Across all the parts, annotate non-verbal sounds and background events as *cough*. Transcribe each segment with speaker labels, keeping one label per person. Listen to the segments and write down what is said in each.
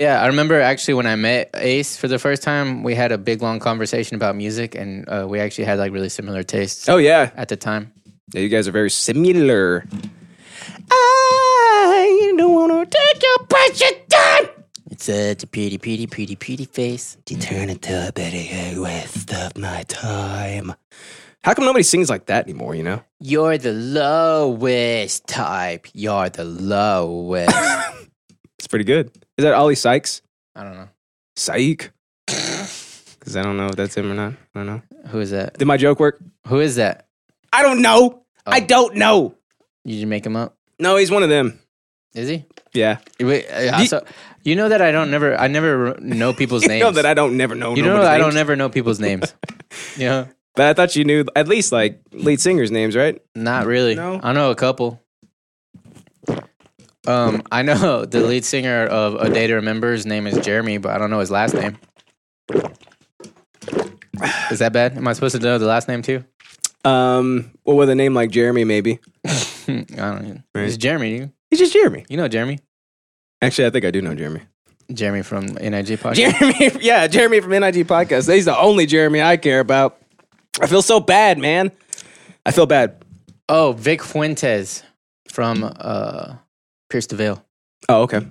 Speaker 1: Yeah, I remember actually when I met Ace for the first time, we had a big long conversation about music, and uh, we actually had like really similar tastes
Speaker 2: Oh yeah.
Speaker 1: at the time.
Speaker 2: Yeah, you guys are very similar. I don't want to take your precious time.
Speaker 1: It's such a pretty, pretty, pretty, pretty face.
Speaker 2: You turn into a bitty waste of my time. How come nobody sings like that anymore? You know,
Speaker 1: You're the lowest type. You're the *coughs* lowest. I
Speaker 2: it's pretty good. Is that Ollie Sykes?
Speaker 1: don't know
Speaker 2: Syke? Because I don't know if that's him or not. I don't know.
Speaker 1: who is that.
Speaker 2: Did my joke work?
Speaker 1: Who is that?
Speaker 2: I don't know.
Speaker 1: Oh.
Speaker 2: I don't know.
Speaker 1: Did you make him up?
Speaker 2: No, he's one of them.
Speaker 1: Is he?
Speaker 2: Yeah.
Speaker 1: Wait, uh,
Speaker 2: Ye-
Speaker 1: so- you know that I don't never I never know people's
Speaker 2: *laughs* You
Speaker 1: names.
Speaker 2: know that I don't never know.
Speaker 1: you know
Speaker 2: nobody's
Speaker 1: I don't
Speaker 2: names.
Speaker 1: never know people's
Speaker 2: *laughs*
Speaker 1: names. you know,
Speaker 2: But I thought you knew at least like lead singers' names, right?
Speaker 1: not really.
Speaker 2: No?
Speaker 1: I know a couple. Um, I know *laughs* the lead singer of A Day to Remember. His name is Jeremy, but I don't know his last name. Is that bad? Am I supposed to know the last name too? *laughs*
Speaker 2: Um, well, with a name like Jeremy, maybe
Speaker 1: I don't. Even.
Speaker 2: Right.
Speaker 1: It's Jeremy. You,
Speaker 2: he's just Jeremy.
Speaker 1: you know Jeremy.
Speaker 2: Actually, I think I do know Jeremy. *laughs*
Speaker 1: Jeremy from NIG podcast.
Speaker 2: Jeremy, yeah, Jeremy from NIG podcast. He's the only Jeremy I care about. I feel so bad, man. I feel bad.
Speaker 1: oh, Vic Fuentes from uh, Pierce the Veil.
Speaker 2: Oh, okay.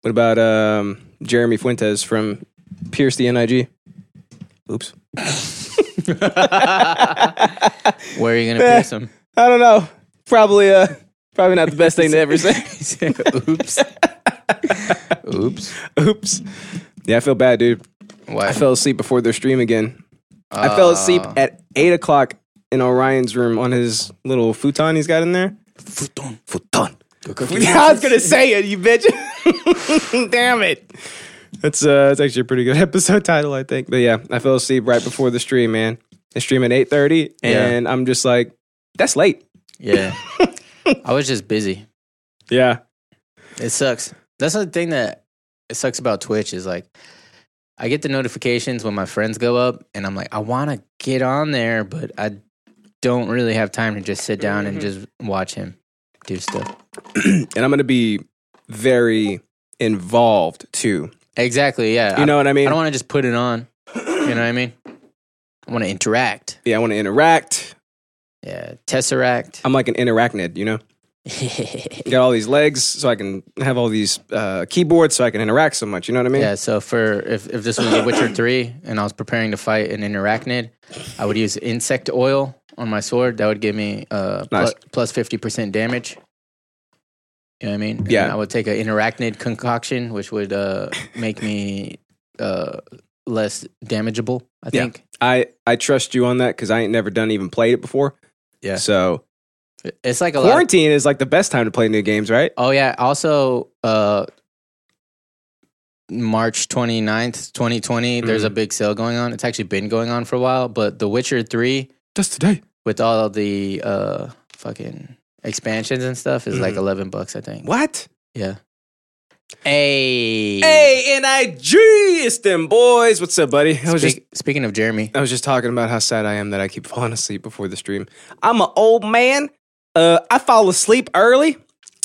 Speaker 2: What about um, Jeremy Fuentes from Pierce the NIG? Oops.
Speaker 1: Where are you gonna pierce him? *laughs*
Speaker 2: I don't know. Probably, uh, probably not the best thing to ever say. *laughs*
Speaker 1: Oops. Oops.
Speaker 2: Oops. Yeah, I feel bad, dude.
Speaker 1: Why?
Speaker 2: I fell asleep before their stream again. I
Speaker 1: Uh,
Speaker 2: fell asleep at eight o'clock in Orion's room on his little futon he's got in *laughs* there.
Speaker 1: Futon.
Speaker 2: Futon. I was *laughs* gonna say it, you bitch. *laughs* Damn it. That's uh, that's actually a pretty good *laughs* episode title, I think. But yeah, I fell asleep right before the stream, man. The stream at eight thirty,
Speaker 1: Yeah.
Speaker 2: and I'm just like, that's late.
Speaker 1: Yeah. I was just busy.
Speaker 2: Yeah,
Speaker 1: It sucks. That's the thing that it sucks about Twitch is like I get the notifications when my friends go up and I'm like, I wanna get on there, but I don't really have time to just sit down and
Speaker 2: Mm-hmm.
Speaker 1: just watch him do stuff.
Speaker 2: and I'm gonna be very involved too.
Speaker 1: Exactly, yeah.
Speaker 2: You know what I
Speaker 1: I, I
Speaker 2: mean?
Speaker 1: don't wanna just put it on. You know what I mean? I wanna interact.
Speaker 2: yeah, I want to interact.
Speaker 1: Yeah. Tesseract.
Speaker 2: I'm like an interactnid, you know.
Speaker 1: *laughs*
Speaker 2: Got all these legs, so I can have all these uh, keyboards, so I can interact so much. You know what I mean?
Speaker 1: Yeah, so for if, if this was The
Speaker 2: *coughs*
Speaker 1: Witcher 3 and I was preparing to fight an interacnid, I would use insect oil on my sword. That would give me uh, plu-
Speaker 2: Nice.
Speaker 1: plus 50% damage. You know what I mean? And
Speaker 2: Yeah.
Speaker 1: I would take an interacnid concoction, which would uh, make me uh, less damageable, I
Speaker 2: Yeah.
Speaker 1: think.
Speaker 2: I I trust you on that because I ain't never done even played it before.
Speaker 1: Yeah.
Speaker 2: So
Speaker 1: It's like a lot. of-
Speaker 2: quarantine is like the best time to play new games, right?
Speaker 1: oh, yeah. Also, uh, March 29th, 2020, there's a
Speaker 2: Mm-hmm.
Speaker 1: big sale going on. It's actually been going on for a while, but The Witcher 3.
Speaker 2: Just today.
Speaker 1: with all of the uh fucking expansions and stuff is like 11 bucks i think
Speaker 2: What?
Speaker 1: yeah hey
Speaker 2: Hey, NIG, it's them boys. What's up, buddy? I was just
Speaker 1: Speak- speaking of jeremy
Speaker 2: I was just talking about how sad I am that I keep *laughs* falling asleep before the stream. I'm an old man. Uh, I fall asleep early.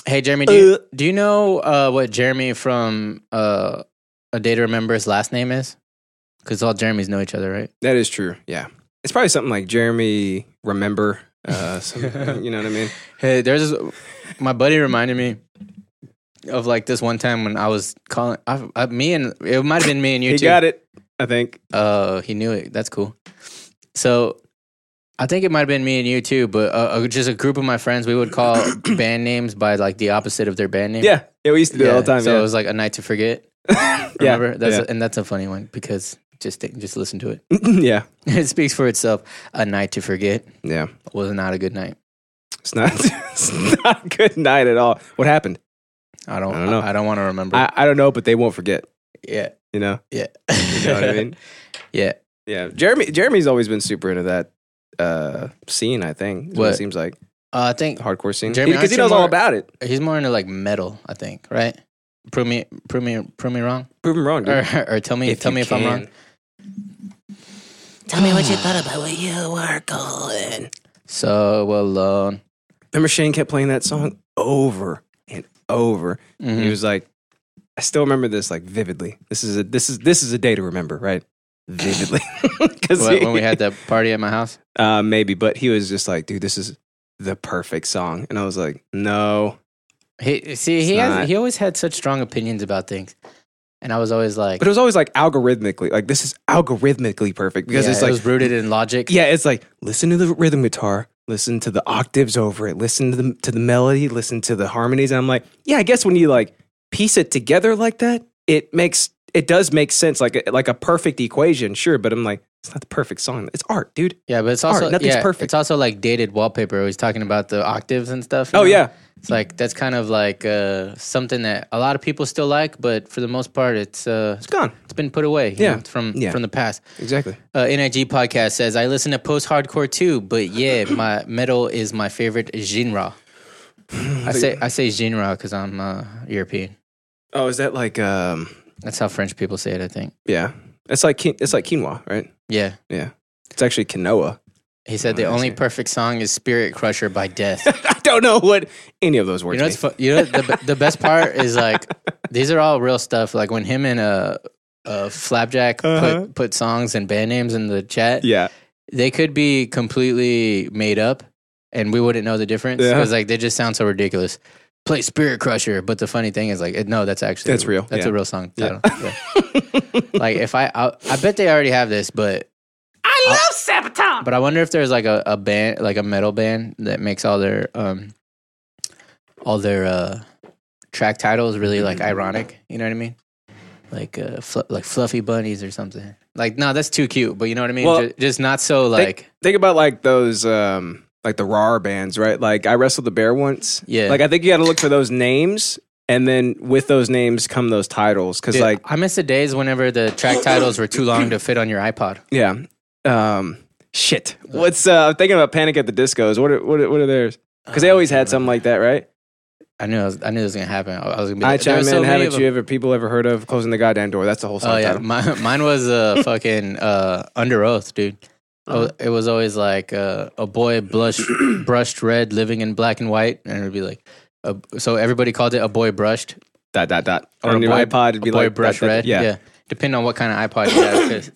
Speaker 1: hey jeremy do you, do you know uh what jeremy from uh a day to remember's last name is because all jeremy's know each other right
Speaker 2: That is true. Yeah, it's probably something like Jeremy. Remember, uh,
Speaker 1: *laughs*
Speaker 2: some, you know what I mean?
Speaker 1: hey there's my buddy reminded me of like this one time when i was calling I, I, me and it might have been me and you
Speaker 2: He
Speaker 1: too
Speaker 2: got it. I think.
Speaker 1: Oh, he knew it. That's cool. So I think it might have been me and you too, but uh, uh, just a group of my friends, we would
Speaker 2: *clears throat*
Speaker 1: call band names by like the opposite of their band name.
Speaker 2: Yeah, yeah. We used to do it all the time.
Speaker 1: So
Speaker 2: yeah.
Speaker 1: it was like a night to forget.
Speaker 2: Yeah,
Speaker 1: Remember? That's
Speaker 2: yeah.
Speaker 1: a, and that's a funny one because just think, just listen to it. *laughs*
Speaker 2: *laughs* yeah,
Speaker 1: it speaks for itself. A night to forget
Speaker 2: yeah.
Speaker 1: was not a good night.
Speaker 2: It's not. *laughs* it's not a good night at all. What happened?
Speaker 1: I don't.
Speaker 2: I
Speaker 1: I
Speaker 2: don't
Speaker 1: don't
Speaker 2: know.
Speaker 1: want to remember.
Speaker 2: I, I don't know, but they won't forget.
Speaker 1: yeah.
Speaker 2: You know.
Speaker 1: Yeah.
Speaker 2: You know what I mean?
Speaker 1: *laughs* yeah.
Speaker 2: Yeah, Jeremy. Jeremy's always been super into that uh, scene. I think is what, it
Speaker 1: What?
Speaker 2: seems like
Speaker 1: Uh, I think
Speaker 2: hardcore scene
Speaker 1: Jeremy,
Speaker 2: because he
Speaker 1: aren't you
Speaker 2: knows all
Speaker 1: more-
Speaker 2: about it.
Speaker 1: he's more into like metal. I think right. Prove me, prove me, prove me wrong,
Speaker 2: Prove him wrong, dude.
Speaker 1: or, or tell me, tell
Speaker 2: you
Speaker 1: me if I'm
Speaker 2: can.
Speaker 1: wrong.
Speaker 3: Tell me
Speaker 2: *sighs*
Speaker 3: what you thought about what you were calling.
Speaker 1: So uh, alone.
Speaker 2: Mm-hmm.
Speaker 1: Mm-hmm.
Speaker 2: *laughs* Remember, Shane kept playing that song over and over. He was like, I still remember this like vividly. This is a this is this is a day to remember, right? Vividly, *laughs* because
Speaker 1: What, when we had that party at my house.
Speaker 2: uh, maybe, but he was just like, dude, this is the perfect song, and I was like, no,
Speaker 1: He see he
Speaker 2: It's
Speaker 1: has
Speaker 2: not.
Speaker 1: he always had such strong opinions about things, and I was always like,
Speaker 2: but it was always like algorithmically, like this is algorithmically perfect because
Speaker 1: yeah,
Speaker 2: it's
Speaker 1: it
Speaker 2: like
Speaker 1: was rooted in logic.
Speaker 2: yeah, it's like listen to the rhythm guitar, listen to the octaves over it, listen to the to the melody, listen to the harmonies. And I'm like, yeah, I guess when you like piece it together like that, it makes it does make sense, like a, like a perfect equation, sure. But I'm like, it's not the perfect song. It's art, dude.
Speaker 1: yeah, but it's also
Speaker 2: Art, nothing's
Speaker 1: yeah,
Speaker 2: perfect.
Speaker 1: It's also like dated wallpaper. He's talking about the octaves and stuff. you
Speaker 2: Oh
Speaker 1: know?
Speaker 2: yeah,
Speaker 1: it's like that's kind of like uh, something that a lot of people still like, but for the most part, it's uh,
Speaker 2: it's gone.
Speaker 1: it's been put away. you
Speaker 2: Yeah.
Speaker 1: know, from
Speaker 2: Yeah.
Speaker 1: from the past.
Speaker 2: Exactly.
Speaker 1: Uh, NIG podcast says I listen to post hardcore too, but
Speaker 2: *clears throat*
Speaker 1: yeah, my metal is my favorite genre. I say I say genre because I'm uh, European.
Speaker 2: Oh, is that like um?
Speaker 1: That's how French people say it, I think.
Speaker 2: Yeah, it's like qui- it's like quinoa, right?
Speaker 1: Yeah.
Speaker 2: Yeah, it's actually quinoa. *laughs*
Speaker 1: He said the
Speaker 2: Oh, I
Speaker 1: only
Speaker 2: see.
Speaker 1: perfect song is Spirit Crusher by
Speaker 2: *laughs*
Speaker 1: Death.
Speaker 2: I don't know what any of those words.
Speaker 1: you know,
Speaker 2: mean.
Speaker 1: it's fu- you know the, the best part is like these are all real stuff. Like when him and uh, uh, Flapjack
Speaker 2: Uh-huh.
Speaker 1: put, put songs and band names in the chat,
Speaker 2: yeah,
Speaker 1: they could be completely made up and we wouldn't know the difference
Speaker 2: Yeah.
Speaker 1: because like they just sound so ridiculous. Play Spirit Crusher, but the funny thing is like it- no, that's actually
Speaker 2: That's real,
Speaker 1: That's
Speaker 2: yeah.
Speaker 1: a real song title.
Speaker 2: *laughs*
Speaker 1: Yeah. like if I, I I bet they already have this, but
Speaker 3: I
Speaker 2: Uh,
Speaker 3: love Sabaton.
Speaker 1: but I wonder if there's like a, a band like a metal band that makes all their um all their uh track titles really like
Speaker 2: Mm-hmm.
Speaker 1: ironic. You know what I mean? Like uh fl- like fluffy bunnies or something. Like no, that's too cute. But you know what I mean?
Speaker 2: Well,
Speaker 1: Ju- just, not so like
Speaker 2: think about like those um like the raw bands right like i wrestled the bear once
Speaker 1: Yeah.
Speaker 2: like i think you got to look for those names and then with those names come those titles because
Speaker 1: Dude,
Speaker 2: like
Speaker 1: I miss the days whenever the
Speaker 2: *coughs*
Speaker 1: track titles were too long to fit on your iPod.
Speaker 2: yeah um shit what's uh i'm thinking about panic at the discos what are what are, what are theirs because they always had something like that right
Speaker 1: I knew I, was, I knew this was gonna happen. I, I was gonna be.
Speaker 2: i
Speaker 1: like, there
Speaker 2: chime
Speaker 1: were
Speaker 2: in
Speaker 1: so many
Speaker 2: haven't
Speaker 1: of
Speaker 2: you
Speaker 1: them.
Speaker 2: ever people ever heard of closing the goddamn door that's the whole song
Speaker 1: Oh yeah,
Speaker 2: title
Speaker 1: My, *laughs* mine was
Speaker 2: *laughs*
Speaker 1: uh, fucking uh, under oath, dude.
Speaker 2: Uh-huh.
Speaker 1: Oh, it was always like uh, a boy
Speaker 2: *coughs*
Speaker 1: blush, brushed red, living in black and white, and it would be like. Uh, so everybody called it a boy brushed
Speaker 2: dot dot dot
Speaker 1: or
Speaker 2: on
Speaker 1: a
Speaker 2: your
Speaker 1: boy,
Speaker 2: ipod it'd
Speaker 1: a
Speaker 2: be
Speaker 1: boy
Speaker 2: like
Speaker 1: brushed
Speaker 2: dot, dot,
Speaker 1: red.
Speaker 2: yeah.
Speaker 1: depending on what kind of iPod you have, 'cause,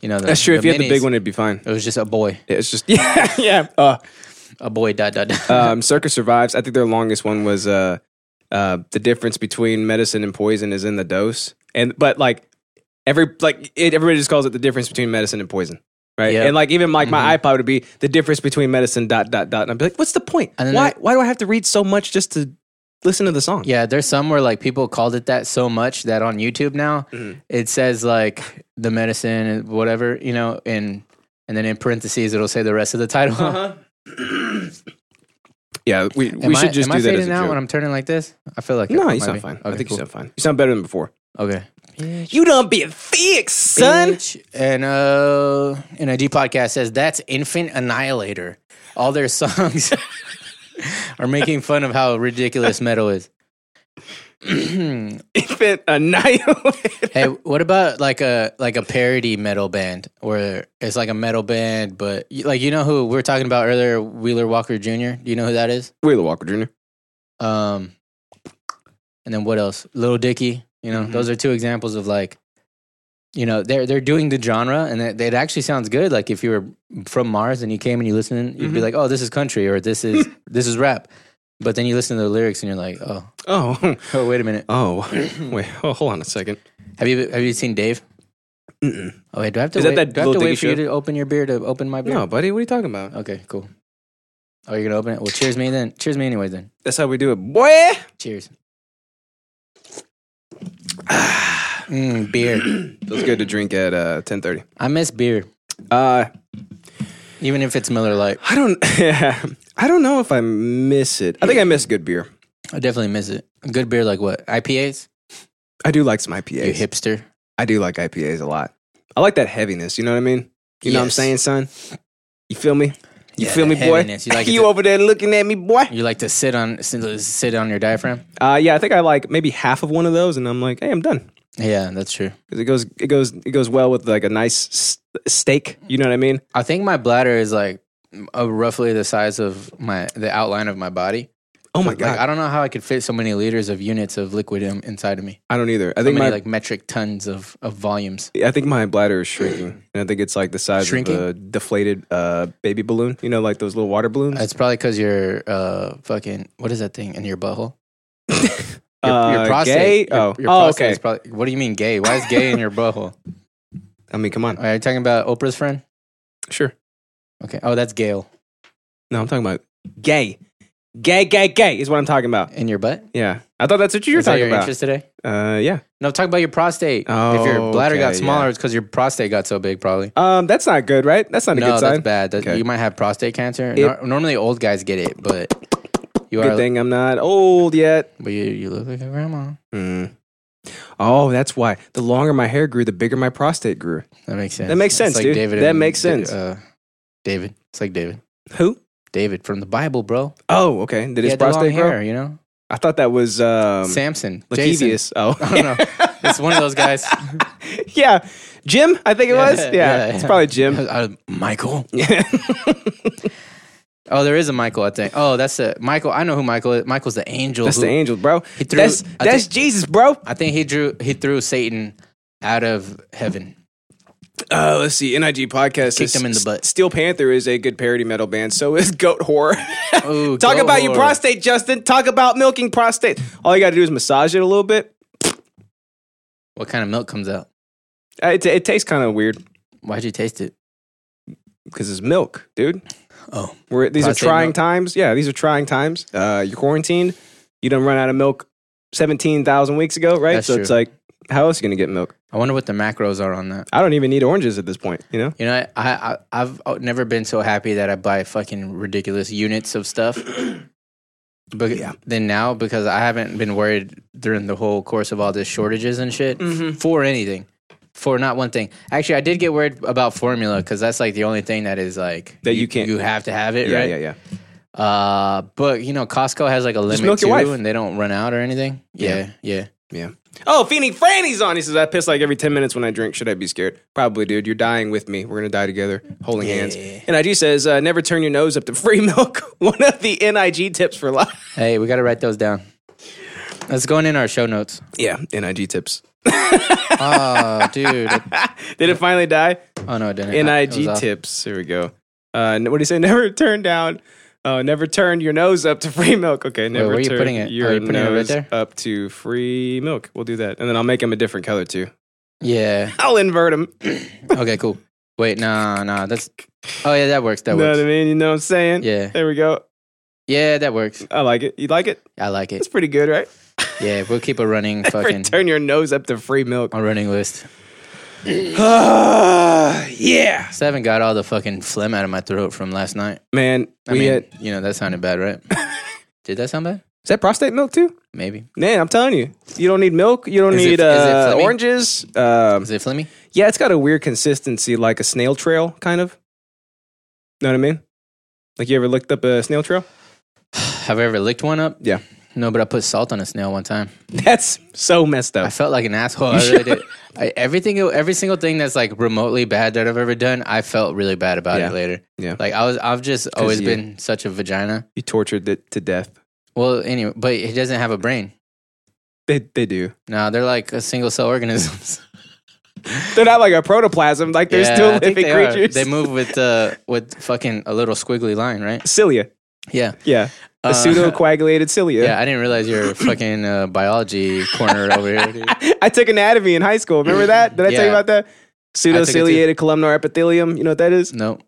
Speaker 1: you know the,
Speaker 2: that's true if
Speaker 1: the
Speaker 2: you had the big
Speaker 1: minis,
Speaker 2: one it'd be fine
Speaker 1: It was just a boy, *laughs*
Speaker 2: it's just yeah yeah *laughs* uh
Speaker 1: a boy dot dot
Speaker 2: *laughs*
Speaker 1: dot.
Speaker 2: um, Circus survives. I think their longest one was uh, uh, the difference between medicine and poison is in the dose, and but like every like it, everybody just calls it the difference between medicine and poison, right?
Speaker 1: Yeah.
Speaker 2: And like even like my
Speaker 1: Mm-hmm.
Speaker 2: iPod would be the difference between medicine dot dot dot, and I'd be like, what's the point?
Speaker 1: And then
Speaker 2: Why
Speaker 1: there-
Speaker 2: why do I have to read so much just to listen to the song?
Speaker 1: Yeah, there's some where like people called it that so much that on YouTube now it says like the medicine and whatever, you know, and and then in parentheses it'll say the rest of the title.
Speaker 2: Uh-huh. yeah.
Speaker 1: *laughs*
Speaker 2: We
Speaker 1: Uh-huh. Am
Speaker 2: we should
Speaker 1: I,
Speaker 2: just
Speaker 1: am
Speaker 2: do
Speaker 1: I
Speaker 2: that
Speaker 1: fading
Speaker 2: as a
Speaker 1: out
Speaker 2: joke.
Speaker 1: when I'm turning like this? I feel like it
Speaker 2: no, you
Speaker 1: might
Speaker 2: sound
Speaker 1: be.
Speaker 2: fine.
Speaker 1: Okay,
Speaker 2: I think
Speaker 1: cool.
Speaker 2: you sound fine. You sound better than before.
Speaker 1: Okay.
Speaker 2: You done being fixed, *laughs* son.
Speaker 1: Bitch. And uh and a G podcast says that's Infant Annihilator. All their *laughs* songs are making fun of how ridiculous metal is.
Speaker 2: Infant annihilated.
Speaker 1: Hey, what about like a like a parody metal band where it's like a metal band, but y- like you know who we were talking about earlier, Wheeler Walker Jr. Do you know who that is?
Speaker 2: Wheeler Walker Jr.
Speaker 1: Um, and then what else? Little Dicky. You know, those are two examples of like, you know, they're they're doing the genre, and it, it actually sounds good. Like if you were from Mars and you came and you listened, you'd be like, oh, this is country or this is this is rap. But then you listen to the lyrics and you're like, oh,
Speaker 2: Oh,
Speaker 1: oh, wait a minute.
Speaker 2: Oh, *coughs* wait, oh, hold on a second.
Speaker 1: Have you have you seen Dave?
Speaker 2: Mm-mm.
Speaker 1: Oh wait, do I have to
Speaker 2: Is that
Speaker 1: wait,
Speaker 2: that
Speaker 1: do I have to
Speaker 2: little
Speaker 1: wait
Speaker 2: diggy
Speaker 1: for you
Speaker 2: show?
Speaker 1: to open your beer to open my beer?
Speaker 2: No, buddy, what are you talking about?
Speaker 1: Okay, cool. Oh, you're gonna open it? Well, cheers me then. Cheers me anyway then.
Speaker 2: That's how we do it, boy.
Speaker 1: Cheers. *sighs* Mm, beer.
Speaker 2: Feels good to drink at uh, ten thirty.
Speaker 1: I miss beer,
Speaker 2: Uh,
Speaker 1: even if it's Miller Lite.
Speaker 2: I don't, *laughs* I don't know if I miss it. I think I miss good beer.
Speaker 1: I definitely miss it. A good beer like what? IPAs?
Speaker 2: I do like some
Speaker 1: You
Speaker 2: IPAs.
Speaker 1: hipster.
Speaker 2: I do like IPAs a lot. I like that heaviness. You know what I mean? You know what I'm
Speaker 1: Yes.
Speaker 2: saying, son? You feel me? You
Speaker 1: Yeah,
Speaker 2: feel
Speaker 1: that
Speaker 2: me, boy?
Speaker 1: heaviness. You
Speaker 2: *laughs*
Speaker 1: like it
Speaker 2: you
Speaker 1: to-
Speaker 2: over there looking at me, boy?
Speaker 1: You like to sit on sit sit on your diaphragm?
Speaker 2: Uh, yeah, I think I like maybe half of one of those, and I'm like, hey, I'm done.
Speaker 1: Yeah, that's true.
Speaker 2: Because it goes, it goes, it goes well with like a nice s- steak. You know what I mean?
Speaker 1: I think my bladder is like uh, roughly the size of my the outline of my body.
Speaker 2: Oh my
Speaker 1: Like,
Speaker 2: god,
Speaker 1: I don't know how I could fit so many liters of units of liquid in, inside of me.
Speaker 2: I don't either. I
Speaker 1: So
Speaker 2: think
Speaker 1: many
Speaker 2: my
Speaker 1: like metric tons of, of volumes.
Speaker 2: I think my bladder
Speaker 1: *clears throat*
Speaker 2: is shrinking, and I think it's like the size
Speaker 1: Shrinking?
Speaker 2: of a deflated uh, baby balloon. You know, like those little water balloons.
Speaker 1: It's probably because your uh fucking what is that thing in your butthole? Your,
Speaker 2: Uh, gay?
Speaker 1: Your,
Speaker 2: oh,
Speaker 1: your
Speaker 2: oh,
Speaker 1: prostate
Speaker 2: okay.
Speaker 1: Is probably, what do you mean gay? Why is gay in your
Speaker 2: *laughs*
Speaker 1: butthole?
Speaker 2: I mean, come on.
Speaker 1: Are you talking about Oprah's friend?
Speaker 2: Sure.
Speaker 1: Okay. Oh, that's Gail
Speaker 2: No, I'm talking about gay, gay, gay, gay is what I'm talking about.
Speaker 1: in your butt.
Speaker 2: Yeah, I thought that's what you were
Speaker 1: Is that your
Speaker 2: talking about.
Speaker 1: interest today?
Speaker 2: Uh, yeah.
Speaker 1: No, talk about your prostate. if your
Speaker 2: Oh,
Speaker 1: bladder got
Speaker 2: okay,
Speaker 1: smaller,
Speaker 2: yeah.
Speaker 1: it's because your prostate got so big, probably.
Speaker 2: Um, that's not good, right? That's not a
Speaker 1: no,
Speaker 2: good
Speaker 1: that's
Speaker 2: sign.
Speaker 1: bad. That,
Speaker 2: Okay.
Speaker 1: You might have prostate cancer.
Speaker 2: It-
Speaker 1: Nor- normally, old guys get it, but you
Speaker 2: Good
Speaker 1: are.
Speaker 2: thing I'm not old yet.
Speaker 1: But you, you look like a grandma.
Speaker 2: Mm. Oh, that's why. The longer my hair grew, the bigger my prostate grew.
Speaker 1: That makes sense.
Speaker 2: That makes
Speaker 1: It's
Speaker 2: sense, dude. That
Speaker 1: Da-
Speaker 2: makes sense.
Speaker 1: Uh, David. It's like David.
Speaker 2: Who?
Speaker 1: David from the Bible, bro.
Speaker 2: Oh, okay. Did
Speaker 1: He
Speaker 2: his
Speaker 1: had the long
Speaker 2: prostate grow?
Speaker 1: hair, you know?
Speaker 2: I thought that was um,
Speaker 1: Samson. Jason.
Speaker 2: Lachevius. Oh,
Speaker 1: *laughs*
Speaker 2: *laughs*
Speaker 1: I don't know. It's one of those guys.
Speaker 2: yeah, Jim. I think it was. Yeah, it's probably Jim.
Speaker 1: *laughs*
Speaker 2: *laughs*
Speaker 1: Uh, Michael.
Speaker 2: Yeah.
Speaker 1: Oh, there is a Michael, I think. Oh, that's a Michael. I know who Michael is. Michael's the angel.
Speaker 2: that's
Speaker 1: who-
Speaker 2: the angel, bro.
Speaker 1: He threw-
Speaker 2: that's
Speaker 1: I
Speaker 2: that's Jesus, bro.
Speaker 1: I think he drew. He threw Satan out of
Speaker 2: *laughs*
Speaker 1: heaven.
Speaker 2: Oh, let's see. Nig podcast.
Speaker 1: Kicked
Speaker 2: is-
Speaker 1: him in the butt.
Speaker 2: Steel Panther is a good parody metal band. So is Goat *laughs* Horror.
Speaker 1: Ooh,
Speaker 2: Talk
Speaker 1: go
Speaker 2: about your
Speaker 1: whore.
Speaker 2: prostate, Justin. Talk about milking prostate. All you got to do is massage it a little bit.
Speaker 1: What kind of milk comes out?
Speaker 2: Uh, It, it tastes kind of weird
Speaker 1: Why'd you taste it?
Speaker 2: because it's milk, dude.
Speaker 1: Oh,
Speaker 2: We're, these
Speaker 1: Prostate
Speaker 2: are trying
Speaker 1: milk.
Speaker 2: times. Yeah, these are trying times. Uh, you're quarantined. You done run out of milk 17,000 weeks ago, right?
Speaker 1: That's
Speaker 2: so it's
Speaker 1: true.
Speaker 2: like, how else you going to get milk?
Speaker 1: I wonder what the macros are on that.
Speaker 2: I don't even need oranges at this point, you know?
Speaker 1: You know, I, I I've never been so happy that I buy fucking ridiculous units of
Speaker 2: *clears throat*
Speaker 1: stuff. But
Speaker 2: Yeah.
Speaker 1: then now because I haven't been worried during the whole course of all this shortages and shit
Speaker 2: Mm-hmm.
Speaker 1: for anything, for not one thing. Actually, I did get worried about formula because that's like the only thing that is like
Speaker 2: That you can't-
Speaker 1: You have to have it,
Speaker 2: Yeah,
Speaker 1: right?
Speaker 2: yeah, yeah.
Speaker 1: Uh, but you know, Costco has like a limit
Speaker 2: milk
Speaker 1: too,
Speaker 2: your wife.
Speaker 1: and they don't run out or anything. Yeah, yeah.
Speaker 2: Yeah. Oh, Feeny Franny's on. He says, I piss like every 10 minutes when I drink. Should I be scared? Probably, dude. You're dying with me. We're going to die together, holding hands. And IG says, uh, never turn your nose up to free *laughs* milk. One of the NIG tips for life.
Speaker 1: Hey, we got to write those down. That's going in our show notes.
Speaker 2: Yeah, NIG tips.
Speaker 1: Oh, dude.
Speaker 2: Did it finally die?
Speaker 1: Oh no, it didn't. It was
Speaker 2: NIG
Speaker 1: off.
Speaker 2: tips. Here we go. Uh, n- what do you say? *laughs* Never turn down. Uh, never turn your nose up to free milk. Okay, never
Speaker 1: where you
Speaker 2: turn
Speaker 1: putting it? Are
Speaker 2: your
Speaker 1: you putting it right
Speaker 2: nose
Speaker 1: there?
Speaker 2: up to free milk. We'll do that, and then I'll make them a different color too.
Speaker 1: Yeah.
Speaker 2: I'll invert them.
Speaker 1: Okay. Cool. Wait. Nah. Nah. That's. Oh yeah, that works. That
Speaker 2: *laughs* know what I
Speaker 1: works.
Speaker 2: mean? You know what I'm saying?
Speaker 1: Yeah.
Speaker 2: There we go.
Speaker 1: Yeah, that works.
Speaker 2: I like it. You like it?
Speaker 1: I like it.
Speaker 2: It's pretty good, right?
Speaker 1: Yeah, we'll keep a
Speaker 2: *laughs*
Speaker 1: running fucking
Speaker 2: turn your nose up to free milk.
Speaker 1: a running list.
Speaker 2: *sighs* yeah,
Speaker 1: Just haven't got all the fucking phlegm out of my throat from last night.
Speaker 2: man.
Speaker 1: I
Speaker 2: we
Speaker 1: mean,
Speaker 2: had,
Speaker 1: you know that sounded bad,
Speaker 2: *laughs*
Speaker 1: right? Did that sound bad?
Speaker 2: is that prostate milk too?
Speaker 1: Maybe.
Speaker 2: Man, I'm telling you, you don't need milk. You don't
Speaker 1: Is it- is it
Speaker 2: need uh,
Speaker 1: phlegmy?
Speaker 2: oranges. Um,
Speaker 1: Is it phlegmy?
Speaker 2: Yeah, it's got a weird consistency, like a snail trail, kind of. Know what I mean? Like you ever looked up a snail trail? *laughs*
Speaker 1: Have I ever licked one up?
Speaker 2: Yeah.
Speaker 1: No, but I put salt on a snail one time.
Speaker 2: That's so messed
Speaker 1: I
Speaker 2: up.
Speaker 1: felt like an asshole. I really did. I, everything, every single thing that's like remotely bad that I've ever done, I felt really bad about
Speaker 2: Yeah.
Speaker 1: it later.
Speaker 2: Yeah.
Speaker 1: Like I was, I've just always
Speaker 2: you-
Speaker 1: been such a vagina.
Speaker 2: You tortured it to death.
Speaker 1: Well, anyway, but it doesn't have a brain.
Speaker 2: They they do.
Speaker 1: No, they're like a single cell organisms.
Speaker 2: They're not like a protoplasm. Like *laughs* they're still
Speaker 1: I
Speaker 2: living
Speaker 1: think they are.
Speaker 2: creatures.
Speaker 1: They move with uh, with fucking a little squiggly line, right?
Speaker 2: Cilia.
Speaker 1: Yeah.
Speaker 2: Yeah, a
Speaker 1: Uh, *laughs*
Speaker 2: pseudo coagulated cilia.
Speaker 1: Yeah, I didn't realize your fucking uh, biology corner over here. dude.
Speaker 2: *laughs* I took anatomy in high school. Remember that? Did I tell you
Speaker 1: Yeah.
Speaker 2: about that? Pseudociliated columnar epithelium. You know what that is?
Speaker 1: No.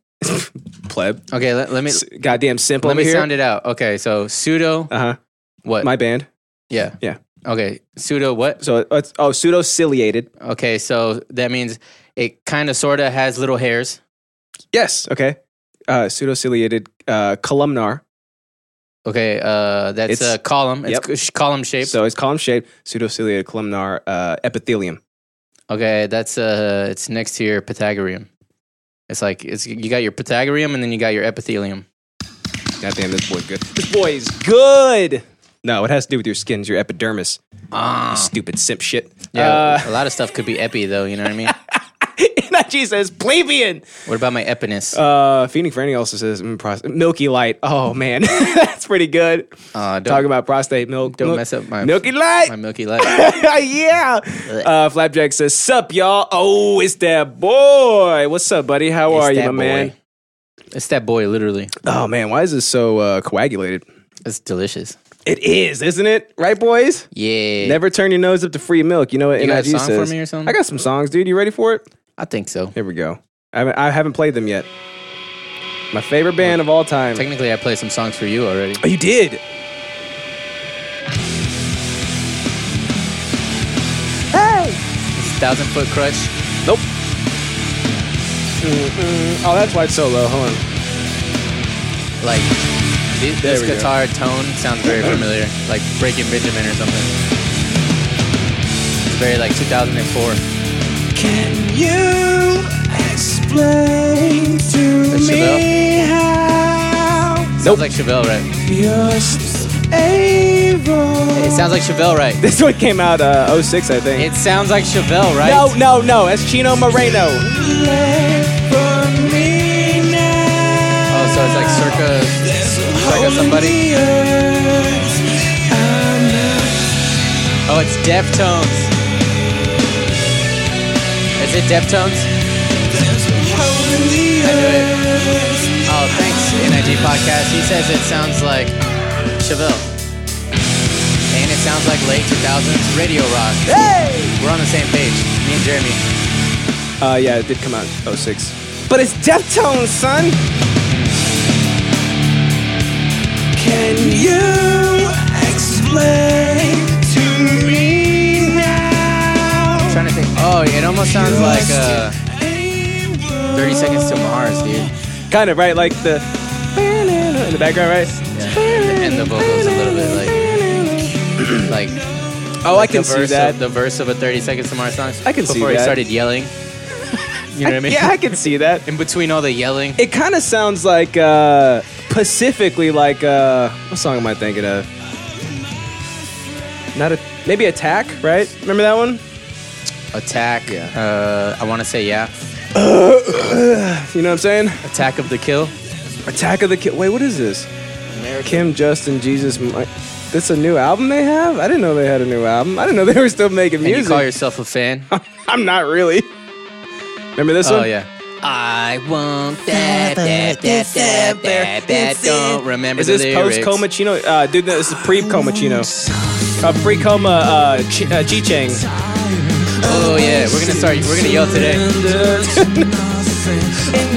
Speaker 2: Pleb.
Speaker 1: Okay, let, let me
Speaker 2: S- Goddamn simple
Speaker 1: let
Speaker 2: over
Speaker 1: me
Speaker 2: here.
Speaker 1: sound it out. Okay, so pseudo
Speaker 2: uh huh.
Speaker 1: what?
Speaker 2: My band.
Speaker 1: yeah.
Speaker 2: yeah.
Speaker 1: Okay, pseudo what?
Speaker 2: So it's, oh, pseudociliated.
Speaker 1: Okay, so that means it kind of sort of has little hairs.
Speaker 2: Yes. Okay. Uh, pseudociliated uh, columnar.
Speaker 1: Okay, uh, that's
Speaker 2: It's-
Speaker 1: a column. It's
Speaker 2: yep.
Speaker 1: c- sh- column shaped.
Speaker 2: So it's column shaped, pseudociliated columnar uh, epithelium.
Speaker 1: okay, that's uh, it's next to your Pythagoreum. It's like it's you got your Pythagoreum and then you got your epithelium.
Speaker 2: Goddamn, this boy's good. This boy is good. No, it has to do with your skin, it's your epidermis.
Speaker 1: Ah.
Speaker 2: Stupid simp shit.
Speaker 1: Yeah,
Speaker 2: Uh, *laughs*
Speaker 1: a lot of stuff could be epi though. You know what I mean?
Speaker 2: and I she says plebeian.
Speaker 1: What about my epinus?
Speaker 2: Uh, Phoenix Franny also says mm, pros- Milky Light. Oh man, *laughs* that's pretty good.
Speaker 1: Uh, don't
Speaker 2: Talk about prostate milk.
Speaker 1: don't
Speaker 2: Milk-
Speaker 1: mess up my
Speaker 2: Milky Light.
Speaker 1: my Milky
Speaker 2: *laughs*
Speaker 1: Light.
Speaker 2: yeah. Uh, Flapjack says, "Sup, y'all? Oh, it's that boy. What's up, buddy? How
Speaker 1: It's
Speaker 2: are you,
Speaker 1: that
Speaker 2: my man?
Speaker 1: boy. It's that boy, literally.
Speaker 2: Oh man, why is this so uh, coagulated?
Speaker 1: It's delicious.
Speaker 2: It is, isn't it? Right, boys?
Speaker 1: Yeah.
Speaker 2: Never turn your nose up to free milk. You know what
Speaker 1: You
Speaker 2: NIG
Speaker 1: got a song
Speaker 2: says.
Speaker 1: for me or something?
Speaker 2: I got some songs, dude. You ready for it?
Speaker 1: I think so.
Speaker 2: Here we go. I haven't, I haven't played them yet. My favorite band of all time.
Speaker 1: Technically, I played some songs for you already.
Speaker 2: Oh, you did.
Speaker 1: It's Thousand Foot Crush.
Speaker 2: Nope. Mm-mm. Oh, that's why it's so low. Hold on.
Speaker 1: Like thi-
Speaker 2: There
Speaker 1: this
Speaker 2: we go.
Speaker 1: guitar tone sounds very familiar, like Breaking Benjamin or something. It's very like 2004.
Speaker 2: Can you explain to
Speaker 1: That's
Speaker 2: me how
Speaker 1: Sounds like Chevelle, right?
Speaker 2: you're able?
Speaker 1: It
Speaker 2: *laughs*
Speaker 1: sounds like Chevelle, right?
Speaker 2: This one came out uh, 06, I think.
Speaker 1: It sounds like Chevelle, right?
Speaker 2: No, no, no. That's Chino Moreno.
Speaker 1: Oh, so it's like circa, circa somebody. Oh, it's Deftones. Is it Deftones? I knew it. Oh, thanks, NIG podcast. He says it sounds like Chevelle, and it sounds like late 2000s radio rock. We're on the same page, me and Jeremy.
Speaker 2: Uh, yeah, it did come out 06. But it's Deftones, son. Can you explain to me now?
Speaker 1: trying to think. Oh, it almost sounds like uh, 30 Seconds to Mars, dude.
Speaker 2: Kind of right, like the in the background, right?
Speaker 1: Yeah. And the vocals a little bit like like.
Speaker 2: Oh,
Speaker 1: like
Speaker 2: I can
Speaker 1: the
Speaker 2: see
Speaker 1: verse
Speaker 2: that.
Speaker 1: Of, the verse of a 30 Seconds to Mars song.
Speaker 2: I can see
Speaker 1: before
Speaker 2: that.
Speaker 1: he started yelling. You know what I mean?
Speaker 2: *laughs* Yeah, I can see that.
Speaker 1: In between all the yelling,
Speaker 2: It kind of sounds like uh, specifically like uh, what song am I thinking of? Not a maybe Attack, right? Remember that one?
Speaker 1: attack. Uh, I want to say yeah.
Speaker 2: You know what I'm saying?
Speaker 1: Attack of the Kill.
Speaker 2: Attack of the Ki- Wait, what is this?
Speaker 1: American.
Speaker 2: Kim, Justin, Jesus. Mi- That's a new album they have. I didn't know they had a new album. I didn't know *laughs* they were still making
Speaker 1: And
Speaker 2: music.
Speaker 1: you call yourself a fan?
Speaker 2: I'm not really. Remember this one?
Speaker 1: oh yeah. I want that, that, that, that, that, that. Don't remember
Speaker 2: Is
Speaker 1: the
Speaker 2: this
Speaker 1: lyrics.
Speaker 2: post coma Chino? Uh, dude, no, this is pre coma Chino. Uh, pre coma uh, Ch- uh, G Chang.
Speaker 1: Oh yeah, we're gonna start. We're gonna yell today.
Speaker 2: *laughs* and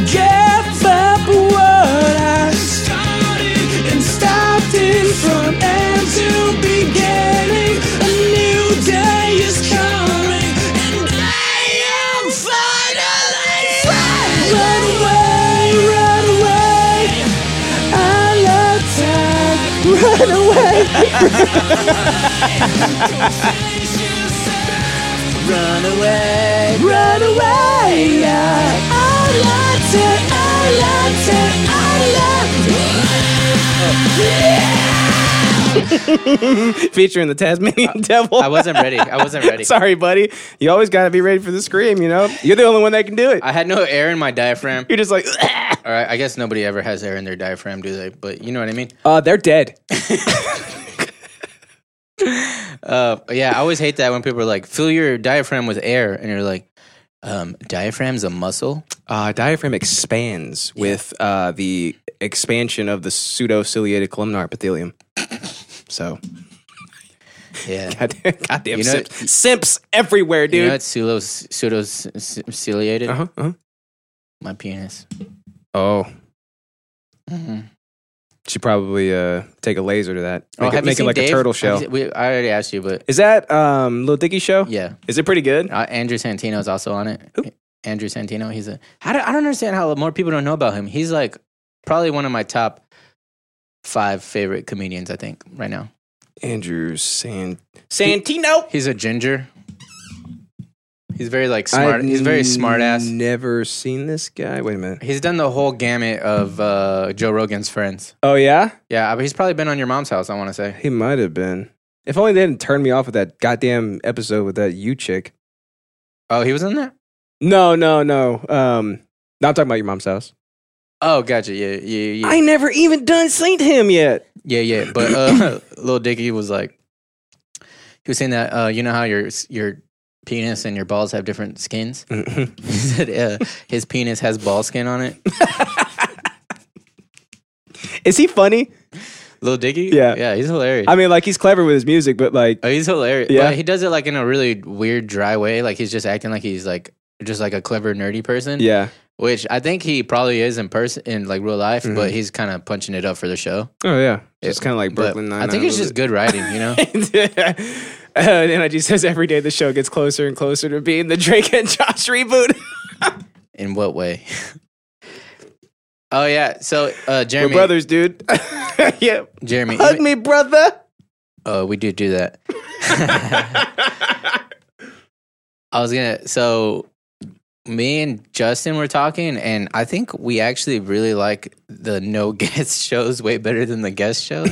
Speaker 2: give up what I started and starting from end to beginning. A new day is coming, and I am finally free. Run away, run away, I'll attack. Run away.
Speaker 1: Run away.
Speaker 2: Run away, yeah. I love to, I love to, I love *laughs* Featuring the Tasmanian Devil.
Speaker 1: I wasn't ready. I wasn't
Speaker 2: *laughs*
Speaker 1: ready.
Speaker 2: Sorry, buddy. You always got to be ready for the scream, you know? You're the only one that can do it.
Speaker 1: I had no air in my diaphragm.
Speaker 2: You're just like, *laughs*
Speaker 1: All right, I guess nobody ever has air in their diaphragm, do they? But you know what I mean.
Speaker 2: uh, they're dead.
Speaker 1: Uh, yeah, I always hate that when people are like, "Fill your diaphragm with air," and you're like, um, "Diaphragm's a muscle."
Speaker 2: Uh, diaphragm expands with uh, the expansion of the pseudociliated columnar epithelium. So, *laughs*
Speaker 1: Yeah.
Speaker 2: goddamn, goddamn
Speaker 1: You know-
Speaker 2: simps. simps everywhere, dude.
Speaker 1: You know it's pseudo pseudo ciliated.
Speaker 2: uh-huh, uh-huh.
Speaker 1: My penis.
Speaker 2: Oh,
Speaker 1: Mhm.
Speaker 2: should probably uh, take a laser to that.
Speaker 1: Oh,
Speaker 2: Make
Speaker 1: have
Speaker 2: it,
Speaker 1: you
Speaker 2: make it
Speaker 1: seen
Speaker 2: like
Speaker 1: Dave?
Speaker 2: a turtle
Speaker 1: Have
Speaker 2: shell.
Speaker 1: you- we, I already asked you, but
Speaker 2: Is that um, Lil Dicky show?
Speaker 1: yeah,
Speaker 2: Is it pretty good?
Speaker 1: uh, Andrew Santino's also on it.
Speaker 2: Who?
Speaker 1: Andrew Santino. He's a. How do, I don't understand how more people don't know about him. He's like probably one of my top five favorite comedians. I think right now.
Speaker 2: Andrew San Santino.
Speaker 1: He's a ginger. He's very like smart. He's very smart ass.
Speaker 2: Never seen this guy. Wait a minute.
Speaker 1: He's done the whole gamut of uh, Joe Rogan's friends.
Speaker 2: Oh yeah,
Speaker 1: Yeah, but he's probably been on your mom's house. I want to say.
Speaker 2: he might have been. If only they didn't turn me off with that goddamn episode with that you chick.
Speaker 1: Oh, he was in there.
Speaker 2: No, no, no. Um, no, I'm talking about your mom's house.
Speaker 1: Oh, gotcha. Yeah, yeah, yeah,
Speaker 2: I never even done seen him yet.
Speaker 1: yeah, yeah. But uh, *coughs* little Dicky was like, he was saying that uh, you know how your your penis and your balls have different skins. *laughs*
Speaker 2: Mm-hmm.
Speaker 1: he said uh, his penis has ball skin on it.
Speaker 2: Is he funny?
Speaker 1: Little Dicky.
Speaker 2: Yeah.
Speaker 1: yeah. He's hilarious.
Speaker 2: I mean, like he's clever with his music, but like,
Speaker 1: Oh, he's hilarious.
Speaker 2: Yeah.
Speaker 1: But he does it like in a really weird, dry way. Like he's just acting like he's like just like a clever, nerdy person.
Speaker 2: yeah.
Speaker 1: Which I think he probably is in person in like real life, but
Speaker 2: Mm-hmm.
Speaker 1: he's kind of punching it up for the show.
Speaker 2: Oh yeah, it's kind of like
Speaker 1: But
Speaker 2: Brooklyn.
Speaker 1: I think it's just good writing, you know.
Speaker 2: *laughs* uh, NIG says every day the show gets closer and closer to being the Drake and Josh reboot.
Speaker 1: in what way? *laughs* oh yeah. So uh,
Speaker 2: We're
Speaker 1: Jeremy,
Speaker 2: brothers, dude. *laughs* yeah,
Speaker 1: Jeremy,
Speaker 2: hug me, brother.
Speaker 1: Oh, we do do that. I was gonna. So, me and Justin were talking, and I think we actually really like the no *laughs* guest shows way better than the guest shows.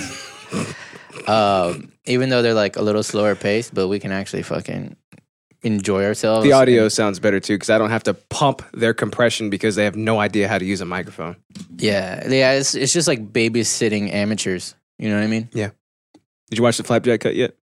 Speaker 1: um, even though they're like a little slower paced, but we can actually fucking enjoy ourselves.
Speaker 2: The audio sounds better too because I don't have to pump their compression because they have no idea how to use a microphone.
Speaker 1: yeah, yeah. It's it's just like babysitting amateurs. You know what I mean?
Speaker 2: Did you watch the flapjack cut yet?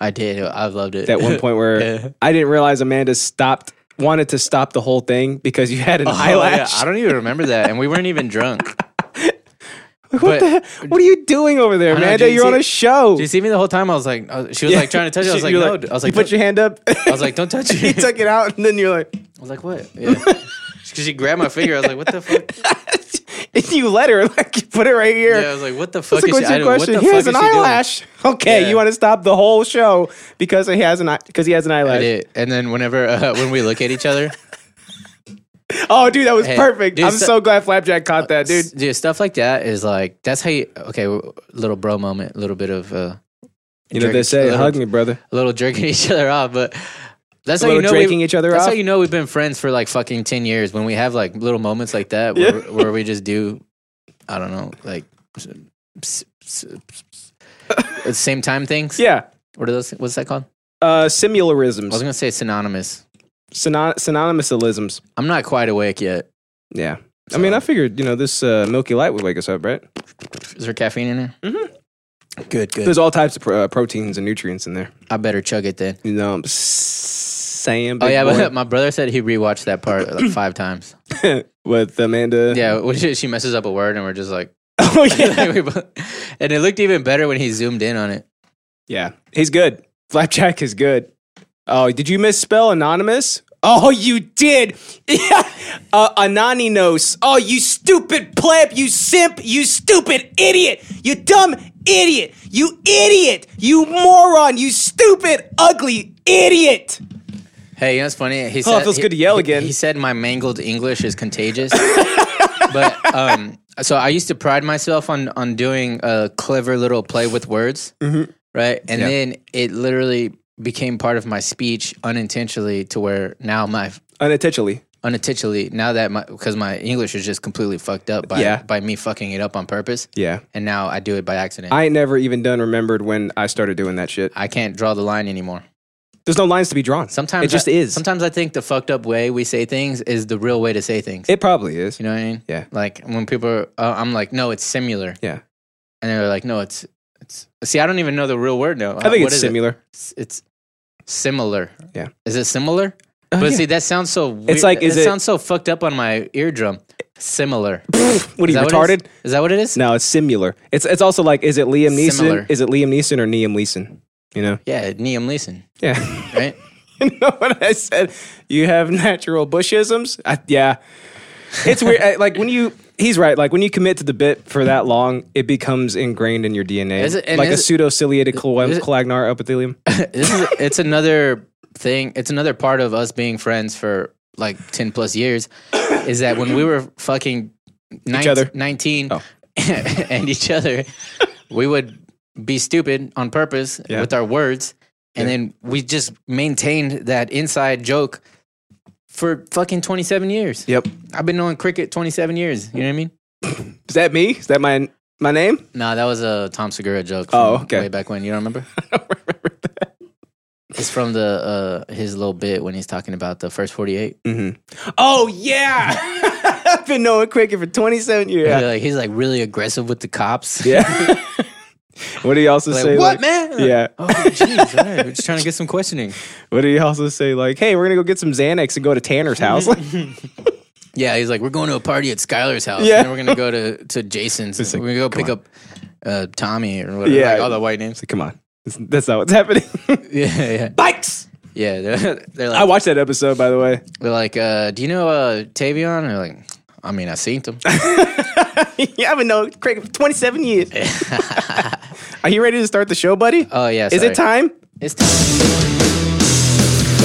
Speaker 1: I did. I loved it. *laughs*
Speaker 2: That one point where
Speaker 1: Yeah.
Speaker 2: I didn't realize Amanda stopped wanted to stop the whole thing because you had an
Speaker 1: Oh, yeah,
Speaker 2: eyelash.
Speaker 1: I don't even remember that, and we weren't even drunk.
Speaker 2: *laughs* what *laughs*
Speaker 1: but-
Speaker 2: the hell? What are you doing over there,
Speaker 1: I know,
Speaker 2: Amanda?
Speaker 1: did you
Speaker 2: You're on
Speaker 1: see-
Speaker 2: a show.
Speaker 1: Do you see me the whole time? I was like, uh, she was like trying to touch it. I was like,
Speaker 2: You're
Speaker 1: no. dude. I was like,
Speaker 2: *laughs* you put
Speaker 1: don't-
Speaker 2: your hand up.
Speaker 1: I was
Speaker 2: *laughs*
Speaker 1: like, don't touch
Speaker 2: you
Speaker 1: it.
Speaker 2: took it out, and then you're like, *laughs*
Speaker 1: I was like, what? Yeah. Because she grabbed my finger. I was like, what the
Speaker 2: *laughs*
Speaker 1: fuck?
Speaker 2: and you let her *laughs* like you put it right here.
Speaker 1: Yeah, I was like, what the fuck
Speaker 2: That's a
Speaker 1: is she? I
Speaker 2: question.
Speaker 1: don't- What
Speaker 2: question.
Speaker 1: the
Speaker 2: He
Speaker 1: fuck
Speaker 2: has
Speaker 1: is she
Speaker 2: an
Speaker 1: doing?
Speaker 2: eyelash. *laughs* Okay,
Speaker 1: Yeah.
Speaker 2: you want to stop the whole show because he has an eye- because he has an
Speaker 1: I
Speaker 2: eyelash.
Speaker 1: did. And then whenever uh, *laughs* when we look at each other,
Speaker 2: Oh, dude, that was
Speaker 1: Hey,
Speaker 2: perfect.
Speaker 1: dude,
Speaker 2: I'm
Speaker 1: so- Uh,
Speaker 2: so glad Flapjack caught that, *laughs* dude.
Speaker 1: s- dude, stuff like that is like that's how you. Okay, w- little bro moment, a little bit of uh,
Speaker 2: You know what they
Speaker 1: jerk-
Speaker 2: say,
Speaker 1: little-
Speaker 2: hug me, brother.
Speaker 1: a little jerking *laughs* each other off, but. That's
Speaker 2: A
Speaker 1: how you
Speaker 2: little
Speaker 1: know we-
Speaker 2: jerking each other
Speaker 1: That's
Speaker 2: off?
Speaker 1: how you know we've been friends for like fucking ten years when we have like little moments like that where,
Speaker 2: Yeah.
Speaker 1: where we just do, I don't know, like s- s- s- s- same time things.
Speaker 2: Yeah.
Speaker 1: What are those? What's that called?
Speaker 2: Uh,
Speaker 1: I was
Speaker 2: simularisms,
Speaker 1: gonna say synonymous.
Speaker 2: Synon- synonymousalisms.
Speaker 1: I'm not quite awake yet.
Speaker 2: Yeah. I mean, I figured, you know, this uh, Milky Light would wake us up, right?
Speaker 1: Is there caffeine in there? Mm-hmm. Good, good.
Speaker 2: There's all types of pro- uh, proteins and nutrients in there.
Speaker 1: I better chug it then.
Speaker 2: You know, what I'm s- saying.
Speaker 1: Oh
Speaker 2: big
Speaker 1: yeah,
Speaker 2: boy?
Speaker 1: but *laughs* my brother said he rewatched that part
Speaker 2: *clears throat*
Speaker 1: like five times. *laughs*
Speaker 2: with Amanda.
Speaker 1: Yeah, when *laughs* she, she messes up a word, and we're just like,
Speaker 2: *laughs*
Speaker 1: *laughs*
Speaker 2: oh yeah.
Speaker 1: we both- and it looked even better when he zoomed in on it.
Speaker 2: yeah. He's good. Flapjack is good. Oh, did you misspell anonymous? Oh, you did. *laughs* Yeah. Uh, Ananinos. Oh, you stupid pleb. You simp. You stupid idiot. You dumb idiot. You idiot. You moron. You stupid, ugly idiot.
Speaker 1: Hey, you know what's funny? He
Speaker 2: Oh, it feels
Speaker 1: he-
Speaker 2: good to yell
Speaker 1: he-
Speaker 2: again.
Speaker 1: He said my mangled English is
Speaker 2: *laughs*
Speaker 1: contagious. but um, so I used to pride myself on on doing a clever little play with words, right? And
Speaker 2: Mm-hmm. Yeah.
Speaker 1: then it literally became part of my speech unintentionally, to where now my
Speaker 2: Unintentionally.
Speaker 1: unintentionally now that my because my English is just completely fucked up by
Speaker 2: Yeah.
Speaker 1: by me fucking it up on purpose,
Speaker 2: Yeah.
Speaker 1: and now I do it by accident. I,
Speaker 2: I ain't never even done remembered when I started doing that shit.
Speaker 1: can't draw the line anymore.
Speaker 2: There's no lines to be drawn.
Speaker 1: Sometimes
Speaker 2: it just
Speaker 1: I-
Speaker 2: is.
Speaker 1: Sometimes I think the fucked up way we say things is the real way to say things.
Speaker 2: it probably is.
Speaker 1: You know what I mean?
Speaker 2: Yeah.
Speaker 1: Like when people, are, uh, I'm like, no, it's similar.
Speaker 2: Yeah.
Speaker 1: And they're like, no, it's it's. See, I don't even know the real word now.
Speaker 2: I think
Speaker 1: uh, What
Speaker 2: it's
Speaker 1: is it?
Speaker 2: similar. *laughs*
Speaker 1: It's, it's similar.
Speaker 2: Yeah.
Speaker 1: Is it similar?
Speaker 2: Uh,
Speaker 1: but
Speaker 2: yeah.
Speaker 1: see, that sounds so. Weird.
Speaker 2: like, is
Speaker 1: it,
Speaker 2: it-
Speaker 1: sounds so fucked up on my eardrum. Similar.
Speaker 2: What are
Speaker 1: Is
Speaker 2: you
Speaker 1: that what it
Speaker 2: retarded?
Speaker 1: is? Is that what it is?
Speaker 2: No, it's similar. It's it's also like, is it Liam Neeson?
Speaker 1: Similar.
Speaker 2: Is it Liam Neeson or Liam Leeson? You know? *laughs*
Speaker 1: Yeah, Neam Leeson,
Speaker 2: Yeah.
Speaker 1: right?
Speaker 2: you know what I said? You have natural bushisms. I, yeah, it's weird. I- like when you. He's right. Like when you commit to the bit for that long, it becomes ingrained in your DNA,
Speaker 1: Is it- and
Speaker 2: like a
Speaker 1: is it-
Speaker 2: pseudo ciliated
Speaker 1: is it-
Speaker 2: colagnar
Speaker 1: *laughs*
Speaker 2: epithelium.
Speaker 1: this is it's another thing. It's another part of us being friends for like ten plus years. Is that when we were fucking 19,
Speaker 2: other? Oh.
Speaker 1: nineteen *laughs* and each other, we would be stupid on purpose
Speaker 2: Yeah.
Speaker 1: with our words, and then we just maintained that inside joke for fucking twenty seven years.
Speaker 2: Yep.
Speaker 1: I've been knowing cricket twenty seven years. You know what I mean?
Speaker 2: Is that me? Is that my my name?
Speaker 1: No, that was a Tom Segura joke.
Speaker 2: Oh,
Speaker 1: from
Speaker 2: okay. *laughs*
Speaker 1: Way back when you don't remember? It's from the uh his little bit when he's talking about the first forty eight.
Speaker 2: Mm-hmm. Oh yeah, *laughs* I've been knowing Quaker for 27 years.
Speaker 1: He's, like, he's like really aggressive with the cops.
Speaker 2: Yeah. *laughs* what do you
Speaker 1: *laughs*
Speaker 2: also
Speaker 1: Like
Speaker 2: say?
Speaker 1: what
Speaker 2: like-
Speaker 1: man?
Speaker 2: yeah.
Speaker 1: Oh jeez, all right. We're just trying to get some questioning.
Speaker 2: What do you also say? Like, hey, we're gonna go get some Xanax and go to Tanner's *laughs* house. Like,
Speaker 1: Yeah, he's like, we're going to a party at Skylar's house.
Speaker 2: Yeah.
Speaker 1: And then we're gonna go to to Jason's.
Speaker 2: It's like,
Speaker 1: we're gonna go pick
Speaker 2: on.
Speaker 1: up uh, Tommy or whatever.
Speaker 2: Yeah.
Speaker 1: Like all the white names.
Speaker 2: come on, That's- that's not what's *laughs* happening.
Speaker 1: Yeah, *laughs* yeah,
Speaker 2: Bikes.
Speaker 1: yeah. *laughs* They're, they're
Speaker 2: I
Speaker 1: like,
Speaker 2: watched that episode, by the *laughs* way.
Speaker 1: they're like, uh, do you know uh, Tavion? And they're like, I mean, I seen
Speaker 2: *laughs*
Speaker 1: him.
Speaker 2: yeah, I've been knowing Craig for
Speaker 1: *laughs*
Speaker 2: 27 years. *laughs* Are you ready to start the show, buddy?
Speaker 1: Oh yeah.
Speaker 2: Is it
Speaker 1: sorry.
Speaker 2: time?
Speaker 1: It's time.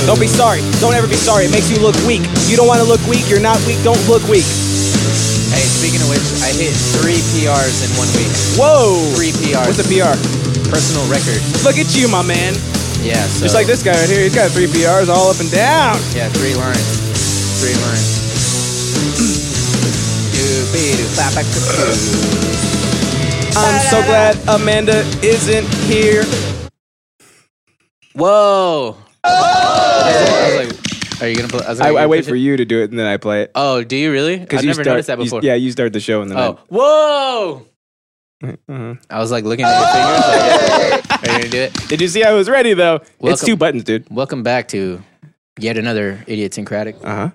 Speaker 2: Don't be sorry. Don't ever be sorry. It makes you look weak. You don't want to look weak. You're not weak. Don't look weak.
Speaker 1: Hey, speaking of which, I hit three PRs in one week.
Speaker 2: Whoa.
Speaker 1: Three PRs.
Speaker 2: What's a PR?
Speaker 1: personal record?
Speaker 2: Look at you, my man.
Speaker 1: Yeah. So,
Speaker 2: Just like this guy right here. He's got three PRs all up and down.
Speaker 1: Yeah, three lines. Three lines. Doobie-doo, clap-a-coo-coo.
Speaker 2: I'm so glad Amanda isn't here.
Speaker 1: Whoa! I was like, "Are you gonna play?" I, was like,
Speaker 2: I,
Speaker 1: "Are
Speaker 2: I
Speaker 1: gonna
Speaker 2: wait
Speaker 1: play
Speaker 2: for
Speaker 1: it?"
Speaker 2: you to do it and then I play it.
Speaker 1: Oh, do you really? I've
Speaker 2: you
Speaker 1: never
Speaker 2: start,
Speaker 1: noticed that
Speaker 2: you-
Speaker 1: before.
Speaker 2: yeah, you start the show and then
Speaker 1: Oh, whoa!
Speaker 2: I, uh-huh.
Speaker 1: I was like looking at your fingers. Like, Are you gonna do it?
Speaker 2: Did you see I was ready though? It's
Speaker 1: Welcome.
Speaker 2: two buttons, dude.
Speaker 1: Welcome back to yet another idiosyncratic.
Speaker 2: Uh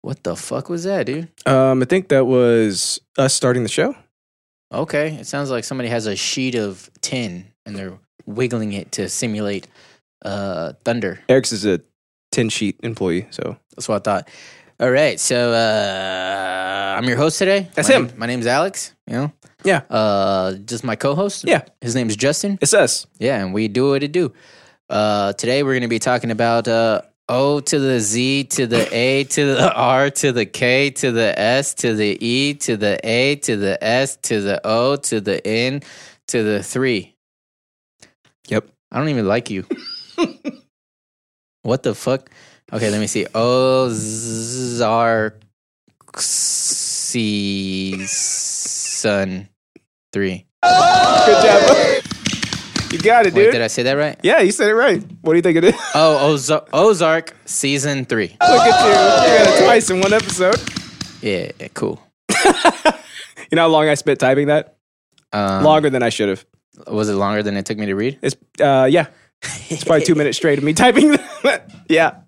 Speaker 1: What the fuck was that, dude?
Speaker 2: huh. Um, I think that was us starting the show.
Speaker 1: Okay, it sounds like somebody has a sheet of tin and they're wiggling it to simulate uh, thunder.
Speaker 2: Eric's is a tin sheet employee, so
Speaker 1: That's what I thought. All right, so uh, I'm your host today.
Speaker 2: That's
Speaker 1: My
Speaker 2: him.
Speaker 1: name- my name's Alex. You know.
Speaker 2: Yeah.
Speaker 1: Uh, just my co-host.
Speaker 2: Yeah.
Speaker 1: His name's Justin.
Speaker 2: it's us.
Speaker 1: Yeah, and we do what it do. Uh, today we're gonna be talking about uh, O to the Z to the A to the *laughs* R to the K to the S to the E to the A to the S to the O to the N to the three.
Speaker 2: Yep.
Speaker 1: I don't even like you. what the fuck? Okay, let me see. Ozarkson three.
Speaker 2: Good
Speaker 1: *laughs*
Speaker 2: job. you got it,
Speaker 1: Wait,
Speaker 2: dude.
Speaker 1: did I say that right?
Speaker 2: yeah, you said it right. What do you think it is? *laughs*
Speaker 1: Oh, Ozark, Ozark season three.
Speaker 2: Look at you. You
Speaker 1: *laughs*
Speaker 2: got it twice in one episode.
Speaker 1: Yeah, cool.
Speaker 2: You know how long I spent typing that?
Speaker 1: Um,
Speaker 2: Longer than I should have.
Speaker 1: was it longer than it took me to read?
Speaker 2: It's uh yeah. It's probably
Speaker 1: *laughs*
Speaker 2: two minutes straight of me typing *laughs* that. yeah.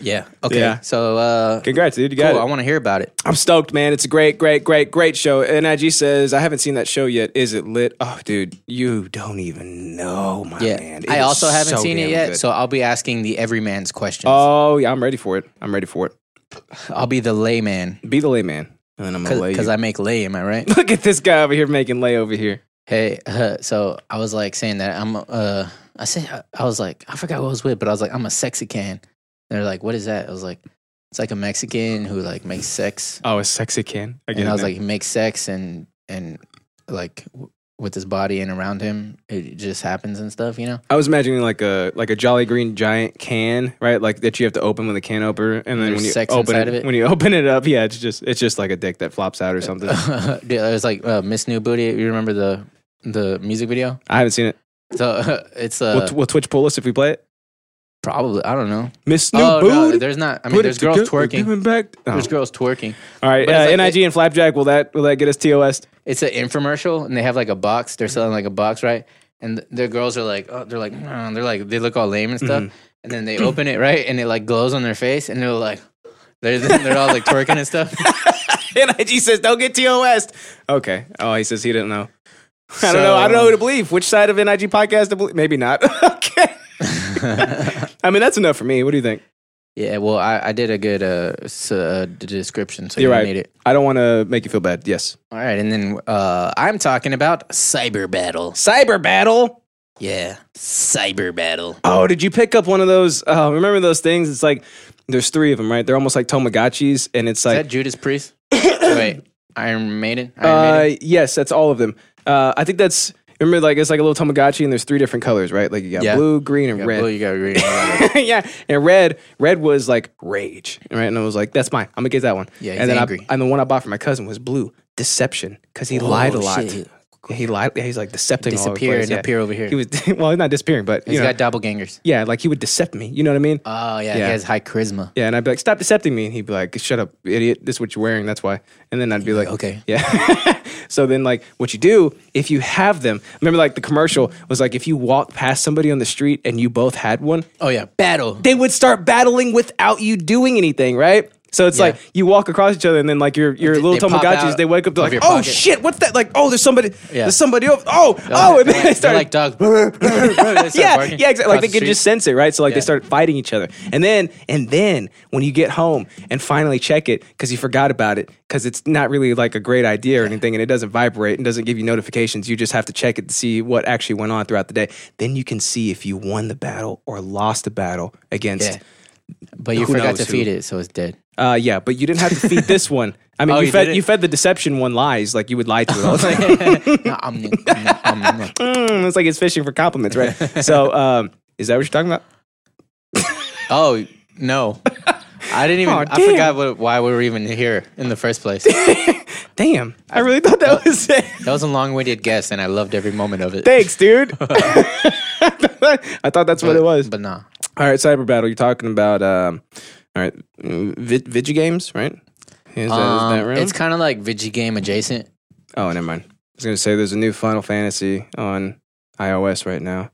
Speaker 1: Yeah. Okay.
Speaker 2: Yeah.
Speaker 1: So, uh,
Speaker 2: Congrats, dude. You got
Speaker 1: cool.
Speaker 2: it.
Speaker 1: I want to hear about it.
Speaker 2: I'm stoked, man. It's a great, great, great, great show. NIG says, I haven't seen that show yet. Is it lit? Oh, dude, you don't even know, my
Speaker 1: Yeah.
Speaker 2: Ah, man. It
Speaker 1: I
Speaker 2: is
Speaker 1: also haven't
Speaker 2: so
Speaker 1: seen it
Speaker 2: damn
Speaker 1: yet,
Speaker 2: good.
Speaker 1: so I'll be asking the everyman's questions.
Speaker 2: oh, yeah, I'm ready for it. I'm ready for it.
Speaker 1: I'll be the layman
Speaker 2: Be the layman. And then I'm going to lay
Speaker 1: because
Speaker 2: you.
Speaker 1: I make lay. Am I
Speaker 2: *laughs*
Speaker 1: right?
Speaker 2: Look at this guy over here making lay over here.
Speaker 1: Hey, uh, so I was like saying that I'm. Uh, I said I- I was like I forgot who I was with, but I was like I'm a sexican. They're like, what is that? I was like, it's like a Mexican who like makes sex,
Speaker 2: Oh, a sexy can. I, get
Speaker 1: and
Speaker 2: it
Speaker 1: I was
Speaker 2: now.
Speaker 1: like, he makes sex and and like w- with his body and around him, it just happens and stuff, you know.
Speaker 2: I was imagining like a like a Jolly Green giant can, right? Like that you have to open when the can opener, and then
Speaker 1: There's
Speaker 2: when you
Speaker 1: sex
Speaker 2: open
Speaker 1: inside
Speaker 2: it,
Speaker 1: of it? Uh,
Speaker 2: when you *laughs* open it up, yeah, it's just it's just like a dick that flops out
Speaker 1: *laughs*
Speaker 2: or something.
Speaker 1: Dude, it was like uh, Miss New Booty. You remember the the music video?
Speaker 2: I haven't seen it.
Speaker 1: So *laughs* it's uh,
Speaker 2: Will, will Twitch pull us if we play it?
Speaker 1: probably I don't know.
Speaker 2: Miss New
Speaker 1: oh
Speaker 2: Booty.
Speaker 1: no, there's not. I mean, there's girls twerking. There's
Speaker 2: Oh. All
Speaker 1: girls twerking.
Speaker 2: right,
Speaker 1: But it's
Speaker 2: uh,
Speaker 1: like-
Speaker 2: Nig and Flapjack. Will that will that get us *laughs* TOS?
Speaker 1: It's an infomercial, and they have like a box. They're selling like a box, right? And th- their girls are like, oh, they're like, "Mm," they're like, they look all lame and stuff.
Speaker 2: Mm-hmm.
Speaker 1: And then they open it, right? And it like glows on their face, and they're like, they're *laughs* they're all like twerking and stuff.
Speaker 2: Nig says don't get TOS. Okay. Oh, he says he didn't know. I
Speaker 1: So-
Speaker 2: don't know. I don't know who to believe. Which side of Nig podcast to believe? Maybe not. *laughs* okay. I mean, that's enough for me. What do you think?
Speaker 1: Yeah, well, I, I did a good uh, s- uh d- description, so you
Speaker 2: You're
Speaker 1: don't
Speaker 2: right.
Speaker 1: need it.
Speaker 2: I don't want to make you feel bad. Yes.
Speaker 1: All right, and then uh, I'm talking about cyber battle.
Speaker 2: Cyber battle.
Speaker 1: Yeah, cyber battle.
Speaker 2: Oh, did you pick up one of those? Uh, remember those things? It's like there's three of them, right? They're almost like Tomagotchis, and it's
Speaker 1: Is
Speaker 2: like
Speaker 1: that Judas
Speaker 2: *coughs*
Speaker 1: Priest? Wait, Iron Maiden. Iron
Speaker 2: Uh,
Speaker 1: Maiden.
Speaker 2: yes, that's all of them. Uh, I think that's remember like it's like a little Tamagotchi and there's three different colors, right? Like you got
Speaker 1: Yeah.
Speaker 2: blue, green, and
Speaker 1: You got
Speaker 2: red.
Speaker 1: blue, you got
Speaker 2: *coughs*
Speaker 1: green. you got red.
Speaker 2: *laughs* yeah, and red, red was like rage, right? And I was like, that's mine. I'm gonna get that one.
Speaker 1: Yeah, he's
Speaker 2: and then
Speaker 1: angry.
Speaker 2: I, and the one I bought for my cousin was blue, deception, because he lied a
Speaker 1: Oh,
Speaker 2: lot.
Speaker 1: shit.
Speaker 2: he lied. yeah, He's like decepting all over the
Speaker 1: disappear
Speaker 2: place,
Speaker 1: and
Speaker 2: yeah.
Speaker 1: appear over here.
Speaker 2: He was *laughs* well, he's not disappearing, but you
Speaker 1: He's
Speaker 2: know,
Speaker 1: got doppelgangers.
Speaker 2: yeah, like he would decept me. You know what I mean?
Speaker 1: Oh yeah,
Speaker 2: Yeah.
Speaker 1: he has high charisma.
Speaker 2: Yeah, and I'd be like, "Stop decepting me," and he'd be like, "Shut up, idiot! This is what you're wearing. That's why." And then I'd be like,
Speaker 1: okay.
Speaker 2: yeah." *laughs* so then, like, what you do if you have them? Remember, like the commercial was like, if you walk past somebody on the street and you both had one,
Speaker 1: Oh yeah, battle.
Speaker 2: they would start battling without you doing anything, right? So it's
Speaker 1: Yeah.
Speaker 2: like you walk across each other, and then like your your
Speaker 1: They-
Speaker 2: little
Speaker 1: they pop
Speaker 2: Tamagotchis,
Speaker 1: out
Speaker 2: they wake up, they're
Speaker 1: of
Speaker 2: like,
Speaker 1: your
Speaker 2: "Oh
Speaker 1: pocket."
Speaker 2: shit, what's that?" Like, "Oh, there's somebody,
Speaker 1: Yeah.
Speaker 2: there's somebody over." Oh, oh, and
Speaker 1: They're
Speaker 2: then
Speaker 1: like-
Speaker 2: they start
Speaker 1: they're like
Speaker 2: *laughs*
Speaker 1: dogs. yeah,
Speaker 2: yeah, yeah, exactly. Like they can just sense it, right? So like they
Speaker 1: Yeah.
Speaker 2: start fighting each other, and then and then when you get home and finally check it because you forgot about it because it's not really like a great idea or anything, and it doesn't vibrate and doesn't give you notifications. You just have to check it to see what actually went on throughout the day. Then you can see if you won the battle or lost the battle against.
Speaker 1: Yeah. But you
Speaker 2: Who
Speaker 1: forgot
Speaker 2: knows
Speaker 1: to
Speaker 2: who.
Speaker 1: feed it, so it's dead.
Speaker 2: Uh, yeah, but you didn't have to feed this one. I mean,
Speaker 1: Oh,
Speaker 2: you,
Speaker 1: you
Speaker 2: fed
Speaker 1: didn't?
Speaker 2: you fed the deception one lies like *laughs* you would lie to it all the time.
Speaker 1: Nah, I'm- I'm- I'm- I'm-
Speaker 2: Mm, it's like it's fishing for compliments, right? so, um, is that what you're talking about?
Speaker 1: oh no, I didn't even.
Speaker 2: Aw,
Speaker 1: I
Speaker 2: damn.
Speaker 1: forgot what, why we were even here in the first place.
Speaker 2: Damn, I really thought that was it.
Speaker 1: That was a long-winded guess, and I loved every moment of it.
Speaker 2: Thanks, *laughs* dude. I thought that's what it was.
Speaker 1: But nah,
Speaker 2: All right, cyber battle. You're talking about um, all right, vid- video games, right? Is that, is that
Speaker 1: Um,
Speaker 2: right?
Speaker 1: it's kind of like Vigi game adjacent.
Speaker 2: oh, never mind. I was gonna say there's a new Final Fantasy on iOS right now.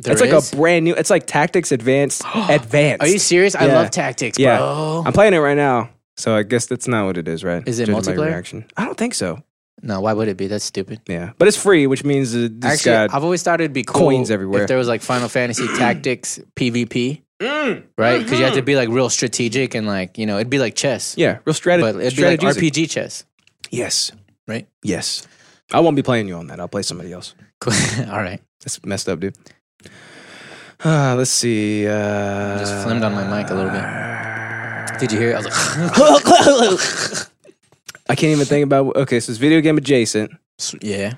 Speaker 1: There
Speaker 2: it's like
Speaker 1: is?
Speaker 2: a brand new. It's like Tactics Advanced.
Speaker 1: *gasps*
Speaker 2: advanced.
Speaker 1: Are you serious? I
Speaker 2: Yeah.
Speaker 1: love tactics,
Speaker 2: Yeah.
Speaker 1: bro.
Speaker 2: I'm playing it right now, so I guess that's not what it is, right?
Speaker 1: Is it
Speaker 2: Judging by your
Speaker 1: multiplayer?
Speaker 2: reaction. I don't think so.
Speaker 1: No, why would it be? That's stupid.
Speaker 2: Yeah, but it's free, which means it- it's
Speaker 1: Actually,
Speaker 2: got
Speaker 1: I've always thought it'd be cool
Speaker 2: coins everywhere.
Speaker 1: if there was like Final Fantasy
Speaker 2: *clears throat*
Speaker 1: Tactics PvP,
Speaker 2: Mm.
Speaker 1: right? Because you have to be like real strategic and like you know it'd be like chess,
Speaker 2: Mm-hmm. yeah, real strategy.
Speaker 1: but it'd be like RPG chess,
Speaker 2: Yes,
Speaker 1: right? *laughs*
Speaker 2: yes. I won't be playing you on that. I'll play somebody else.
Speaker 1: Cool. *laughs* All right,
Speaker 2: That's messed up, dude. *sighs* Uh, let's see. Uh,
Speaker 1: just flimmed on my mic a little bit. Did you hear? It? I was
Speaker 2: I can't even think about. Okay, so it's video game adjacent. *laughs*
Speaker 1: like, *laughs* yeah.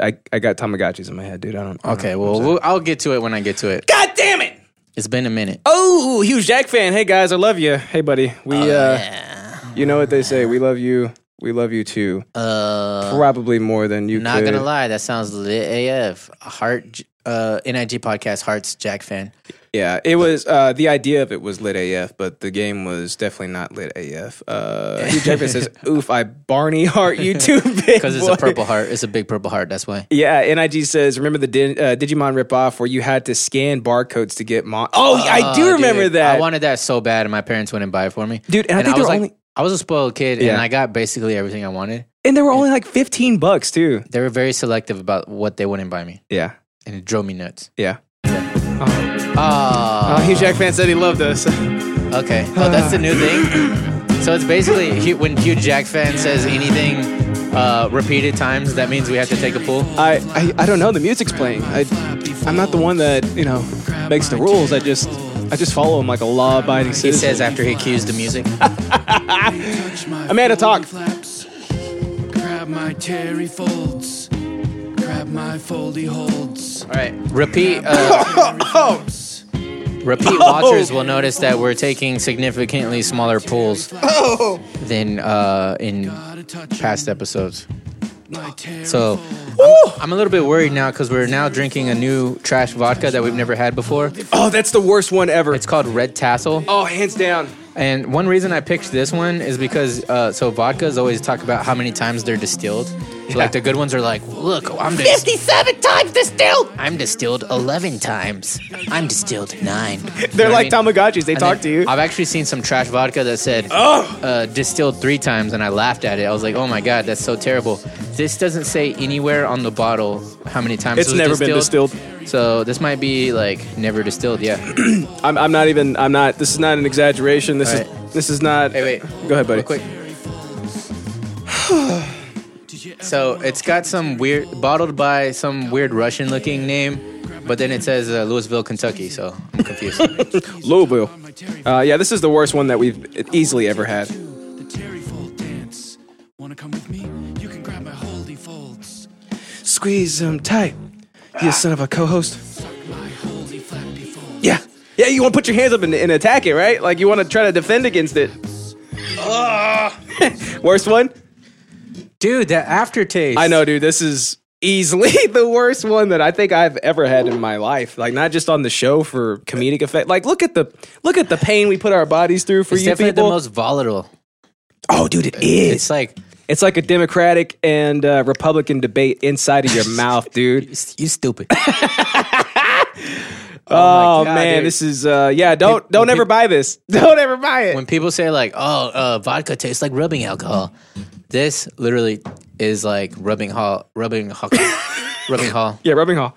Speaker 2: I, I got Tamagotchis in my head, dude. I don't. I
Speaker 1: Okay,
Speaker 2: don't-
Speaker 1: well, we'll I'll get to it when I get to it.
Speaker 2: God damn it!
Speaker 1: It's been a minute.
Speaker 2: Oh, huge Jack fan. Hey guys, I love you. Hey buddy, we. uh,
Speaker 1: Oh, yeah.
Speaker 2: You know what they say? We love you. We love you too.
Speaker 1: Uh,
Speaker 2: Probably more than you.
Speaker 1: Not
Speaker 2: could.
Speaker 1: gonna lie, that sounds lit AF. Heart, uh, NIG podcast, Hearts Jack
Speaker 2: *laughs*
Speaker 1: fan.
Speaker 2: Yeah, it was uh, the idea of it was lit AF, but the game was definitely not lit AF. Uh,
Speaker 1: *laughs*
Speaker 2: Hugh Jackman says, "Oof, I Barney heart you too big
Speaker 1: Because it's a
Speaker 2: boy."
Speaker 1: purple heart. It's a big purple heart. That's why.
Speaker 2: Yeah, Nig says, "Remember the din- uh, Digimon ripoff where you had to scan barcodes to get mon." Oh, I do
Speaker 1: Uh,
Speaker 2: remember
Speaker 1: dude,
Speaker 2: that.
Speaker 1: I wanted that so bad, and my parents wouldn't buy it for me.
Speaker 2: Dude, and I think they
Speaker 1: was
Speaker 2: were
Speaker 1: like,
Speaker 2: only-
Speaker 1: I was a spoiled kid,
Speaker 2: Yeah.
Speaker 1: and I got basically everything I wanted.
Speaker 2: and they were only like fifteen bucks too.
Speaker 1: They were very selective about what they wouldn't buy me,
Speaker 2: Yeah,
Speaker 1: and it drove me nuts.
Speaker 2: yeah.
Speaker 1: Oh,
Speaker 2: Oh, Hugh Jackman said he loved us.
Speaker 1: okay. Oh, that's the new thing. So it's basically Hugh- when Hugh Jack fan says anything uh, repeated times, that means we have to take a pool.
Speaker 2: I, I I don't know. The music's playing. I I'm not the one that you know makes the rules. I just I just follow them like a law-abiding
Speaker 1: He
Speaker 2: citizen.
Speaker 1: says after he cues the music.
Speaker 2: Amanda, talk.
Speaker 4: Flaps. Grab my terry folds. Grab my foldy holds.
Speaker 1: All right. Repeat.
Speaker 2: *laughs*
Speaker 1: Uh,
Speaker 2: Oh.
Speaker 1: repeat watchers will notice that we're taking significantly smaller pulls
Speaker 2: Oh.
Speaker 1: than uh, in
Speaker 4: Gotta touch
Speaker 1: past episodes.
Speaker 4: my terry
Speaker 1: So I'm a little bit worried now because we're now drinking a new trash vodka that we've never had before.
Speaker 2: Oh, that's the worst one ever.
Speaker 1: It's called Red Tassel.
Speaker 2: oh, hands down.
Speaker 1: And one reason I picked this one is because uh, so vodkas always talk about how many times they're distilled. So, Like the good ones are like, look, I'm dis-
Speaker 3: 57 times distilled.
Speaker 1: I'm distilled 11 times. I'm distilled 9.
Speaker 2: *laughs* They're
Speaker 1: You know what I
Speaker 2: like
Speaker 1: mean?
Speaker 2: Tamagotchis. They
Speaker 1: And
Speaker 2: talk
Speaker 1: then
Speaker 2: to you.
Speaker 1: I've actually seen some trash vodka that said uh, distilled three times, and I laughed at it. I was like, "Oh my god, that's so terrible." This doesn't say anywhere on the bottle how many times
Speaker 2: It's
Speaker 1: it was
Speaker 2: never been
Speaker 1: So this might be like never distilled. Yeah.
Speaker 2: I'm, I'm not even. I'm not. This is not an exaggeration. This
Speaker 1: All
Speaker 2: is. This is not.
Speaker 1: Hey, wait.
Speaker 2: Go ahead, buddy.
Speaker 1: Real quick. *sighs* so it's got some weird bottled by some weird Russian-looking name, but then it says uh, Louisville, Kentucky. So I'm
Speaker 2: *laughs*
Speaker 1: confused.
Speaker 2: Louisville. Uh, yeah, this is the worst one that we've easily ever had.
Speaker 4: The terry fold dance. Wanna come with me? You can grab my holdy folds.
Speaker 2: Squeeze them tight. You son of a co-host.
Speaker 4: My holdy flappy folds.
Speaker 2: Yeah. Yeah, you want to put your hands up and, and attack it, right? Like you want to try to defend against it. worst one. *laughs*
Speaker 1: Dude, that aftertaste.
Speaker 2: I know, dude. This is easily *laughs* the worst one that I think I've ever had in my life. Like not just on the show for comedic effect. Like look at the look at the pain we put our bodies through for
Speaker 1: it's
Speaker 2: you
Speaker 1: definitely
Speaker 2: people.
Speaker 1: the most volatile.
Speaker 2: oh, dude, it is.
Speaker 1: It's like
Speaker 2: It's like a Democratic and uh, Republican debate
Speaker 1: *laughs*
Speaker 2: inside of your mouth, dude.
Speaker 1: you s- you *laughs* stupid.
Speaker 2: Oh,
Speaker 1: Oh God,
Speaker 2: man,
Speaker 1: dude.
Speaker 2: this is uh, yeah. Don't
Speaker 1: Pe-
Speaker 2: don't
Speaker 1: pe-
Speaker 2: ever buy this. *laughs* Don't ever buy it.
Speaker 1: when people say like, "Oh, uh, vodka tastes like rubbing alcohol," this literally is like rubbing hall, rubbing
Speaker 2: *laughs*
Speaker 1: hall, rubbing hall.
Speaker 2: yeah, rubbing hall.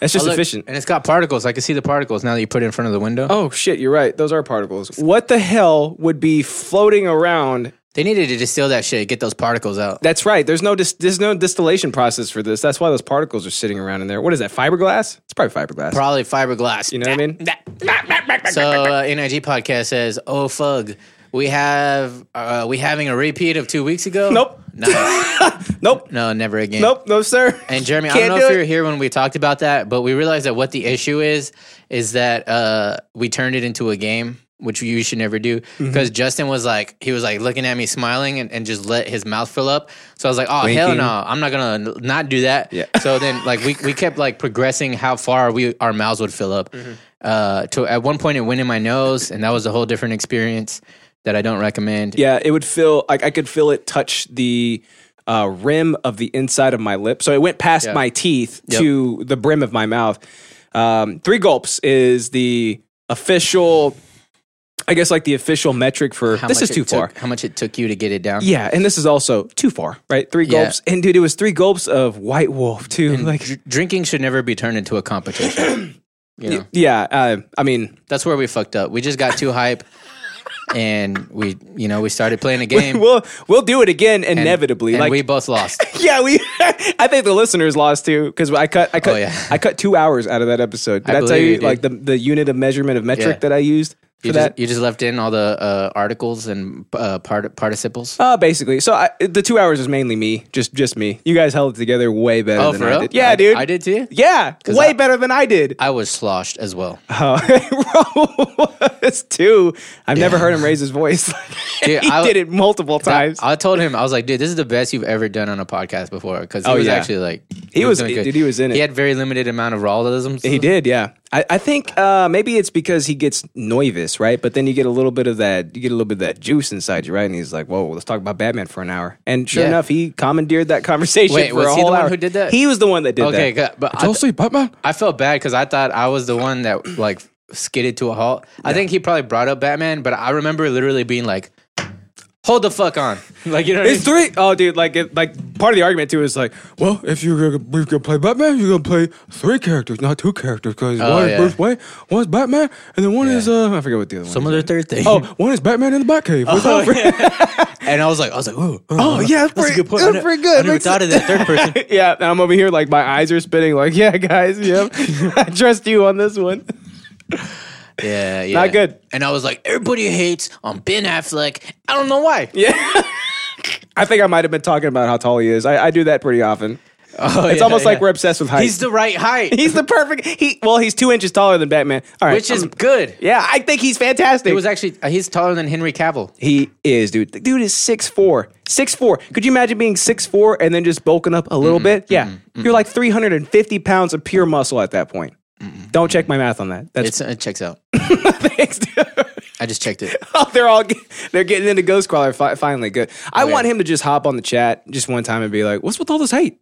Speaker 2: That's just
Speaker 1: Oh, look,
Speaker 2: efficient.
Speaker 1: and it's got particles. I can see the particles now that you put it in front of the window.
Speaker 2: Oh shit, you're right. Those are particles. What the hell would be floating around?
Speaker 1: They needed to distill that shit, get those particles out.
Speaker 2: That's right. There's no dis- there's no distillation process for this. That's why those particles are sitting around in there. What is that? Fiberglass? It's probably fiberglass.
Speaker 1: Probably fiberglass.
Speaker 2: *laughs* you know what I mean?
Speaker 1: So uh, NIG podcast says, "Oh fug, we have uh, we having a repeat of two weeks ago."
Speaker 2: Nope.
Speaker 1: no,
Speaker 2: *laughs* Nope.
Speaker 1: no, never again.
Speaker 2: Nope. No, sir.
Speaker 1: And Jeremy, I
Speaker 2: Can't
Speaker 1: don't know
Speaker 2: do
Speaker 1: if
Speaker 2: it.
Speaker 1: you were here when we talked about that, but we realized that what the issue is is that uh, we turned it into a game, which you should never do.
Speaker 2: Mm-hmm.
Speaker 1: Because Justin was like, he was like looking at me smiling and, and just let his mouth fill up. So I was like, oh hell
Speaker 2: Winking.
Speaker 1: no, I'm not gonna n- not do that.
Speaker 2: Yeah.
Speaker 1: So then like we we kept like progressing how far we our mouths would fill up.
Speaker 2: Mm-hmm.
Speaker 1: Uh, to at one point it went in my nose, and that was a whole different experience that I don't recommend.
Speaker 2: Yeah, it would feel like I could feel it touch the uh, rim of the inside of my lip. So it went past
Speaker 1: Yeah.
Speaker 2: my teeth
Speaker 1: Yep.
Speaker 2: to the brim of my mouth. Um, three gulps is the official, I guess, like the official metric for
Speaker 1: How
Speaker 2: this
Speaker 1: much
Speaker 2: is
Speaker 1: it
Speaker 2: too far.
Speaker 1: took- How much it took you to get it down?
Speaker 2: Yeah, and this is also too far, right? Three
Speaker 1: Yeah.
Speaker 2: gulps, and dude, it was three gulps of White Wolf too. *laughs* like,
Speaker 1: Dr- drinking should never be turned into a competition. You know,
Speaker 2: yeah, uh, I mean,
Speaker 1: that's where we fucked up. We just got too hype, and we, you know, we started playing a game.
Speaker 2: we'll we'll do it again inevitably.
Speaker 1: and
Speaker 2: like,
Speaker 1: we both
Speaker 2: *laughs*
Speaker 1: lost.
Speaker 2: yeah, we. I think the listeners lost too because I cut. I cut.
Speaker 1: Oh, yeah.
Speaker 2: I cut two hours out of that episode. Did
Speaker 1: I
Speaker 2: I, tell
Speaker 1: believe
Speaker 2: you,
Speaker 1: you, dude.
Speaker 2: like the, the unit of measurement of metric
Speaker 1: Yeah.
Speaker 2: that I used for
Speaker 1: You
Speaker 2: that?
Speaker 1: just, you just left in all the uh, articles and uh, part- participles.
Speaker 2: Uh, basically. So I, the two hours was mainly me, just just me. You guys held it together way better.
Speaker 1: oh,
Speaker 2: than
Speaker 1: for
Speaker 2: I
Speaker 1: real?
Speaker 2: Did. Yeah,
Speaker 1: I,
Speaker 2: dude.
Speaker 1: I did too.
Speaker 2: Yeah, way
Speaker 1: I-
Speaker 2: better than I did.
Speaker 1: I was sloshed as well.
Speaker 2: Oh, *laughs* it's two. I've never heard him raise his voice. *laughs*
Speaker 1: Dude,
Speaker 2: he
Speaker 1: I-
Speaker 2: did it multiple times.
Speaker 1: I told him I was like, dude, this is the best you've ever done on a podcast before because he
Speaker 2: Oh,
Speaker 1: was
Speaker 2: yeah.
Speaker 1: actually like,
Speaker 2: He was-
Speaker 1: doing good.
Speaker 2: dude, he was in it.
Speaker 1: He had very limited amount of rollisms.
Speaker 2: He did, yeah. I, I think uh, maybe it's because he gets nervous, right? But then you get a little bit of that, you get a little bit of that juice inside you, right? And he's like, "Whoa, let's talk about Batman for an hour." And sure
Speaker 1: Yeah.
Speaker 2: enough, he commandeered that conversation
Speaker 1: Wait,
Speaker 2: for
Speaker 1: was
Speaker 2: a
Speaker 1: he the
Speaker 2: whole
Speaker 1: one
Speaker 2: hour.
Speaker 1: who did that?
Speaker 2: He was the one that did
Speaker 1: Okay,
Speaker 2: that.
Speaker 1: good. but I,
Speaker 2: sleep, Batman.
Speaker 1: I felt bad because I thought I was the one that like skidded to a halt. I think he probably brought up Batman, but I remember literally being like, "Hold the fuck on!" Like you know, what I
Speaker 2: It's
Speaker 1: mean?
Speaker 2: three. Oh, dude, like it, like part of the argument too is like,
Speaker 5: Well, if you're gonna, if you're gonna play Batman, you're gonna play three characters, not two characters, because
Speaker 1: Oh,
Speaker 5: one
Speaker 1: yeah.
Speaker 5: is Bruce Wayne, one's Batman, and then one is uh, I forget what the other
Speaker 1: some
Speaker 5: one.
Speaker 1: other third thing.
Speaker 5: Is. Oh, one is Batman in the Batcave. Oh,
Speaker 1: and I was like, I was like, "Ooh,
Speaker 5: oh yeah, that's,
Speaker 1: that's a good point." I ne- I never
Speaker 2: Makes-
Speaker 1: thought of that third person.
Speaker 2: yeah. And I'm over here like my eyes are spinning. Like, *laughs* yeah, guys, yep, I trust you on this one.
Speaker 1: Yeah, yeah,
Speaker 2: Not good.
Speaker 1: And I was like, everybody hates on Ben Affleck. I don't know why.
Speaker 2: I think I might have been talking about how tall he is. I, I do that pretty often.
Speaker 1: *laughs* Oh,
Speaker 2: It's
Speaker 1: yeah,
Speaker 2: almost
Speaker 1: yeah.
Speaker 2: like we're obsessed with height.
Speaker 1: he's the right height,
Speaker 2: *laughs* He's the perfect. He well, he's two inches taller than Batman. All right,
Speaker 1: which is
Speaker 2: I'm-
Speaker 1: good.
Speaker 2: yeah, I think he's fantastic.
Speaker 1: It was actually uh, he's taller than Henry Cavill.
Speaker 2: he is, dude. The dude is 6'4". 6'4". Could you imagine being 6'4", and then just bulking up a little bit? Yeah, you're like three hundred and fifty pounds of pure muscle at that point. Don't check my math on that.
Speaker 1: It's,
Speaker 2: That's
Speaker 1: uh, it checks out.
Speaker 2: *laughs* thanks. Dude.
Speaker 1: I just checked it.
Speaker 2: *laughs* Oh, they're all get- they're getting into Ghost Crawler fi- finally. Good. I
Speaker 1: yeah.
Speaker 2: want him to just hop on the chat just one time and be like, "What's with all this hate?"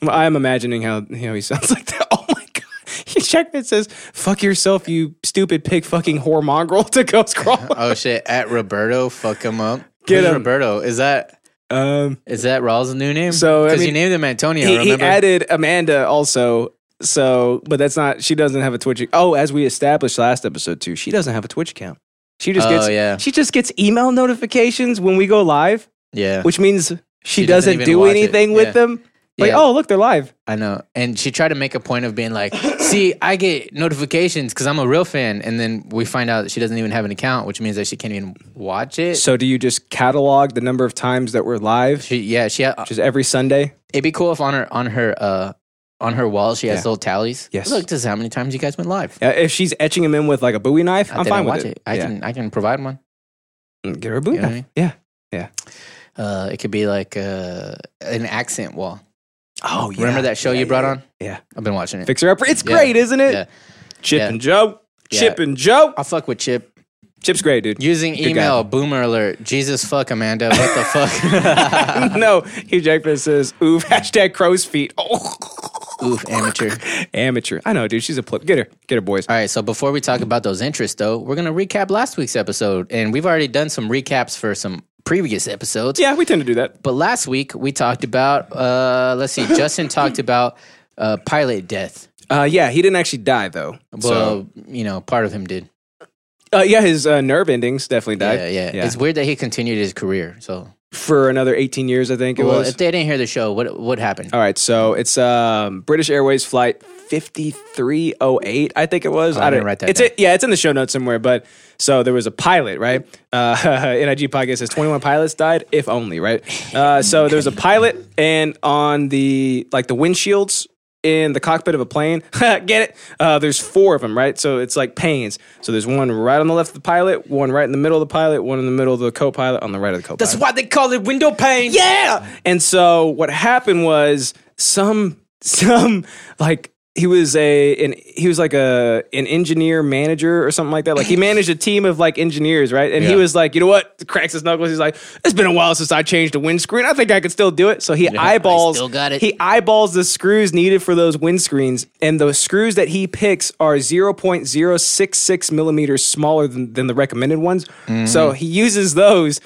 Speaker 2: Well, I'm imagining how you know he *laughs* sounds like that. Oh my god. *laughs* He checked it says, fuck yourself, you stupid pig fucking whore mongrel *laughs* to Ghost
Speaker 1: *laughs*
Speaker 2: Crawler.
Speaker 1: Oh shit! At Roberto, fuck him up.
Speaker 2: Get
Speaker 1: Who's
Speaker 2: him.
Speaker 1: Roberto. Is that
Speaker 2: um,
Speaker 1: Is that Rawls' new name?
Speaker 2: So, I
Speaker 1: because you
Speaker 2: mean,
Speaker 1: named him Antonio,
Speaker 2: he, he
Speaker 1: remember?
Speaker 2: added Amanda also. So, but that's not, she doesn't have a Twitch. Oh, as we established last episode too, she doesn't have a Twitch account. She just
Speaker 1: Oh,
Speaker 2: gets,
Speaker 1: yeah.
Speaker 2: she just gets email notifications when we go live.
Speaker 1: yeah,
Speaker 2: which means she,
Speaker 1: She doesn't
Speaker 2: doesn't,
Speaker 1: even
Speaker 2: do
Speaker 1: watch it.
Speaker 2: anything with
Speaker 1: Yeah.
Speaker 2: them. Like,
Speaker 1: Yeah.
Speaker 2: oh, look, they're live.
Speaker 1: I know. And she tried to make a point of being
Speaker 2: *laughs*
Speaker 1: like, "See, I get notifications because I'm a real fan," and then we find out that she doesn't even have an account, which means that she can't even watch it.
Speaker 2: So, do you just catalog the number of times that we're live?
Speaker 1: she, yeah, she. Had,
Speaker 2: Just every Sunday?
Speaker 1: it'd be cool if on her on her uh on her wall she has
Speaker 2: Yeah.
Speaker 1: little tallies.
Speaker 2: Yes.
Speaker 1: look, this is how many times you guys went live.
Speaker 2: Uh, If she's etching them in with like a Bowie knife,
Speaker 1: I
Speaker 2: I'm
Speaker 1: didn't
Speaker 2: fine with
Speaker 1: watch
Speaker 2: it.
Speaker 1: I
Speaker 2: yeah.
Speaker 1: can I can provide one.
Speaker 2: Mm, get her a Bowie
Speaker 1: You know what I
Speaker 2: knife.
Speaker 1: mean?
Speaker 2: Yeah,
Speaker 1: Uh, it could be like uh, an accent wall.
Speaker 2: Oh, yeah.
Speaker 1: Remember that show you brought on?
Speaker 2: Yeah.
Speaker 1: I've been watching it.
Speaker 2: Fixer Upper. It's
Speaker 1: Yeah.
Speaker 2: great, isn't it?
Speaker 1: Yeah.
Speaker 2: Chip
Speaker 1: Yeah.
Speaker 2: and Joe. Chip
Speaker 1: Yeah. Um,
Speaker 2: and Joe.
Speaker 1: I'll fuck with Chip.
Speaker 2: Chip's great, dude.
Speaker 1: Using
Speaker 2: Good guy.
Speaker 1: email, boomer alert. Jesus fuck, Amanda. What the
Speaker 2: *laughs*
Speaker 1: fuck?
Speaker 2: *laughs* no, Hugh Jackman says, oof, *laughs* hashtag crow's feet. *laughs* Oh.
Speaker 1: Oof, amateur.
Speaker 2: Amateur. I know, dude. She's a flip. Get her. Get her, boys.
Speaker 1: All right, so before we talk about those interests, though, we're going to recap last week's episode. And we've already done some recaps for some previous episodes.
Speaker 2: Yeah, we tend to do that.
Speaker 1: But last week, we talked about, uh, let's see,
Speaker 2: *laughs*
Speaker 1: Justin talked about uh, pilot death.
Speaker 2: Uh, yeah, he didn't actually die, though. so,
Speaker 1: Well, you know, part of him did.
Speaker 2: uh, yeah, his uh, nerve endings definitely died.
Speaker 1: yeah, yeah, It's weird that he continued his career. So,
Speaker 2: For another 18 years, I think it
Speaker 1: well,
Speaker 2: was.
Speaker 1: if they didn't hear the show, what what happened?
Speaker 2: All right, so it's um, British Airways flight 5308, I think it was.
Speaker 1: Oh, I didn't write that
Speaker 2: It's
Speaker 1: down.
Speaker 2: it- yeah, it's in the show notes somewhere. But so there was a pilot, right? Uh, *laughs* NIG podcast says 21 pilots died, if only, right? Uh, so there
Speaker 1: *laughs*
Speaker 2: was a pilot, and on the like the windshields in the cockpit of a plane, *laughs* get it? Uh, there's four of them, right? So it's like panes. So there's one right on the left of the pilot, one right in the middle of the pilot, one in the middle of the co-pilot, on the right of the co-pilot.
Speaker 1: That's why they call it window pane.
Speaker 2: Yeah. And so what happened was some *laughs* some like he was a an he was like a an engineer manager or something like that.
Speaker 1: *laughs*
Speaker 2: Like he managed a team of like engineers, right? And he
Speaker 1: Yeah.
Speaker 2: was like, you know what? Cracks his knuckles. He's like, it's been a while since I changed the windscreen. I think I could still do it. So he eyeballs.
Speaker 1: still got it.
Speaker 2: He eyeballs the screws needed for those windscreens, and the screws that he picks are 0.066 millimeters smaller than, than the recommended ones. So he uses those,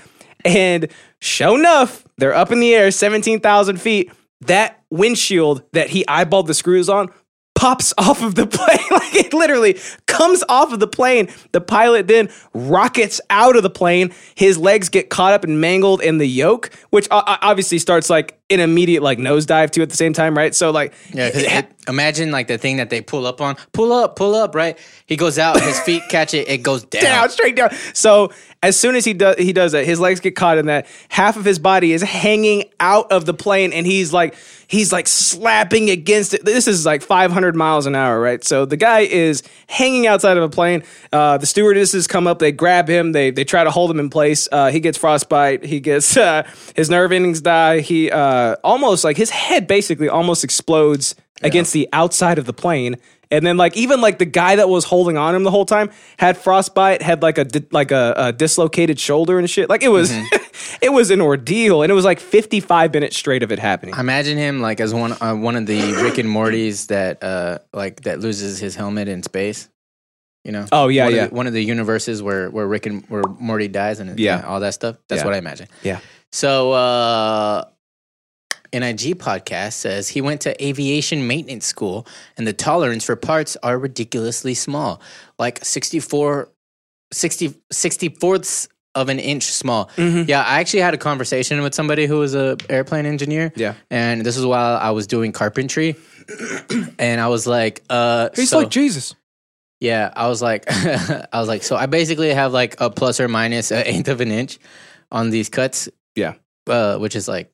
Speaker 2: and sure enough, they're up in the air, 17,000 feet. That windshield that he eyeballed the screws on pops *laughs* off of the plane. like it literally comes off of the plane. The pilot then rockets out of the plane. His legs get caught up and mangled in the yoke, which o- o- obviously starts like an immediate like nosedive too at the same time, right? So like
Speaker 1: Yeah, 'cause it- imagine like the thing that they pull up on. Pull up, pull up, right? He goes out, his feet catch it, it goes down.
Speaker 2: down, straight down. So as soon as he does he does that, his legs get caught in that. Half of his body is hanging out of the plane, and he's like he's like slapping against it. This is like 500 miles an hour, right? So the guy is hanging outside of a plane. Uh, the stewardesses come up, they grab him, they they try to hold him in place. Uh, he gets frostbite, he gets *laughs* uh, his nerve endings die. He uh, almost like his head basically almost explodes against the outside of the plane. And then like even like the guy that was holding on him the whole time had frostbite, had like a di- like a, a dislocated shoulder and shit. Like it was *laughs* it was an ordeal, and it was like fifty five minutes straight of it happening.
Speaker 1: Imagine him like as one uh, one of the Rick and Mortys that uh like that loses his helmet in space. You know?
Speaker 2: Oh, yeah,
Speaker 1: one
Speaker 2: yeah.
Speaker 1: Of the, one of the universes where where Rick and where Morty dies and
Speaker 2: Yeah.
Speaker 1: yeah, all that stuff. That's
Speaker 2: Yeah.
Speaker 1: what I imagine.
Speaker 2: Yeah.
Speaker 1: So uh NIG podcast says he went to aviation maintenance school and the tolerance for parts are ridiculously small, like 64 60, 64ths of an inch small.
Speaker 2: Mm-hmm.
Speaker 1: Yeah, I actually had a conversation with somebody who was a airplane engineer.
Speaker 2: Yeah.
Speaker 1: And this is while I was doing carpentry. *clears throat* and I was like, uh
Speaker 5: He's
Speaker 1: so-
Speaker 5: like Jesus.
Speaker 1: yeah, I was like, *laughs* I was like, so I basically have like a plus or minus an eighth of an inch on these cuts.
Speaker 2: Yeah.
Speaker 1: Uh, which is like,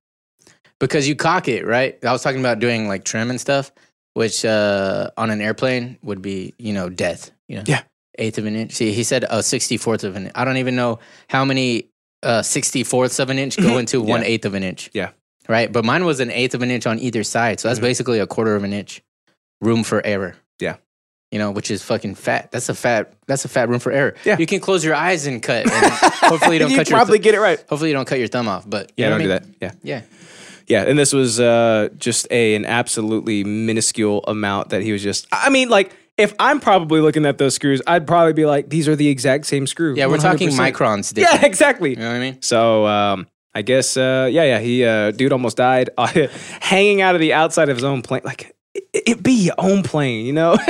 Speaker 1: because you cock it, right? I was talking about doing like trim and stuff, which uh, on an airplane would be, you know, death. You know?
Speaker 2: Yeah.
Speaker 1: Eighth of an inch. See, he said a 64th of an I don't even know how many uh, 64ths of an inch
Speaker 2: *laughs*
Speaker 1: go into one eighth of an inch.
Speaker 2: Yeah. Mm-hmm.
Speaker 1: Right. But mine was an eighth of an inch on either side. So that's basically a quarter of an inch room for error you know, which is fucking fat. That's a fat. That's a fat room for error.
Speaker 2: Yeah.
Speaker 1: you can close your eyes and cut.
Speaker 2: *laughs*
Speaker 1: And hopefully, you don't
Speaker 2: you
Speaker 1: cut your.
Speaker 2: probably
Speaker 1: thu-
Speaker 2: get it right.
Speaker 1: hopefully, you don't cut your thumb off. But you
Speaker 2: Yeah,
Speaker 1: know
Speaker 2: don't do
Speaker 1: what I
Speaker 2: that. Yeah,
Speaker 1: mean?
Speaker 2: yeah. And this was uh, just a an absolutely minuscule amount that he was just. I mean, like if I'm probably looking at those screws, I'd probably be like, these are the exact same screw.
Speaker 1: Yeah, yeah. We're talking
Speaker 2: 100%.
Speaker 1: microns. Dick.
Speaker 2: Yeah, exactly.
Speaker 1: you know what I mean.
Speaker 2: So um, I guess uh, yeah, yeah. He uh, dude almost died *laughs* hanging out of the outside of his own plane. Like it, it be your own plane, you know. *laughs*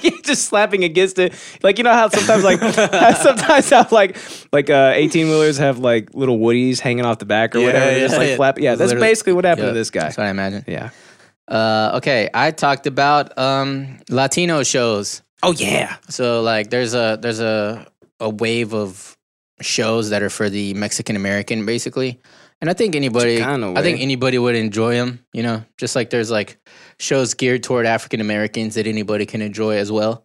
Speaker 2: You're just slapping against it. Like you know how sometimes like *laughs* how sometimes how like like uh, eighteen wheelers have like little woodies hanging off the back or whatever,
Speaker 1: yeah,
Speaker 2: just like
Speaker 1: yeah.
Speaker 2: flap. Yeah, that's
Speaker 1: Literally.
Speaker 2: basically what happened
Speaker 1: Yeah,
Speaker 2: to this guy.
Speaker 1: That's what I imagine.
Speaker 2: Yeah.
Speaker 1: Uh, okay, I talked about um, Latino shows.
Speaker 2: Oh yeah.
Speaker 1: So like there's a there's a a wave of shows that are for the Mexican American basically. And I think anybody
Speaker 2: Chicano eh?
Speaker 1: I think
Speaker 2: way.
Speaker 1: anybody would enjoy them, you know. Just like there's like shows geared toward African Americans that anybody can enjoy as well.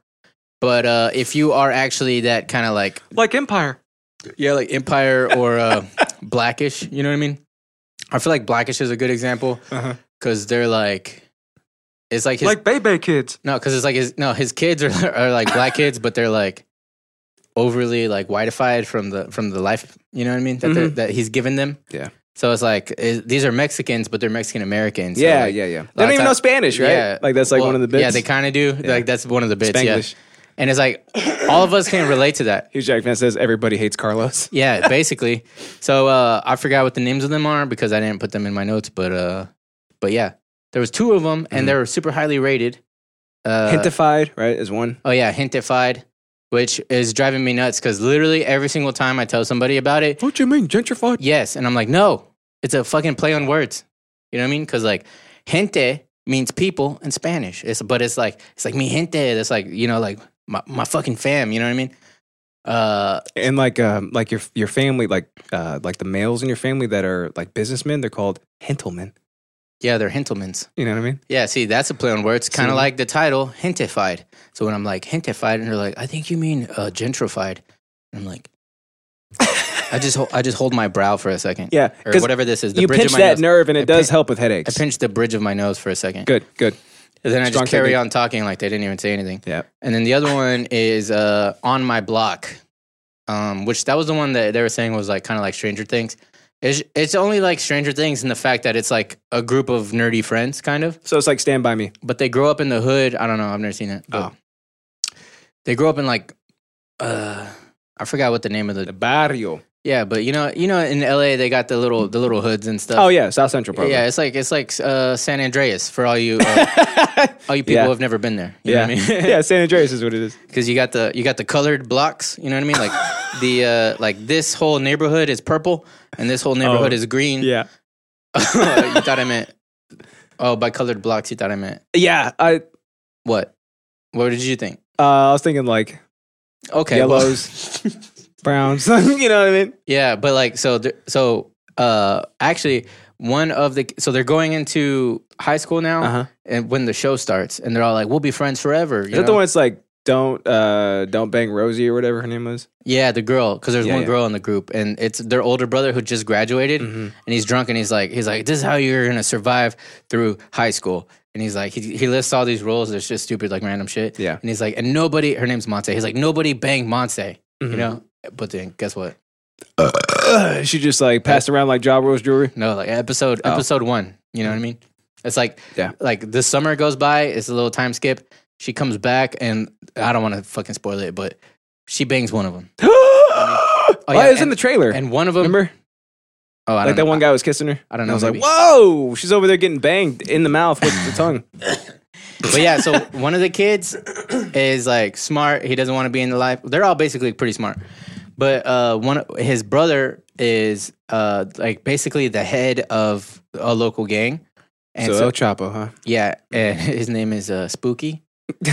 Speaker 1: But uh if you are actually that kind of like
Speaker 5: Like Empire.
Speaker 1: yeah, like *laughs*
Speaker 2: Uh-huh.
Speaker 1: Empire or uh blackish, you know what I mean? I feel like blackish is a good example because they're like, it's like his
Speaker 5: like Bebe kids.
Speaker 1: no, because it's like his no, his kids are *laughs* are like black kids, but they're like overly like whiteified from the from the life. You know what I mean? That they're
Speaker 2: Mhm.
Speaker 1: that he's given them.
Speaker 2: Yeah.
Speaker 1: So it's like it, these are Mexicans, but they're Mexican Americans.
Speaker 2: yeah, yeah, yeah. They don't even know Spanish, right? Like that's like one of the bits.
Speaker 1: Yeah, they kind of do.
Speaker 2: Yeah.
Speaker 1: Like that's one of the bits.
Speaker 2: Spanglish.
Speaker 1: Yeah. And it's like all of us can relate to that.
Speaker 2: Hugh Jackman says everybody hates Carlos.
Speaker 1: Yeah, basically. so uh, I forgot what the names of them are because I didn't put them in my notes. But uh, but yeah, there was two of them, and they were super highly rated. Uh,
Speaker 2: Hintified, right? Is one.
Speaker 1: Oh yeah, hintified, which is driving me nuts because literally every single time I tell somebody about it,
Speaker 5: What you mean gentrified?
Speaker 1: yes, and I'm like, no, it's a fucking play on words. You know what I mean? Because like, gente means people in Spanish. It's but it's like it's like mi gente. That's like you know like my my fucking fam. You know what I mean? Uh,
Speaker 2: And like um like your your family, like uh like the males in your family that are like businessmen, they're called Hintelmen.
Speaker 1: yeah, they're hintelmans.
Speaker 2: You know what I mean?
Speaker 1: Yeah, see, that's a play on words, kind
Speaker 2: See?
Speaker 1: of like the title, hintified. So when I'm like hintified, and they're like, I think you mean uh, gentrified. I'm like, *laughs* I just hold, I just hold my brow for a second.
Speaker 2: Yeah,
Speaker 1: or
Speaker 2: 'cause
Speaker 1: whatever this is. The
Speaker 2: You
Speaker 1: bridge
Speaker 2: pinch
Speaker 1: of my
Speaker 2: that
Speaker 1: nose.
Speaker 2: nerve and it
Speaker 1: I
Speaker 2: does
Speaker 1: pin-
Speaker 2: help with headaches.
Speaker 1: I pinch the bridge of my nose for a second.
Speaker 2: good, good.
Speaker 1: And then I
Speaker 2: Strong
Speaker 1: just carry
Speaker 2: technique.
Speaker 1: on talking like they didn't even say anything.
Speaker 2: Yeah.
Speaker 1: And then the other one is uh, on my block, um, which that was the one that they were saying was like kind of like Stranger Things. It's, it's only like Stranger Things in the fact that it's like a group of nerdy friends, kind of
Speaker 2: So it's like stand by me.
Speaker 1: but they grow up in the hood. I don't know. I've never seen it. But
Speaker 2: Oh.
Speaker 1: They grow up in like, uh, I forgot what the name of the.
Speaker 2: barrio.
Speaker 1: Yeah, but you know, you know, in L.A. they got the little the little hoods and stuff.
Speaker 2: Oh yeah, South Central probably. *laughs*
Speaker 1: yeah. It's like it's like uh, San Andreas for all you uh, all you people
Speaker 2: Yeah.
Speaker 1: who have never been there. You
Speaker 2: yeah.
Speaker 1: know what I mean? *laughs*
Speaker 2: yeah, San Andreas is what it is.
Speaker 1: Because you got the you got the colored blocks. You know what I mean?
Speaker 2: *laughs*
Speaker 1: Like the uh, like this whole neighborhood is purple and this whole neighborhood is green.
Speaker 2: Oh,
Speaker 1: *laughs* Uh,
Speaker 2: Yeah.
Speaker 1: you
Speaker 2: *laughs*
Speaker 1: thought I meant oh by colored blocks. You thought I meant
Speaker 2: Yeah. I
Speaker 1: what? What did you think?
Speaker 2: uh, I was thinking like
Speaker 1: Okay, well-
Speaker 2: yellows, browns. *laughs* you know what I mean?
Speaker 1: Yeah, but like so th- so uh actually one of the so they're going into high school now
Speaker 2: Uh-huh.
Speaker 1: and when the show starts and they're all like we'll be friends forever. you
Speaker 2: Is that the
Speaker 1: know?
Speaker 2: one that's like don't uh don't bang Rosie or whatever her name was?
Speaker 1: Yeah, the girl cuz there's
Speaker 2: Yeah,
Speaker 1: one
Speaker 2: yeah. Mm-hmm.
Speaker 1: girl in the group and it's their older brother who just graduated and he's drunk and he's like he's like this is how you're going to survive through high school. And he's like, he, he lists all these rules. It's just stupid, like random shit.
Speaker 2: Yeah.
Speaker 1: And he's like, and nobody, her name's Monse. He's like, nobody banged Monse,
Speaker 2: Mm-hmm.
Speaker 1: you know? But then guess what?
Speaker 2: she just like passed around like job rolls
Speaker 1: *gasps*
Speaker 2: jewelry.
Speaker 1: No, like episode episode one. You know what I mean? It's like
Speaker 2: Oh. Mm. Yeah.
Speaker 1: like the summer goes by. It's a little time skip. She comes back, and I don't want to fucking spoil it, but she bangs one of them,
Speaker 2: oh,
Speaker 1: yeah,
Speaker 2: it was in
Speaker 1: and-
Speaker 2: the trailer.
Speaker 1: and one of them.
Speaker 2: Remember?
Speaker 1: Oh, I don't
Speaker 2: Like
Speaker 1: know.
Speaker 2: that one guy was kissing her.
Speaker 1: I don't know,
Speaker 2: I was
Speaker 1: maybe.
Speaker 2: like, whoa, she's over there getting banged in the mouth with the tongue.
Speaker 1: But yeah,
Speaker 2: *laughs*
Speaker 1: so one of the kids is like smart. He doesn't want to be in the life. They're all basically pretty smart. But uh, one of- his brother is uh, like basically the head of a local gang. *laughs* And
Speaker 2: so uh, El Chapo, *laughs* huh?
Speaker 1: yeah, and *laughs* his name is uh,
Speaker 2: *laughs*
Speaker 1: Spooky,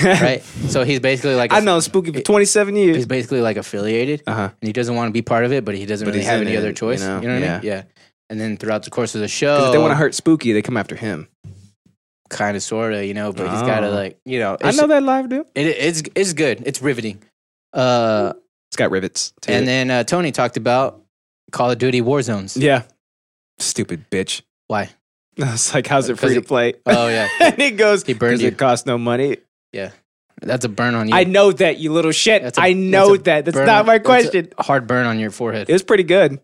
Speaker 1: right? so he's basically like a-
Speaker 2: I know Spooky for 27 years.
Speaker 1: he's basically like affiliated
Speaker 2: Uh-huh.
Speaker 1: and he doesn't want to be part of it, but he doesn't really
Speaker 2: he's
Speaker 1: have
Speaker 2: in
Speaker 1: any
Speaker 2: it,
Speaker 1: other
Speaker 2: you
Speaker 1: choice. You
Speaker 2: know?
Speaker 1: know, what I
Speaker 2: Yeah.
Speaker 1: mean? Yeah. And then throughout the course of the
Speaker 2: 'Cause
Speaker 1: show,
Speaker 2: If they want to hurt Spooky, they come after him.
Speaker 1: kind of, sort of, you know, but he's got to
Speaker 2: Oh.
Speaker 1: like, you know,
Speaker 2: I
Speaker 1: it's-
Speaker 2: know that live dude.
Speaker 1: It, it's it's good. It's riveting. Uh,
Speaker 2: It's got rivets. to
Speaker 1: and
Speaker 2: it.
Speaker 1: then uh, Tony talked about Call of Duty War Zones.
Speaker 2: yeah, stupid *laughs* bitch.
Speaker 1: Why?
Speaker 2: I was like, how's it
Speaker 1: 'Cause
Speaker 2: free to
Speaker 1: he-
Speaker 2: play?
Speaker 1: Oh yeah,
Speaker 2: *laughs* and he goes,
Speaker 1: He burned
Speaker 2: 'Cause
Speaker 1: you.
Speaker 2: it costs no money.
Speaker 1: that's a burn
Speaker 2: *laughs*
Speaker 1: on you.
Speaker 2: I know that, you little shit.
Speaker 1: That's a-
Speaker 2: I know
Speaker 1: that's a
Speaker 2: that. That's
Speaker 1: burn
Speaker 2: not
Speaker 1: on-
Speaker 2: my
Speaker 1: that's a
Speaker 2: question.
Speaker 1: hard burn on your forehead.
Speaker 2: It was pretty good.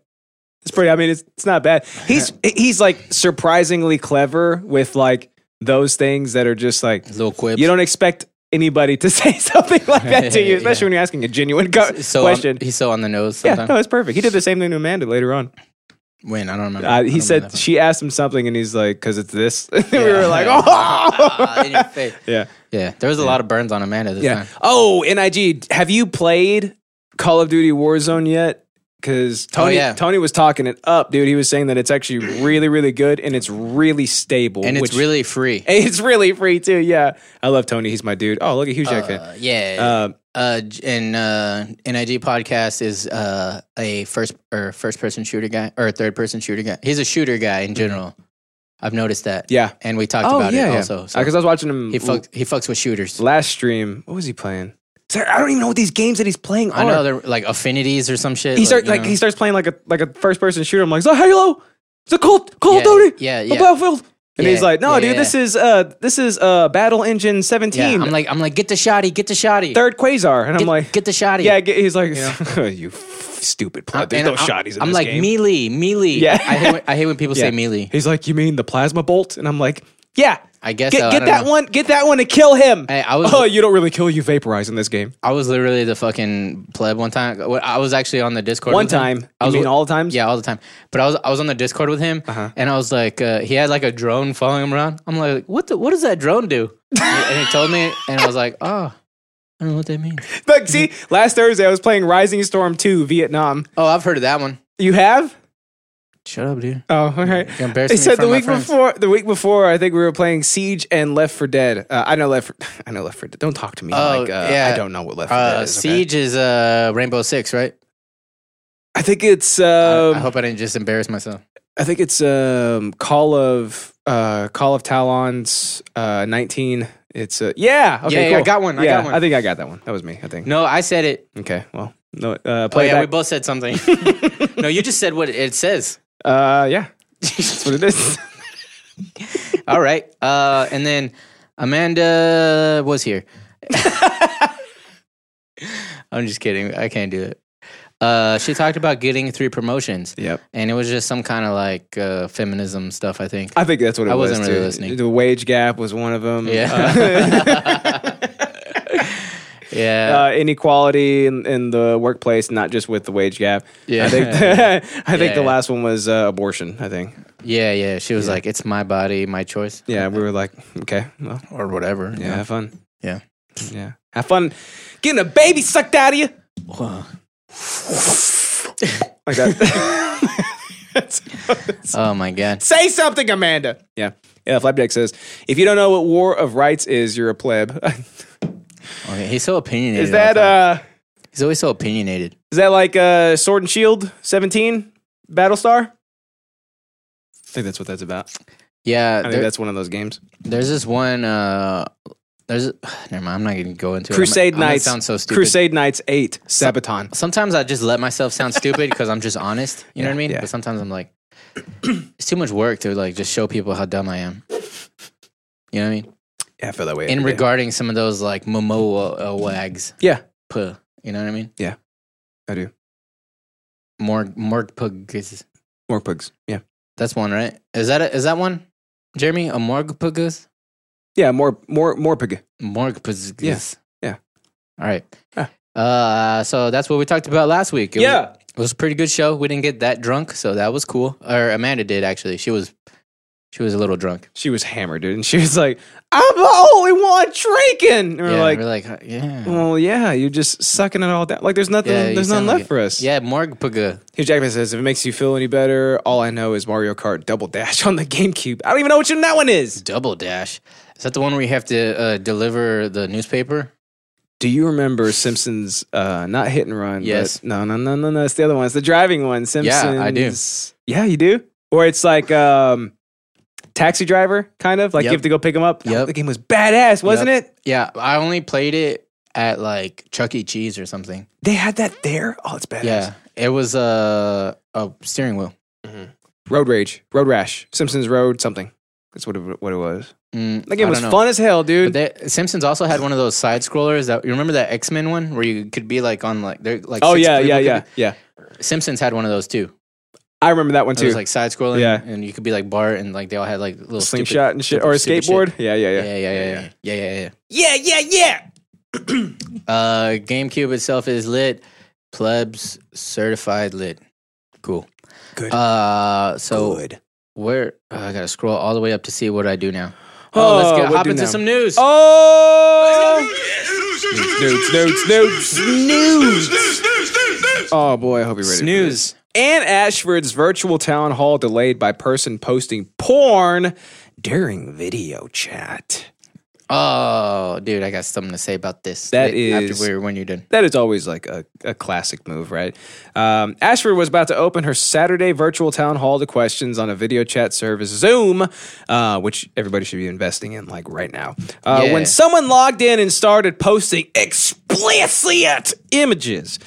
Speaker 2: It's pretty. I mean, it's it's not bad. He's he's like surprisingly clever with like those things that are just like
Speaker 1: Little quips.
Speaker 2: you don't expect anybody to *laughs* say something like that to you,
Speaker 1: *laughs*
Speaker 2: especially
Speaker 1: Yeah.
Speaker 2: when you're asking a genuine co-
Speaker 1: so on-
Speaker 2: question.
Speaker 1: he's so on the nose.
Speaker 2: yeah,
Speaker 1: Sometimes.
Speaker 2: no, it's perfect. He did the same thing to Amanda later on.
Speaker 1: When I don't remember. I
Speaker 2: Uh,
Speaker 1: don't
Speaker 2: he
Speaker 1: remember
Speaker 2: said
Speaker 1: that
Speaker 2: she asked him something, and he's like, "Cause it's this." *laughs* we
Speaker 1: one. *laughs*
Speaker 2: were like,
Speaker 1: Ah, in your
Speaker 2: "Oh, *laughs*
Speaker 1: face.
Speaker 2: yeah,
Speaker 1: Yeah, there was a lot of burns on Amanda this
Speaker 2: yeah."
Speaker 1: time.
Speaker 2: Oh, Nig, have you played Call of Duty Warzone yet? Because Tony,
Speaker 1: Oh, yeah.
Speaker 2: Tony was talking it up, dude. He was saying that it's actually really, really good, and it's really stable,
Speaker 1: And it's
Speaker 2: which-
Speaker 1: really free.
Speaker 2: and *laughs* it's really free too. Yeah, I love Tony. He's my dude. Oh, look at Hugh Jackman.
Speaker 1: Uh, yeah.
Speaker 2: Uh,
Speaker 1: Uh, j- and uh, NIG podcast is uh, a first or first person shooter guy or third person shooter guy. He's a shooter guy in general. I've noticed that.
Speaker 2: yeah.
Speaker 1: and we talked about it also. So
Speaker 2: Because I was watching him
Speaker 1: he fucks. He fucks with shooters.
Speaker 2: last stream. What was he playing? Sir, I don't even know what these games that he's playing are.
Speaker 1: I know they're like affinities or some shit.
Speaker 2: he starts
Speaker 1: you
Speaker 2: like
Speaker 1: know.
Speaker 2: he starts playing like a like a first person shooter. I'm like, so hello, it's a Cold Call
Speaker 1: yeah,
Speaker 2: of Duty,
Speaker 1: Yeah,
Speaker 2: a
Speaker 1: yeah.
Speaker 2: Battlefield. And he's
Speaker 1: Yeah,
Speaker 2: like, "No,
Speaker 1: yeah,
Speaker 2: dude,
Speaker 1: yeah.
Speaker 2: this is uh this is uh Battle Engine 17,
Speaker 1: Yeah, I'm like, I'm like, get the shotty, get the shotty.
Speaker 2: third Quasar." And
Speaker 1: get,
Speaker 2: I'm like,
Speaker 1: get the shotty.
Speaker 2: "Yeah." get- He's like, *laughs* "You f- stupid
Speaker 1: I'm-
Speaker 2: plug. There's
Speaker 1: and
Speaker 2: no
Speaker 1: I'm-
Speaker 2: shotties in
Speaker 1: I'm
Speaker 2: this
Speaker 1: like
Speaker 2: game."
Speaker 1: melee, melee.
Speaker 2: Yeah.
Speaker 1: I hate when, I
Speaker 2: *laughs*
Speaker 1: hate when people say
Speaker 2: Yeah.
Speaker 1: melee.
Speaker 2: He's like, "You mean the plasma bolt?" And I'm like, "Yeah."
Speaker 1: I guess
Speaker 2: get,
Speaker 1: so, I
Speaker 2: get
Speaker 1: don't
Speaker 2: that
Speaker 1: know.
Speaker 2: one. Get that one to kill him.
Speaker 1: Hey, I was-
Speaker 2: oh, you don't really kill. You vaporize in this game.
Speaker 1: I was literally the fucking pleb one time. What- I was actually on the Discord
Speaker 2: One
Speaker 1: with him.
Speaker 2: time.
Speaker 1: I
Speaker 2: You
Speaker 1: was
Speaker 2: mean
Speaker 1: wi-
Speaker 2: all the Uh-huh. times?
Speaker 1: Yeah, all the time. But I was I was on the Discord with him, and I was like, uh, he had like a drone following him around. I'm like, what the, what does that drone
Speaker 2: *laughs*
Speaker 1: do? and he told me, and I was like, oh, I don't know what that means.
Speaker 2: Look, see, last Thursday I was playing Rising Storm 2 Vietnam.
Speaker 1: Oh, I've heard of that one.
Speaker 2: You have?
Speaker 1: Shut up, dude.
Speaker 2: Oh, all right.
Speaker 1: You're embarrassing
Speaker 2: They
Speaker 1: me in
Speaker 2: said the
Speaker 1: front of my
Speaker 2: week
Speaker 1: friends.
Speaker 2: before. The week before, I think we were playing Siege and Left for Dead. Uh, I know Left. For, *sighs* I know Left for Dead. Don't talk to me.
Speaker 1: Oh,
Speaker 2: like, uh,
Speaker 1: yeah.
Speaker 2: I don't know what Left for Dead
Speaker 1: Uh,
Speaker 2: is. okay?
Speaker 1: Siege is uh, Rainbow Six, right?
Speaker 2: I think it's.
Speaker 1: I-
Speaker 2: Um,
Speaker 1: I hope I didn't just embarrass myself.
Speaker 2: I think it's um, Call of uh, Call of Talon's uh, 19. It's uh, yeah. Okay,
Speaker 1: Yeah, yeah, I
Speaker 2: cool.
Speaker 1: got one, I
Speaker 2: yeah,
Speaker 1: got one.
Speaker 2: I think I got that one. That was me. I think.
Speaker 1: No, I said it.
Speaker 2: Okay. Well, no. Uh,
Speaker 1: Oh
Speaker 2: play
Speaker 1: yeah, we
Speaker 2: back.
Speaker 1: both said
Speaker 2: *laughs*
Speaker 1: something. no, you just said what it says.
Speaker 2: uh, yeah. That's what
Speaker 1: *laughs*
Speaker 2: it is.
Speaker 1: All right. Uh, and then Amanda was here. *laughs* I'm just kidding. I can't do it. Uh, she talked about getting three promotions,
Speaker 2: yep.
Speaker 1: and it was just some kind of like uh, feminism stuff. I
Speaker 2: *laughs*
Speaker 1: think.
Speaker 2: I think that's what it
Speaker 1: I
Speaker 2: was.
Speaker 1: wasn't really
Speaker 2: too.
Speaker 1: listening.
Speaker 2: The wage gap was one of them.
Speaker 1: Yeah.
Speaker 2: Uh,
Speaker 1: *laughs* yeah.
Speaker 2: uh, inequality in, in the workplace, not just with the wage gap.
Speaker 1: Yeah.
Speaker 2: I think, *laughs* I think
Speaker 1: Yeah, yeah.
Speaker 2: the last one was uh, abortion. I think.
Speaker 1: yeah. Yeah. She was like, "It's my body, my choice,"
Speaker 2: Yeah, we were like, okay, well,
Speaker 1: or whatever.
Speaker 2: yeah, have fun.
Speaker 1: Yeah.
Speaker 2: Yeah, have fun getting a baby sucked out of you. Like that. *laughs* That's-
Speaker 1: Oh my god.
Speaker 2: Say something, Amanda. Yeah. Yeah, Flapjack says, if you don't know what War of Rights is, you're a pleb. *laughs*
Speaker 1: Okay. He's so opinionated.
Speaker 2: is that
Speaker 1: all the time.
Speaker 2: uh
Speaker 1: He's always so opinionated.
Speaker 2: Is that like uh, Sword and Shield 17 Battlestar? I think that's what that's about.
Speaker 1: Yeah.
Speaker 2: I think
Speaker 1: Uh, there-
Speaker 2: that's one of those games.
Speaker 1: There's this one. Uh, there's never mind. I'm not gonna go into
Speaker 2: Crusade
Speaker 1: it. I'm- I'm gonna
Speaker 2: Knights.
Speaker 1: sound so stupid.
Speaker 2: Crusade Knights 8 Sabaton.
Speaker 1: Sometimes I just let myself sound stupid
Speaker 2: *laughs*
Speaker 1: because I'm just honest. You know what I mean?
Speaker 2: yeah.
Speaker 1: But sometimes I'm like, it's too much work to like just show people how dumb I am. You know what I mean?
Speaker 2: Yeah, I feel that way.
Speaker 1: In
Speaker 2: every day.
Speaker 1: regarding some of those like Momoa uh, wags,
Speaker 2: Yeah,
Speaker 1: puh, you know what I mean?
Speaker 2: I do.
Speaker 1: Morg morgpug is
Speaker 2: More pugs. Yeah.
Speaker 1: that's one, right? Is that a, is that one, Jeremy? A morgpug is
Speaker 2: Yeah, more more more pig.
Speaker 1: morgpug.
Speaker 2: Yeah. Yeah. Ah.
Speaker 1: All right.
Speaker 2: Yeah.
Speaker 1: Uh, so that's what we talked about last week. It was- It was a pretty good show. We didn't get that drunk, so that was cool. Or Amanda did actually. She was she was a little drunk.
Speaker 2: She was hammered, dude. And she was like, I'm the only one drinking. And we're
Speaker 1: yeah,
Speaker 2: like,
Speaker 1: we're like, "Huh, yeah.
Speaker 2: well, yeah, you're just sucking it all down. Like, there's nothing,
Speaker 1: Yeah, you
Speaker 2: there's nothing
Speaker 1: sound like it.
Speaker 2: left for us.
Speaker 1: Yeah, Morgpaga.
Speaker 2: Hugh Jackman says, if it makes you feel any better, all I know is Mario Kart Double Dash *laughs* on the GameCube. I don't even know what your that one is.
Speaker 1: Double dash. Is that the one where you have to uh, deliver the newspaper?
Speaker 2: Do you remember Simpsons? Uh, not hit and run.
Speaker 1: Yes.
Speaker 2: But no, no, no, no, no. It's the other one. It's the driving one. Simpsons.
Speaker 1: I do.
Speaker 2: Yeah, you do. Or it's like um, Taxi Driver, kind of like you
Speaker 1: Yep.
Speaker 2: have to go pick him up.
Speaker 1: Yep.
Speaker 2: The game was badass, wasn't it?
Speaker 1: Yeah, I only played it at like Chuck E. Cheese or something.
Speaker 2: They had that there. Oh, it's badass.
Speaker 1: Yeah, it was uh, a steering wheel.
Speaker 2: Road Rage, Road Rash, Simpsons Road something. That's what it, what it was.
Speaker 1: Mm,
Speaker 2: That game
Speaker 1: I
Speaker 2: was
Speaker 1: don't know.
Speaker 2: fun as hell,
Speaker 1: But
Speaker 2: dude.
Speaker 1: they, Simpsons also had one of those side scrollers that you remember that X Men one where you could be like on like they're like
Speaker 2: oh
Speaker 1: six
Speaker 2: yeah,
Speaker 1: people
Speaker 2: yeah,
Speaker 1: could
Speaker 2: yeah, yeah.
Speaker 1: be- Simpsons had one of those too.
Speaker 2: I remember that one
Speaker 1: It
Speaker 2: too.
Speaker 1: was like side scrolling,
Speaker 2: Yeah.
Speaker 1: and you could be like Bart, and like they all had like little stupid-
Speaker 2: slingshot and shit,
Speaker 1: stupid-
Speaker 2: or a
Speaker 1: stupid
Speaker 2: skateboard.
Speaker 1: shit.
Speaker 2: Yeah, yeah, yeah.
Speaker 1: Yeah, yeah, yeah, yeah, yeah, yeah.
Speaker 3: Yeah, yeah, yeah.
Speaker 1: yeah. *clears throat* Uh, GameCube itself is lit, plebs certified lit. Cool.
Speaker 2: Good.
Speaker 1: Uh, so
Speaker 2: Good.
Speaker 1: where oh, I gotta scroll all the way up to see what I do now. Oh, let's
Speaker 2: Oh,
Speaker 1: get
Speaker 2: what
Speaker 1: hop
Speaker 2: do
Speaker 1: into
Speaker 2: now?
Speaker 1: some news. *laughs*
Speaker 2: Oh. Snooze, snooze, snooze, Oh boy, I hope you're ready. for this.
Speaker 1: Snooze.
Speaker 2: Ann Ashford's virtual town hall delayed by person posting porn during video chat.
Speaker 1: Oh, dude, I got something to say about this.
Speaker 2: That
Speaker 1: That is
Speaker 2: is-
Speaker 1: after we're when you're done.
Speaker 2: That is always like a, a classic move, right? Um, Ashford was about to open her Saturday virtual town hall to questions on a video chat service, Zoom, uh, which everybody should be investing in like right now. Uh,
Speaker 1: Yeah.
Speaker 2: When someone logged in and started posting explicit images,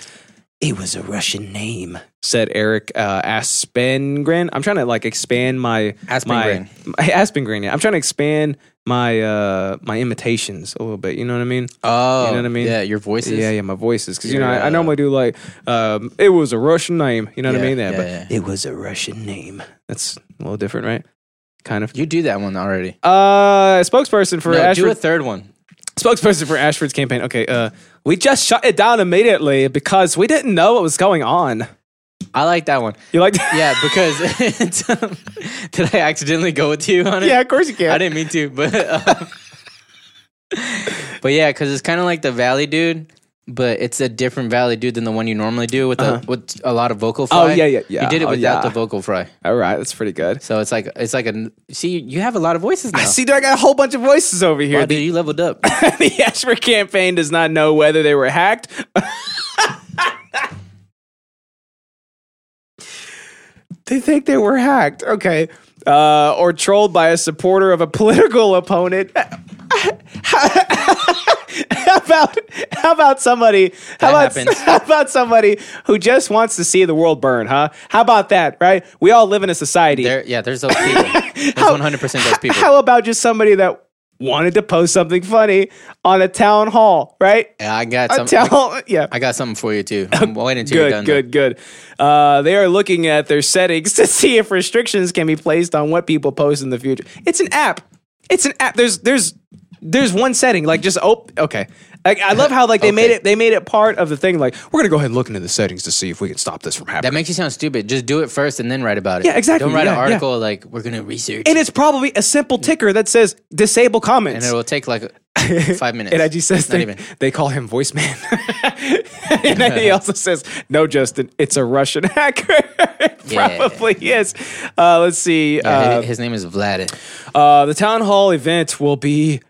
Speaker 2: It was a Russian name," said Eric uh, Aspengren. I'm trying to like expand my
Speaker 1: Aspengren.
Speaker 2: My, my *laughs* Aspengren. Yeah, I'm trying to expand my uh my imitations a little bit. You know what I mean?
Speaker 1: Oh,
Speaker 2: You know what I mean?
Speaker 1: Yeah, your voices.
Speaker 2: Yeah, yeah, my voices. Because you know, I, I
Speaker 1: Yeah.
Speaker 2: normally do like, um, it was a Russian name. You know what I
Speaker 1: Yeah,
Speaker 2: mean? That,
Speaker 1: yeah,
Speaker 2: but
Speaker 1: yeah.
Speaker 2: it was a Russian name. That's a little different, right? Kind of.
Speaker 1: You do that one already.
Speaker 2: Uh, spokesperson for
Speaker 1: no, do a
Speaker 2: Ashford.
Speaker 1: third one.
Speaker 2: spokesperson for Ashford's campaign. Okay. Uh, we just shut it down immediately because we didn't know what was going on.
Speaker 1: I like that one.
Speaker 2: You like?
Speaker 1: Yeah, because *laughs* it's, um, did I accidentally go with you on it?
Speaker 2: *laughs* yeah, of course you can.
Speaker 1: I didn't mean to, but *laughs* um, but yeah, because it's kind of like the Valley Dude, but it's a different Valley Dude than the one you normally do with a, with a lot of vocal fry.
Speaker 2: yeah, yeah, yeah.
Speaker 1: You did it
Speaker 2: Uh-huh. Oh,
Speaker 1: without
Speaker 2: yeah.
Speaker 1: the vocal fry,
Speaker 2: All right, that's pretty good.
Speaker 1: so it's like it's like a see you have a lot of voices now.
Speaker 2: I see. I got a whole bunch of voices over here.
Speaker 1: Wow, dude, you leveled up.
Speaker 2: *laughs* the Ashford campaign does not know whether they were hacked. *laughs* they think they were hacked. Okay. Uh, or trolled by a supporter of a political opponent. *laughs* how about how about somebody how
Speaker 1: That
Speaker 2: about,
Speaker 1: happens.
Speaker 2: *laughs* how about somebody who just wants to see the world burn, huh? How about that, right? We all live in a society.
Speaker 1: There, yeah, there's those
Speaker 2: *laughs*
Speaker 1: people. There's
Speaker 2: How-
Speaker 1: 100 percent those people.
Speaker 2: How about just somebody that wanted to post something funny on a town hall, right?
Speaker 1: Yeah, I got
Speaker 2: A *laughs*
Speaker 1: some.
Speaker 2: town, yeah.
Speaker 1: I got something for you too. I'm waiting until you're done.
Speaker 2: Good, good, good. Uh, they are looking at their settings *laughs* to see if restrictions can be placed on what people post in the future. It's an app. It's an app. There's there's there's one setting. Like just oh okay. Like I love how like they made
Speaker 1: Okay.
Speaker 2: it they made it part of the thing. Like
Speaker 5: We're gonna go ahead and look into the settings to see if we can stop this from happening.
Speaker 1: That makes you sound stupid. Just do it first and then write about it.
Speaker 2: Yeah, exactly.
Speaker 1: Don't write
Speaker 2: Yeah,
Speaker 1: an
Speaker 2: yeah.
Speaker 1: article like we're gonna research,
Speaker 2: and it's probably a simple ticker that says disable comments.
Speaker 1: and it will take like five
Speaker 2: *laughs*
Speaker 1: minutes.
Speaker 2: And IG says
Speaker 1: Not
Speaker 2: they,
Speaker 1: even.
Speaker 2: they call him voice man. *laughs* and then
Speaker 1: *laughs*
Speaker 2: he also says, no, Justin, it's a Russian *laughs* hacker. It
Speaker 1: Yeah.
Speaker 2: Probably is. Uh, let's see.
Speaker 1: Yeah,
Speaker 2: uh,
Speaker 1: his name is Vlad.
Speaker 2: uh, the town hall event will be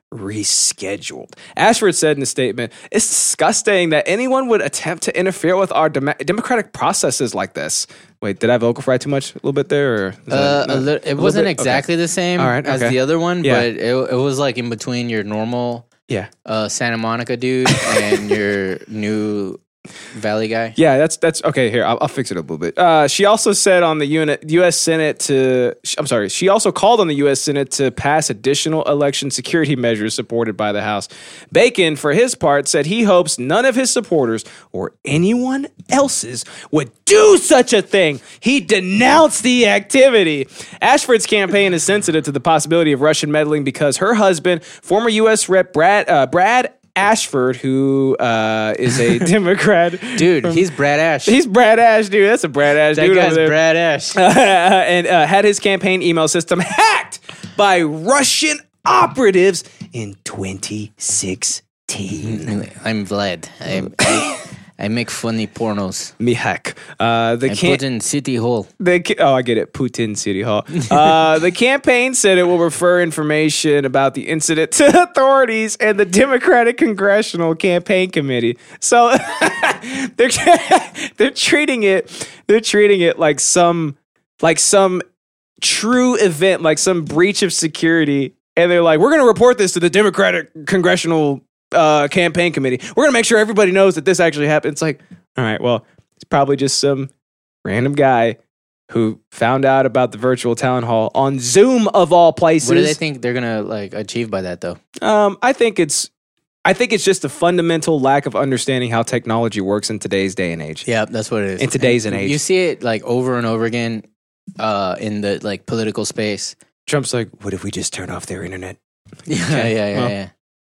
Speaker 2: rescheduled. Ashford said in a statement, It's disgusting that anyone would attempt to interfere with our dem- democratic processes like this. Wait, did I vocal fry too much a little bit there? Or is
Speaker 1: Uh,
Speaker 2: that-
Speaker 1: a
Speaker 2: no?
Speaker 1: li- it
Speaker 2: little
Speaker 1: wasn't
Speaker 2: bit? Okay.
Speaker 1: exactly the same
Speaker 2: All right,
Speaker 1: as
Speaker 2: okay.
Speaker 1: the other one,
Speaker 2: Yeah.
Speaker 1: but it, it was like in between your normal
Speaker 2: Yeah.
Speaker 1: uh, Santa Monica
Speaker 2: *laughs*
Speaker 1: dude and your new Valley guy.
Speaker 2: Yeah, that's that's okay. Here, I'll, I'll fix it up a little bit. Uh, she also said on the unit, U.S. Senate to, sh- I'm sorry, she also called on the U.S. Senate to pass additional election security measures supported by the House. Bacon, for his part, said he hopes none of his supporters or anyone else's would do such a thing. He denounced the activity. Ashford's campaign is sensitive to the possibility of Russian meddling because her husband, former U.S. Rep. Brad uh, Brad. Ashford, who uh, is a Democrat,
Speaker 1: Dude, he's Brad Ash.
Speaker 2: He's Brad Ash, dude. That's a Brad Ash
Speaker 1: that
Speaker 2: dude over
Speaker 1: guy's
Speaker 2: there.
Speaker 1: Brad Ash.
Speaker 2: *laughs* and uh, had his campaign email system hacked by Russian operatives in
Speaker 1: Mm-hmm.
Speaker 2: 2016.
Speaker 1: I'm Vlad. I'm, I, I make funny pornos.
Speaker 2: Me hack. Uh, the
Speaker 1: I
Speaker 2: can-
Speaker 1: put in City Hall.
Speaker 2: The ca- oh, I get it. Putin City Hall.
Speaker 1: *laughs*
Speaker 2: Uh, the campaign said it will refer information about the incident to authorities and the Democratic Congressional Campaign Committee. So *laughs* they're *laughs* they're treating it they're treating it like some like some true event, like some breach of security, and they're like, we're going to report this to the Democratic Congressional uh, Campaign Committee. We're going to make sure everybody knows that this actually happened. It's like, all right, well, it's probably just some random guy who found out about the virtual town hall on Zoom of all places.
Speaker 1: What do they think they're gonna like achieve by that though?
Speaker 2: Um, I think it's. I think it's just a fundamental lack of understanding how technology works in today's day and age.
Speaker 1: Yeah, that's what it is.
Speaker 2: In today's and age.
Speaker 1: you see it like over and over again uh, in the like political
Speaker 2: *laughs*
Speaker 1: space.
Speaker 2: Trump's like, "What if we just turn off their internet?"
Speaker 1: Yeah, yeah, yeah,
Speaker 2: well.
Speaker 1: yeah,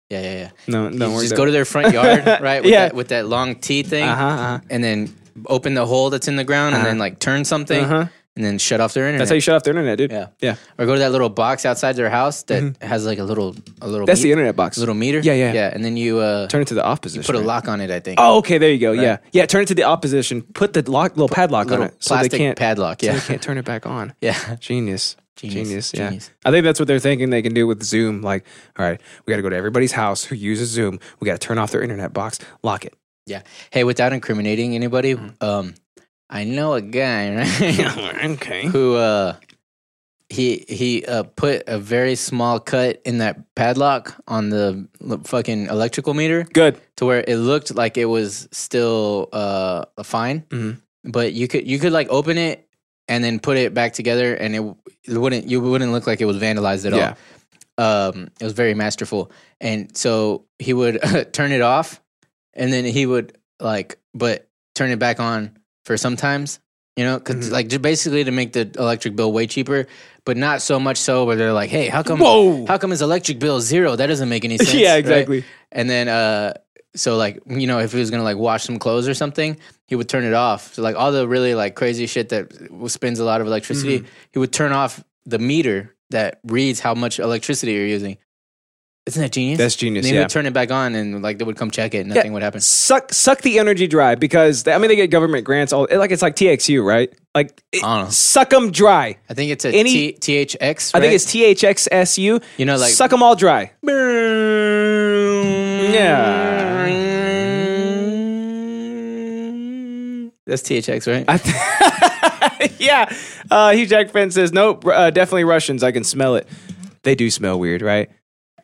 Speaker 1: yeah, yeah, yeah.
Speaker 2: No, no,
Speaker 1: You just go to their front
Speaker 2: *laughs*
Speaker 1: yard, right? With
Speaker 2: Yeah.
Speaker 1: that, with that long T thing,
Speaker 2: uh huh, uh
Speaker 1: and then open the hole that's in the ground, and then like turn something,
Speaker 2: huh.
Speaker 1: and then shut off their internet.
Speaker 2: Uh-huh. That's how you shut off their internet, dude.
Speaker 1: Yeah.
Speaker 2: yeah.
Speaker 1: or go to that little box outside their house that has like a little, a little.
Speaker 2: Mm-hmm. That's the
Speaker 1: me-
Speaker 2: internet box.
Speaker 1: Little meter.
Speaker 2: Yeah, yeah.
Speaker 1: yeah. And then you uh,
Speaker 2: Turn it to the off position.
Speaker 1: put a
Speaker 2: right?
Speaker 1: lock on it. I think.
Speaker 2: Oh, okay. There you go. Yeah, yeah. Turn it to the off position. Put the lock, little padlock
Speaker 1: little
Speaker 2: on it, so they
Speaker 1: plastic
Speaker 2: can't
Speaker 1: padlock, yeah.
Speaker 2: so they can't turn it back on.
Speaker 1: *laughs* yeah.
Speaker 2: Genius. Genius.
Speaker 1: *laughs* Genius.
Speaker 2: yeah.
Speaker 1: Genius.
Speaker 2: I think that's what they're thinking they can do with Zoom. Like, all right, we got to go to everybody's house who uses Zoom. We got to turn off their internet box, lock it. *laughs*
Speaker 1: Yeah. Hey, without incriminating anybody, um, I know a guy, *laughs* right?
Speaker 2: okay.
Speaker 1: who uh he he uh, put a very small cut in that padlock on the l- fucking electrical meter
Speaker 2: Good.
Speaker 1: to where it looked like it was still uh a fine,
Speaker 2: Mhm.
Speaker 1: but you could you could like open it and then put it back together, and it, w- it wouldn't you wouldn't look like it was vandalized at
Speaker 2: Yeah.
Speaker 1: all. Um, it was very masterful, and so he would *laughs* turn it off, and then he would like but turn it back on for sometimes. You know, 'cause, like just basically to make the electric bill way cheaper, but not so much so where they're like, "Hey, how come?
Speaker 2: Whoa.
Speaker 1: How come his electric bill is zero? That doesn't make any sense."
Speaker 2: *laughs* yeah,
Speaker 1: right?
Speaker 2: exactly.
Speaker 1: And then, uh, so like, you know, if he was gonna like wash some clothes or something, he would turn it off. So like all the really like crazy shit that spends a lot of electricity,
Speaker 2: Mm-hmm.
Speaker 1: he would turn off the meter that reads how much electricity you're using. Isn't that genius?
Speaker 2: That's genius,
Speaker 1: Then he
Speaker 2: yeah.
Speaker 1: would turn it back on, and like they would come check it, and nothing would happen.
Speaker 2: Suck, suck the energy dry because they, I mean they get government grants. All it, like it's like TXU, right? Like it,
Speaker 1: I don't know.
Speaker 2: suck them dry.
Speaker 1: I think it's a
Speaker 2: Any-
Speaker 1: T- THX.
Speaker 2: I think
Speaker 1: right?
Speaker 2: it's THXSU.
Speaker 1: You know, like-
Speaker 2: suck them all dry.
Speaker 1: Mm.
Speaker 2: Yeah.
Speaker 1: that's THX, right?
Speaker 2: I th- *laughs* yeah. Uh, Hugh Jackman says, nope, uh, definitely Russians. I can smell it. They do smell weird, right?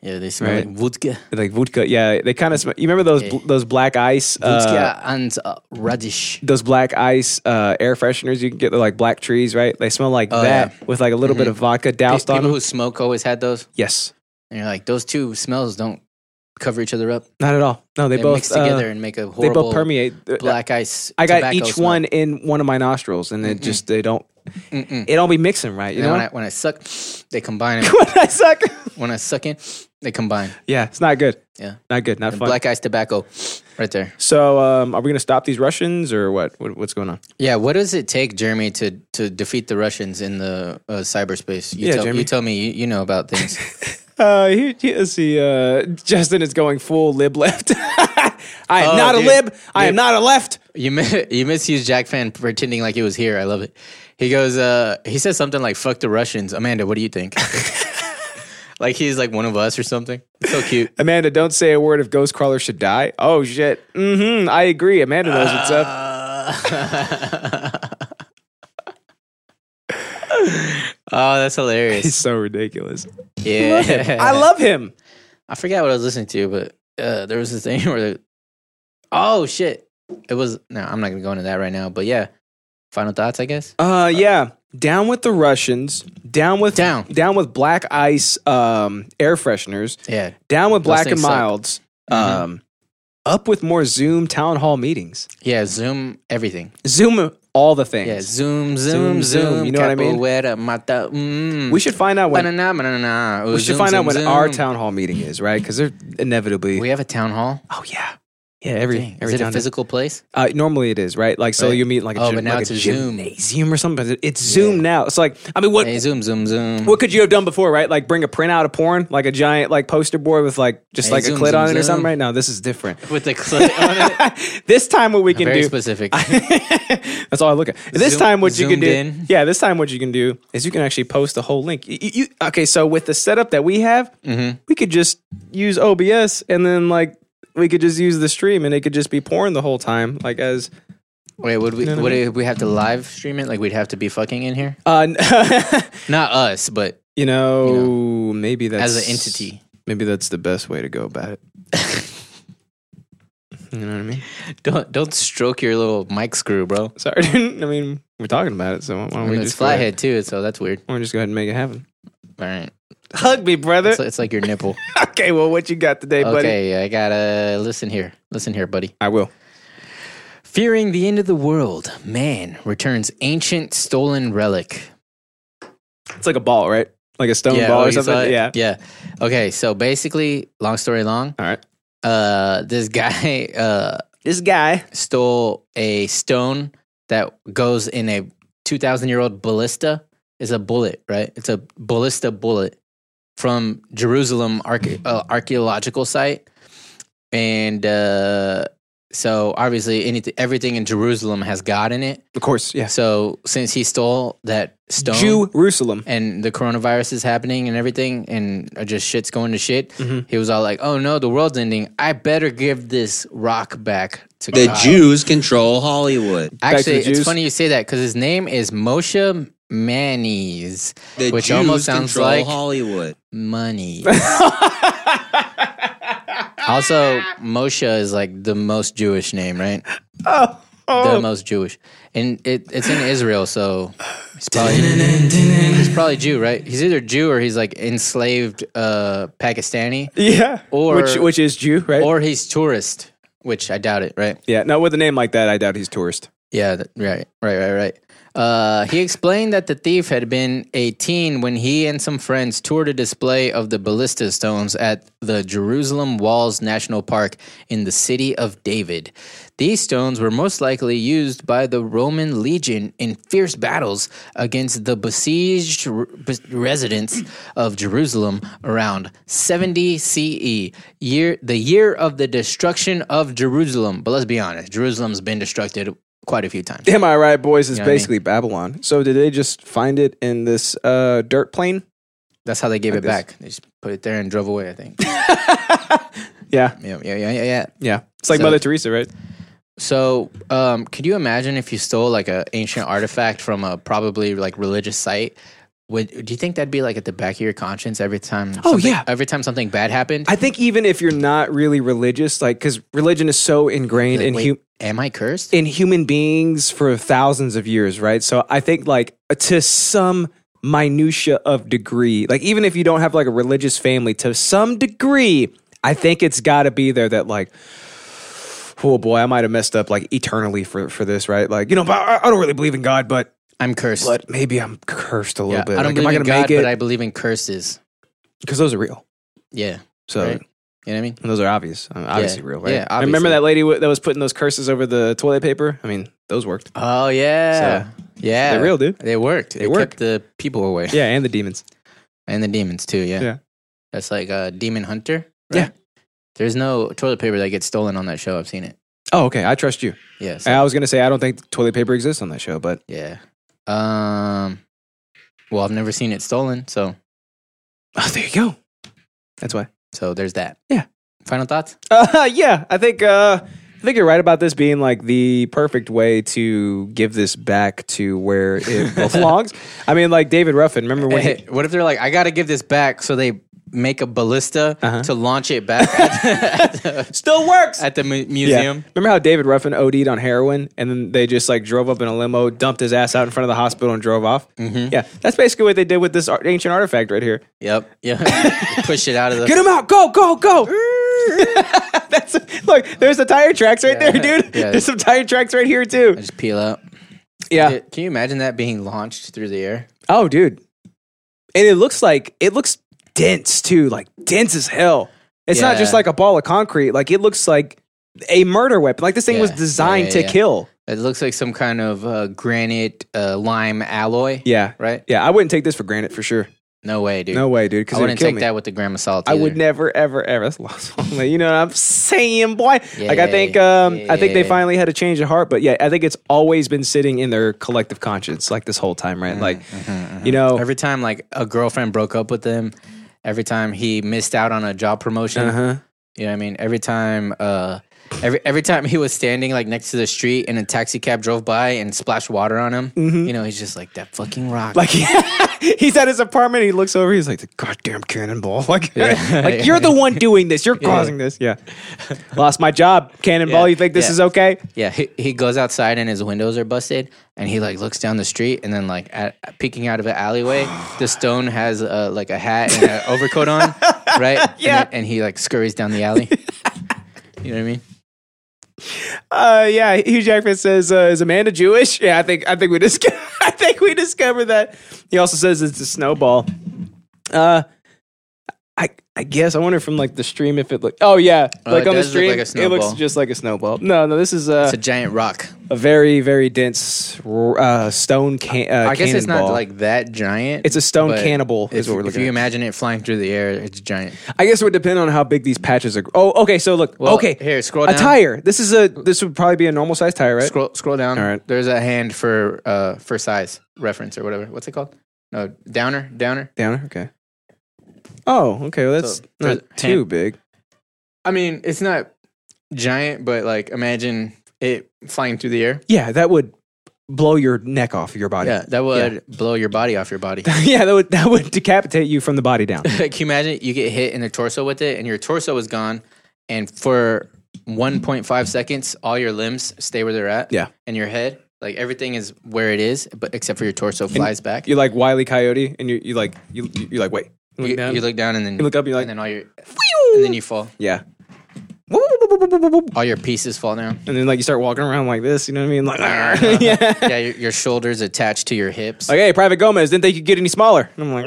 Speaker 1: yeah, they smell
Speaker 2: Right.
Speaker 1: like vodka.
Speaker 2: Like vodka. Yeah, they kind of smell. You remember those
Speaker 1: Yeah.
Speaker 2: bl- those black ice? Uh,
Speaker 1: Vodka and uh, radish.
Speaker 2: those black ice uh, air fresheners you can get. They're like black trees, right? They smell like
Speaker 1: Oh, Mm-hmm.
Speaker 2: that with like a little bit of vodka doused
Speaker 1: People
Speaker 2: on them.
Speaker 1: who smoke always had those,
Speaker 2: yes.
Speaker 1: and you're like, those two smells don't cover each other up.
Speaker 2: Not at all. No, they,
Speaker 1: They,
Speaker 2: both
Speaker 1: mix
Speaker 2: uh,
Speaker 1: together and make a
Speaker 2: they
Speaker 1: horrible
Speaker 2: both permeate. Uh,
Speaker 1: black ice.
Speaker 2: I got
Speaker 1: tobacco
Speaker 2: each
Speaker 1: smell.
Speaker 2: one in one of my nostrils, and it just they don't.
Speaker 1: Mm-mm.
Speaker 2: It don't be mixing right. You
Speaker 1: And
Speaker 2: know
Speaker 1: when I
Speaker 2: what?
Speaker 1: when I suck, they combine.
Speaker 2: *laughs*
Speaker 1: it.
Speaker 2: when I suck.
Speaker 1: when I suck in, they combine.
Speaker 2: yeah, it's not good.
Speaker 1: Yeah,
Speaker 2: Not good. Not
Speaker 1: and
Speaker 2: fun.
Speaker 1: black ice tobacco, right there.
Speaker 2: So, um, are we going to stop these Russians or what? what? What's going on?
Speaker 1: Yeah, what does it take, Jeremy, to to defeat the Russians in the uh, cyberspace? You
Speaker 2: Yeah,
Speaker 1: tell,
Speaker 2: Jeremy.
Speaker 1: you tell me, you, you know about
Speaker 2: *laughs*
Speaker 1: things.
Speaker 2: Uh, he, he, let's see. Uh, Justin is going full lib left. *laughs* I am
Speaker 1: Oh,
Speaker 2: not
Speaker 1: dude.
Speaker 2: a lib. I am not a left.
Speaker 1: you mi- *laughs* you misuse Jack fan pretending like he was here. I love it. He goes, uh, he says something like "fuck the Russians." Amanda, what do you think? *laughs* like he's like one of us or something. It's so
Speaker 2: *laughs*
Speaker 1: cute.
Speaker 2: Amanda, don't say a word if Ghostcrawler should die. Oh shit. Mm-hmm. I agree. Amanda knows what's
Speaker 1: Ah.
Speaker 2: up.
Speaker 1: *laughs* Oh, that's hilarious.
Speaker 2: He's so ridiculous. *laughs*
Speaker 1: Yeah,
Speaker 2: I love him.
Speaker 1: I forgot what I was listening to, but uh, there was this thing *laughs* where, the, oh shit, it was. No, I'm not gonna go into that right now. But yeah, final thoughts, I guess.
Speaker 2: Uh, yeah. Down with the Russians. Down with
Speaker 1: Down.
Speaker 2: Down with black ice um, air fresheners.
Speaker 1: Yeah,
Speaker 2: Down with black and
Speaker 1: things suck. Mm-hmm.
Speaker 2: milds. Um, up with more Zoom town hall meetings.
Speaker 1: yeah. Zoom everything.
Speaker 2: Zoom all the things.
Speaker 1: Yeah, zoom, zoom, zoom.
Speaker 2: Zoom, zoom,
Speaker 1: You know what I mean? Mata, mm.
Speaker 2: We should find out when
Speaker 1: Banana, banana.
Speaker 2: we should
Speaker 1: Zoom,
Speaker 2: find out
Speaker 1: zoom,
Speaker 2: when
Speaker 1: zoom.
Speaker 2: our town hall meeting is, right? Because they're inevitably.
Speaker 1: We have a town hall.
Speaker 2: oh yeah, yeah. Every
Speaker 1: Dang,
Speaker 2: every
Speaker 1: is it
Speaker 2: town.
Speaker 1: a physical place?
Speaker 2: uh, normally it is right. Like so,
Speaker 1: Right.
Speaker 2: you meet like a
Speaker 1: Oh,
Speaker 2: gym-
Speaker 1: but now
Speaker 2: like
Speaker 1: it's
Speaker 2: a
Speaker 1: a Zoom.
Speaker 2: gymnasium or something. but It's Zoom now. It's like I mean, what
Speaker 1: Hey, zoom, zoom, zoom.
Speaker 2: what could you have done before, right? Like bring a printout of porn, like a giant like poster board with like just
Speaker 1: Hey,
Speaker 2: like
Speaker 1: zoom,
Speaker 2: a clit
Speaker 1: zoom,
Speaker 2: on it or
Speaker 1: zoom.
Speaker 2: something. Right now, this is different.
Speaker 1: With the *laughs* clip on it.
Speaker 2: this time, what we can
Speaker 1: Very
Speaker 2: do.
Speaker 1: specific.
Speaker 2: *laughs* That's all I look at. This
Speaker 1: Zoom-
Speaker 2: time, what you can
Speaker 1: zoomed
Speaker 2: do,
Speaker 1: in.
Speaker 2: yeah. This time, what you can do is you can actually post the whole link. You, you- okay? So with the setup that we have,
Speaker 1: Mm-hmm.
Speaker 2: we could just use OBS and then like we could just use the stream and it could just be porn the whole time. Like as
Speaker 1: *laughs* Wait, would we
Speaker 2: no,
Speaker 1: would
Speaker 2: no.
Speaker 1: it- we have to live stream it? Like we'd have to be fucking in here?
Speaker 2: uh, *laughs*
Speaker 1: Not us, but
Speaker 2: you know, maybe that's
Speaker 1: as an entity.
Speaker 2: Maybe that's the best way to go about
Speaker 1: *laughs*
Speaker 2: it. you know what I mean?
Speaker 1: Don't don't stroke your little mic screw, bro.
Speaker 2: Sorry, *laughs* I mean we're talking about it, so why don't
Speaker 1: I mean,
Speaker 2: Oh, we
Speaker 1: it's
Speaker 2: just go ahead-
Speaker 1: flathead too, so that's weird.
Speaker 2: Why don't we just go ahead and make
Speaker 1: *laughs*
Speaker 2: it happen?
Speaker 1: All right,
Speaker 2: Hug me, brother.
Speaker 1: it's, it's like your nipple.
Speaker 2: *laughs* okay, well, what you got today, buddy?
Speaker 1: Okay, I gotta listen here. Listen here, buddy.
Speaker 2: I will.
Speaker 1: Fearing the end of the world, man returns ancient stolen relic.
Speaker 2: It's like a ball, right? Like a stone
Speaker 1: oh,
Speaker 2: ball or
Speaker 1: you saw
Speaker 2: something.
Speaker 1: it?
Speaker 2: Yeah.
Speaker 1: Yeah. Okay, so basically, long story long,
Speaker 2: All right.
Speaker 1: uh, *laughs* this guy uh,
Speaker 2: This guy.
Speaker 1: stole a stone that goes in a 2,000 year old ballista. It's a bullet, right? It's a ballista bullet from Jerusalem arche- uh, archaeological site. And uh, so, obviously, anything, everything in Jerusalem has God in it.
Speaker 2: Of course. Yes.
Speaker 1: So since he stole that stone
Speaker 2: Jerusalem.
Speaker 1: and the coronavirus is happening and everything and just shit's going to shit, he was all like, "Oh no, the world's ending. I better give this rock back to
Speaker 6: The
Speaker 1: God."
Speaker 6: Jews control Hollywood.
Speaker 2: to
Speaker 1: Actually,
Speaker 2: the
Speaker 1: it's
Speaker 2: Jews.
Speaker 1: funny you say that because his name is Moshe Manny's,
Speaker 6: The
Speaker 1: which
Speaker 6: Jews
Speaker 1: almost sounds
Speaker 6: control
Speaker 1: like
Speaker 6: Hollywood.
Speaker 1: money. also, Moshe is like the most Jewish name, right? The most Jewish, and it, it's in Israel, so he's probably he's probably Jew, right? He's either Jew or he's like enslaved uh, Pakistani,
Speaker 2: *laughs* Yeah.
Speaker 1: Or-
Speaker 2: which which is Jew, right?
Speaker 1: or he's tourist, which I doubt it, right?
Speaker 2: yeah. No, with a name like that, I doubt he's tourist. *laughs*
Speaker 1: Yeah, th- right, right, right, right. Uh, he explained that the thief had been 18 when he and some friends toured a display of the ballista stones at the Jerusalem Walls National Park in the city of David. These stones were most likely used by the Roman legion in fierce battles against the besieged r- bes- residents of Jerusalem around 70 CE, year the year of the destruction of Jerusalem. But let's be honest, Jerusalem's been destructed quite a few times.
Speaker 2: Am I right, boys? It's
Speaker 1: You know what I mean?
Speaker 2: basically Babylon. So did they just find it in this uh, dirt plane?
Speaker 1: That's how they gave
Speaker 2: I
Speaker 1: it
Speaker 2: guess.
Speaker 1: back. They just put it there and drove away, I think.
Speaker 2: Yeah.
Speaker 1: yeah, yeah, yeah, yeah, yeah.
Speaker 2: Yeah. It's like
Speaker 1: So-
Speaker 2: Mother Teresa, right?
Speaker 1: So, um, could you imagine if you stole like an ancient artifact from a probably like religious site? Would do you think that'd be like at the back of your conscience every time?
Speaker 2: Oh,
Speaker 1: something-
Speaker 2: yeah.
Speaker 1: every time something bad happened.
Speaker 2: I think even if you're not really religious, like because religion is so ingrained
Speaker 1: Like,
Speaker 2: in
Speaker 1: wait,
Speaker 2: hu-
Speaker 1: am I cursed?
Speaker 2: in human beings for thousands of years, right? So I think like to some minutia of degree, like even if you don't have like a religious family, to some degree, I think it's got to be there that like. Oh boy, I might have messed up like eternally for for this, right? Like you know, but I, I don't really believe in God, but
Speaker 1: I'm cursed.
Speaker 2: but maybe I'm cursed a little
Speaker 1: Yeah,
Speaker 2: bit.
Speaker 1: I don't
Speaker 2: like, am I
Speaker 1: believe in
Speaker 2: gonna
Speaker 1: God,
Speaker 2: make
Speaker 1: but I
Speaker 2: it?
Speaker 1: believe in curses.
Speaker 2: Because those are real,
Speaker 1: Yeah,
Speaker 2: so
Speaker 1: right? you know what I mean.
Speaker 2: and those are obvious, I mean, obviously real, right?
Speaker 1: yeah,
Speaker 2: And Remember
Speaker 1: obviously.
Speaker 2: that lady w- that was putting those curses over the toilet paper? I mean, those worked.
Speaker 1: Oh yeah, yeah.
Speaker 2: They're real, dude.
Speaker 1: They worked. They,
Speaker 2: work.
Speaker 1: kept the people away
Speaker 2: Yeah, and the demons.
Speaker 1: and the demons too. Yeah,
Speaker 2: Yeah.
Speaker 1: That's like a demon hunter.
Speaker 2: Yeah.
Speaker 1: There's no toilet paper that gets stolen on that show. I've seen it.
Speaker 2: Oh, okay. I trust you.
Speaker 1: Yeah. so-
Speaker 2: I was gonna say I don't think toilet paper exists on that show, but
Speaker 1: Yeah. Um. Well, I've never seen it stolen, so
Speaker 2: oh, there you go. That's why.
Speaker 1: so there's that.
Speaker 2: Yeah.
Speaker 1: Final thoughts?
Speaker 2: Uh, *laughs* yeah, I think uh, I think you're right about this being like the perfect way to give this back to where *laughs* it belongs. I mean, like David Ruffin. Remember when? He,
Speaker 1: Hey, what if they're like, I got to give this back, so they make a ballista
Speaker 2: Uh-huh.
Speaker 1: to launch it back *laughs* at, the,
Speaker 2: Still works.
Speaker 1: at the mu-
Speaker 2: yeah.
Speaker 1: museum?
Speaker 2: Remember how David Ruffin OD'd on heroin, and then they just like drove up in a limo, dumped his ass out in front of the hospital, and drove off. Mm-hmm. Yeah, that's basically what they did with this ar- ancient artifact right here.
Speaker 1: Yep. *laughs* Yeah. Push it out of the.
Speaker 2: Get him out! Go! Go! Go! *laughs* That's look. There's the tire tracks right
Speaker 1: Yeah.
Speaker 2: there, dude.
Speaker 1: Yeah.
Speaker 2: There's some tire tracks right here too.
Speaker 1: Just peel out.
Speaker 2: Yeah.
Speaker 1: Dude, Can you imagine that being launched through the air?
Speaker 2: Oh, dude. And it looks like it looks dense too, like dense as hell. It's not just
Speaker 1: Yeah.
Speaker 2: like a ball of concrete. Like it looks like a murder weapon. Like this thing was
Speaker 1: Yeah.
Speaker 2: designed
Speaker 1: Yeah,
Speaker 2: to
Speaker 1: yeah, yeah.
Speaker 2: kill.
Speaker 1: It looks like some kind of uh, granite uh, lime alloy.
Speaker 2: Yeah.
Speaker 1: Right?
Speaker 2: Yeah. I wouldn't take this for granted for sure.
Speaker 1: No way, dude.
Speaker 2: No way, dude. Because
Speaker 1: I
Speaker 2: it would
Speaker 1: wouldn't
Speaker 2: kill
Speaker 1: take
Speaker 2: me.
Speaker 1: that with the gram of salt.
Speaker 2: I
Speaker 1: either.
Speaker 2: would never, ever, ever. That's lost. You know what I'm saying, boy?
Speaker 1: Yeah,
Speaker 2: like I
Speaker 1: yeah,
Speaker 2: think,
Speaker 1: yeah.
Speaker 2: um,
Speaker 1: Yeah,
Speaker 2: I think
Speaker 1: yeah,
Speaker 2: they
Speaker 1: yeah.
Speaker 2: finally had a change of heart. But yeah, I think it's always been sitting in their collective conscience, like this whole time, right? like, you know,
Speaker 1: Mm-hmm, Every time like a girlfriend broke up with him, every time he missed out on a job promotion,
Speaker 2: uh-huh.
Speaker 1: you know what I mean? Every time uh every every time he was standing like next to the street and a taxi cab drove by and splashed water on him, you know, he's just like that fucking rock.
Speaker 2: *laughs* Mm-hmm. like *laughs* he's at his apartment. He looks over. He's like the goddamn cannonball. *laughs* Like,
Speaker 1: *laughs*
Speaker 2: like you're the one doing this. You're causing this. Yeah, *laughs* lost my job, cannonball.
Speaker 1: Yeah,
Speaker 2: You think this
Speaker 1: yeah.
Speaker 2: is okay?
Speaker 1: yeah, he, he goes outside and his windows are busted and he like looks down the street and then like at, peeking out of an
Speaker 2: *sighs*
Speaker 1: alleyway, the stone has uh, like a hat and
Speaker 2: *laughs*
Speaker 1: an overcoat on, right?
Speaker 2: Yeah.
Speaker 1: And, and he like scurries down the
Speaker 2: *laughs*
Speaker 1: alley. you know what I mean?
Speaker 2: Uh, yeah. Hugh Jackman says, uh, "Is Amanda Jewish?" Yeah, I think I think we dis- *laughs* I think we discovered that. He also says it's a snowball. Uh, I I guess I wonder from like the stream if it looked. Oh yeah,
Speaker 1: Oh,
Speaker 2: like
Speaker 1: it
Speaker 2: on the
Speaker 1: does look
Speaker 2: stream,
Speaker 1: like a
Speaker 2: it looks
Speaker 1: snowball.
Speaker 2: just like a snowball. No, no, this is uh,
Speaker 1: It's a giant rock.
Speaker 2: a very very dense uh, stone can. Uh,
Speaker 1: I guess it's not
Speaker 2: cannonball.
Speaker 1: like that giant.
Speaker 2: It's a stone
Speaker 1: but
Speaker 2: cannibal
Speaker 1: If,
Speaker 2: is what we're
Speaker 1: if
Speaker 2: looking
Speaker 1: you
Speaker 2: at.
Speaker 1: imagine it flying through the air, it's giant.
Speaker 2: I guess it would depend on how big these patches are. Oh, okay. So look.
Speaker 1: Well,
Speaker 2: okay.
Speaker 1: here, scroll
Speaker 2: a
Speaker 1: down.
Speaker 2: tire. This is a. This would probably be a normal size tire, right?
Speaker 1: Scroll, scroll down.
Speaker 2: All right.
Speaker 1: There's a hand for uh for size reference or whatever. What's it called? No, downer, downer.
Speaker 2: Down. Okay. Oh, okay. Well, that's
Speaker 1: So,
Speaker 2: not
Speaker 1: there's-
Speaker 2: too
Speaker 1: hand-
Speaker 2: big.
Speaker 1: I mean, it's not giant, but like imagine it flying through the air.
Speaker 2: Yeah, that would blow your neck off your body.
Speaker 1: Yeah, that would blow your body off your body. Can
Speaker 2: *laughs* yeah, that would that would decapitate you from the body *laughs* down.
Speaker 1: you imagine you get hit in the torso with it and your torso is gone and for 1.5 seconds all your limbs stay where they're at.
Speaker 2: Yeah.
Speaker 1: And your head, like everything is where it is, but except for your torso flies back.
Speaker 2: You're like Wiley Coyote, and you you like you you like wait.
Speaker 1: You, you
Speaker 2: down.
Speaker 1: look, down and then
Speaker 2: look up, you're like-
Speaker 1: and then all your and then you fall.
Speaker 2: yeah. Whoop, whoop, whoop, whoop, whoop, whoop, whoop.
Speaker 1: All your pieces fall
Speaker 2: *laughs*
Speaker 1: down.
Speaker 2: And then like you start walking around like this, you know what I mean? Like, *laughs* yeah.
Speaker 1: yeah, your, your shoulders attached to your hips.
Speaker 2: like hey, Private Gomez, didn't think you'd get any smaller. And I'm like,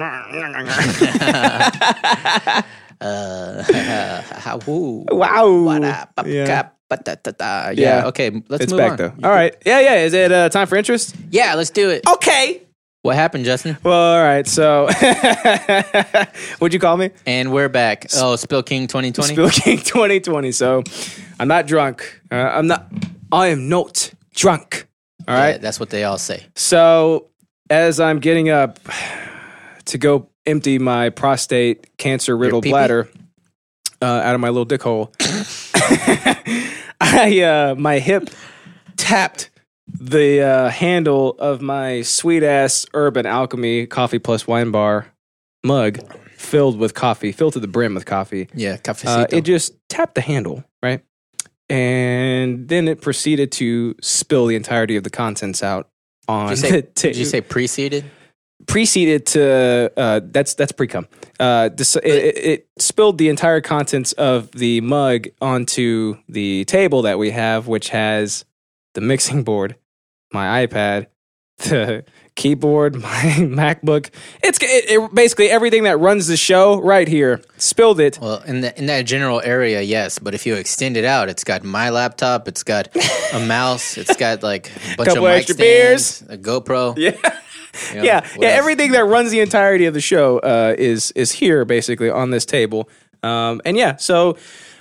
Speaker 1: Ah, woo.
Speaker 2: wow.
Speaker 1: Yeah.
Speaker 2: Yeah.
Speaker 1: yeah.
Speaker 2: Yeah.
Speaker 1: Okay. Let's
Speaker 2: It's
Speaker 1: move
Speaker 2: back
Speaker 1: on.
Speaker 2: though. All right. Yeah, yeah. Is it uh, time for interest?
Speaker 1: Yeah. Let's do it.
Speaker 2: Okay.
Speaker 1: What happened, Justin?
Speaker 2: Well, all right. So, *laughs* what'd you call me?
Speaker 1: And we're back. Oh, Spill King 2020.
Speaker 2: *laughs* Spill King 2020. So, I'm not drunk. Uh, I'm not. I am not drunk. All
Speaker 1: Yeah,
Speaker 2: right.
Speaker 1: that's what they all say.
Speaker 2: So, as I'm getting up to go empty my prostate cancer riddled
Speaker 1: pee-pee?
Speaker 2: bladder uh, out of my little dick hole, *coughs* I uh, my hip tapped the uh, handle of my sweet ass Urban Alchemy coffee plus wine bar mug filled with coffee, filled to the brim with coffee.
Speaker 1: Yeah.
Speaker 2: Uh,
Speaker 1: Cafecito.
Speaker 2: it just tapped the handle, right? And then it proceeded to spill the entirety of the contents out on
Speaker 1: did, you say,
Speaker 2: *laughs* the ta-
Speaker 1: did you say preceded?
Speaker 2: preceded to uh, that's that's pre cum. Uh, this- it, it, it spilled the entire contents of the mug onto the table that we have, which has the mixing board, my iPad, *laughs* the keyboard, my *laughs* MacBook. It's it, it, basically everything that runs the show right here. Spilled it.
Speaker 1: Well, in the, in that general area, yes. But if you extend it out, it's got my laptop. It's got a mouse. It's got like a bunch
Speaker 2: Couple
Speaker 1: of mic
Speaker 2: extra
Speaker 1: stands, a GoPro.
Speaker 2: Yeah.
Speaker 1: you know,
Speaker 2: yeah,
Speaker 1: what
Speaker 2: yeah.
Speaker 1: else?
Speaker 2: Everything that runs the entirety of the show uh, is is here basically on this table, um, and yeah. So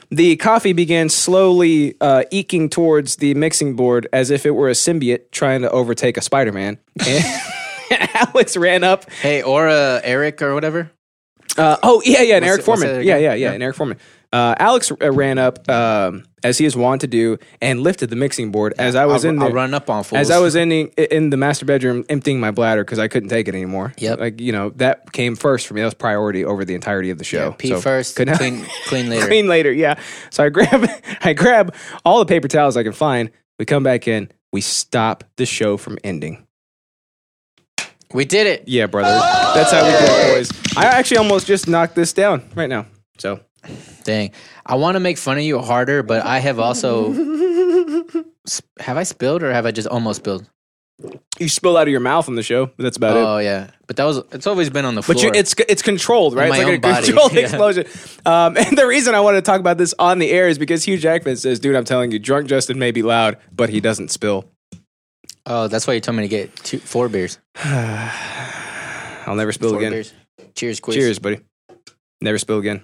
Speaker 2: the coffee began slowly uh, eking towards the mixing board as if it were a symbiote trying to overtake a Spider Man. *laughs* Alex ran up.
Speaker 1: Hey, or uh, Eric or whatever.
Speaker 2: Uh, oh yeah, yeah, and
Speaker 1: What's
Speaker 2: Eric
Speaker 1: it- what's that
Speaker 2: Foreman.
Speaker 1: again?
Speaker 2: Yeah, yeah, yeah, and Eric Foreman. Uh, Alex uh, ran up um, as he is wont to do and lifted the mixing board as I was
Speaker 1: I'll,
Speaker 2: in
Speaker 1: I'll
Speaker 2: there.
Speaker 1: run up on fools.
Speaker 2: As I was ending in the master bedroom, emptying my bladder because I couldn't take it anymore.
Speaker 1: Yep.
Speaker 2: Like you know, that came first for me. That was priority over the entirety of the
Speaker 1: Yeah,
Speaker 2: show.
Speaker 1: pee
Speaker 2: So,
Speaker 1: first,
Speaker 2: couldn't-
Speaker 1: clean, clean later.
Speaker 2: *laughs* clean later. Yeah. So I grab, *laughs* I grab all the paper towels I can find. We come back in. We stop the show from ending.
Speaker 1: We did it.
Speaker 2: Yeah, brother. That's how we do it, boys. I actually almost just knocked this down right now. So
Speaker 1: Dang. I want to make fun of you harder, but I have also. Sp- have I spilled or have I just almost spilled?
Speaker 2: you spill out of your mouth on the show. But that's about it.
Speaker 1: Oh, yeah. But that was. It's always been on the floor.
Speaker 2: But you, it's it's controlled, right?
Speaker 1: my
Speaker 2: It's like
Speaker 1: own
Speaker 2: a *laughs*
Speaker 1: body, *laughs*
Speaker 2: controlled
Speaker 1: yeah.
Speaker 2: explosion. Um, *laughs* and the reason I want to talk about this on the air is because Hugh Jackman says, "Dude, I'm telling you, drunk Justin may be loud, but he doesn't spill."
Speaker 1: oh, that's why you told me to get two, four beers.
Speaker 2: I'll never spill
Speaker 1: Four
Speaker 2: again.
Speaker 1: beers. Cheers, quiz.
Speaker 2: Cheers, buddy. Never spill again.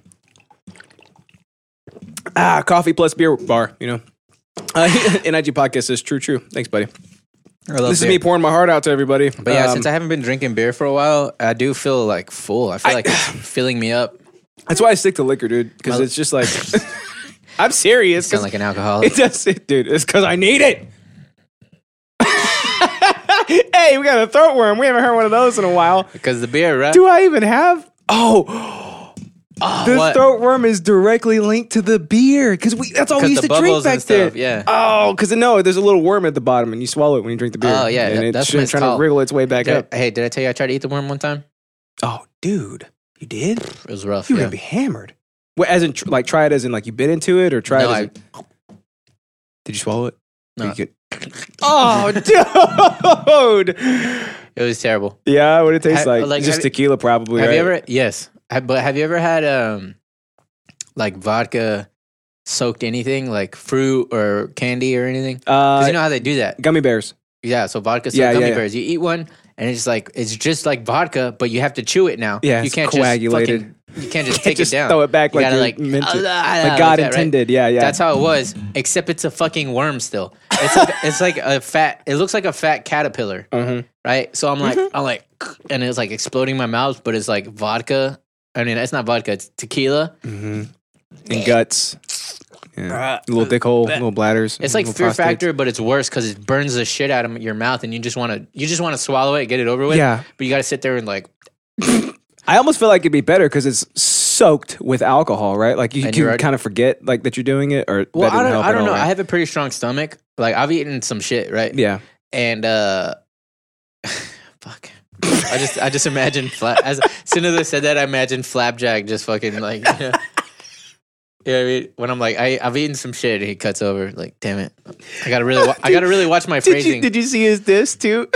Speaker 2: Ah, coffee plus beer bar. You know, uh, *laughs* NIG podcast says true, true. Thanks, buddy.
Speaker 1: I love
Speaker 2: this
Speaker 1: beer.
Speaker 2: is me pouring my heart out to everybody.
Speaker 1: But yeah,
Speaker 2: Um,
Speaker 1: since I haven't been drinking beer for a while, I do feel like full. I feel like
Speaker 2: *coughs*
Speaker 1: it's filling me up.
Speaker 2: that's why I stick to liquor, dude, because
Speaker 1: My-
Speaker 2: it's
Speaker 1: *laughs*
Speaker 2: just like *laughs* I'm serious. 'cause-
Speaker 1: Sound like an alcoholic.
Speaker 2: It does it, dude. *laughs* It's because I need it. *laughs* hey, we got a throat worm. We haven't heard one of those in a while.
Speaker 1: Because the beer, right?
Speaker 2: Do I even have? Oh,
Speaker 1: *gasps*
Speaker 2: the
Speaker 1: Uh, what?
Speaker 2: throat worm is directly linked to the beer because we—that's all we
Speaker 1: 'Cause
Speaker 2: used
Speaker 1: the
Speaker 2: to drink
Speaker 1: bubbles
Speaker 2: back
Speaker 1: and stuff,
Speaker 2: there.
Speaker 1: yeah.
Speaker 2: Oh, because no, there's a little worm at the bottom, and you swallow it when you drink the beer.
Speaker 1: Oh, yeah, that-
Speaker 2: and
Speaker 1: that's
Speaker 2: it's
Speaker 1: what
Speaker 2: trying
Speaker 1: it's called.
Speaker 2: to wriggle its way back
Speaker 1: Did I-
Speaker 2: up.
Speaker 1: hey, did I tell you I tried to eat the worm one time?
Speaker 2: Oh, dude, you did?
Speaker 1: It was rough.
Speaker 2: You were
Speaker 1: yeah.
Speaker 2: gonna be hammered. Well, as in, tr- like, try it as in, like, you bit into it, or try
Speaker 1: No,
Speaker 2: it as
Speaker 1: I-
Speaker 2: in, did you swallow it?
Speaker 1: No.
Speaker 2: You *laughs* get-
Speaker 1: *laughs*
Speaker 2: oh, dude.
Speaker 1: It was terrible.
Speaker 2: Yeah, what it tastes
Speaker 1: Ha-
Speaker 2: like.
Speaker 1: like,
Speaker 2: Just
Speaker 1: have-
Speaker 2: tequila, probably.
Speaker 1: Have
Speaker 2: right?
Speaker 1: you ever? Yes, have, but have you ever had um, like vodka soaked anything, like fruit or candy or anything?
Speaker 2: Uh,
Speaker 1: Because you know how they do that.
Speaker 2: gummy bears.
Speaker 1: Yeah, so vodka soaked
Speaker 2: Yeah, yeah,
Speaker 1: gummy
Speaker 2: yeah.
Speaker 1: bears. You eat one, and it's like it's just like vodka, but you have to chew it now.
Speaker 2: Yeah,
Speaker 1: you
Speaker 2: it's coagulated.
Speaker 1: Just fucking, you
Speaker 2: *laughs*
Speaker 1: can't just take
Speaker 2: Just
Speaker 1: it down.
Speaker 2: throw it back
Speaker 1: You
Speaker 2: like
Speaker 1: gotta
Speaker 2: you
Speaker 1: like,
Speaker 2: meant it.
Speaker 1: "Ah, ah, ah,"
Speaker 2: Like
Speaker 1: like
Speaker 2: God
Speaker 1: that, right?
Speaker 2: intended. Yeah, yeah.
Speaker 1: That's how it was, except it's a fucking worm still. It's
Speaker 2: *laughs*
Speaker 1: like, it's like a fat. It looks like a fat caterpillar,
Speaker 2: Mm-hmm.
Speaker 1: right? So I'm like, I'm like, *clears throat* and it's like exploding my mouth, but it's like vodka. I mean, it's not vodka. It's tequila.
Speaker 2: and guts. Yeah. little dick hole, little bladders.
Speaker 1: Uh, It's like
Speaker 2: little
Speaker 1: Fear
Speaker 2: prostates.
Speaker 1: Factor, but it's worse because it burns the shit out of your mouth, and you just want to you just want to swallow it, get it over with.
Speaker 2: Yeah.
Speaker 1: but you got to sit there and like
Speaker 2: I almost feel like it'd be better because it's soaked with alcohol, right? Like you
Speaker 1: And
Speaker 2: can
Speaker 1: you're already-
Speaker 2: kind of forget like that you're doing it, or
Speaker 1: Well,
Speaker 2: that didn't
Speaker 1: I don't,
Speaker 2: help
Speaker 1: I
Speaker 2: at
Speaker 1: don't
Speaker 2: all,
Speaker 1: know.
Speaker 2: right?
Speaker 1: I have a pretty strong stomach. Like I've eaten some shit, right?
Speaker 2: yeah,
Speaker 1: And uh *sighs* fuck. I just I just imagined fla- as, as soon as I said that I imagined flapjack just fucking like Yeah, I mean? When I'm like I I've eaten some shit and he cuts over like damn it. I got to really wa- I got to really watch my
Speaker 2: *laughs* Did you,
Speaker 1: phrasing.
Speaker 2: did you see his diss too?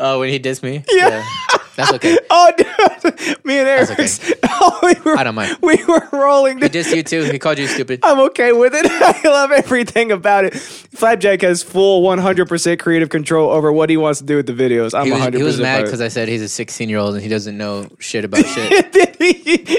Speaker 1: Oh, when he dissed me? Yeah. That's okay.
Speaker 2: *laughs* oh, no. me and Eric. *laughs*
Speaker 1: That's
Speaker 2: Oh, we were,
Speaker 1: I don't mind.
Speaker 2: We were rolling.
Speaker 1: He dissed you too. He called you stupid.
Speaker 2: I'm okay with it. *laughs* I love everything about it. Flapjack has full 100% creative control over what he wants to do with the videos. I'm
Speaker 1: He was,
Speaker 2: 100%
Speaker 1: he was mad
Speaker 2: about it. *laughs*
Speaker 1: because I said he's a 16 year old and he doesn't know shit about shit.
Speaker 2: he,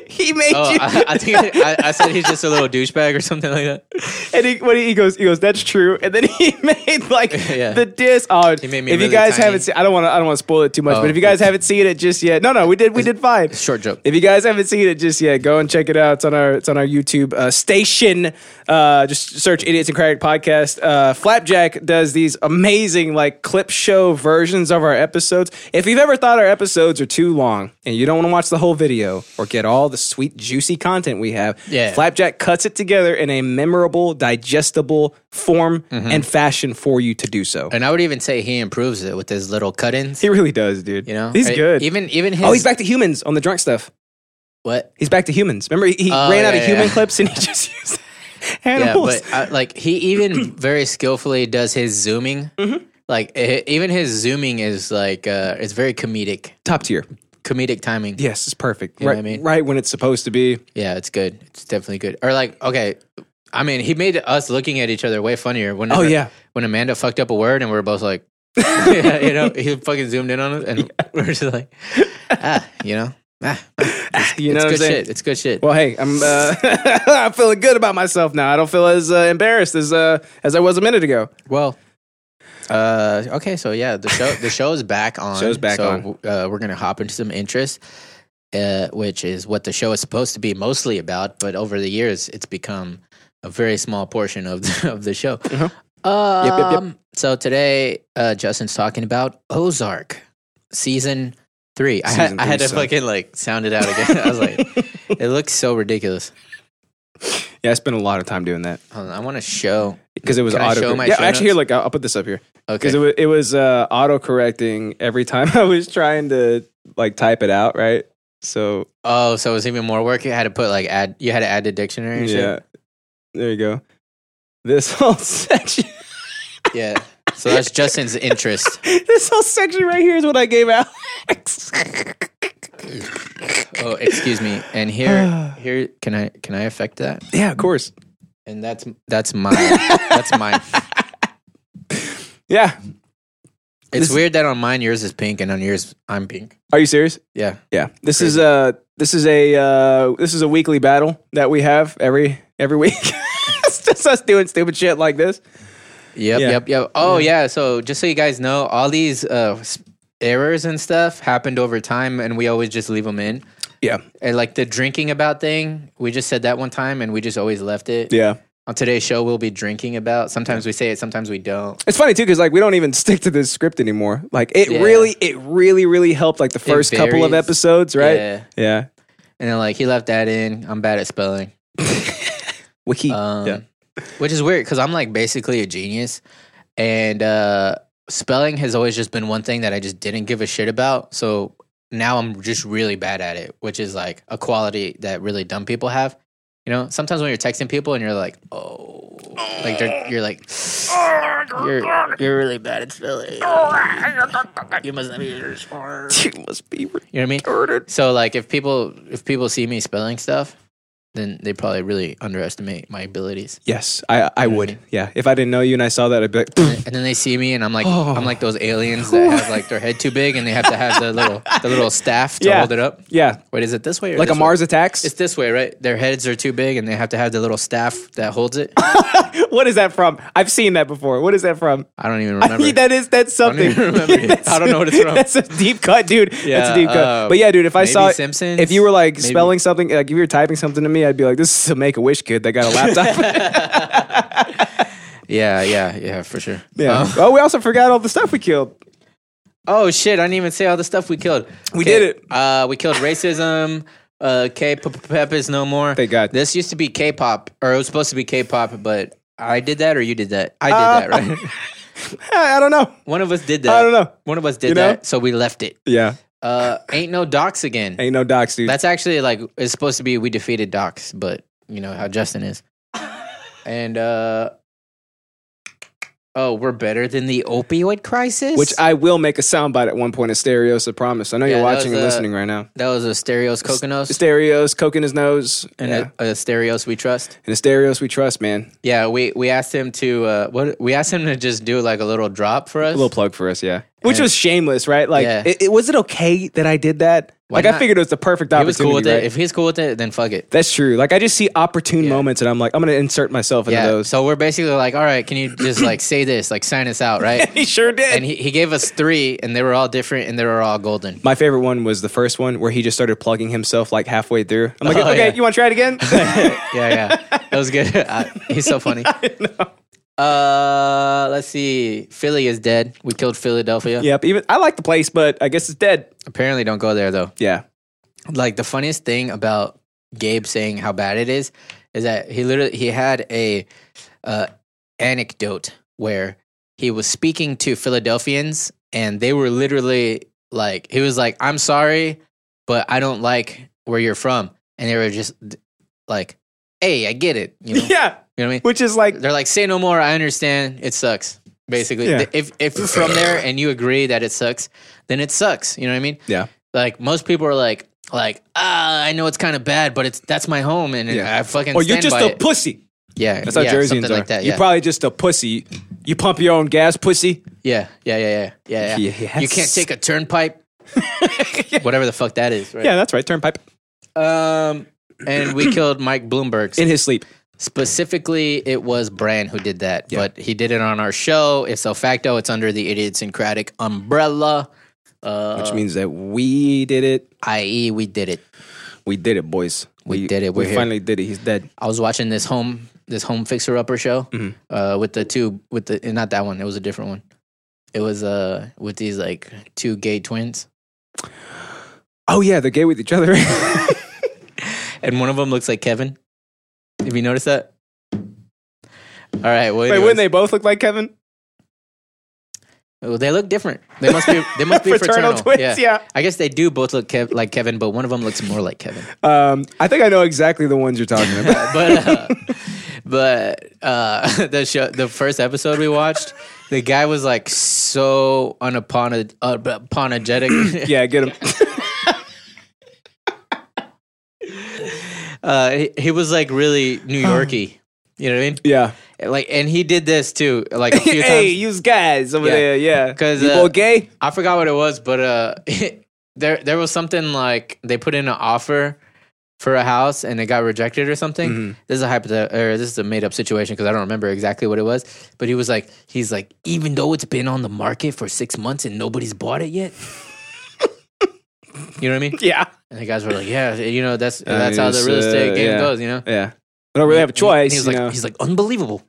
Speaker 2: he made
Speaker 1: Oh,
Speaker 2: you.
Speaker 1: I, I think I, I said he's just a little douchebag or something like that.
Speaker 2: and he, when he, he goes, he goes, that's true. And then he *laughs* made like
Speaker 1: *laughs* Yeah.
Speaker 2: the disc. Oh,
Speaker 1: made me
Speaker 2: if you
Speaker 1: really
Speaker 2: guys
Speaker 1: tiny.
Speaker 2: haven't seen, I don't want to, I don't want to spoil it too much.
Speaker 1: Oh,
Speaker 2: but if you guys haven't seen it just yet, no, no, we did, we did fine.
Speaker 1: Short joke.
Speaker 2: If you guys haven't seen it just yet, go and check it out. It's on our it's on our YouTube uh, station. Uh, just search "Idiots and Crack" podcast. Uh, Flapjack does these amazing like clip show versions of our episodes. If you've ever thought our episodes are too long and you don't want to watch the whole video or get all the sweet juicy content we have,
Speaker 1: Yeah.
Speaker 2: Flapjack cuts it together in a memorable, digestible form and fashion for you to do so.
Speaker 1: Mm-hmm. And I would even say he improves it with his little cut-ins.
Speaker 2: he really does, dude.
Speaker 1: you know,
Speaker 2: he's
Speaker 1: Uh,
Speaker 2: good.
Speaker 1: Even even his
Speaker 2: oh, he's back to humans on the drunk stuff.
Speaker 1: what?
Speaker 2: He's back to humans. Remember, he, he
Speaker 1: Oh,
Speaker 2: ran out
Speaker 1: yeah,
Speaker 2: of human
Speaker 1: yeah.
Speaker 2: clips and he *laughs* just used
Speaker 1: *laughs* Yeah,
Speaker 2: animals.
Speaker 1: but uh like he
Speaker 2: *clears throat*
Speaker 1: even very skillfully does his zooming.
Speaker 2: Mm-hmm.
Speaker 1: Like i even his zooming is like uh it's very comedic,
Speaker 2: Top tier.
Speaker 1: comedic timing. Yeah,
Speaker 2: Yes, it's perfect.
Speaker 1: You know
Speaker 2: right,
Speaker 1: what I mean?
Speaker 2: right when it's supposed to be.
Speaker 1: it's good. It's definitely good. Or like okay, I mean he made us looking at each other way funnier when
Speaker 2: Oh, yeah.
Speaker 1: when Amanda fucked up a word and we were both
Speaker 2: *laughs*
Speaker 1: like. *laughs* yeah, you know, he fucking zoomed in on us, and we *laughs* we're just like, ah, you
Speaker 2: *laughs*
Speaker 1: know, ah,
Speaker 2: You
Speaker 1: it's
Speaker 2: know what I'm
Speaker 1: good
Speaker 2: saying?
Speaker 1: shit. It's good shit.
Speaker 2: Well, hey, I'm uh, *laughs* I'm feeling good about myself now. I don't feel as uh, embarrassed as uh, as I was a minute ago.
Speaker 1: Well, uh, okay, so yeah, the show the show is back
Speaker 2: *laughs*
Speaker 1: on.
Speaker 2: Show's back
Speaker 1: so, Uh, we're gonna hop into some interest, uh, which is what the show is supposed to be mostly about. But over the years, it's become a very small portion of the, *laughs* of the show. Um, *laughs*
Speaker 2: Yep, yep, yep.
Speaker 1: So today, uh, Justin's talking about Ozark season three. I, had
Speaker 2: Season
Speaker 1: I had
Speaker 2: three
Speaker 1: to
Speaker 2: sucked.
Speaker 1: fucking like sound it out again. I was like,
Speaker 2: *laughs*
Speaker 1: it looks so ridiculous.
Speaker 2: Yeah, I spent a lot of time doing that
Speaker 1: Hold on, I want to show.
Speaker 2: because it was
Speaker 1: Can I
Speaker 2: auto.
Speaker 1: show my
Speaker 2: yeah,
Speaker 1: show
Speaker 2: actually,
Speaker 1: notes?
Speaker 2: here, look, I'll, I'll put this up here
Speaker 1: Okay,
Speaker 2: because it was, it was uh, auto correcting every time *laughs* I was trying to like type it out. Right, so
Speaker 1: Oh, so it was even more work. You had to put like add. You had to add the dictionary. And
Speaker 2: yeah, there you go. This *laughs* whole section.
Speaker 1: Shit? Yeah. So that's Justin's interest. *laughs*
Speaker 2: this whole section right here is what I gave Alex.
Speaker 1: Oh, excuse me. And *sighs* here, here, can I can I affect that?
Speaker 2: yeah, of course.
Speaker 1: And that's *laughs* that's mine. That's mine.
Speaker 2: Yeah.
Speaker 1: It's weird that on mine yours is pink and on yours I'm pink.
Speaker 2: Are you serious?
Speaker 1: Yeah.
Speaker 2: Yeah. This is uh this is a uh this is a weekly battle that we have every every week. *laughs* it's just us doing stupid shit like this.
Speaker 1: Yep.
Speaker 2: Yeah.
Speaker 1: Yep. Yep. Oh yeah. So just so you guys know, all these uh, s- errors and stuff happened over time, and we always just leave them in.
Speaker 2: Yeah.
Speaker 1: And like the drinking about thing, we just said that one time, and we just always left it.
Speaker 2: Yeah.
Speaker 1: On today's show, we'll be drinking about. Sometimes we say it, sometimes we don't.
Speaker 2: It's funny too cuz like we don't even stick to this script anymore. Like it
Speaker 1: Yeah.
Speaker 2: really it really really helped like the first couple of
Speaker 1: varies.
Speaker 2: episodes, right?
Speaker 1: Yeah.
Speaker 2: Yeah.
Speaker 1: And then like he left that in. I'm bad at spelling.
Speaker 2: Wiki.
Speaker 1: Um,
Speaker 2: yeah.
Speaker 1: Which is weird because I'm like basically a genius, and uh, spelling has always just been one thing that I just didn't give a shit about. So now I'm just really bad at it, which is like a quality that really dumb people have. You know, sometimes when you're texting people and you're like, oh, like they're, you're like, you're, you're really bad at spelling. You must be, you must be, you know what I mean? So like, if people if people see me spelling stuff, then they probably really underestimate my abilities.
Speaker 2: Yes, I I would. Yeah. If I didn't know you and I saw that I'd be like *laughs*
Speaker 1: And then they see me, and I'm like, I'm like those aliens that have like their head too big, and they have to have the little the little staff to
Speaker 2: Yeah.
Speaker 1: hold it up.
Speaker 2: Yeah,
Speaker 1: Wait, is it this way? Or
Speaker 2: like a
Speaker 1: this way?
Speaker 2: Mars attacks.
Speaker 1: It's this way, right? Their heads are too big, and they have to have the little staff that holds it.
Speaker 2: *laughs* what is that from? I've seen that before. What is that from?
Speaker 1: I don't even
Speaker 2: I
Speaker 1: remember.
Speaker 2: mean, *laughs* that is that's
Speaker 1: don't even
Speaker 2: something.
Speaker 1: remember. I don't know what it's from.
Speaker 2: *laughs* That's a deep cut, dude. that's a
Speaker 1: Yeah,
Speaker 2: deep cut.
Speaker 1: uh,
Speaker 2: but yeah, dude, if I
Speaker 1: maybe
Speaker 2: saw
Speaker 1: Simpsons?
Speaker 2: if you were like
Speaker 1: Maybe.
Speaker 2: spelling something, like if you were typing something to me, I'd be like, "This is a Make a Wish kid that got
Speaker 1: *laughs*
Speaker 2: a laptop." *laughs*
Speaker 1: yeah, yeah, yeah, for sure.
Speaker 2: yeah.
Speaker 1: Uh,
Speaker 2: oh, we also forgot all the stuff we killed.
Speaker 1: oh shit! I didn't even say all the stuff we killed.
Speaker 2: We
Speaker 1: Okay,
Speaker 2: did it.
Speaker 1: Uh, we killed racism. Uh, K pop is no more.
Speaker 2: Thank God.
Speaker 1: This used to be K-pop, or it was supposed to be K-pop, but I did that, or you did that. I did that, right?
Speaker 2: Um, *laughs* I, I don't know.
Speaker 1: One of us did that.
Speaker 2: I don't know.
Speaker 1: One of us did
Speaker 2: You know?
Speaker 1: that, so we left it.
Speaker 2: Yeah,
Speaker 1: Uh, ain't no docs again.
Speaker 2: ain't no docs, dude.
Speaker 1: That's actually like it's supposed to be we defeated Docs, but you know how Justin is. and uh oh, we're better than the opioid crisis,
Speaker 2: Which I will make a soundbite at one point of Stereos. I promise. I know
Speaker 1: Yeah,
Speaker 2: you're
Speaker 1: that
Speaker 2: watching
Speaker 1: was,
Speaker 2: and
Speaker 1: uh,
Speaker 2: listening right now.
Speaker 1: that was a stereos coconuts
Speaker 2: Stereos, coke in his nose,
Speaker 1: and
Speaker 2: yeah.
Speaker 1: a, a stereos we trust.
Speaker 2: and the Stereos we trust, man.
Speaker 1: Yeah, we we asked him to uh what we asked him to just do like a little drop for us.
Speaker 2: A little plug for us, yeah. Which
Speaker 1: And-
Speaker 2: was shameless, right? Like,
Speaker 1: Yeah.
Speaker 2: it, it- was it okay that I did that?
Speaker 1: Why
Speaker 2: like, I
Speaker 1: not?
Speaker 2: figured it was the perfect
Speaker 1: he
Speaker 2: opportunity.
Speaker 1: was cool with
Speaker 2: right?
Speaker 1: it. If he's cool with it, then fuck it.
Speaker 2: That's true. Like, I just see opportune moments, and I'm like, I'm gonna insert myself into
Speaker 1: Yeah.
Speaker 2: those.
Speaker 1: So we're basically like, all right, can you just like say this, like sign us out,
Speaker 2: *laughs*
Speaker 1: right?
Speaker 2: *laughs* he sure did.
Speaker 1: and he, he gave us three, and they were all different, and they were all golden.
Speaker 2: my favorite one was the first one where he just started plugging himself like halfway through. I'm like,
Speaker 1: Oh,
Speaker 2: okay,
Speaker 1: yeah.
Speaker 2: you want to try it
Speaker 1: *laughs*
Speaker 2: again?
Speaker 1: yeah, yeah. That was good. *laughs* Uh, he's so funny. Uh, let's see. Philly is dead. We killed Philadelphia.
Speaker 2: *laughs* yep. Even I like the place, but I guess it's dead.
Speaker 1: Apparently, don't go there though.
Speaker 2: Yeah.
Speaker 1: Like the funniest thing about Gabe saying how bad it is is that he literally he had a uh, anecdote where he was speaking to Philadelphians and they were literally like he was like I'm sorry, but I don't like where you're from, and they were just like, Hey, I get it. You know, you
Speaker 2: *laughs* *laughs* Yeah.
Speaker 1: know what I mean?
Speaker 2: Which is like,
Speaker 1: they're like, say no more. I understand. It sucks. Basically,
Speaker 2: Yeah.
Speaker 1: if if you're from there and you agree that it sucks, then it sucks. You know what I mean?
Speaker 2: yeah.
Speaker 1: Like most people are like, like ah, I know it's kind of bad, but it's that's my home, and
Speaker 2: Yeah.
Speaker 1: I fucking
Speaker 2: Or
Speaker 1: stand
Speaker 2: you're just
Speaker 1: by
Speaker 2: a
Speaker 1: it.
Speaker 2: pussy.
Speaker 1: yeah,
Speaker 2: That's how
Speaker 1: yeah,
Speaker 2: Jerseyans
Speaker 1: something
Speaker 2: are.
Speaker 1: like that.
Speaker 2: You're
Speaker 1: Yeah,
Speaker 2: probably just a pussy. You pump your own gas, pussy.
Speaker 1: yeah, yeah, yeah, yeah, yeah. yeah.
Speaker 2: Yes.
Speaker 1: You can't take a
Speaker 2: *laughs*
Speaker 1: turnpike, whatever the fuck that is,
Speaker 2: Yeah,
Speaker 1: right?
Speaker 2: that's right. Turnpike
Speaker 1: Um, and we killed Mike Bloomberg.
Speaker 2: in his sleep.
Speaker 1: Specifically, it was Bran who did that, but he did it on our show. It's so facto. It's under the idiosyncratic umbrella, uh,
Speaker 2: which means that we did it.
Speaker 1: i.e., we did it.
Speaker 2: We did it, boys.
Speaker 1: We did it. We're
Speaker 2: we
Speaker 1: here.
Speaker 2: finally did it. He's dead.
Speaker 1: I was watching this home this home fixer upper show
Speaker 2: Mm-hmm.
Speaker 1: uh, with the two with the and not that one. It was a different one. It was uh with these like two gay twins,
Speaker 2: Oh yeah, they're gay with each other. *laughs*
Speaker 1: and one of them looks like Kevin. Have you noticed that? All right. Well,
Speaker 2: Wait,
Speaker 1: anyways.
Speaker 2: wouldn't they both look like Kevin?
Speaker 1: Well, they look different. They must be. They must be
Speaker 2: *laughs* Fraternal
Speaker 1: fraternal,
Speaker 2: twins, yeah.
Speaker 1: I guess they do both look Kev- like Kevin, but one of them looks more like Kevin.
Speaker 2: Um, I think I know exactly the ones you're talking about.
Speaker 1: But uh, *laughs* but uh, *laughs* the show, the first episode we watched, the guy was like so unapolog- uh, apologetic.
Speaker 2: *laughs* *clears throat* yeah, get him.
Speaker 1: Uh, he, he was like really New
Speaker 2: Uh.
Speaker 1: Yorky. You know what I mean?
Speaker 2: yeah.
Speaker 1: Like, and he did this too, like a few
Speaker 2: *laughs* Hey,
Speaker 1: times.
Speaker 2: you guys over
Speaker 1: Yeah.
Speaker 2: there. Yeah,
Speaker 1: 'Cause,
Speaker 2: you
Speaker 1: uh,
Speaker 2: both gay.
Speaker 1: I forgot what it was, but uh, *laughs* there there was something like they put in an offer for a house and it got rejected or something.
Speaker 2: Mm-hmm.
Speaker 1: This is a hypothet- or this is a made up situation because I don't remember exactly what it was. But he was like, he's like, even though it's been on the market for six months and nobody's bought it
Speaker 2: *laughs*
Speaker 1: yet. you know what I mean?
Speaker 2: Yeah,
Speaker 1: And the guys were like, yeah, you know that's that's how the
Speaker 2: it's,
Speaker 1: real estate
Speaker 2: uh,
Speaker 1: game
Speaker 2: yeah.
Speaker 1: goes. You know,
Speaker 2: yeah. I don't really have a choice.
Speaker 1: He was
Speaker 2: you
Speaker 1: like,
Speaker 2: know?
Speaker 1: he's like unbelievable.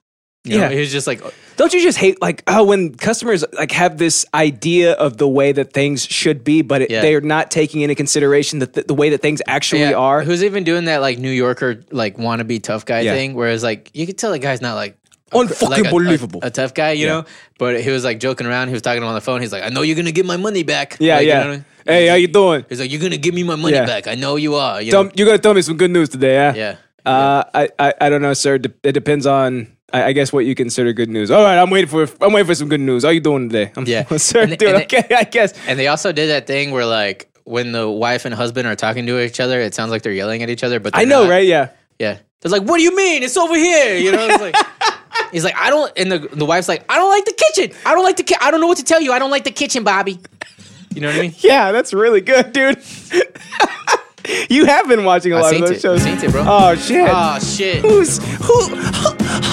Speaker 1: You know,
Speaker 2: Yeah.
Speaker 1: he was just like,
Speaker 2: Don't you just hate like oh when customers like have this idea of the way that things should be, but it,
Speaker 1: Yeah.
Speaker 2: they're not taking into consideration the, the way that things actually
Speaker 1: Yeah,
Speaker 2: are.
Speaker 1: Who's even doing that like New Yorker like wannabe tough guy
Speaker 2: Yeah.
Speaker 1: thing? Whereas like you could tell the guy's not like
Speaker 2: Unfucking
Speaker 1: like, a- a-
Speaker 2: believable.
Speaker 1: a, tough guy, you know. But he was like joking around. He was talking on the phone. He's like, "I know you're gonna get my money back."
Speaker 2: yeah,
Speaker 1: Like, you
Speaker 2: yeah.
Speaker 1: know what I mean?
Speaker 2: hey, how you doing?
Speaker 1: He's like, "You're gonna give me my money
Speaker 2: Yeah.
Speaker 1: back. I know you are." You
Speaker 2: Tell,
Speaker 1: know?
Speaker 2: you gotta tell me some good news today, huh?
Speaker 1: Yeah.
Speaker 2: Uh, I, I, I don't know, sir. De- it depends on, I, I guess, what you consider good news. All right, I'm waiting for, I'm waiting for some good news. How you doing today? I'm,
Speaker 1: Yeah.
Speaker 2: *laughs* sir,
Speaker 1: And the-
Speaker 2: dude.
Speaker 1: and the-
Speaker 2: okay, I guess.
Speaker 1: And they also did that thing where like when the wife and husband are talking to each other, it sounds like they're yelling at each other. But
Speaker 2: I
Speaker 1: they're
Speaker 2: know,
Speaker 1: not.
Speaker 2: right? Uh, Yeah.
Speaker 1: Yeah. They're like, "What do you mean? It's over here." You know. It's like, He's like, I don't, and the the wife's like, I don't like the kitchen. I don't like the, ki- I don't know what to tell you. I don't like the kitchen, Bobby. You know what I mean?
Speaker 2: Yeah, that's really good, dude. *laughs* you have been watching a
Speaker 1: I
Speaker 2: lot of
Speaker 1: seen
Speaker 2: those
Speaker 1: it. I
Speaker 2: shows.
Speaker 1: seen it, bro.
Speaker 2: Oh shit.
Speaker 1: Oh shit!
Speaker 2: who's who,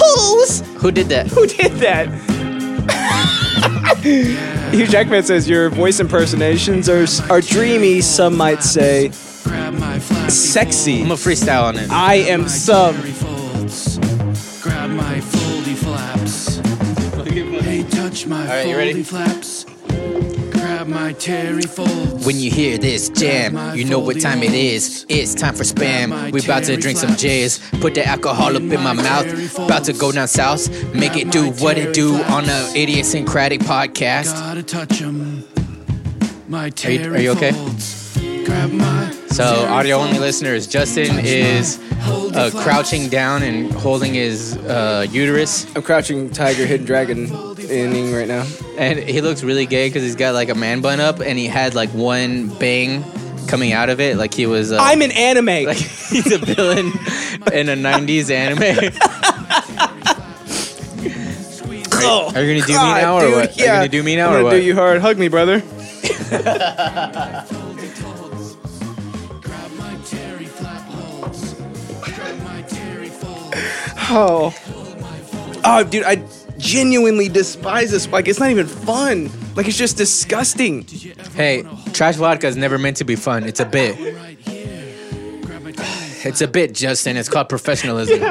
Speaker 2: who who's
Speaker 1: Who did that?
Speaker 2: who did that? *laughs* Hugh Jackman says your voice impersonations are are dreamy, some might say
Speaker 4: Grab my flappy
Speaker 1: I'm
Speaker 2: sexy.
Speaker 1: a freestyle on it.
Speaker 2: I am sub.
Speaker 4: Terry folds. Grab my foldy flaps. Hey, touch my
Speaker 1: right, you
Speaker 4: foldy
Speaker 1: ready?
Speaker 4: flaps. Grab my Terry folds.
Speaker 1: When you hear this jam, you know what time it is. It's time for spam. We about to drink some J's. Put the alcohol up in my mouth. About to go down south. Make it do what it do on a idiosyncratic podcast.
Speaker 4: gotta touch 'em. My
Speaker 1: you-
Speaker 4: Terry
Speaker 1: are you okay?
Speaker 4: folds. Grab my
Speaker 1: So, audio only listeners, Justin is uh, crouching down and holding his uh, uterus.
Speaker 2: I'm crouching tiger, hidden dragon ending right now.
Speaker 1: And he looks really gay because he's got like a man bun up and he had like one bang coming out of it. Like he was. Uh,
Speaker 2: I'm an anime.
Speaker 1: like *laughs* he's a villain in a 90s anime.
Speaker 2: oh,
Speaker 1: Are you gonna do
Speaker 2: God,
Speaker 1: me now or
Speaker 2: dude,
Speaker 1: what? Are you
Speaker 2: yeah.
Speaker 1: gonna do me now
Speaker 2: I'm
Speaker 1: or
Speaker 2: gonna
Speaker 1: what?
Speaker 2: Do you hard? Hug me, brother.
Speaker 4: Grab my Terry flap holds. Grab my Terry folds.
Speaker 2: Oh. Oh, dude, I genuinely despise this. Like, it's not even fun. Like, it's just disgusting.
Speaker 1: Hey, trash vodka is never meant to be fun. It's a bit. *sighs*
Speaker 4: Right here. Grab my Terry.
Speaker 1: It's a bit, Justin. It's called professionalism.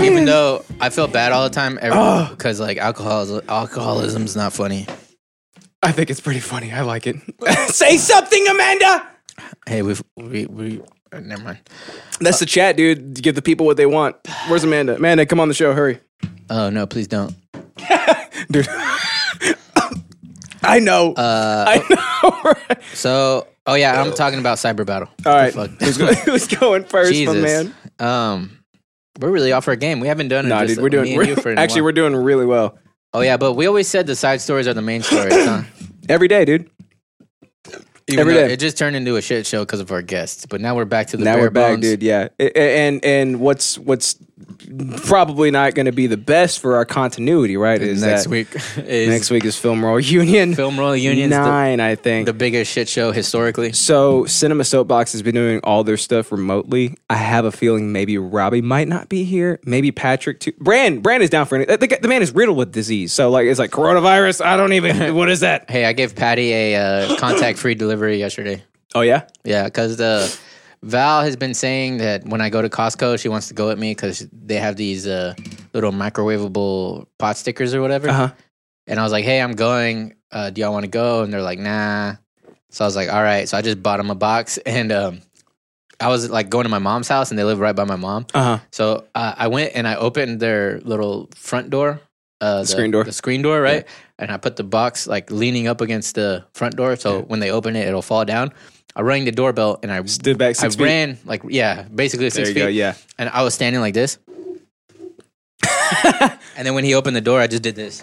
Speaker 1: Even though I feel bad all the time, because like alcohol, alcoholism's not funny.
Speaker 2: I think it's pretty funny. I like it. *laughs* Say something, Amanda.
Speaker 1: Hey, we've, we we uh, never mind.
Speaker 2: That's the chat, dude. Give the people what they want. Where's Amanda? Amanda, come on the show. Hurry.
Speaker 1: Oh no, please don't.
Speaker 2: Dude. I know.
Speaker 1: Uh,
Speaker 2: *laughs* I know.
Speaker 1: So, oh yeah, I'm talking about cyber battle.
Speaker 2: All right.
Speaker 1: Fuck. *laughs*
Speaker 2: Who's going, *laughs* who's going first, my man?
Speaker 1: Um, we're really off our game. We haven't done it.
Speaker 2: Nah,
Speaker 1: just
Speaker 2: dude, we're
Speaker 1: me
Speaker 2: doing.
Speaker 1: and
Speaker 2: We're,
Speaker 1: you for
Speaker 2: actually, we're doing really well
Speaker 1: Oh yeah, but we always said the side stories are the main stories,
Speaker 2: *coughs*
Speaker 1: huh?
Speaker 2: every day, dude.
Speaker 1: Even
Speaker 2: Every
Speaker 1: though
Speaker 2: day.
Speaker 1: It just turned into a shit show because of our guests, but now we're back to the
Speaker 2: now
Speaker 1: bare
Speaker 2: we're back,
Speaker 1: bones.
Speaker 2: dude. Yeah, A- a- and and what's what's probably not going to be the best for our continuity, right? Is
Speaker 1: Next
Speaker 2: that
Speaker 1: week *laughs* is
Speaker 2: next week is Film Roll *laughs* Union
Speaker 1: Film Royal Union's the,
Speaker 2: nine, I think.
Speaker 1: the biggest shit show historically.
Speaker 2: so Cinema Soapbox has been doing all their stuff remotely. I have a feeling maybe Robbie might not be here. Maybe Patrick too. Brand Brand is down for it. The, the man is riddled with disease. So like it's like coronavirus. I
Speaker 1: *laughs*
Speaker 2: don't even. what is that?
Speaker 1: Hey, I gave Patty a uh, contact-free delivery yesterday.
Speaker 2: Oh yeah.
Speaker 1: Yeah, because the Val has been saying that when I go to Costco, she wants to go at me because they have these uh, little microwavable pot stickers or whatever.
Speaker 2: Uh-huh.
Speaker 1: And I was like, "Hey, I'm going. Uh, do y'all want to go?" And they're like, "Nah." So I was like, "All right." So I just bought them a box, and um, I was like going to my mom's house, and they live right by my mom.
Speaker 2: Uh huh.
Speaker 1: So uh, I went and I opened their little front door, uh, the,
Speaker 2: screen door.
Speaker 1: the screen door, right? And I put the box like leaning up against the front door, so when they open it, it'll fall down. I rang the doorbell and I
Speaker 2: Stood back
Speaker 1: I
Speaker 2: six feet.
Speaker 1: ran like yeah, basically
Speaker 2: There
Speaker 1: six
Speaker 2: you
Speaker 1: feet.
Speaker 2: go. Yeah.
Speaker 1: and I was standing like
Speaker 2: *laughs*
Speaker 1: this. and then when he opened the door, I just did this,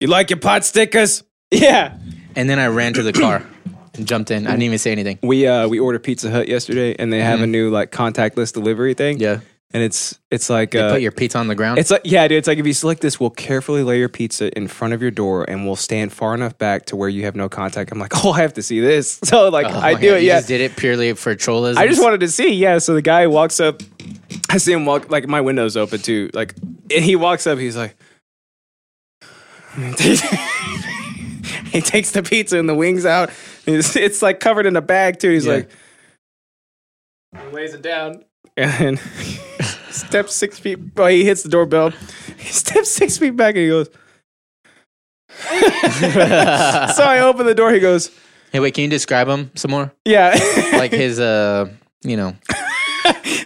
Speaker 2: You like your pot stickers? *laughs* Yeah.
Speaker 1: and then I ran to the car and jumped in. I didn't even say anything.
Speaker 2: we uh we ordered Pizza Hut yesterday, and they have a new like contactless delivery thing.
Speaker 1: Mm-hmm. Yeah,
Speaker 2: and it's it's like uh,
Speaker 1: put your pizza on the ground.
Speaker 2: it's like yeah, dude. It's like if you select this, we'll carefully lay your pizza in front of your door, and we'll stand far enough back to where you have no contact. I'm like, *laughs* oh, I have to see this. So like
Speaker 1: Oh,
Speaker 2: I
Speaker 1: my
Speaker 2: do
Speaker 1: God,
Speaker 2: it.
Speaker 1: You
Speaker 2: Yeah,
Speaker 1: just did it purely for trollism.
Speaker 2: I just wanted to see. Yeah, so the guy walks up. I see him walk like my window's open too. Like and he walks up, he's like *laughs* He takes the pizza and the wings out. It's, it's like covered in a bag too. He's
Speaker 1: Yeah.
Speaker 2: like lays it down and *laughs* steps six feet. Well, he hits the doorbell. He steps six feet back and he goes. *laughs* so I open the door. He goes,
Speaker 1: Hey, wait, can you describe him some more?
Speaker 2: "Yeah,
Speaker 1: like his uh you know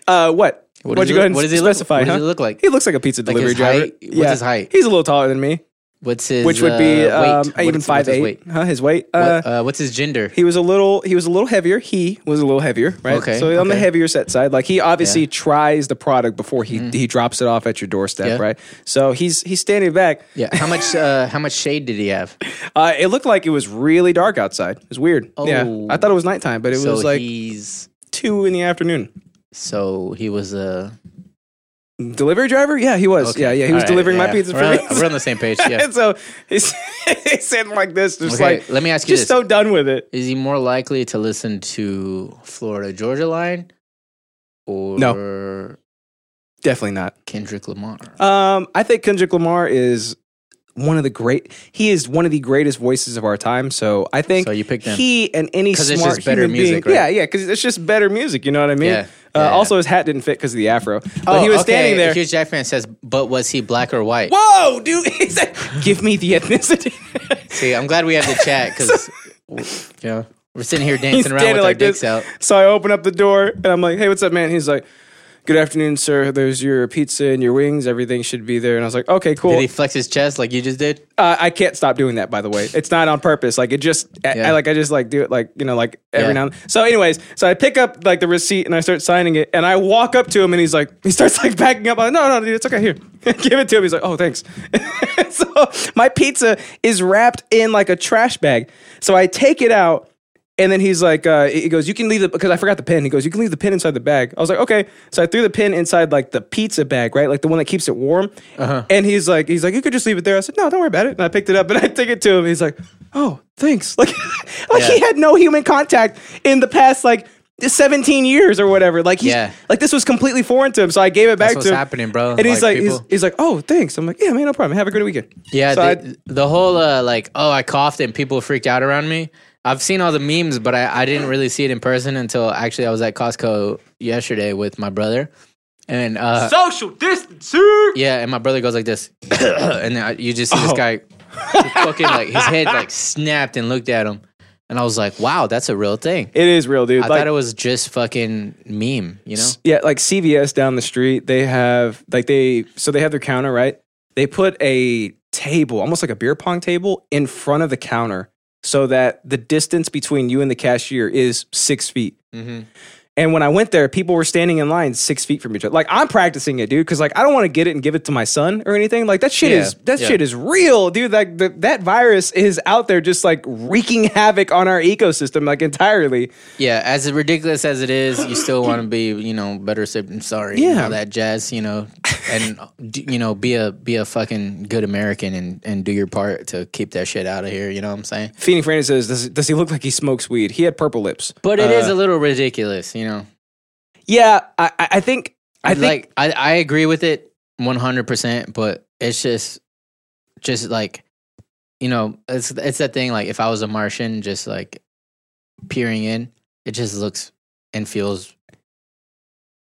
Speaker 2: uh,
Speaker 1: what does he
Speaker 2: what? Why'd you go
Speaker 1: look-
Speaker 2: ahead and
Speaker 1: what does he look-
Speaker 2: specify?
Speaker 1: what does
Speaker 2: huh?
Speaker 1: he look like
Speaker 2: He looks like a pizza
Speaker 1: Like
Speaker 2: delivery
Speaker 1: his
Speaker 2: driver.
Speaker 1: height? What's his height?
Speaker 2: He's a little taller than me,
Speaker 1: what's his
Speaker 2: which would be
Speaker 1: uh,
Speaker 2: um,
Speaker 1: weight?
Speaker 2: even
Speaker 1: What's- what's
Speaker 2: five
Speaker 1: his
Speaker 2: eight.
Speaker 1: weight?
Speaker 2: Huh, his weight.
Speaker 1: What-
Speaker 2: Uh,
Speaker 1: uh, what's his gender
Speaker 2: he was a little. He was a little heavier. He was a little heavier, right?
Speaker 1: Okay,
Speaker 2: So on the
Speaker 1: okay.
Speaker 2: heavier set side, like he obviously
Speaker 1: Yeah. Mm.
Speaker 2: tries the product before he he drops it off at your doorstep,
Speaker 1: Yeah.
Speaker 2: right? So he's he's standing back.
Speaker 1: yeah how much uh how much shade did he have
Speaker 2: *laughs* Uh, it looked like it was really dark outside. It was weird. Yeah,
Speaker 1: Oh.
Speaker 2: I thought it was nighttime, but it
Speaker 1: so
Speaker 2: was like
Speaker 1: he's
Speaker 2: two in the afternoon.
Speaker 1: so he was a
Speaker 2: delivery driver. Yeah, he was.
Speaker 1: uh, Okay.
Speaker 2: Yeah, yeah, he
Speaker 1: All
Speaker 2: was
Speaker 1: right,
Speaker 2: delivering
Speaker 1: yeah.
Speaker 2: my pizza
Speaker 1: We're
Speaker 2: for
Speaker 1: on,
Speaker 2: me.
Speaker 1: We're on the same
Speaker 2: *laughs*
Speaker 1: page. Yeah.
Speaker 2: and so *laughs* he's, he's sitting like this, just
Speaker 1: Okay,
Speaker 2: like
Speaker 1: let me ask you
Speaker 2: just
Speaker 1: this.
Speaker 2: so done with it.
Speaker 1: Is he more likely to listen to Florida Georgia Line or
Speaker 2: Definitely not.
Speaker 1: Kendrick Lamar?
Speaker 2: Um, I think Kendrick Lamar is one of the great. He is one of the greatest voices of our time. So I think
Speaker 1: So you picked him.
Speaker 2: he and any
Speaker 1: 'Cause
Speaker 2: smart
Speaker 1: it's just better
Speaker 2: human
Speaker 1: music,
Speaker 2: being-
Speaker 1: right?
Speaker 2: Yeah, yeah, because it's just better music. You know what I mean?
Speaker 1: Yeah,
Speaker 2: Uh,
Speaker 1: yeah, yeah.
Speaker 2: Also, his hat didn't fit because of the afro. But he was
Speaker 1: Oh, okay,
Speaker 2: standing there.
Speaker 1: Hugh Jackman says, "But was he black or white?"
Speaker 2: Whoa, dude! *laughs* He said, "Give me the ethnicity." *laughs*
Speaker 1: See, I'm glad we have the chat because you know we're sitting here
Speaker 2: He's
Speaker 1: dancing around
Speaker 2: standing
Speaker 1: with our
Speaker 2: like
Speaker 1: dicks
Speaker 2: this.
Speaker 1: out.
Speaker 2: So I open up the door and I'm like, "Hey, what's up, man?" He's like. Good afternoon, sir. There's your pizza and your wings. Everything should be there. And I was like, okay, cool.
Speaker 1: Did he flex his chest like you just did?
Speaker 2: *laughs* Uh, I can't stop doing that. By the way, it's not on purpose. Like it just, I-
Speaker 1: Yeah.
Speaker 2: I, like I just like do it like you know like every
Speaker 1: Yeah.
Speaker 2: now and So, anyways, so I pick up like the receipt and I start signing it, and I walk up to him and he's like, he starts like backing up. I'm like, no, no, dude, it's okay. Here, *laughs* give it to him. He's like, oh, thanks. *laughs* so my pizza is wrapped in like a trash bag. So I take it out. And then he's like, uh, he goes, you can leave the, because I forgot the pin. He goes, you can leave the pin inside the bag. I was like, okay. So I threw the pin inside like the pizza bag, right? Like the one that keeps it warm.
Speaker 1: Uh-huh.
Speaker 2: And he's like, he's like, you could just leave it there. I said, no, don't worry about it. And I picked it up and *laughs* I took it to him. He's like, oh, thanks. *laughs* Like, like he
Speaker 1: Yeah.
Speaker 2: had no human contact in the past, like, 17 years or whatever. Like, he's,
Speaker 1: Yeah.
Speaker 2: like this was completely foreign to him. So I gave it back
Speaker 1: what's
Speaker 2: to him.
Speaker 1: happening, bro.
Speaker 2: And he's
Speaker 1: Like,
Speaker 2: like, he's,
Speaker 1: people-
Speaker 2: he's like, oh, thanks. I'm like, yeah, man, no problem. Have a great weekend.
Speaker 1: Yeah,
Speaker 2: So I-
Speaker 1: the, the whole uh, like, oh, I coughed and people freaked out around me. I've seen all the memes, but I, I didn't really see it in person until actually I was at Costco yesterday with my brother. And uh, social distancing. Yeah, and my brother goes like this, *coughs* and then I, you just see this
Speaker 2: Oh. *laughs*
Speaker 1: guy just fucking like his head like snapped and looked at him, and I was like, wow, that's a real thing.
Speaker 2: it is real, dude.
Speaker 1: I
Speaker 2: like,
Speaker 1: thought it was just fucking meme, you know?
Speaker 2: yeah, like CVS down the street, they have like they so they have their counter, right? They put a table, almost like a beer pong table, in front of the counter so that the distance between you and the cashier is six feet.
Speaker 1: Mm-hmm.
Speaker 2: And when I went there, people were standing in line six feet from each other. Like I'm practicing it, dude, because like I don't want to get it and give it to my son or anything. Like that shit
Speaker 1: Yeah,
Speaker 2: is that
Speaker 1: yeah.
Speaker 2: shit is real, dude. Like the, that virus is out there, just like wreaking havoc on our ecosystem, like entirely.
Speaker 1: Yeah, as ridiculous as it is, you still want to be, you know, better safe than sorry. Yeah,
Speaker 2: Yeah.
Speaker 1: all that jazz, you know, and d- you know, be a be a fucking good American and and do your part to keep that shit out of here. You know what I'm saying?
Speaker 2: Feeney Fernandez says, does, does he look like he smokes weed? He had purple lips.
Speaker 1: But it is a
Speaker 2: Uh,
Speaker 1: little ridiculous, you know.
Speaker 2: Yeah, I, I I think I think
Speaker 1: like I I agree with it 100, percent but it's just just like you know, it's it's that thing. Like if I was a Martian, just like peering in, it just looks and feels.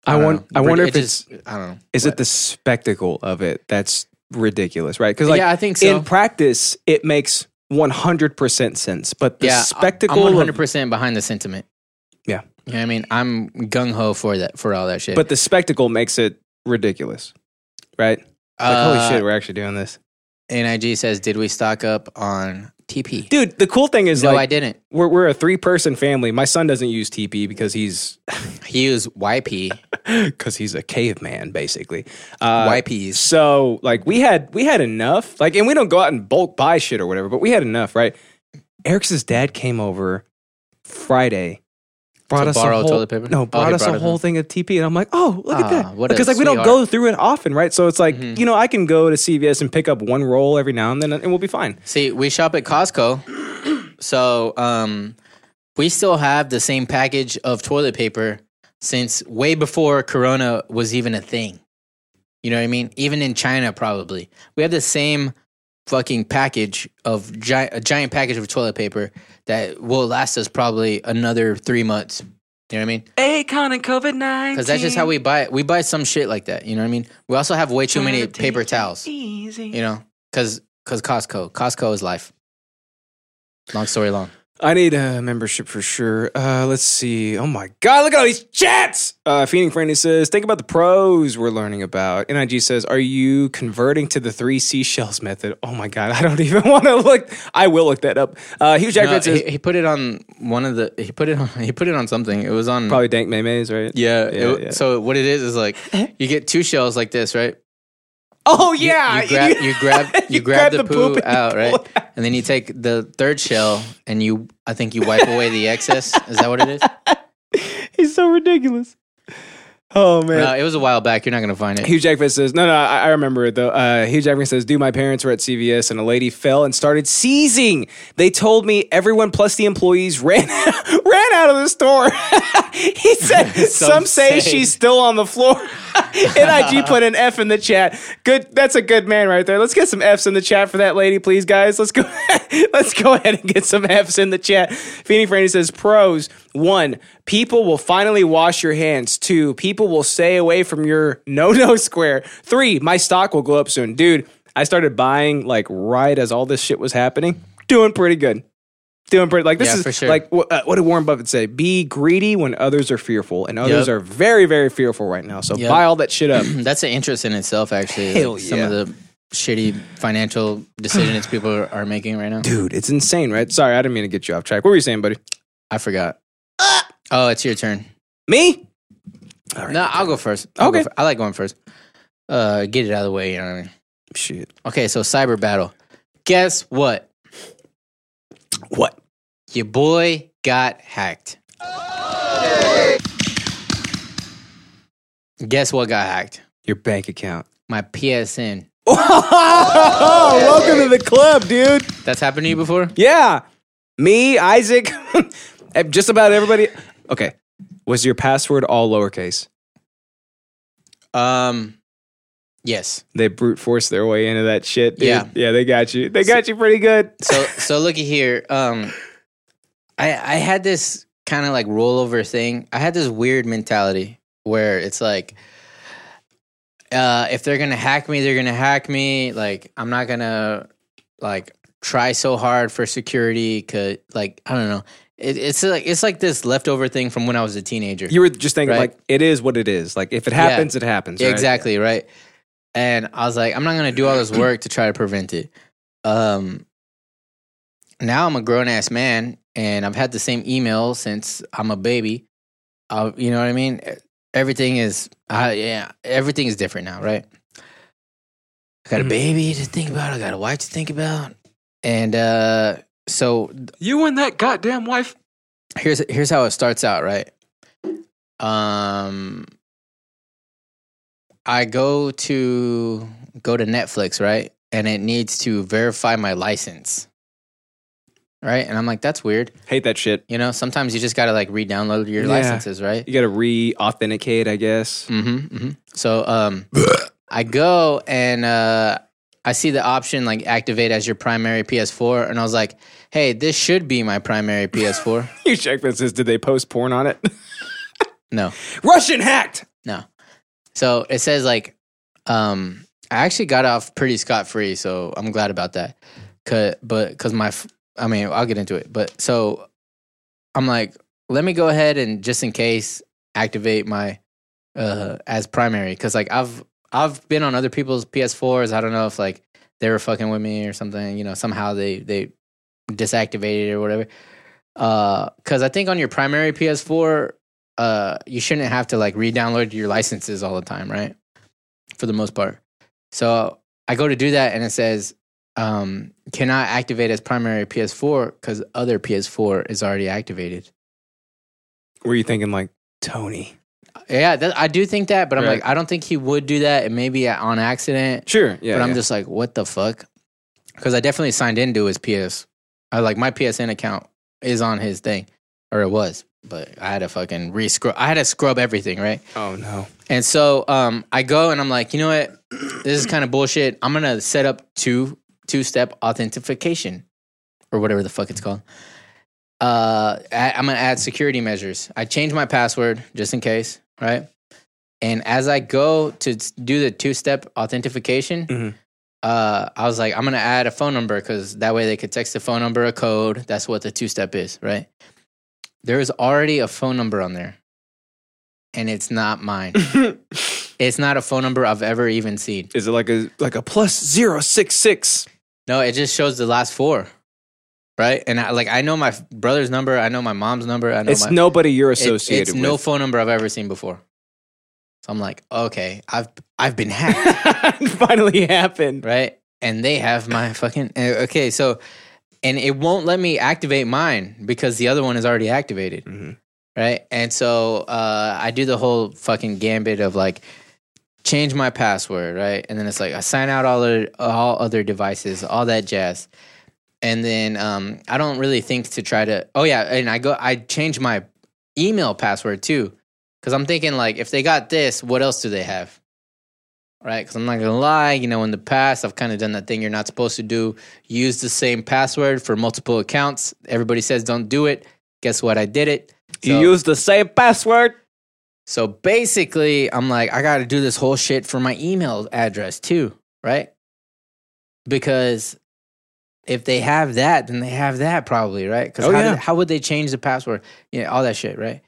Speaker 2: I,
Speaker 1: don't
Speaker 2: want.
Speaker 1: know,
Speaker 2: I wonder
Speaker 1: rid-
Speaker 2: if
Speaker 1: it
Speaker 2: it's
Speaker 1: just- I don't know.
Speaker 2: is
Speaker 1: what-
Speaker 2: it the spectacle of it that's ridiculous, right? Because like
Speaker 1: yeah, I think so.
Speaker 2: in practice, it makes one hundred percent sense, but the
Speaker 1: yeah, I-
Speaker 2: spectacle.
Speaker 1: I'm
Speaker 2: of-
Speaker 1: 100 percent behind the sentiment.
Speaker 2: Yeah.
Speaker 1: you know what I mean. I'm gung ho for that for all that shit.
Speaker 2: but the spectacle makes it ridiculous, right? Like,
Speaker 1: Uh,
Speaker 2: holy shit, we're actually doing this,
Speaker 1: Nig says, did we stock up on TP?
Speaker 2: dude. The cool thing is
Speaker 1: no, I
Speaker 2: like
Speaker 1: didn't.
Speaker 2: we're we're a three person family. My son doesn't use TP because he's *laughs*
Speaker 1: He used YP.
Speaker 2: because he's a caveman basically. Uh,
Speaker 1: YPs.
Speaker 2: So like we had we had enough. Like and we don't go out and bulk buy shit or whatever, but we had enough, right? Eric's dad came over Friday. Brought
Speaker 1: To
Speaker 2: us a
Speaker 1: borrow
Speaker 2: whole-
Speaker 1: toilet paper?
Speaker 2: No,
Speaker 1: Oh, he
Speaker 2: brought us
Speaker 1: brought
Speaker 2: a
Speaker 1: it
Speaker 2: whole
Speaker 1: in.
Speaker 2: thing of TP, and I'm like, oh, look
Speaker 1: Ah,
Speaker 2: at that,
Speaker 1: what a
Speaker 2: because like we don't go
Speaker 1: sweetheart. Mm-hmm.
Speaker 2: through it often, right? So it's like you know I can go to CVS and pick up one roll every now and then, and we'll be fine.
Speaker 1: See, we shop at Costco, so um, we still have the same package of toilet paper since way before Corona was even a thing. You know what I mean? Even in China, probably we have the same fucking package of gi- a giant package of toilet paper that will last us probably another three months. You know what I mean?
Speaker 6: Akon and COVID 19.
Speaker 1: Because that's just how we buy it. We buy some shit like that. You know what I mean? We also have way too many paper towels
Speaker 6: Easy.
Speaker 1: you know, because because Costco, Costco is life. Long story long.
Speaker 2: I need a membership for sure. Uh, let's see. Oh my God, look at all these chats. Uh, Phoenix Brandy says, think about the pros we're learning about. NIG says, are you converting to the three seashells method? Oh my God, *laughs* I don't even want to look. I will look that up. Uh, Hugh Jackman
Speaker 1: No,
Speaker 2: says,
Speaker 1: he, he put it on one of the. He put it on. *laughs* He put it on something. It was on.
Speaker 2: probably dank mayonnaise, right?
Speaker 1: Yeah. it-
Speaker 2: Yeah, yeah.
Speaker 1: So what it is is
Speaker 2: *laughs*
Speaker 1: like you get two shells like this, right?
Speaker 2: Oh
Speaker 1: You-
Speaker 2: yeah. *laughs*
Speaker 1: You, grab. You grab. You, grab, the, poo
Speaker 2: and you
Speaker 1: out,
Speaker 2: pull
Speaker 1: right?
Speaker 2: it out.
Speaker 1: And then you take the third shell and you. I
Speaker 2: *laughs*
Speaker 1: think you wipe away the excess. Is that what it is?
Speaker 2: He's so ridiculous. Oh man.
Speaker 1: No, it was a while back. You're not gonna find it.
Speaker 2: Hugh Jackman says, "No, no, I, I remember it though." Uh, Hugh Jackman says, "Do my parents were at CVS and a lady fell and started seizing? They told me everyone plus the employees ran *laughs* ran out of the store." *laughs* he said, "Some,
Speaker 1: Some
Speaker 2: say,
Speaker 1: say.
Speaker 2: she's still on the floor." *laughs* Nig put an F in the chat. Good, that's a good man right there. Let's get some Fs in the chat for that lady, please, guys. Let's go. *laughs* let's go ahead and get some Fs in the chat. Feeny Franny says, "Pros: one, people will finally wash your hands. Two, people will stay away from your no-no *laughs* square. Three, my stock will go up soon, dude. I started buying like right as all this shit was happening. Doing pretty good." Doing pretty like this
Speaker 1: Yeah,
Speaker 2: is
Speaker 1: for sure.
Speaker 2: like what, uh, what did Warren Buffett say? Be greedy when others are fearful, and others
Speaker 1: Yep.
Speaker 2: are very very fearful right now. So
Speaker 1: Yep.
Speaker 2: buy all that shit up.
Speaker 1: *clears throat*
Speaker 2: *clears throat*
Speaker 1: That's an interest in itself, actually.
Speaker 2: Hell
Speaker 1: like, Some
Speaker 2: yeah.
Speaker 1: of the shitty financial decisions people are, are making right now.
Speaker 2: Dude, it's insane, right? Sorry, I didn't mean to get you off track. What were you saying, buddy?
Speaker 1: I forgot. Oh, it's your turn.
Speaker 2: Me?
Speaker 1: No, I'll go first. I'll go
Speaker 2: Okay.
Speaker 1: fir- I like going first. Uh, get it out of the way. You know what I mean?
Speaker 2: Shit.
Speaker 1: Okay, so cyber battle. Guess what?
Speaker 2: What?
Speaker 1: Your boy got hacked. Guess what got hacked?
Speaker 2: Your bank account. *laughs*
Speaker 1: My PSN.
Speaker 2: Oh, welcome to the club, dude.
Speaker 1: That's happened to you before?
Speaker 2: Yeah. Me, Isaac, *laughs* and just about everybody. Okay. Was your password all lowercase?
Speaker 1: Um, yes.
Speaker 2: They brute forced their way into that shit. Dude.
Speaker 1: Yeah.
Speaker 2: Yeah, they got you. They got you pretty good.
Speaker 1: So so looky here. Um, I I had this kind of like rollover thing. I had this weird mentality where it's like, uh, if they're gonna hack me, they're gonna hack me. Like I'm not gonna like try so hard for security. Cause like I don't know. It, it's like it's like this leftover thing from when I was a teenager.
Speaker 2: You were just thinking,
Speaker 1: Right.
Speaker 2: like, it is what it is. Like, if it happens, it happens. right?
Speaker 1: Exactly, right? And I was like, I'm not gonna do all this work to try to prevent it. Um now I'm a grown ass man and I've had the same email since I'm a baby. Uh, you know what I mean? Everything is uh, yeah, everything is different now, right? I got a
Speaker 2: Mm-hmm.
Speaker 1: baby to think about, I got a wife to think about. And uh so
Speaker 5: You and that goddamn wife.
Speaker 1: here's here's how it starts out, right? Um I go to go to Netflix, right? And it needs to verify my license. Right? And I'm like, that's weird.
Speaker 2: Hate that shit.
Speaker 1: You know, sometimes you just gotta like re-download your
Speaker 2: Yeah.
Speaker 1: licenses, right?
Speaker 2: You got to re authenticate, I guess.
Speaker 1: Mm-hmm, So um, I go and uh, I see the option like activate as your primary PS4, and I was like, "Hey, this should be my primary PS4."
Speaker 2: You check this. Is, did they post porn *laughs* on it?
Speaker 1: no,
Speaker 2: Russian hacked.
Speaker 1: No. So it says like, um, I actually got off pretty scot free, so I'm glad about that. Cause, but cause my, f- I mean, I'll get into it. But so I'm like, let me go ahead and just in case activate my uh as primary, cause like I've I've been on other people's PS4s. I don't know if like they were fucking with me or something. You know, somehow they they disactivated it or whatever. Uh, cause I think on your primary PS4, uh, you shouldn't have to like re-download your licenses all the time, right? For the most part. So I go to do that, and it says um, cannot activate as primary PS4 because other PS4 is already activated.
Speaker 2: Were you thinking like Tony?
Speaker 1: Yeah, that, I do think that, but I'm
Speaker 2: Right.
Speaker 1: like, I don't think he would do that, and maybe on accident.
Speaker 2: Sure. Yeah.
Speaker 1: but I'm
Speaker 2: yeah.
Speaker 1: just like, what the fuck? Because I definitely signed into his PS. I like my PSN account is on his thing, or it was. But I had to fucking re scrub. I had to scrub everything, right?
Speaker 2: Oh no.
Speaker 1: And so um, I go and I'm like, you know what? This is kind of bullshit. I'm gonna set up two two step authentication or whatever the fuck it's called. Uh, I, I'm gonna add security measures. I change my password just in case, right? And as I go to s- do the two step authentication,
Speaker 2: Mhm.
Speaker 1: uh, I was like, I'm gonna add a phone number because that way they could text the phone number a code. That's what the two step is, right? There is already a phone number on there, and it's not mine. it's not a phone number I've ever even seen.
Speaker 2: Is it like a like a plus zero six six?
Speaker 1: No, it just shows the last four, right? And I, like I know my brother's number, I know my mom's number, I know
Speaker 2: It's
Speaker 1: my
Speaker 2: nobody you're
Speaker 1: it-
Speaker 2: associated
Speaker 1: it's
Speaker 2: with. *laughs*
Speaker 1: no phone number I've ever seen before. So I'm like, okay, I've I've been
Speaker 2: *laughs*
Speaker 1: hacked,
Speaker 2: Finally happened.
Speaker 1: right? And they have my fucking uh, okay. So, and it won't let me activate mine because the other one is already activated.
Speaker 2: Mhm.
Speaker 1: right? And so uh, I do the whole fucking gambit of like change my password, right? And then it's like I sign out all other, all other devices, all that jazz. And then um, I don't really think to try to. Oh yeah, and I go I change my email password too, because I'm thinking like if they got this, what else do they have? Right, because I'm not gonna lie, you know, in the past I've kind of done that thing you're not supposed to do. Use the same password for multiple accounts. Everybody says don't do it. Guess what? I did it. So-
Speaker 2: you use the same password.
Speaker 1: so basically, I'm like, I got to do this whole shit for my email address too, right? Because if they have that, then they have that probably, right? Because
Speaker 2: Oh,
Speaker 1: how,
Speaker 2: yeah.
Speaker 1: did- how would they change the password? Yeah, all that shit, right?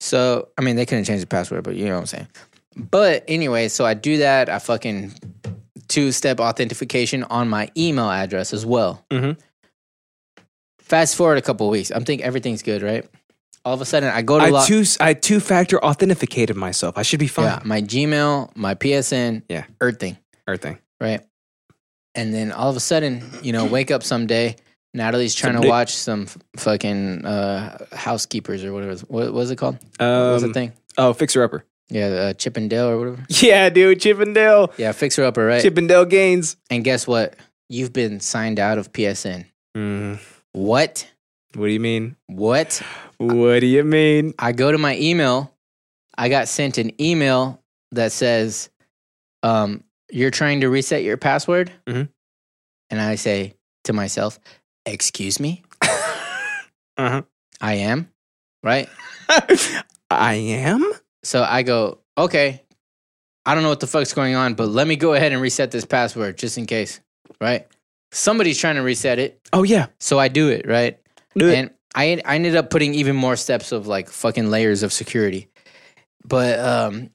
Speaker 1: So, I mean, they couldn't change the password, but you know what I'm saying. But anyway, so I do that. I fucking two step authentication on my email address as well.
Speaker 2: Mhm.
Speaker 1: Fast forward a couple weeks. I'm thinking everything's good, right? All of a sudden, I go to
Speaker 2: I
Speaker 1: log-
Speaker 2: two I two factor authenticated myself. I should be fine.
Speaker 1: yeah, my Gmail, my PSN,
Speaker 2: Yeah.
Speaker 1: Earth thing,
Speaker 2: Everything.
Speaker 1: right? And then all of a sudden, you know, wake up someday, Natalie's trying to
Speaker 2: Someday.
Speaker 1: watch some f- fucking uh, housekeepers or whatever. What, what was it called? what was the
Speaker 2: Um,
Speaker 1: thing?
Speaker 2: oh, fixer upper.
Speaker 1: Yeah, uh, Chip and Dale or whatever.
Speaker 2: Yeah, dude, Chippendale,
Speaker 1: Yeah, Fixer Upper, right?
Speaker 2: Chippendale gains.
Speaker 1: And guess what? You've been signed out of PSN. What?
Speaker 2: Mm, What do you mean?
Speaker 1: What?
Speaker 2: What do you mean?
Speaker 1: I go to my email. I got sent an email that says, um, "You're trying to reset your password,"
Speaker 2: Mhm.
Speaker 1: and I say to myself, "Excuse me,
Speaker 2: Uh-huh.
Speaker 1: I am right."
Speaker 2: I am.
Speaker 1: So I go, "Okay, I don't know what the fuck's going on, but let me go ahead and reset this password just in case." Right? Somebody's trying to reset it,
Speaker 2: Oh yeah.
Speaker 1: so I do it. Right?
Speaker 2: Do it.
Speaker 1: and I I ended up putting even more steps of like fucking layers of security. But um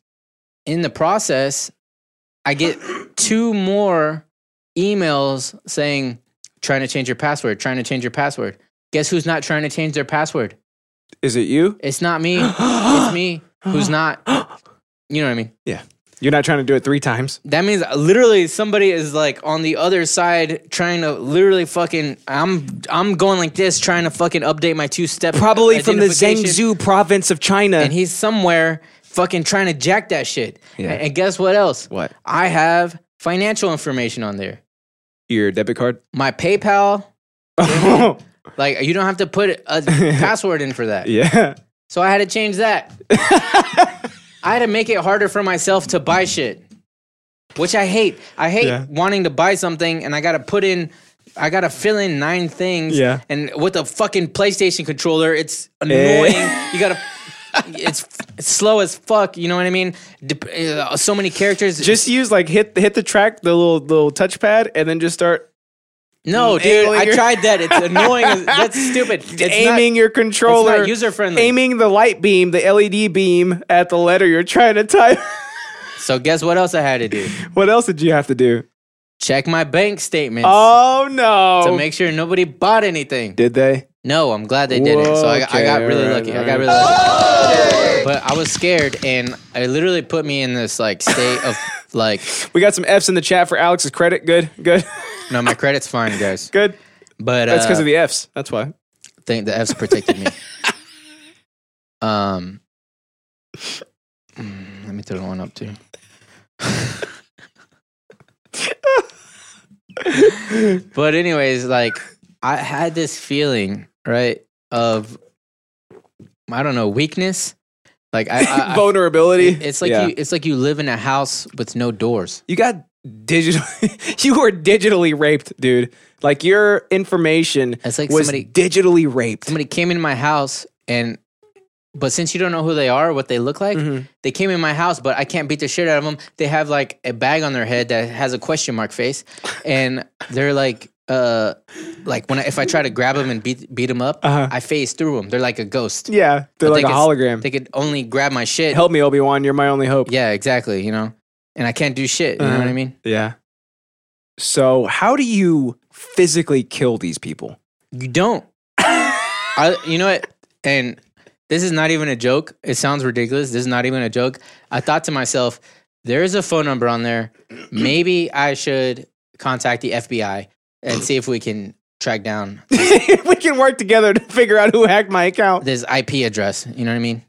Speaker 1: in the process, I get two more emails saying trying to change your password, trying to change your password. Guess who's not trying to change their password?
Speaker 2: Is it you?
Speaker 1: It's not me. it's me who's not you know what I mean?
Speaker 2: You're not trying to do it three times.
Speaker 1: That means literally somebody is like on the other side trying to literally fucking I'm I'm going like this trying to fucking update my two step *laughs*
Speaker 2: Probably from the
Speaker 1: identification.
Speaker 2: Zhengzhou province of China.
Speaker 1: *laughs* and he's somewhere fucking trying to jack that shit.
Speaker 2: Yeah.
Speaker 1: And, and guess what else?
Speaker 2: What?
Speaker 1: I have financial information on there.
Speaker 2: Your debit card.
Speaker 1: My PayPal, like you don't have to put
Speaker 2: *laughs*
Speaker 1: a password in for that.
Speaker 2: *laughs* yeah.
Speaker 1: So I had to change
Speaker 2: *laughs*
Speaker 1: that. I had to make it harder for myself to buy shit, which I hate. I hate
Speaker 2: Yeah.
Speaker 1: wanting to buy something and I got to put in, I got to fill in nine things.
Speaker 2: Yeah. Eh.
Speaker 1: And with a fucking PlayStation controller, it's annoying. You
Speaker 2: *laughs*
Speaker 1: got to. it's, it's slow as fuck. You know what I mean? Dep- uh, so many characters.
Speaker 2: Just use like hit hit the track, the little little touchpad, and then just start
Speaker 1: *laughs* no, dude.
Speaker 2: Angling
Speaker 1: I
Speaker 2: your-
Speaker 1: tried that. It's annoying.
Speaker 2: *laughs*
Speaker 1: as- That's stupid. It's not-
Speaker 2: aiming your controller,
Speaker 1: user-friendly.
Speaker 2: Aiming the light beam, the LED beam at the letter you're trying to type. *laughs*
Speaker 1: so guess what else I had to do?
Speaker 2: what else did you have to do?
Speaker 1: Check my bank statements
Speaker 2: Oh no!
Speaker 1: to make sure nobody bought anything.
Speaker 2: did they?
Speaker 1: No, I'm glad they didn't. So I, I
Speaker 2: Okay,
Speaker 1: got really
Speaker 2: alright,
Speaker 1: lucky. I got really lucky. But I was scared, and it literally put me in this like state of like,
Speaker 2: We got some F's in the chat for Alex's credit. Good, good,
Speaker 1: no, my credit's fine, guys.
Speaker 2: good.
Speaker 1: But uh,
Speaker 2: That's because of the F's. That's why.
Speaker 1: think the F's protected me. um, mm, let me throw one up too. *laughs* but anyways, like I had this feeling right of I don't know weakness. Like I, I, I
Speaker 2: *laughs* Vulnerability.
Speaker 1: uh, it's like
Speaker 2: Yeah.
Speaker 1: you, it's like you live in a house with no doors.
Speaker 2: You got digital. *laughs* you were digitally raped, dude. Like your information
Speaker 1: It's like
Speaker 2: was
Speaker 1: somebody-
Speaker 2: digitally raped.
Speaker 1: somebody came in my house and but since you don't know who they are, what they look like,
Speaker 2: Mm-hmm.
Speaker 1: they came in my house, but I can't beat the shit out of them. They have like a bag on their head that has a question mark
Speaker 2: *laughs*
Speaker 1: face, and they're like, uh, like when I, if I try to grab them and beat beat them up,
Speaker 2: Uh-huh.
Speaker 1: I phase through them. They're like a ghost.
Speaker 2: yeah, they're
Speaker 1: But
Speaker 2: like
Speaker 1: they
Speaker 2: a
Speaker 1: could-
Speaker 2: hologram.
Speaker 1: They could only grab my shit.
Speaker 2: Help me, Obi Wan. You're my only hope.
Speaker 1: Yeah, exactly. You know, and I can't do shit. You know what I
Speaker 2: Uh-huh.
Speaker 1: mean?
Speaker 2: Yeah. So, how do you physically kill these people? *laughs*
Speaker 1: You don't. I, you know what? And this is not even a joke. It sounds ridiculous. This is not even a joke. I thought to myself, there is a phone number on there. Maybe I should contact the FBI and see if we can track down
Speaker 2: we can work together to figure out who hacked my account.
Speaker 1: this IP address. You know what I mean?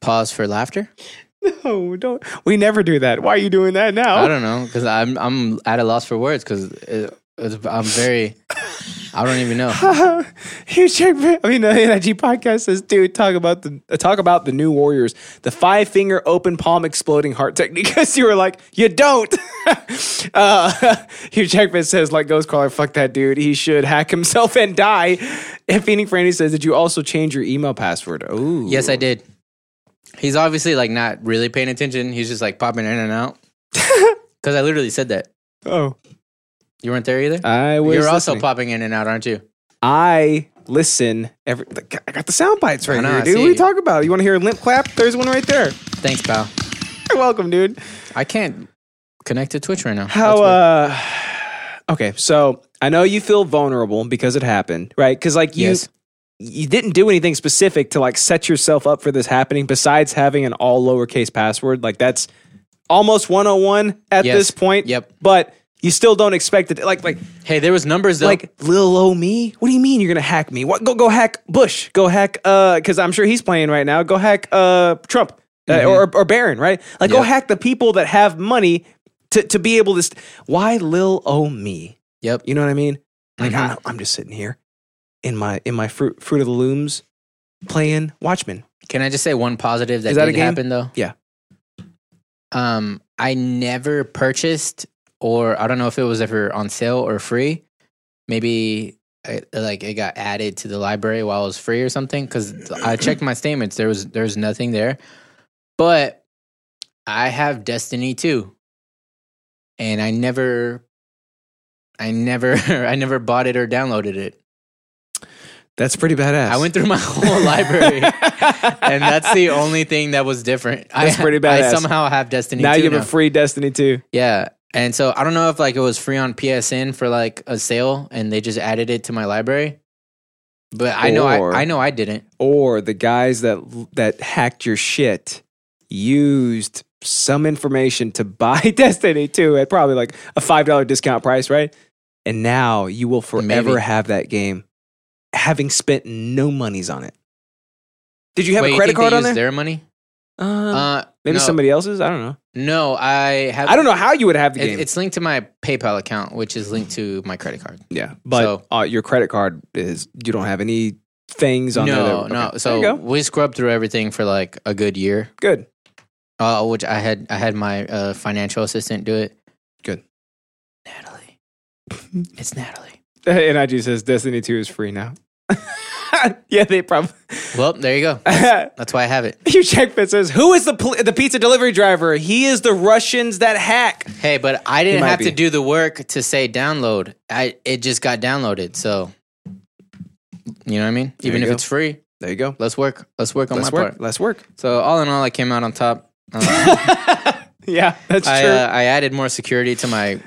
Speaker 1: Pause for laughter.
Speaker 2: No, Oh, don't. We never do that. Why are you doing that
Speaker 1: I
Speaker 2: now?
Speaker 1: don't know because I'm I'm at a loss for words because it, it's- I'm very I don't even know.
Speaker 2: *laughs* Huge check. I mean, the NIG podcast says, dude, talk about the uh, talk about the new warriors, the five finger open palm exploding heart technique. *laughs* Because you were like, you don't. *laughs* uh, *laughs* Huge Jackman says, like Ghost Crawler, fuck that dude. He should hack himself and die. And Phoenix Franny says, did you also change your email password? Oh,
Speaker 1: Yes, I did. He's obviously like not really paying attention. He's just like popping in and
Speaker 2: *laughs*
Speaker 1: out. Because I literally said that.
Speaker 2: Oh,
Speaker 1: You weren't there either.
Speaker 2: I was.
Speaker 1: You're also
Speaker 2: Uh, listening.
Speaker 1: popping in and out, aren't you?
Speaker 2: I listen every. I got the sound bites
Speaker 1: I
Speaker 2: right
Speaker 1: know,
Speaker 2: here,
Speaker 1: I
Speaker 2: dude.
Speaker 1: see.
Speaker 2: What are you talking about? You want to hear a limp clap? There's one right there.
Speaker 1: Thanks, pal.
Speaker 2: You're welcome, dude.
Speaker 1: I can't connect to Twitch right now.
Speaker 2: How?
Speaker 1: That's weird.
Speaker 2: uh Okay, so I know you feel vulnerable because it happened, right? Because like you,
Speaker 1: Yes.
Speaker 2: you didn't do anything specific to like set yourself up for this happening. Besides having an all lowercase password, like that's almost 101 at
Speaker 1: Yes.
Speaker 2: this point.
Speaker 1: Yep.
Speaker 2: But you still don't expect it. Like like
Speaker 1: Hey, there was numbers though.
Speaker 2: like lil o me what do you mean you're gonna hack me what go go hack bush go hack uh because i'm sure he's playing right now go hack uh trump uh,
Speaker 1: Mm-hmm.
Speaker 2: or, or barron right like go
Speaker 1: Yep.
Speaker 2: hack the people that have money to, to be able to st- why lil o me
Speaker 1: yep. Mm-hmm.
Speaker 2: you know what i mean like I, i'm just sitting here in my in my fruit fruit of the looms playing watchmen
Speaker 1: Can I just say one positive that,
Speaker 2: Is that a
Speaker 1: did
Speaker 2: game?
Speaker 1: happen though?
Speaker 2: Yeah.
Speaker 1: Um, I never purchased, or I don't know if it was ever on sale or free. Maybe I, like it got added to the library while it was free or something. Because I checked my statements, there was there was nothing there. But I have Destiny two, and I never, I never, *laughs* I never bought it or downloaded it.
Speaker 2: that's pretty badass
Speaker 1: I went through my *laughs* whole
Speaker 2: *laughs*
Speaker 1: library and that's the only thing that was different.
Speaker 2: That's
Speaker 1: I,
Speaker 2: pretty
Speaker 1: I
Speaker 2: badass.
Speaker 1: somehow have Destiny.
Speaker 2: now
Speaker 1: 2
Speaker 2: you have
Speaker 1: now.
Speaker 2: a free destiny too
Speaker 1: yeah, and so I don't know if like it was free on PSN for like a sale, and they just added it to my library. But I know
Speaker 2: Or-
Speaker 1: I, I know I didn't.
Speaker 2: or the guys that that hacked your shit used some information to *laughs* buy Destiny 2 at probably like a $5 discount price, right? And now you will forever
Speaker 1: Maybe.
Speaker 2: have that game having spent no monies on it. Did you have
Speaker 1: Wait,
Speaker 2: a
Speaker 1: you
Speaker 2: credit
Speaker 1: think they
Speaker 2: card on there?
Speaker 1: used their money?
Speaker 2: Uh,
Speaker 1: Uh, no,
Speaker 2: maybe somebody else's, I don't know.
Speaker 1: No, I have.
Speaker 2: I don't know how you would have the
Speaker 1: It,
Speaker 2: game.
Speaker 1: It's linked to my PayPal account, which is linked to my credit card.
Speaker 2: yeah, but uh, your credit card is you don't have any things on there.
Speaker 1: No,
Speaker 2: that-
Speaker 1: no.
Speaker 2: okay.
Speaker 1: So
Speaker 2: there you go.
Speaker 1: we scrubbed through everything for like a good year.
Speaker 2: Good. *laughs*
Speaker 1: Uh, which I had I had my uh, financial assistant do it.
Speaker 2: Good.
Speaker 1: Natalie. it's Natalie.
Speaker 2: NIG says Destiny 2 is free now. *laughs* yeah, they probably
Speaker 1: Well, there you go. That's why I have it.
Speaker 2: *laughs* Hugh Jackman says, "Who is the pol- the pizza delivery driver? He is the Russians that hack."
Speaker 1: Hey, but I didn't
Speaker 2: might
Speaker 1: have
Speaker 2: be.
Speaker 1: to do the work to say download. I it just got downloaded, so you know what I mean? Even
Speaker 2: you
Speaker 1: if
Speaker 2: go.
Speaker 1: it's free,
Speaker 2: There you go.
Speaker 1: let's work. Let's work on
Speaker 2: Let's
Speaker 1: my
Speaker 2: work.
Speaker 1: part.
Speaker 2: Let's work.
Speaker 1: So all in all I came out on top. Um,
Speaker 2: Yeah, that's
Speaker 1: I,
Speaker 2: true.
Speaker 1: uh, I added more security to my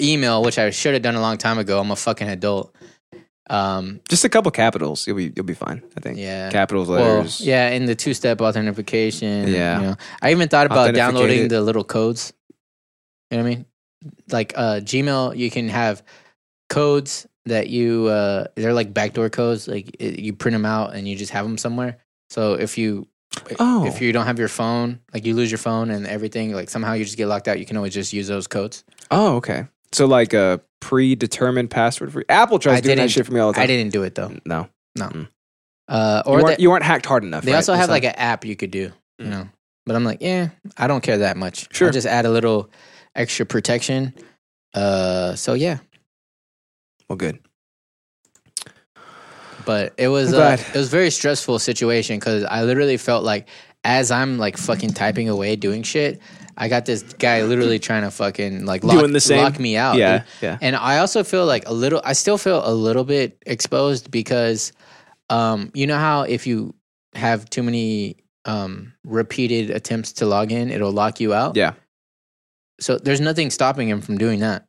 Speaker 1: email, which I should have done a long time ago. I'm a fucking adult. Um,
Speaker 2: Just a couple capitals, you'll be you'll be fine. I think.
Speaker 1: Yeah.
Speaker 2: Capitals
Speaker 1: Well,
Speaker 2: letters.
Speaker 1: yeah, and the two step authentication.
Speaker 2: Yeah.
Speaker 1: you know. I even thought about
Speaker 2: Authenticate
Speaker 1: downloading
Speaker 2: it.
Speaker 1: the little codes. You know what I mean? Like uh, Gmail, you can have codes that you, uh, they're like backdoor codes. Like it, you print them out and you just have them somewhere. So if you,
Speaker 2: Oh.
Speaker 1: if you don't have your phone, like you lose your phone and everything, like somehow you just get locked out, you can always just use those codes.
Speaker 2: Oh, okay. So like a predetermined password for Apple tries
Speaker 1: I
Speaker 2: doing that
Speaker 1: didn't-
Speaker 2: shit for me all the time.
Speaker 1: I didn't do it though.
Speaker 2: No.
Speaker 1: Uh,
Speaker 2: you,
Speaker 1: or
Speaker 2: weren't,
Speaker 1: they,
Speaker 2: you weren't hacked hard enough.
Speaker 1: they
Speaker 2: right?
Speaker 1: also
Speaker 2: That's
Speaker 1: have
Speaker 2: not-
Speaker 1: like an app you could do, you know. But I'm like, yeah, I don't care that much. I'll
Speaker 2: Sure.
Speaker 1: just add a little extra protection. Uh, so yeah,
Speaker 2: well, good.
Speaker 1: but it was
Speaker 2: I'm
Speaker 1: uh,
Speaker 2: glad.
Speaker 1: it was very stressful situation because I literally felt like as I'm like fucking typing away doing shit, I got this guy literally trying to fucking like lock,
Speaker 2: Doing the same?
Speaker 1: lock me out.
Speaker 2: yeah,
Speaker 1: dude.
Speaker 2: yeah.
Speaker 1: And I also feel like a little, I still feel a little bit exposed because, um, you know how if you have too many um, repeated attempts to log in, it'll lock you out.
Speaker 2: Yeah.
Speaker 1: So there's nothing stopping him from doing that,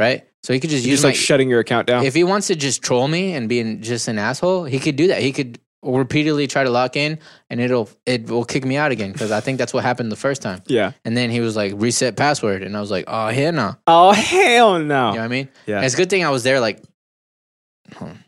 Speaker 1: right? So he could just
Speaker 2: You're
Speaker 1: use
Speaker 2: just like
Speaker 1: my-
Speaker 2: shutting your account down.
Speaker 1: if he wants to just troll me and being just an asshole, he could do that. He could repeatedly try to lock in, and it'll it will kick me out again because I think that's what happened the first time.
Speaker 2: Yeah.
Speaker 1: And then he was like reset password, and I was like, oh hell no,
Speaker 2: Oh hell no.
Speaker 1: you know what I mean?
Speaker 2: Yeah.
Speaker 1: And it's a good thing I was there. Like, hold on.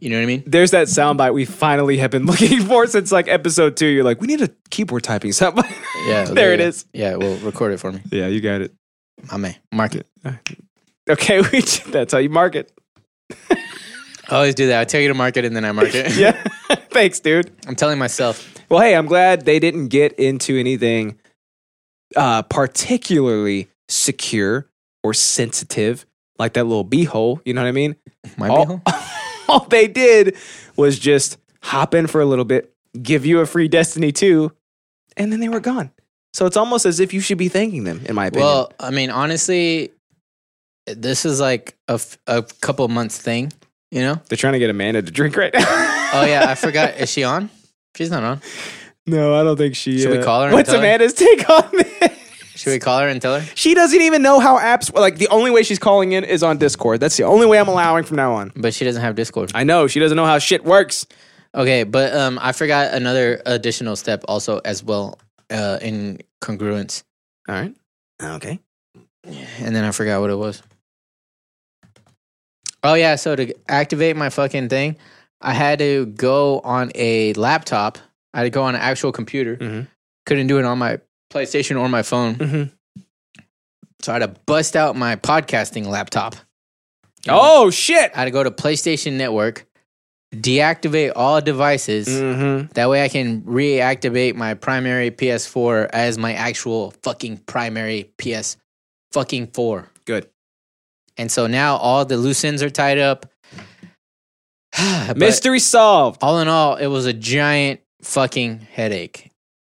Speaker 1: you know what I mean?
Speaker 2: There's that soundbite we finally have been *laughs* looking for since like episode two. You're like, we need a keyboard typing soundbite. *laughs*
Speaker 1: Yeah.
Speaker 2: There it is.
Speaker 1: Yeah. Well, record it for me.
Speaker 2: yeah, you got it.
Speaker 1: My man, mark it.
Speaker 2: Okay, *laughs* we, that's how you mark it.
Speaker 1: *laughs*
Speaker 2: *laughs*
Speaker 1: I always do that. I tell you to mark it, and then I mark *laughs* it.
Speaker 2: Yeah. *laughs* Thanks, dude.
Speaker 1: I'm telling myself.
Speaker 2: Well, hey, I'm glad they didn't get into anything uh, particularly secure or sensitive, like that little beehole. You know what I mean?
Speaker 1: My
Speaker 2: All,
Speaker 1: beehole?
Speaker 2: *laughs* all they did was just hop in for a little bit, give you a free Destiny 2, and then they were gone. So it's almost as if you should be thanking them, in my opinion.
Speaker 1: Well, I mean, honestly, this is like a, f- a couple months thing, you know?
Speaker 2: They're trying to get Amanda to drink right now. *laughs*
Speaker 1: Oh, yeah. I forgot. Is she on? She's not on.
Speaker 2: no, I don't think she.
Speaker 1: Should we call her and
Speaker 2: What's
Speaker 1: tell her?
Speaker 2: Amanda's take on *laughs* this?
Speaker 1: Should we call her and tell her?
Speaker 2: She doesn't even know how apps like the only way she's calling in is on Discord. That's the only way I'm allowing from now on.
Speaker 1: But she doesn't have Discord.
Speaker 2: I know she doesn't know how shit works.
Speaker 1: Okay, but um, I forgot another additional step also as well uh, in congruence,
Speaker 2: All right. Okay.
Speaker 1: and then I forgot what it was. Oh yeah, so to activate my fucking thing, I had to go on a laptop. I had to go on an actual computer.
Speaker 2: Mhm.
Speaker 1: Couldn't do it on my PlayStation or my phone,
Speaker 2: Mhm.
Speaker 1: so I had to bust out my podcasting laptop.
Speaker 2: Oh shit.
Speaker 1: I had to go to PlayStation Network, deactivate all devices.
Speaker 2: Mm-hmm.
Speaker 1: That way I can reactivate my primary PS4 as my actual fucking primary PS fucking 4.
Speaker 2: Good.
Speaker 1: And so now all the loose ends are tied up. *sighs* But
Speaker 2: Mystery solved.
Speaker 1: All in all, it was a giant fucking headache.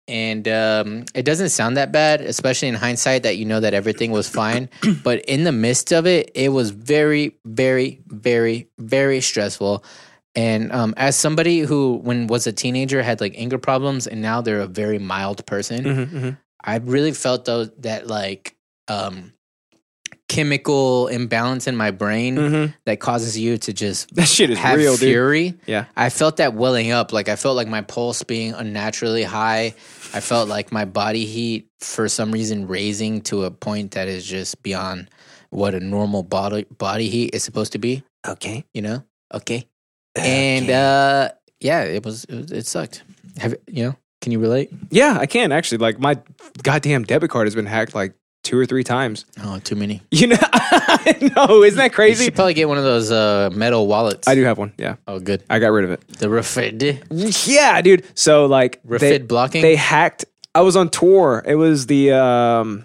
Speaker 1: And um, it doesn't sound that bad, especially in hindsight that you know that everything was fine. but in the midst of it, it was very, very, very, very stressful. And um, as somebody who, when was a teenager, had like anger problems, and now they're a very mild person,
Speaker 2: Mm-hmm.
Speaker 1: I really felt though that like um, chemical imbalance in my brain
Speaker 2: Mm-hmm.
Speaker 1: that causes you to just
Speaker 2: *laughs* That shit is
Speaker 1: have
Speaker 2: real, dude.
Speaker 1: fury.
Speaker 2: Yeah.
Speaker 1: I felt that welling up. Like I felt like my pulse being unnaturally high. I felt like my body heat for some reason raising to a point that is just beyond what a normal body body heat is supposed to be.
Speaker 2: Okay.
Speaker 1: You know? Okay. And uh yeah, it was it, was- it sucked. Have you know? Can you relate?
Speaker 2: Yeah, I can actually. Like my goddamn debit card has been hacked like two or three times. *laughs*
Speaker 1: Oh, too many.
Speaker 2: You know. *laughs* I know. Isn't that
Speaker 1: You
Speaker 2: crazy?
Speaker 1: should probably get one of those uh, metal wallets.
Speaker 2: I do have one. Yeah,
Speaker 1: Oh, good.
Speaker 2: I got rid of it.
Speaker 1: The refid,
Speaker 2: *laughs* Yeah, dude. So like
Speaker 1: refid
Speaker 2: they-
Speaker 1: blocking.
Speaker 2: They hacked. I was on tour. It was the um,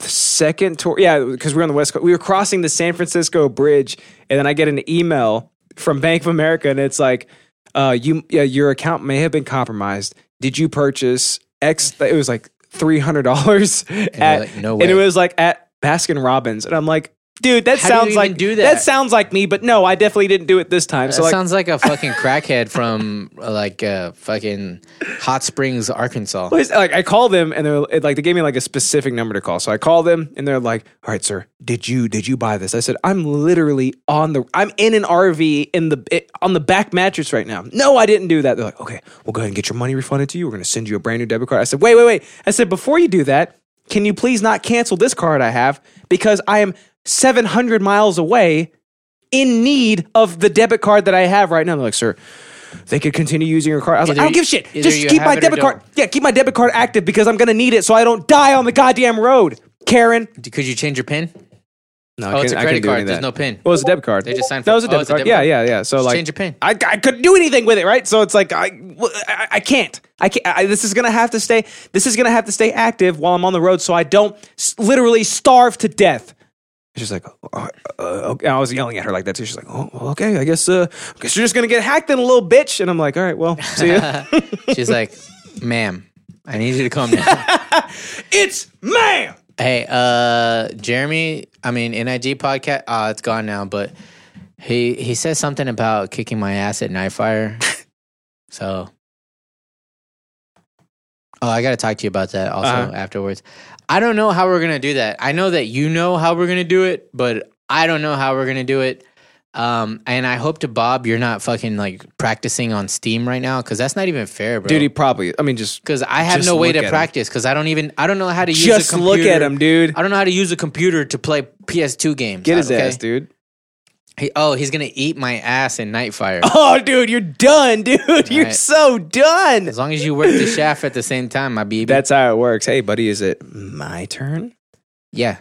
Speaker 2: the second tour. Yeah, because we were on the West Coast. We were crossing the San Francisco Bridge, and then I get an email from Bank of America, and it's like, uh, you yeah, your account may have been compromised. Did you purchase X? It was like three hundred dollars *laughs* at
Speaker 1: like, "No
Speaker 2: and it
Speaker 1: way."
Speaker 2: was like at Baskin Robbins, and I'm like. Dude, that
Speaker 1: How do you
Speaker 2: sounds
Speaker 1: even
Speaker 2: like
Speaker 1: do
Speaker 2: that
Speaker 1: that?
Speaker 2: sounds like me, but no, I definitely didn't do it this time. So
Speaker 1: that
Speaker 2: like,
Speaker 1: sounds like a fucking crackhead from uh, like uh, fucking Hot Springs, Arkansas.
Speaker 2: Well, it's- like I call them and they're it, like they gave me like a specific number to call. So I call them and they're like, "All right, sir, did you did you buy this?" I said, "I'm literally on the I'm in an RV in the it, on the back mattress right now." No, I didn't do that. They're like, "Okay, we'll go ahead and get your money refunded to you. We're going to send you a brand new debit card." I said, "Wait, wait, wait." I said, "Before you do that, can you please not cancel this card I have because I am 700 miles away in need of the debit card that I have right now." They're like, "Sir, they could continue using your card. I was
Speaker 1: Either
Speaker 2: like, I don't
Speaker 1: you-
Speaker 2: give a shit.
Speaker 1: either
Speaker 2: Just
Speaker 1: you
Speaker 2: keep
Speaker 1: have
Speaker 2: my
Speaker 1: it or
Speaker 2: debit card.
Speaker 1: don't.
Speaker 2: Yeah, keep my debit card active because I'm gonna need it so I don't die on the goddamn road. Karen.
Speaker 1: Could you change your pin?
Speaker 2: No,
Speaker 1: Oh, it's a credit card. There's no pin.
Speaker 2: Well, it was a debit card.
Speaker 1: They just signed for-
Speaker 2: No, it was a
Speaker 1: oh,
Speaker 2: debit
Speaker 1: it's a
Speaker 2: card.
Speaker 1: debit
Speaker 2: yeah,
Speaker 1: card.
Speaker 2: yeah, yeah. So like,
Speaker 1: change your pin.
Speaker 2: I, I couldn't do anything with it, right? So it's like I I, I can't. I can't. I, this is gonna have to stay. This is gonna have to stay active while I'm on the road, so I don't s- literally starve to death. She's like, uh, uh, okay. I was yelling at her like that too. She's like, oh, well, okay. I guess, uh, I guess you're just gonna get hacked, then, little bitch. And I'm like, all right, well, see
Speaker 1: *laughs*
Speaker 2: ya.
Speaker 1: She's like, ma'am, I need you to come
Speaker 2: *laughs*
Speaker 1: now.
Speaker 2: it's man.
Speaker 1: hey, uh, Jeremy, I mean, NIG podcast, uh, it's gone now, but he, he says something about kicking my ass at Nightfire.
Speaker 2: *laughs*
Speaker 1: so, oh, I got to talk to you about that also
Speaker 2: Uh-huh.
Speaker 1: afterwards. I don't know how we're going to do that. I know that you know how we're going to do it, but I don't know how we're going to do it. Um, and I hope to Bob you're not fucking like practicing on Steam right now because that's not even fair, bro.
Speaker 2: Dude, he probably. I mean, just
Speaker 1: because I have
Speaker 2: just
Speaker 1: no way
Speaker 2: look
Speaker 1: to
Speaker 2: at him.
Speaker 1: practice because I don't even I don't know how to use
Speaker 2: Just
Speaker 1: a
Speaker 2: look
Speaker 1: computer.
Speaker 2: at him, dude.
Speaker 1: I don't know how to use a computer to play PS2 games.
Speaker 2: Get his
Speaker 1: Okay?
Speaker 2: ass, dude. *laughs*
Speaker 1: He, oh, he's gonna eat my ass in Nightfire.
Speaker 2: Oh, dude, you're done, dude. you're
Speaker 1: right.
Speaker 2: so done.
Speaker 1: As long as you work the shaft at the same time, my baby.
Speaker 2: That's how it works. Hey, buddy, is it my turn?
Speaker 1: yeah.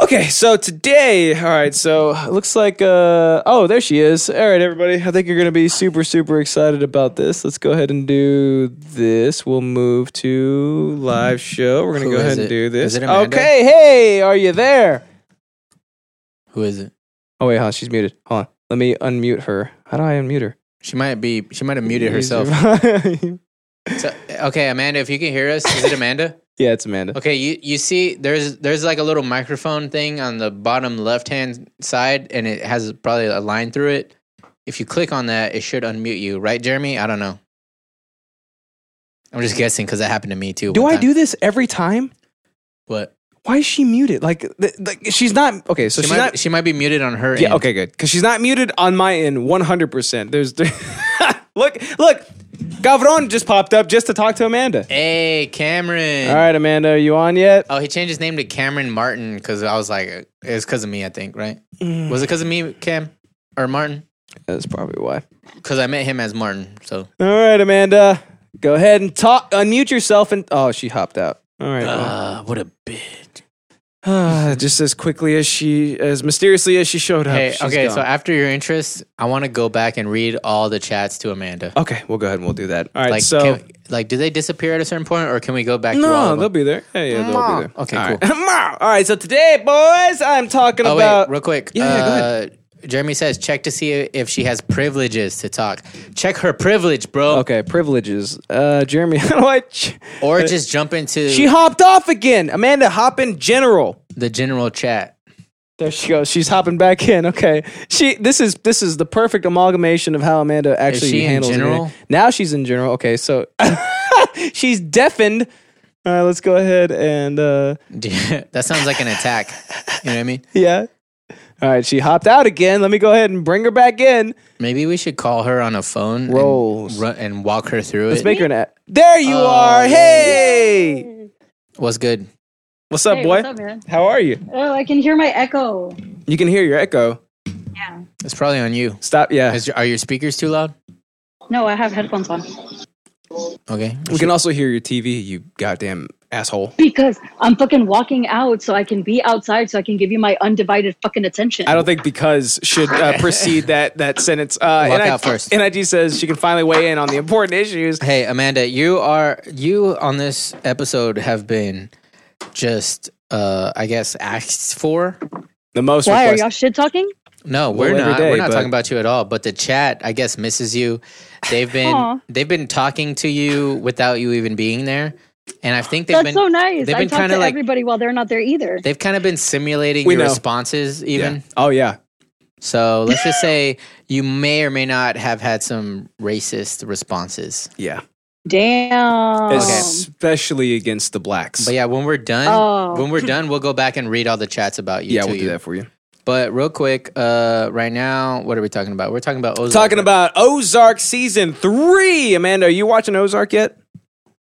Speaker 2: Okay, so today, all right, so it looks like, uh, oh, there she is. All right, everybody, I think you're going to be super, super excited about this. Let's go ahead and do this. We'll move to live show. We're going to
Speaker 1: Hmm. Who
Speaker 2: go
Speaker 1: is
Speaker 2: ahead and
Speaker 1: it?
Speaker 2: do this.
Speaker 1: Is it Amanda?
Speaker 2: Okay, hey, are you there?
Speaker 1: Who is it?
Speaker 2: Oh, wait, huh, she's muted. Hold on. Let me unmute her. How do I unmute her?
Speaker 1: She might be. She might have muted herself. So- okay, Amanda, if you can hear us, is it
Speaker 2: *laughs*
Speaker 1: Amanda?
Speaker 2: *laughs* yeah, it's Amanda.
Speaker 1: Okay, you you see, there's there's like a little microphone thing on the bottom left hand side, and it has probably a line through it. If you click on that, it should unmute you, right, Jeremy? I don't know. I'm just guessing because that happened to me too.
Speaker 2: Do
Speaker 1: one
Speaker 2: I
Speaker 1: time.
Speaker 2: do this every time?
Speaker 1: what?
Speaker 2: Why is she muted? Like, th- like she's not okay. So
Speaker 1: she
Speaker 2: she's
Speaker 1: might
Speaker 2: not.
Speaker 1: she might be muted on her.
Speaker 2: yeah.
Speaker 1: end.
Speaker 2: Okay. Good. Because she's not muted on my end. One hundred percent. There's. *laughs* look. Look. Gavron just popped up just to talk to Amanda.
Speaker 1: Hey, Cameron.
Speaker 2: All right, Amanda, are you on yet?
Speaker 1: Oh, he changed his name to Cameron Martin because I was like, it's because of me, I think, right? Was it because of me, Cam or Martin?
Speaker 2: That's probably why.
Speaker 1: Because I met him as Martin. So
Speaker 2: All right, Amanda, go ahead and talk. Unmute yourself and. Oh, she hopped out. All right. well.
Speaker 1: uh, what a bitch. *sighs*
Speaker 2: Ah, *sighs* just as quickly as she, as mysteriously as she showed up.
Speaker 1: Hey,
Speaker 2: she's
Speaker 1: okay,
Speaker 2: gone.
Speaker 1: so after your interest, I want to go back and read all the chats to Amanda.
Speaker 2: okay, we'll go ahead and we'll do that. All right.
Speaker 1: like,
Speaker 2: so.
Speaker 1: can- like, do they disappear at a certain point, or can we go back? through all
Speaker 2: No,
Speaker 1: of
Speaker 2: they'll
Speaker 1: them?
Speaker 2: be there. Yeah, yeah, they'll be there.
Speaker 1: Okay,
Speaker 2: All *laughs* right. Ma. All right, so today, boys, I'm talking
Speaker 1: Oh
Speaker 2: about.
Speaker 1: wait, real quick. uh,
Speaker 2: Yeah, yeah, go
Speaker 1: ahead. Jeremy says check to see if she has privileges to talk. Check her privilege, bro,
Speaker 2: okay, privileges. Uh, Jeremy, *laughs* how do I? ch-
Speaker 1: or just jump into
Speaker 2: She hopped off again. Amanda, hop in general.
Speaker 1: the general chat. *laughs*
Speaker 2: There she goes. She's hopping back in. Okay, she. This is this is the perfect amalgamation of how Amanda actually
Speaker 1: she in
Speaker 2: handles
Speaker 1: general?
Speaker 2: everything. Now she's in general. Okay, so *laughs* she's deafened. All right, let's go ahead and uh,
Speaker 1: that sounds like an attack. You know what I mean?
Speaker 2: yeah. All right, she hopped out again. Let me go ahead and bring her back in.
Speaker 1: Maybe we should call her on a phone
Speaker 2: Rolls.
Speaker 1: and, run, Oh, and walk her through
Speaker 2: Let's
Speaker 1: it.
Speaker 2: make her an app. There you are. Hey.
Speaker 1: What's good?
Speaker 2: What's up,
Speaker 6: Hey,
Speaker 2: boy?
Speaker 6: what's up, man?
Speaker 2: How are you?
Speaker 6: Oh, I can hear my echo.
Speaker 2: You can hear your echo.
Speaker 6: Yeah.
Speaker 1: It's probably on you.
Speaker 2: Stop. Yeah.
Speaker 1: Is your, are your speakers too loud?
Speaker 6: No, I have headphones on
Speaker 1: Okay.
Speaker 2: We can also hear your TV, you goddamn asshole.
Speaker 6: because I'm fucking walking out so I can be outside so I can give you my undivided fucking attention.
Speaker 2: I don't think because should
Speaker 1: *laughs*
Speaker 2: uh, precede that that sentence. Uh,
Speaker 1: Walk
Speaker 2: NIG
Speaker 1: out first.
Speaker 2: NIG says she can finally weigh in on the important issues.
Speaker 1: Hey, Amanda, you are you on this episode have been just uh I guess asked for.
Speaker 2: The most
Speaker 6: Why are
Speaker 2: request-
Speaker 6: y'all shit talking?
Speaker 1: No, we're
Speaker 2: every
Speaker 1: not.
Speaker 2: day,
Speaker 1: we're not
Speaker 2: but-
Speaker 1: talking about you at all. But the chat, I guess, misses you. They've been
Speaker 6: Aw.
Speaker 1: they've been talking to you without you even being there, and I think they've
Speaker 6: That's
Speaker 1: been
Speaker 6: so nice.
Speaker 1: they've
Speaker 6: I
Speaker 1: been
Speaker 6: talk
Speaker 1: kinda
Speaker 6: to
Speaker 1: like-
Speaker 6: everybody while they're not there either.
Speaker 1: they've kind of been simulating
Speaker 2: We
Speaker 1: your
Speaker 2: know.
Speaker 1: responses even.
Speaker 2: Yeah. Oh yeah.
Speaker 1: So let's just say you may or may not have had some racist responses.
Speaker 2: Yeah.
Speaker 6: Damn.
Speaker 2: Especially against the blacks.
Speaker 1: But yeah, when we're done,
Speaker 6: Oh.
Speaker 1: when we're done, we'll go back and read all the chats about you.
Speaker 2: yeah,
Speaker 1: to
Speaker 2: we'll
Speaker 1: you.
Speaker 2: do that for you.
Speaker 1: But real quick, uh, right now, what are we talking about? We're talking about Ozark.
Speaker 2: Talking about Ozark season three. Amanda, are you watching Ozark yet?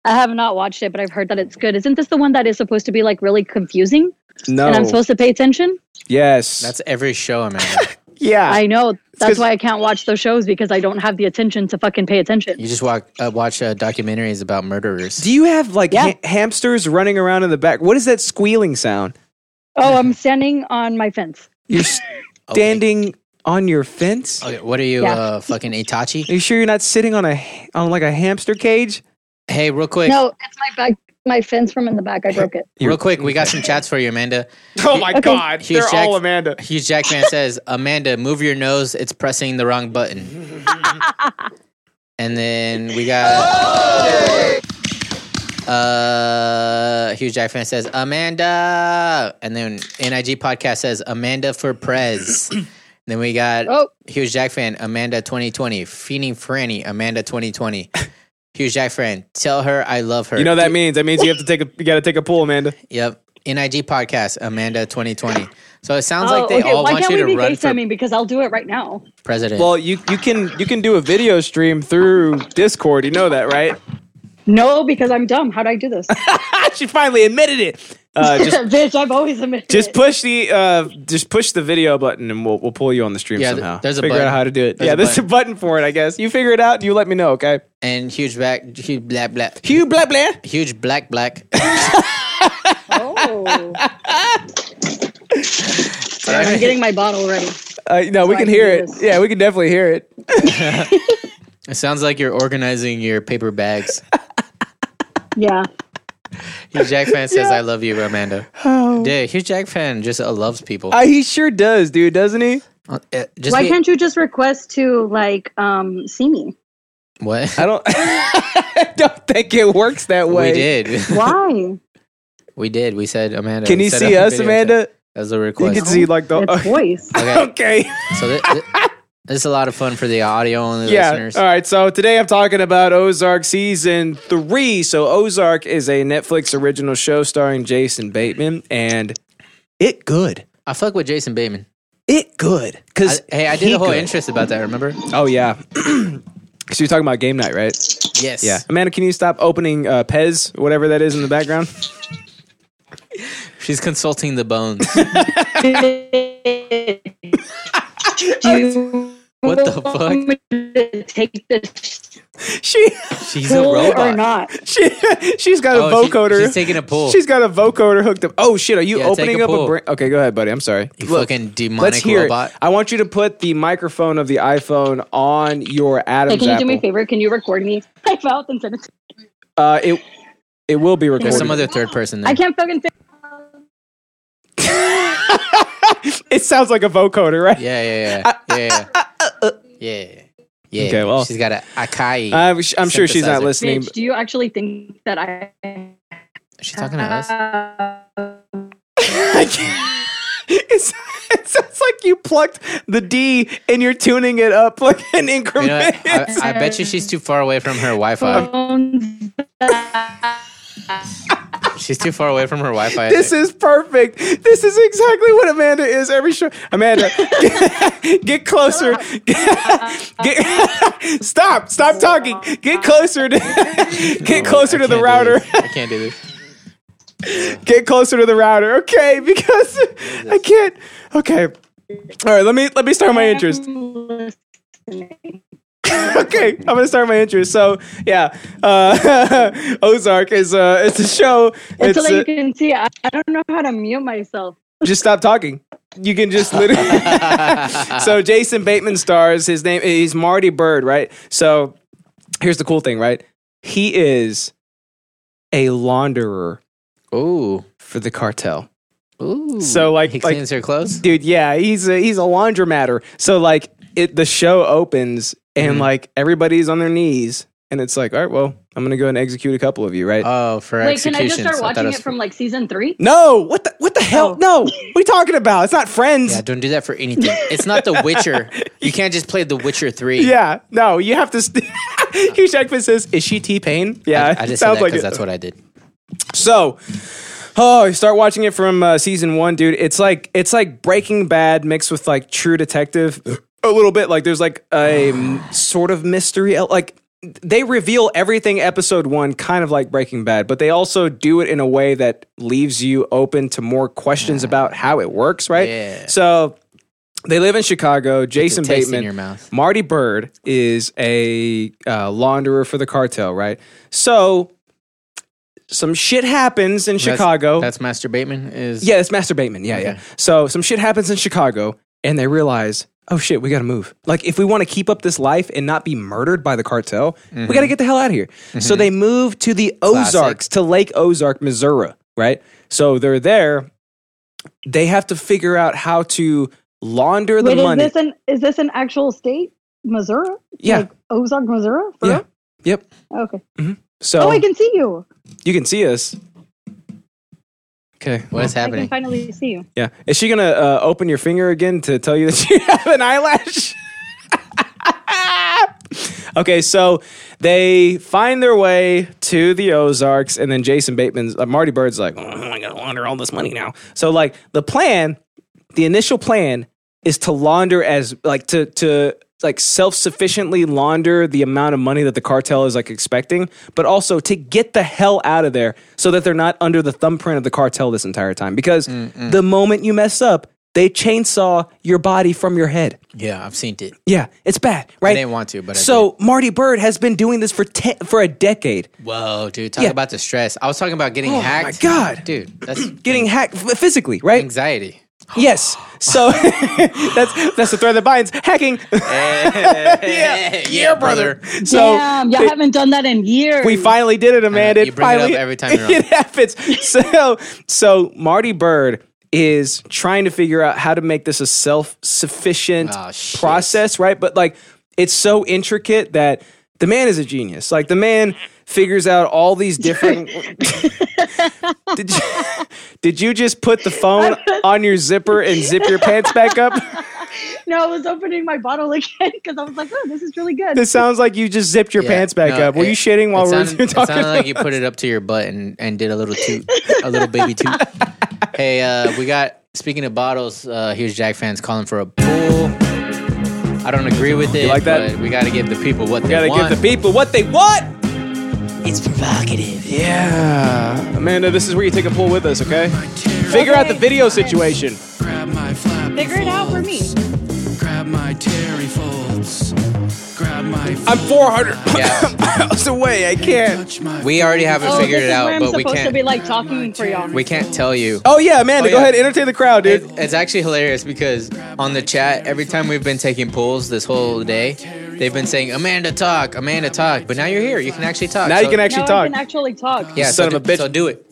Speaker 6: I have not watched it, but I've heard that it's good. Isn't this the one that is supposed to be like really confusing
Speaker 2: No.
Speaker 6: and I'm supposed to pay attention?
Speaker 2: yes.
Speaker 1: that's every show,
Speaker 2: *laughs*
Speaker 1: Amanda.
Speaker 2: yeah.
Speaker 6: I know.
Speaker 2: 'cause-
Speaker 6: That's why I can't watch those shows because I don't have the attention to fucking pay attention.
Speaker 1: you just walk, uh, watch uh, documentaries about murderers.
Speaker 2: Do you have like
Speaker 6: Yeah.
Speaker 2: ha- hamsters running around in the back? What is that squealing sound?
Speaker 6: Oh, I'm standing on my fence.
Speaker 1: *laughs*
Speaker 2: You're standing on your fence.
Speaker 1: Okay, what are you,
Speaker 6: Yeah.
Speaker 1: uh, fucking Itachi?
Speaker 2: Are you sure you're not sitting on a on like a hamster cage?
Speaker 1: Hey, real quick,
Speaker 6: No, it's my back, my fence from in the back. I broke it.
Speaker 1: real quick, we got some chats for you, Amanda.
Speaker 2: *laughs* Oh my god,
Speaker 1: Hugh Jack-
Speaker 2: Amanda.
Speaker 1: Hugh Jackman says, Amanda, move your nose. It's pressing the wrong button. and then we got. Uh, Hugh Jackman says, Amanda. And then NIG podcast says, Amanda for Prez. then we got
Speaker 6: Oh.
Speaker 1: Hugh Jackman, Amanda 2020. Feeding Franny, Amanda 2020. Hugh Jackman, tell her I love her.
Speaker 2: You know what that means that means you have to take a you got to take a pull, Amanda.
Speaker 1: Yep. NIG podcast, Amanda 2020. So it sounds like
Speaker 6: Oh,
Speaker 1: they
Speaker 6: okay,
Speaker 1: all
Speaker 6: why
Speaker 1: want
Speaker 6: can't
Speaker 1: you
Speaker 6: we
Speaker 1: to
Speaker 6: be
Speaker 1: run for
Speaker 6: FaceTiming? Because I'll do it right now.
Speaker 1: president.
Speaker 2: *laughs* Well, you you can you can do a video stream through Discord. You know that, *laughs* right?
Speaker 6: No, because I'm dumb. How do I do
Speaker 1: *laughs*
Speaker 6: this?
Speaker 2: Ah, she finally admitted it. Uh, just
Speaker 6: *laughs* Bitch, I've always admitted
Speaker 2: just
Speaker 6: it.
Speaker 2: push the uh, just push the video button, and we'll we'll pull you on the stream
Speaker 1: Yeah, th-
Speaker 2: somehow.
Speaker 1: there's a
Speaker 2: figure
Speaker 1: button.
Speaker 2: out how to do it.
Speaker 1: There's
Speaker 2: yeah,
Speaker 1: a
Speaker 2: there's a button for it. I guess you figure it out. You let me know, okay?
Speaker 1: and huge black, huge black, black,
Speaker 2: Hugh blah blah.
Speaker 1: huge black, black. *laughs*
Speaker 6: Oh. I'm getting my bottle ready.
Speaker 2: Uh, no, we
Speaker 6: I
Speaker 2: can
Speaker 6: can
Speaker 2: hear
Speaker 6: do
Speaker 2: it.
Speaker 6: this.
Speaker 2: Yeah, we can definitely hear it.
Speaker 1: It sounds like you're organizing your paper bags.
Speaker 6: Yeah.
Speaker 1: Hugh Jackman says, "I love you, Amanda." Oh. Yeah, Hugh Jackman just uh, loves people.
Speaker 2: Uh, he sure does, dude, doesn't he?
Speaker 1: Uh, uh, just
Speaker 6: Why
Speaker 1: be-
Speaker 6: can't you just request to like um see me?
Speaker 1: what
Speaker 2: I don't. *laughs* I don't think it works that way.
Speaker 1: *laughs* we did? *laughs*
Speaker 6: Why?
Speaker 1: we did. We said, Amanda.
Speaker 2: Can
Speaker 1: we
Speaker 2: you
Speaker 1: set
Speaker 2: see
Speaker 1: up a
Speaker 2: us,
Speaker 1: video
Speaker 2: Amanda?
Speaker 1: chat. That was a
Speaker 2: You
Speaker 1: request.
Speaker 2: can see like the.
Speaker 6: *laughs*
Speaker 1: *laughs*
Speaker 6: it's voice.
Speaker 1: Oh, okay,
Speaker 2: Okay. *laughs*
Speaker 1: so th- th- this is a lot of fun for the audio and the
Speaker 2: Yeah.
Speaker 1: listeners.
Speaker 2: All right. So today I'm talking about Ozark season three. So Ozark is a Netflix original show starring Jason Bateman, and it good.
Speaker 1: I fuck with Jason Bateman.
Speaker 2: It good.
Speaker 1: I,
Speaker 2: Cause
Speaker 1: hey, I did
Speaker 2: he
Speaker 1: a whole
Speaker 2: good.
Speaker 1: interest about that. Remember?
Speaker 2: Oh yeah. *clears throat* so you're talking about game night, right?
Speaker 1: Yes.
Speaker 2: Yeah. Amanda, can you stop opening uh, Pez, whatever that is in the background? *laughs*
Speaker 1: She's consulting the bones.
Speaker 6: *laughs* Do you
Speaker 1: What the
Speaker 6: want me to Take this
Speaker 2: she
Speaker 1: She's a
Speaker 6: pill or
Speaker 1: robot.
Speaker 6: not?
Speaker 2: she she's got a
Speaker 1: Oh, she-
Speaker 2: vocoder.
Speaker 1: she's taking a pull.
Speaker 2: She's got a vocoder hooked up. Oh shit! Are you
Speaker 1: Yeah, take
Speaker 2: opening
Speaker 1: a
Speaker 2: up a
Speaker 1: pull.
Speaker 2: brain? Okay, go ahead, buddy. I'm sorry.
Speaker 1: You
Speaker 2: Look,
Speaker 1: fucking demonic
Speaker 2: Let's hear
Speaker 1: robot.
Speaker 2: it. I want you to put the microphone of the iPhone on your Adam's
Speaker 6: Hey, can you do
Speaker 2: apple.
Speaker 6: me a favor? Can you record me? *laughs* I felt and send it. To-
Speaker 2: Uh, it it will be
Speaker 1: There's
Speaker 2: recorded.
Speaker 1: some other third person. There.
Speaker 6: I can't fucking. Fi-
Speaker 2: *laughs* it sounds like a vocoder, right?
Speaker 1: Yeah,
Speaker 2: Uh,
Speaker 1: yeah, yeah, yeah, yeah, yeah. yeah.
Speaker 2: Okay, well. uh,
Speaker 1: she's got a acai.
Speaker 2: I'm, sh- I'm sure she's not
Speaker 1: Synthesizer.
Speaker 2: listening.
Speaker 6: Bitch, do you actually think that I?
Speaker 1: Is she talking to us?
Speaker 6: uh,
Speaker 2: *laughs* It's, it sounds like you plucked the D and you're tuning it up like an
Speaker 1: You know,
Speaker 2: increment.
Speaker 1: what? I, I bet you she's too far away from her Wi-Fi.
Speaker 6: Phones that-
Speaker 1: *laughs* She's too far away from her Wi-Fi.
Speaker 2: this is perfect. This is exactly what Amanda is every show. Amanda, *laughs* get, get closer. *laughs* Get- stop. Stop talking. Get closer to *laughs* get closer to the router.
Speaker 1: Oh, I can't do this.
Speaker 2: *laughs* get closer to the router, okay? Because I can't. Okay. All right. Let me let me start my interest. *laughs* Okay, I'm gonna start my interest. So yeah, uh, *laughs* Ozark is uh, it's a show. It's
Speaker 6: Until
Speaker 2: uh,
Speaker 6: you can see, I, I don't know how to mute myself.
Speaker 2: just stop talking. You can just literally. so Jason Bateman stars. His name is Marty Bird, right? So here's the cool thing, right? He is a launderer
Speaker 1: Ooh,
Speaker 2: for the cartel.
Speaker 1: ooh.
Speaker 2: So, like-
Speaker 1: he
Speaker 2: like-
Speaker 1: cleans her clothes.
Speaker 2: dude yeah he's a he's a laundromatter so like it the show opens and like everybody's on their knees and it's like all right well i'm gonna go and execute a couple of you right
Speaker 1: Oh, for
Speaker 6: Wait, can I
Speaker 1: executions.
Speaker 6: just start
Speaker 1: thought
Speaker 6: watching
Speaker 1: was-
Speaker 6: it from like season three?
Speaker 2: no what the what the hell
Speaker 6: Oh.
Speaker 2: no what are you talking about it's not friends
Speaker 1: Yeah,
Speaker 2: yeah.
Speaker 1: don't do that for anything. It's not The Witcher. You can't just play The Witcher Three.
Speaker 2: no, you have to. St- *laughs* Hugh Jackman says, "Is she T Pain?"
Speaker 1: I,
Speaker 2: Yeah,
Speaker 1: I
Speaker 2: it
Speaker 1: just said
Speaker 2: sounds
Speaker 1: that
Speaker 2: like
Speaker 1: because
Speaker 2: it.
Speaker 1: that's what I did.
Speaker 2: So, oh, you start watching it from uh, season one, dude. It's like it's like Breaking Bad mixed with like True Detective *clears throat* a little bit. Like there's like a m- sort of mystery. el- Like they reveal everything episode one, kind of like Breaking Bad, but they also do it in a way that leaves you open to more questions about how it works, right?
Speaker 1: Yeah.
Speaker 2: So. They live in Chicago. Jason
Speaker 1: taste in
Speaker 2: Bateman,
Speaker 1: your mouth.
Speaker 2: Marty Bird is a uh, launderer for the cartel, right? So some shit happens in
Speaker 1: That's-
Speaker 2: Chicago.
Speaker 1: That's, Master Bateman. Is
Speaker 2: yeah, it's Master Bateman. Yeah, yeah.
Speaker 1: Okay.
Speaker 2: So some shit happens in Chicago, and they realize, oh shit, we gotta move. Like if we want to keep up this life and not be murdered by the cartel,
Speaker 1: Mm-hmm.
Speaker 2: we gotta get the hell out of here. So they move to the Ozarks, to Lake Ozark, Missouri, right? So they're there. They have to figure out how to launder the
Speaker 6: Wait,
Speaker 2: money.
Speaker 6: is this an is this an actual state, Missouri?
Speaker 2: yeah.
Speaker 6: like Ozark, Missouri. For
Speaker 2: Yeah.
Speaker 6: real?
Speaker 2: Yep.
Speaker 6: Okay.
Speaker 2: so
Speaker 6: Oh, I can see you.
Speaker 2: you can see us. Okay.
Speaker 1: What is
Speaker 6: I can
Speaker 1: happening?
Speaker 6: finally see you.
Speaker 2: Yeah. Is she gonna uh, open *laughs* your finger again to tell you that you have an eyelash? *laughs* Okay, so they find their way to the Ozarks, and then Jason Bateman's uh, Marty Bird's like, oh, I gotta launder all this money now. So like the plan, the initial plan is to launder as like to to like self sufficiently launder the amount of money that the cartel is like expecting, but also to get the hell out of there so that they're not under the thumbprint of the cartel this entire time. Because
Speaker 1: Mm,
Speaker 2: the moment you mess up, they chainsaw your body from your head.
Speaker 1: Yeah, I've seen it.
Speaker 2: Yeah, it's bad, right?
Speaker 1: didn't want to, but I
Speaker 2: so Marty Bird has been doing this for te- for a decade,
Speaker 1: Whoa, dude, talk
Speaker 2: Yeah.
Speaker 1: about the stress. I was talking about getting
Speaker 2: my
Speaker 1: hacked.
Speaker 2: God.
Speaker 1: dude, that's
Speaker 2: getting hacked f- physically, right?
Speaker 1: anxiety.
Speaker 2: Yes.
Speaker 1: *laughs*
Speaker 2: So *laughs* that's that's the thread that binds hacking. *laughs*
Speaker 1: *laughs* yeah, yeah, brother.
Speaker 2: So
Speaker 6: Damn, y'all haven't done that in years.
Speaker 2: we finally did it, Amanda.
Speaker 1: Uh, you bring it up
Speaker 2: Finally-
Speaker 1: every time you're on.
Speaker 2: *laughs* it happens. So so Marty Bird is trying to figure out how to make this a self-sufficient
Speaker 1: Ah, shit.
Speaker 2: process, right? But like it's so intricate that the man is a genius. Like the man figures out all these different Did you, did you just put the phone on your zipper and zip your pants back up? *laughs*
Speaker 6: no, I was opening my bottle again *laughs* because I was like, oh, this is really good.
Speaker 2: This sounds like you just zipped your
Speaker 1: Yeah,
Speaker 2: pants back
Speaker 1: no,
Speaker 2: up. Were
Speaker 1: it-
Speaker 2: you shitting while
Speaker 1: it
Speaker 2: we were
Speaker 1: sounded,
Speaker 2: talking?
Speaker 1: It sounded like you put it up to your butt and, and did a little toot, a little baby toot.
Speaker 2: *laughs*
Speaker 1: Hey, uh, we got, speaking of bottles, uh, here's Jack fans calling for a pool. I don't agree with it,
Speaker 2: like that?
Speaker 1: but we got to give the people what they
Speaker 2: *laughs* Gotta
Speaker 1: want.
Speaker 2: give the people what they want. It's provocative. Yeah. Amanda, this is where you take a pull with us, okay? Figure out the
Speaker 6: Okay.
Speaker 2: video situation.
Speaker 4: Grab my flap.
Speaker 6: Figure it out for me.
Speaker 4: Grab my terry folds. Grab my.
Speaker 2: I'm 400
Speaker 1: Yeah.
Speaker 2: *laughs* miles away. I can't.
Speaker 4: Touch my.
Speaker 1: we already haven't
Speaker 6: oh,
Speaker 1: figured
Speaker 6: this
Speaker 1: it
Speaker 6: is
Speaker 1: out,
Speaker 6: where I'm
Speaker 1: but we
Speaker 6: supposed to
Speaker 1: can't,
Speaker 6: be like talking for y'all.
Speaker 1: we can't tell you.
Speaker 2: Oh, yeah, Amanda,
Speaker 1: Oh,
Speaker 2: go
Speaker 1: yeah.
Speaker 2: ahead. Entertain the crowd, dude.
Speaker 1: It, it's actually hilarious because on the chat, every time we've been taking polls this whole day, they've been saying, Amanda, talk, Amanda, talk. But now you're here. You can actually talk.
Speaker 2: now you can
Speaker 6: now
Speaker 2: actually
Speaker 6: I
Speaker 2: talk.
Speaker 6: can actually talk.
Speaker 1: Yeah,
Speaker 2: Son
Speaker 1: so
Speaker 2: of
Speaker 1: do-
Speaker 2: a bitch.
Speaker 1: So do it.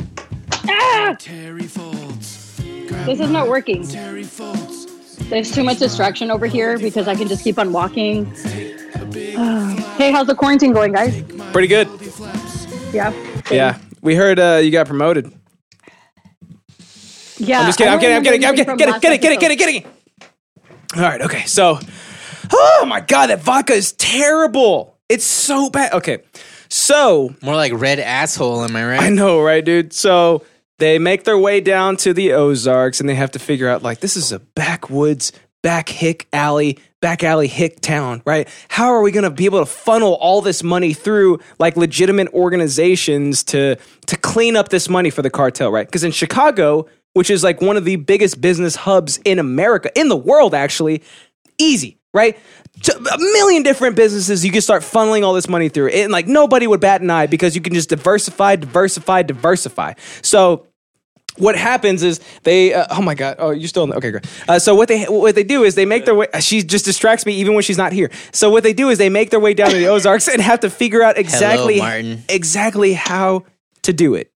Speaker 6: Ah,
Speaker 4: Terry folds. Grab
Speaker 6: this is
Speaker 4: my
Speaker 6: not working.
Speaker 4: Terry folds.
Speaker 6: There's too much distraction over here because I can just keep on walking. *sighs* hey, how's the quarantine going, guys?
Speaker 2: Pretty good.
Speaker 6: Yeah.
Speaker 2: Yeah. We heard uh, you got promoted.
Speaker 6: Yeah.
Speaker 2: I'm just kidding.
Speaker 6: I
Speaker 2: I'm kidding. I'm
Speaker 6: don't
Speaker 2: kidding. I'm
Speaker 6: remember
Speaker 2: kidding. Get
Speaker 6: anything
Speaker 2: it. Get it. Get it.
Speaker 6: from
Speaker 2: Get it. Get it. All right. Okay. So, oh my God, that vodka is terrible. It's so bad. Okay. So,
Speaker 1: More like red asshole, am I right?
Speaker 2: I know, right, dude? So they make their way down to the Ozarks and they have to figure out like this is a backwoods, back hick alley, back alley hick town, right? How are we gonna be able to funnel all this money through like legitimate organizations to to clean up this money for the cartel, right? Because in Chicago, which is like one of the biggest business hubs in America, in the world actually, easy, right? To a million different businesses, you can start funneling all this money through, and like nobody would bat an eye because you can just diversify, diversify, diversify. So what happens is they uh, oh my god oh you're still in the, okay great uh, so what they what they do is they make their way she just distracts me even when she's not here so what they do is they make their way down to the ozarks and have to figure out exactly
Speaker 1: Martin.
Speaker 2: exactly how to do it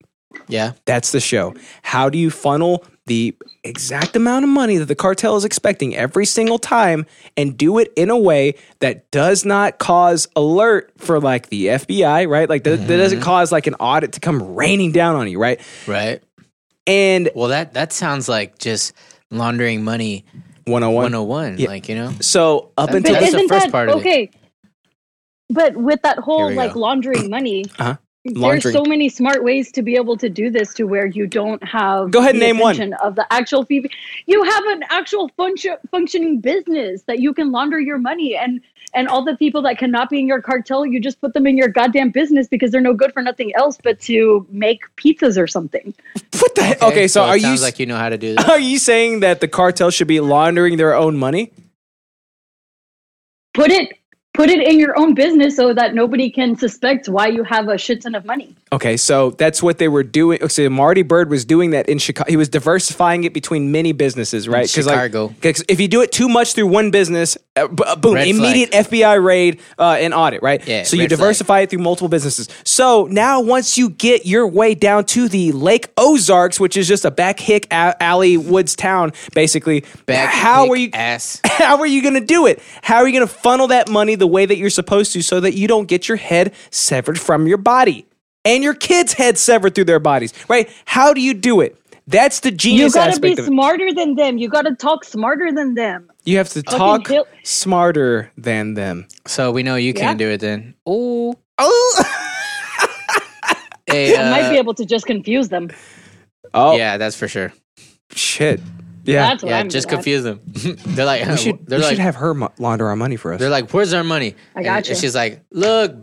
Speaker 1: Yeah.
Speaker 2: that's the show. How do you funnel the exact amount of money that the cartel is expecting every single time and do it in a way that does not cause alert for like the FBI, right? Like that, that
Speaker 1: Mm-hmm.
Speaker 2: doesn't cause like an audit to come raining down on you, right?
Speaker 1: Right.
Speaker 2: And
Speaker 1: Well, that that sounds like just laundering money
Speaker 2: 101.
Speaker 1: 101. Like, you know?
Speaker 2: So up
Speaker 1: But
Speaker 2: until
Speaker 6: But
Speaker 1: That's the
Speaker 6: isn't
Speaker 1: first
Speaker 6: that
Speaker 1: part of it.
Speaker 6: okay? But with that whole
Speaker 1: we
Speaker 6: like
Speaker 1: go.
Speaker 6: laundering money,
Speaker 2: Uh-huh.
Speaker 6: there's
Speaker 2: Laundering.
Speaker 6: so many smart ways to be able to do this to where you don't have
Speaker 2: Go ahead and
Speaker 6: the
Speaker 2: name one.
Speaker 6: attention of the actual fee. You have an actual function functioning business that you can launder your money and and all the people that cannot be in your cartel, you just put them in your goddamn business because they're no good for nothing else but to make pizzas or something.
Speaker 2: *laughs* what the heck? Okay, so,
Speaker 1: it
Speaker 2: are you
Speaker 1: sounds like you know how to do this.
Speaker 2: are you saying that the cartel should be laundering their own money?
Speaker 6: Put it put it in your own business so that nobody can suspect why you have a shit ton of money.
Speaker 2: Okay, so that's what they were doing. So Marty Bird was doing that in Chicago. He was diversifying it between many businesses, right? like,
Speaker 1: Chicago.
Speaker 2: 'cause if you do it too much through one business, uh, b- uh, boom,
Speaker 1: Red
Speaker 2: immediate FBI raid uh, and audit, right?
Speaker 1: Yeah,
Speaker 2: So you
Speaker 1: red flag.
Speaker 2: diversify it through multiple businesses. So now once you get your way down to the Lake Ozarks, which is just a back hick a- alley woods town, basically,
Speaker 1: Back
Speaker 2: *laughs* how
Speaker 1: kick
Speaker 2: are you?
Speaker 1: ass?
Speaker 2: *laughs* how are you going to do it? How are you going to funnel that money the way that you're supposed to so that you don't get your head severed from your body and your kids' heads severed through their bodies, right? How do you do it? That's the
Speaker 6: You
Speaker 2: genius
Speaker 6: gotta be
Speaker 2: aspect of it.
Speaker 6: smarter than them. You gotta talk smarter than them.
Speaker 2: You have to
Speaker 6: Fucking
Speaker 2: talk
Speaker 6: kill-
Speaker 2: smarter than them.
Speaker 1: So we know you can't
Speaker 6: Yeah.
Speaker 1: do it
Speaker 6: *laughs*
Speaker 1: then. Oh,
Speaker 2: Oh,
Speaker 1: hey,
Speaker 6: I might
Speaker 1: uh,
Speaker 6: be able to just confuse them.
Speaker 2: *laughs* oh
Speaker 1: yeah, that's for sure.
Speaker 2: shit. Yeah,
Speaker 6: That's what
Speaker 1: yeah,
Speaker 6: I'm
Speaker 1: just
Speaker 6: good at.
Speaker 1: confuse them. *laughs* They're like,
Speaker 2: we should,
Speaker 1: they're
Speaker 2: we
Speaker 1: like,
Speaker 2: should have her mo- launder our money for us. *laughs*
Speaker 1: they're like, where's our money?
Speaker 6: I
Speaker 1: And-
Speaker 6: gotcha.
Speaker 1: And she's like, look, *laughs*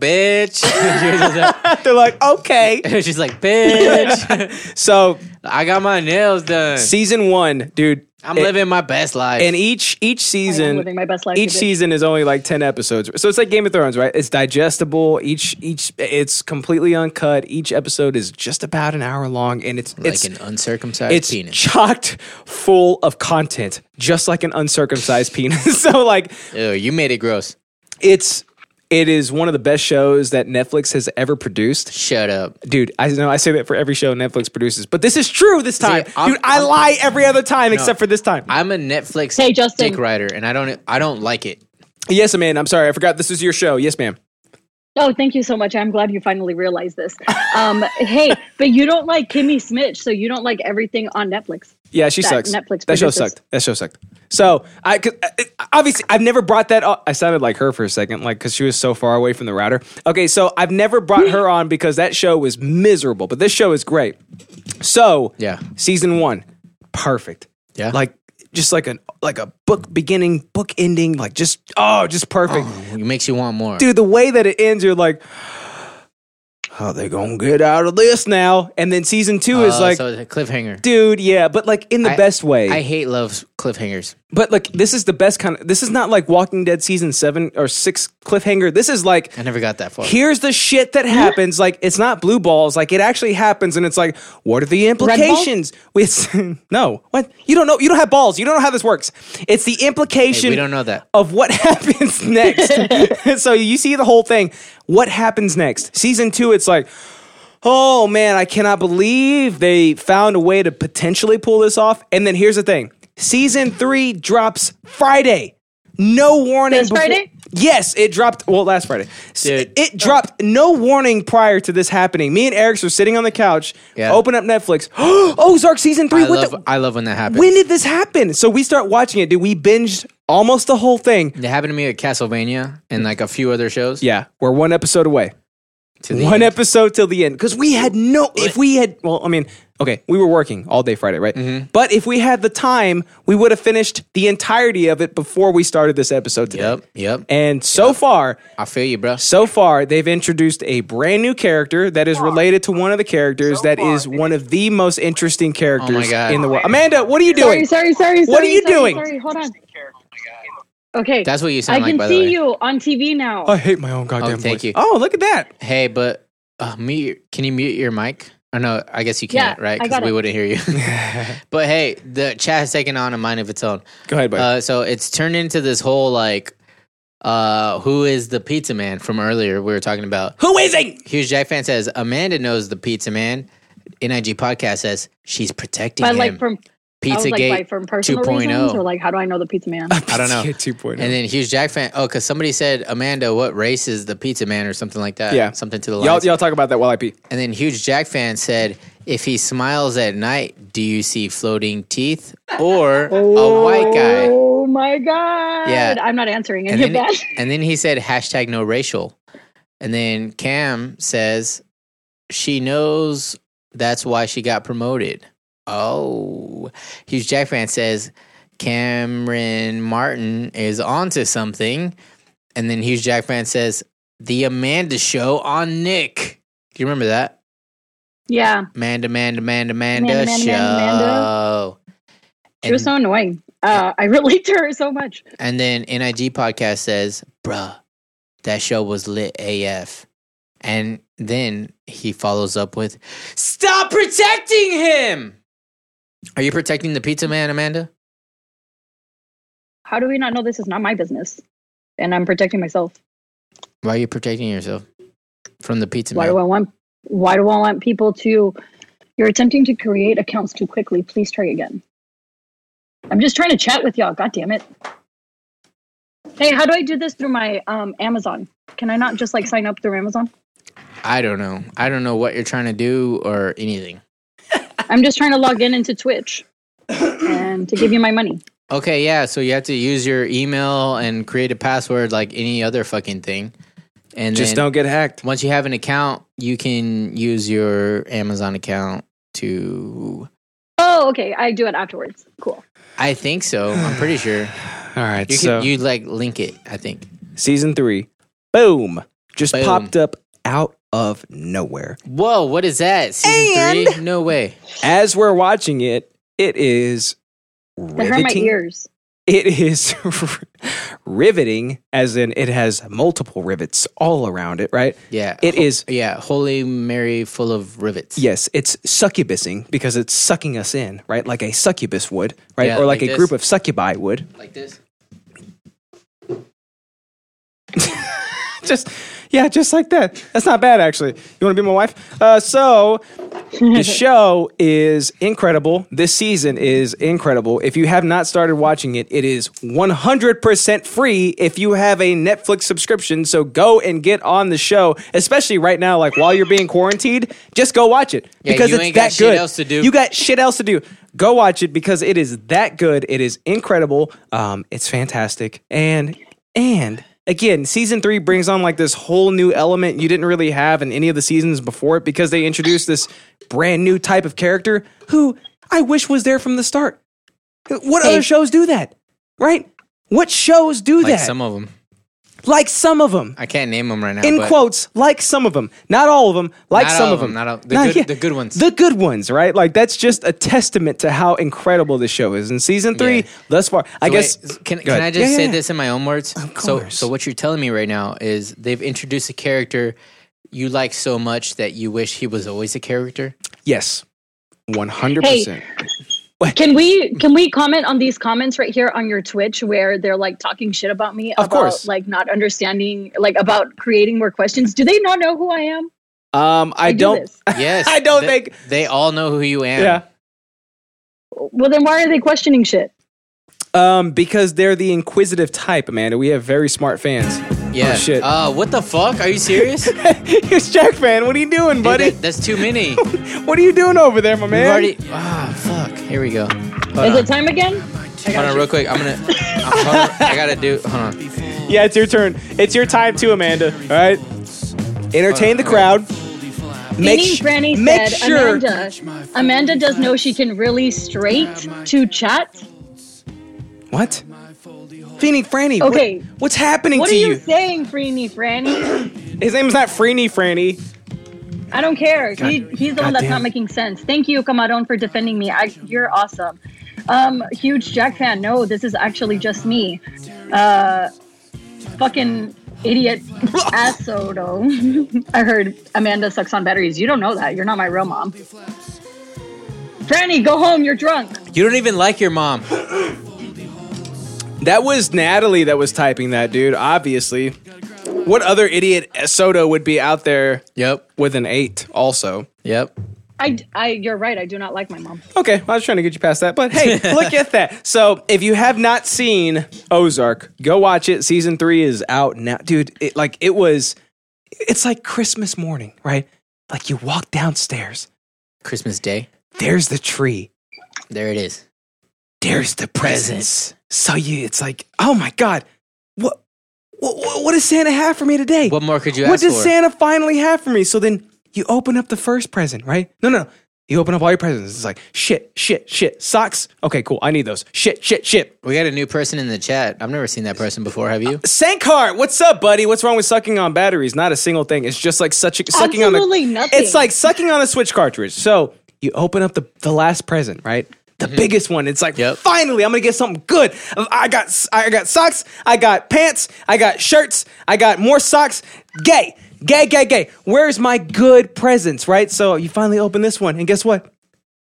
Speaker 1: bitch.
Speaker 2: they're
Speaker 1: *laughs*
Speaker 2: like, okay.
Speaker 1: she's like,
Speaker 2: *laughs*
Speaker 1: bitch.
Speaker 2: So
Speaker 1: I got my nails done.
Speaker 2: season one, dude,
Speaker 1: I'm living my best life.
Speaker 2: and e- each each
Speaker 6: I am
Speaker 2: season
Speaker 6: living my best life.
Speaker 2: each
Speaker 6: bitch.
Speaker 2: season is only like 10 episodes so it's like game of thrones right it's digestible each each it's completely uncut each episode is just about an hour long and it's
Speaker 1: like
Speaker 2: it's
Speaker 1: an uncircumcised
Speaker 2: it's
Speaker 1: penis.
Speaker 2: chocked full of content just like an uncircumcised *laughs* penis so like
Speaker 1: Ew, you made it gross.
Speaker 2: it's it is one of the best shows that netflix has ever produced
Speaker 1: Shut up.
Speaker 2: dude i know i say that for every show netflix produces but this is true this time
Speaker 1: I'm-
Speaker 2: dude i
Speaker 1: I'm-
Speaker 2: lie every other time except for this time
Speaker 1: I'm a Netflix
Speaker 6: Hey, Justin.
Speaker 1: dick writer, and I don't, I don't like it.
Speaker 2: yes man i'm sorry i forgot this is your show yes ma'am
Speaker 6: Oh, thank you so much. I'm glad you finally realized this. Um, hey, but you don't like Kimmy Smith, so you don't like everything on Netflix.
Speaker 2: Yeah, she
Speaker 6: that
Speaker 2: sucks.
Speaker 6: Netflix
Speaker 2: that show
Speaker 6: produces.
Speaker 2: sucked. That show sucked. So I could obviously I've never brought that. Up. I sounded like her for a second, like because she was so far away from the router. Okay, so I've never brought her on because that show was miserable, but this show is great. So
Speaker 1: Yeah.
Speaker 2: season one, perfect.
Speaker 1: Yeah.
Speaker 2: like just like an like a book beginning, book ending, like just oh, just perfect,
Speaker 1: It makes you want more.
Speaker 2: dude. The way that it ends, you're like. How they gonna get out of this now? And then season two
Speaker 1: Oh,
Speaker 2: is like,
Speaker 1: so it's a cliffhanger.
Speaker 2: dude, yeah, but like in the
Speaker 1: I-
Speaker 2: best way.
Speaker 1: I hate love cliffhangers.
Speaker 2: But like this is the best kind of this is not like Walking Dead season 7 or 6 cliffhanger. This is like
Speaker 1: I never got that far.
Speaker 2: here's the shit that happens like it's not blue balls like it actually happens and it's like what are the implications? *laughs* It's no. What? You don't know you don't have balls. You don't know how this works. It's the implication
Speaker 1: Hey, we don't know that.
Speaker 2: of what *laughs* happens next. *laughs* so you see the whole thing. What happens next? Season 2 it's like oh man, I cannot believe they found a way to potentially pull this off. And then here's the thing season three drops Friday. No warning.
Speaker 6: This Friday?
Speaker 2: Yes, it dropped. Well, last Friday. S-
Speaker 1: Dude.
Speaker 2: It dropped no warning prior to this happening. Me and Eric's were sitting on the couch,
Speaker 1: Yeah.
Speaker 2: open up Netflix. *gasps* Oh, Zark season three.
Speaker 1: I
Speaker 2: what
Speaker 1: love,
Speaker 2: the?
Speaker 1: I love when that happens.
Speaker 2: When did this happen? So we start watching it, dude. We binged almost the whole thing.
Speaker 1: it happened to me at Castlevania and like a few other shows.
Speaker 2: Yeah, we're one episode away.
Speaker 1: to the
Speaker 2: one
Speaker 1: end.
Speaker 2: episode till the end because we had no if we had well i mean okay we were working all day friday right
Speaker 1: Mm-hmm.
Speaker 2: but if we had the time we would have finished the entirety of it before we started this episode today
Speaker 1: Yep, yep.
Speaker 2: and so far
Speaker 1: I feel you, bro.
Speaker 2: so far they've introduced a brand new character that is related to one of the characters that is one of the most interesting characters
Speaker 1: Oh God.
Speaker 2: in the world amanda what are you
Speaker 6: Sorry,
Speaker 2: doing
Speaker 6: sorry, sorry.
Speaker 2: What are
Speaker 6: sorry,
Speaker 2: you
Speaker 6: sorry,
Speaker 2: doing?
Speaker 6: Sorry, hold on. Okay,
Speaker 1: That's what you
Speaker 6: I
Speaker 1: sound
Speaker 6: can
Speaker 1: like, by the
Speaker 6: see
Speaker 1: way.
Speaker 6: you on TV now.
Speaker 5: I hate my own
Speaker 1: oh,
Speaker 5: goddamn voice.
Speaker 1: thank you.
Speaker 2: oh look at that
Speaker 1: Hey, but uh, mute. Can you mute your mic? Or no, I guess you can't,
Speaker 6: Yeah,
Speaker 1: right?
Speaker 6: I got
Speaker 1: we
Speaker 6: it.
Speaker 1: wouldn't
Speaker 2: *laughs*
Speaker 1: hear you. but hey, the chat has taken on a mind of its own.
Speaker 2: go ahead buddy.
Speaker 1: Uh, so it's turned into this whole like, uh, who is the pizza man from earlier? We were talking about.
Speaker 2: who is it
Speaker 1: Huge Jack fan says Amanda knows the pizza man. Nig podcast says she's protecting
Speaker 6: By
Speaker 1: him.
Speaker 6: like from I was
Speaker 1: pizza
Speaker 6: like by
Speaker 1: Gate
Speaker 6: from personal
Speaker 1: 2.0.
Speaker 6: reasons, or like how do I know the pizza man?
Speaker 1: I
Speaker 2: *laughs*
Speaker 1: don't know.
Speaker 2: Yeah, 2.0.
Speaker 1: And then Huge Jack fan. Oh, because somebody said Amanda, what race is the pizza man or something like that?
Speaker 2: Yeah.
Speaker 1: something to the
Speaker 2: y'all,
Speaker 1: lines.
Speaker 2: y'all talk about that while i pee
Speaker 1: And then Huge Jack fan said, if he smiles at night, do you see floating teeth or a white guy?
Speaker 6: Oh my god!
Speaker 1: Yeah.
Speaker 6: I'm not answering
Speaker 1: And
Speaker 6: any of
Speaker 1: then,
Speaker 6: that. *laughs*
Speaker 1: and then he said hashtag no racial. And then Cam says she knows that's why she got promoted. Oh. Huge Jack fan says Cameron Martin is onto something. And then Huge Jack fan says the Amanda show on Nick. Do you remember that?
Speaker 6: yeah,
Speaker 1: Amanda, Amanda, Amanda, Amanda,
Speaker 6: Amanda, Amanda,
Speaker 1: show.
Speaker 6: Amanda, she was
Speaker 1: And-
Speaker 6: so annoying. Uh, *laughs* I relate to her so much.
Speaker 1: And then NIG podcast says, bruh, that show was lit AF. And then he follows up with, stop protecting him. Are you protecting the pizza man, Amanda?
Speaker 6: How do we not know this is not my business? And I'm protecting myself.
Speaker 1: Why are you protecting yourself from the pizza
Speaker 6: Why
Speaker 1: man?
Speaker 6: do I want? Why do I want people to? You're attempting to create accounts too quickly. Please try again. I'm just trying to chat with y'all. God damn it! Hey, how do I do this through my um, Amazon? Can I not just like sign up through Amazon?
Speaker 1: I don't know. I don't know what you're trying to do or anything.
Speaker 6: I'm just trying to log in into Twitch and to give you my money.
Speaker 1: Okay, yeah. So you have to use your email and create a password like any other fucking thing. And
Speaker 2: Just
Speaker 1: then
Speaker 2: don't get hacked.
Speaker 1: once you have an account, you can use your Amazon account to.
Speaker 6: Oh, okay. I do it afterwards. Cool.
Speaker 1: I think so. I'm pretty
Speaker 2: *sighs*
Speaker 1: sure
Speaker 2: All right.
Speaker 1: you
Speaker 2: so
Speaker 1: can you like link it. I think.
Speaker 2: season three, boom, just
Speaker 1: Boom.
Speaker 2: popped up out of nowhere.
Speaker 1: Whoa, what is that? Season three? No way.
Speaker 2: As we're watching it, it is
Speaker 6: They hurt my
Speaker 2: riveting.
Speaker 6: ears.
Speaker 2: *laughs* It is riveting, as in it has multiple rivets all around it. Right?
Speaker 1: Yeah.
Speaker 2: It is.
Speaker 1: yeah. Holy Mary, full of rivets.
Speaker 2: Yes, it's succubusing because it's sucking us in, right? Like a succubus would, right?
Speaker 1: Yeah,
Speaker 2: or like,
Speaker 1: like
Speaker 2: a
Speaker 1: this.
Speaker 2: group of succubi would.
Speaker 1: Like this.
Speaker 2: *laughs* just yeah, just like that. That's not bad actually. You want to be my wife? Uh, so
Speaker 1: *laughs*
Speaker 2: the show is incredible. This season is incredible. If you have not started watching it, it is 100% free if you have a Netflix subscription. So go and get on the show, especially right now like while you're being quarantined, just go watch it
Speaker 1: Yeah,
Speaker 2: because
Speaker 1: you
Speaker 2: it's
Speaker 1: ain't got
Speaker 2: that
Speaker 1: shit
Speaker 2: good.
Speaker 1: else to do.
Speaker 2: You got shit else to do. Go watch it because it is that good. It is incredible. Um, it's fantastic. And and again, season three brings on like this whole new element you didn't really have in any of the seasons before it because they introduced this brand new type of character who I wish was there from the start. What other shows do that? Right? What shows do
Speaker 1: Like
Speaker 2: that?
Speaker 1: some of them.
Speaker 2: like some of them.
Speaker 1: I can't name them right now.
Speaker 2: In
Speaker 1: but
Speaker 2: quotes, like some of them, not all of them, like
Speaker 1: Not
Speaker 2: some
Speaker 1: all
Speaker 2: of
Speaker 1: of 'em,
Speaker 2: them,
Speaker 1: not all- the good- the good ones.
Speaker 2: the good ones, right? Like that's just a testament to how incredible this show is. In season three,
Speaker 1: Yeah.
Speaker 2: thus far, I
Speaker 1: So
Speaker 2: guess.
Speaker 1: wait, can,
Speaker 2: Go
Speaker 1: can
Speaker 2: ahead.
Speaker 1: I just
Speaker 2: Yeah,
Speaker 1: say
Speaker 2: yeah, yeah.
Speaker 1: this in my own words? Of So,
Speaker 2: course.
Speaker 1: so what you're telling me right now is they've introduced a character you like so much that you wish he was always a
Speaker 2: *laughs*
Speaker 1: character.
Speaker 2: Yes, one hundred percent.
Speaker 6: Can we can we comment on these comments right here on your Twitch where they're like talking shit about me?
Speaker 2: Of
Speaker 6: about,
Speaker 2: course.
Speaker 6: Like not understanding, like about creating more questions. Do they not know who I am?
Speaker 2: Um, I,
Speaker 6: do
Speaker 2: don't.
Speaker 6: this.
Speaker 1: Yes,
Speaker 2: I don't
Speaker 1: they,
Speaker 2: think.
Speaker 1: they all know who you am.
Speaker 2: *laughs* Yeah.
Speaker 6: Well, then why are they questioning shit?
Speaker 2: Um, because they're the inquisitive type, Amanda. We have very smart fans. *laughs*
Speaker 1: yeah.
Speaker 2: Oh, shit.
Speaker 1: Uh, what the fuck? Are you
Speaker 2: *laughs*
Speaker 1: serious, Dude,
Speaker 2: Here's Jack fan. What are you doing, buddy?
Speaker 1: that- that's too
Speaker 2: *laughs*
Speaker 1: many.
Speaker 2: what are you doing over there, my
Speaker 1: We've
Speaker 2: man?
Speaker 1: already. Ah, fuck. Here we go.
Speaker 6: Is it time again?
Speaker 1: Hold on, real quick. I'm
Speaker 2: *laughs*
Speaker 1: gonna. hold on, I gotta do. Hold on.
Speaker 2: yeah, it's your turn. It's your time too, Amanda. All right. Entertain the crowd.
Speaker 6: Beanie
Speaker 2: sh-
Speaker 6: Granny
Speaker 2: make
Speaker 6: said
Speaker 2: sure.
Speaker 6: Amanda. Amanda does know she can really straight to chat.
Speaker 2: What? Feeny Franny. what-
Speaker 6: Okay.
Speaker 2: what's happening
Speaker 6: What
Speaker 2: to
Speaker 6: are
Speaker 2: you?
Speaker 6: you saying, Freeny Franny?
Speaker 2: His name is not Freeny Franny.
Speaker 6: I don't care. He, he's the one that's
Speaker 2: goddamn.
Speaker 6: not making sense. Thank you, Camarón, for defending me. I, you're awesome. Um, huge Jack fan. No, this is actually just me. Uh, fucking idiot
Speaker 2: *laughs*
Speaker 6: assoto. *laughs* I heard Amanda sucks on batteries. You don't know that. You're not my real mom. Franny, go home. You're drunk.
Speaker 1: You don't even like your mom.
Speaker 2: That was Natalie that was typing that, dude. Obviously. What other idiot Soto would be out there
Speaker 1: Yep.
Speaker 2: with an eight? Also.
Speaker 1: Yep.
Speaker 6: I, I, you're right. I do not like my mom.
Speaker 2: Okay, I was trying to get you past that, but hey, look at that. So, if you have not seen Ozark, go watch it. Season three is out now, dude. It like it was, it's like Christmas morning, right? Like you walk downstairs,
Speaker 1: Christmas Day.
Speaker 2: there's the tree,
Speaker 1: There it is.
Speaker 2: there's the presents. So you, it's like, oh my god, what, what, what does Santa have for me today?
Speaker 1: What more could you
Speaker 2: what
Speaker 1: ask
Speaker 2: does
Speaker 1: for?
Speaker 2: Santa finally have for me? So then you open up the first present, right? No, no, no. You open up all your presents. It's like shit, shit, shit. Socks. Okay, cool. I need those. Shit, shit, shit.
Speaker 1: we got a new person in the chat. I've never seen that person before. Have
Speaker 2: Uh,
Speaker 1: you?
Speaker 2: Sankar, what's up, buddy? What's wrong with sucking on batteries? Not a single thing. It's just like such sucking
Speaker 6: Absolutely
Speaker 2: on a,
Speaker 6: nothing.
Speaker 2: It's like sucking on a switch cartridge. So you open up the, the last present, right? The biggest one. It's like
Speaker 1: Yep.
Speaker 2: finally, I'm gonna get something good. I got s- I got socks. I got pants. I got shirts. I got more socks. Gay, gay, gay, gay. Where's my good presents, right? So you finally open this one, and guess what?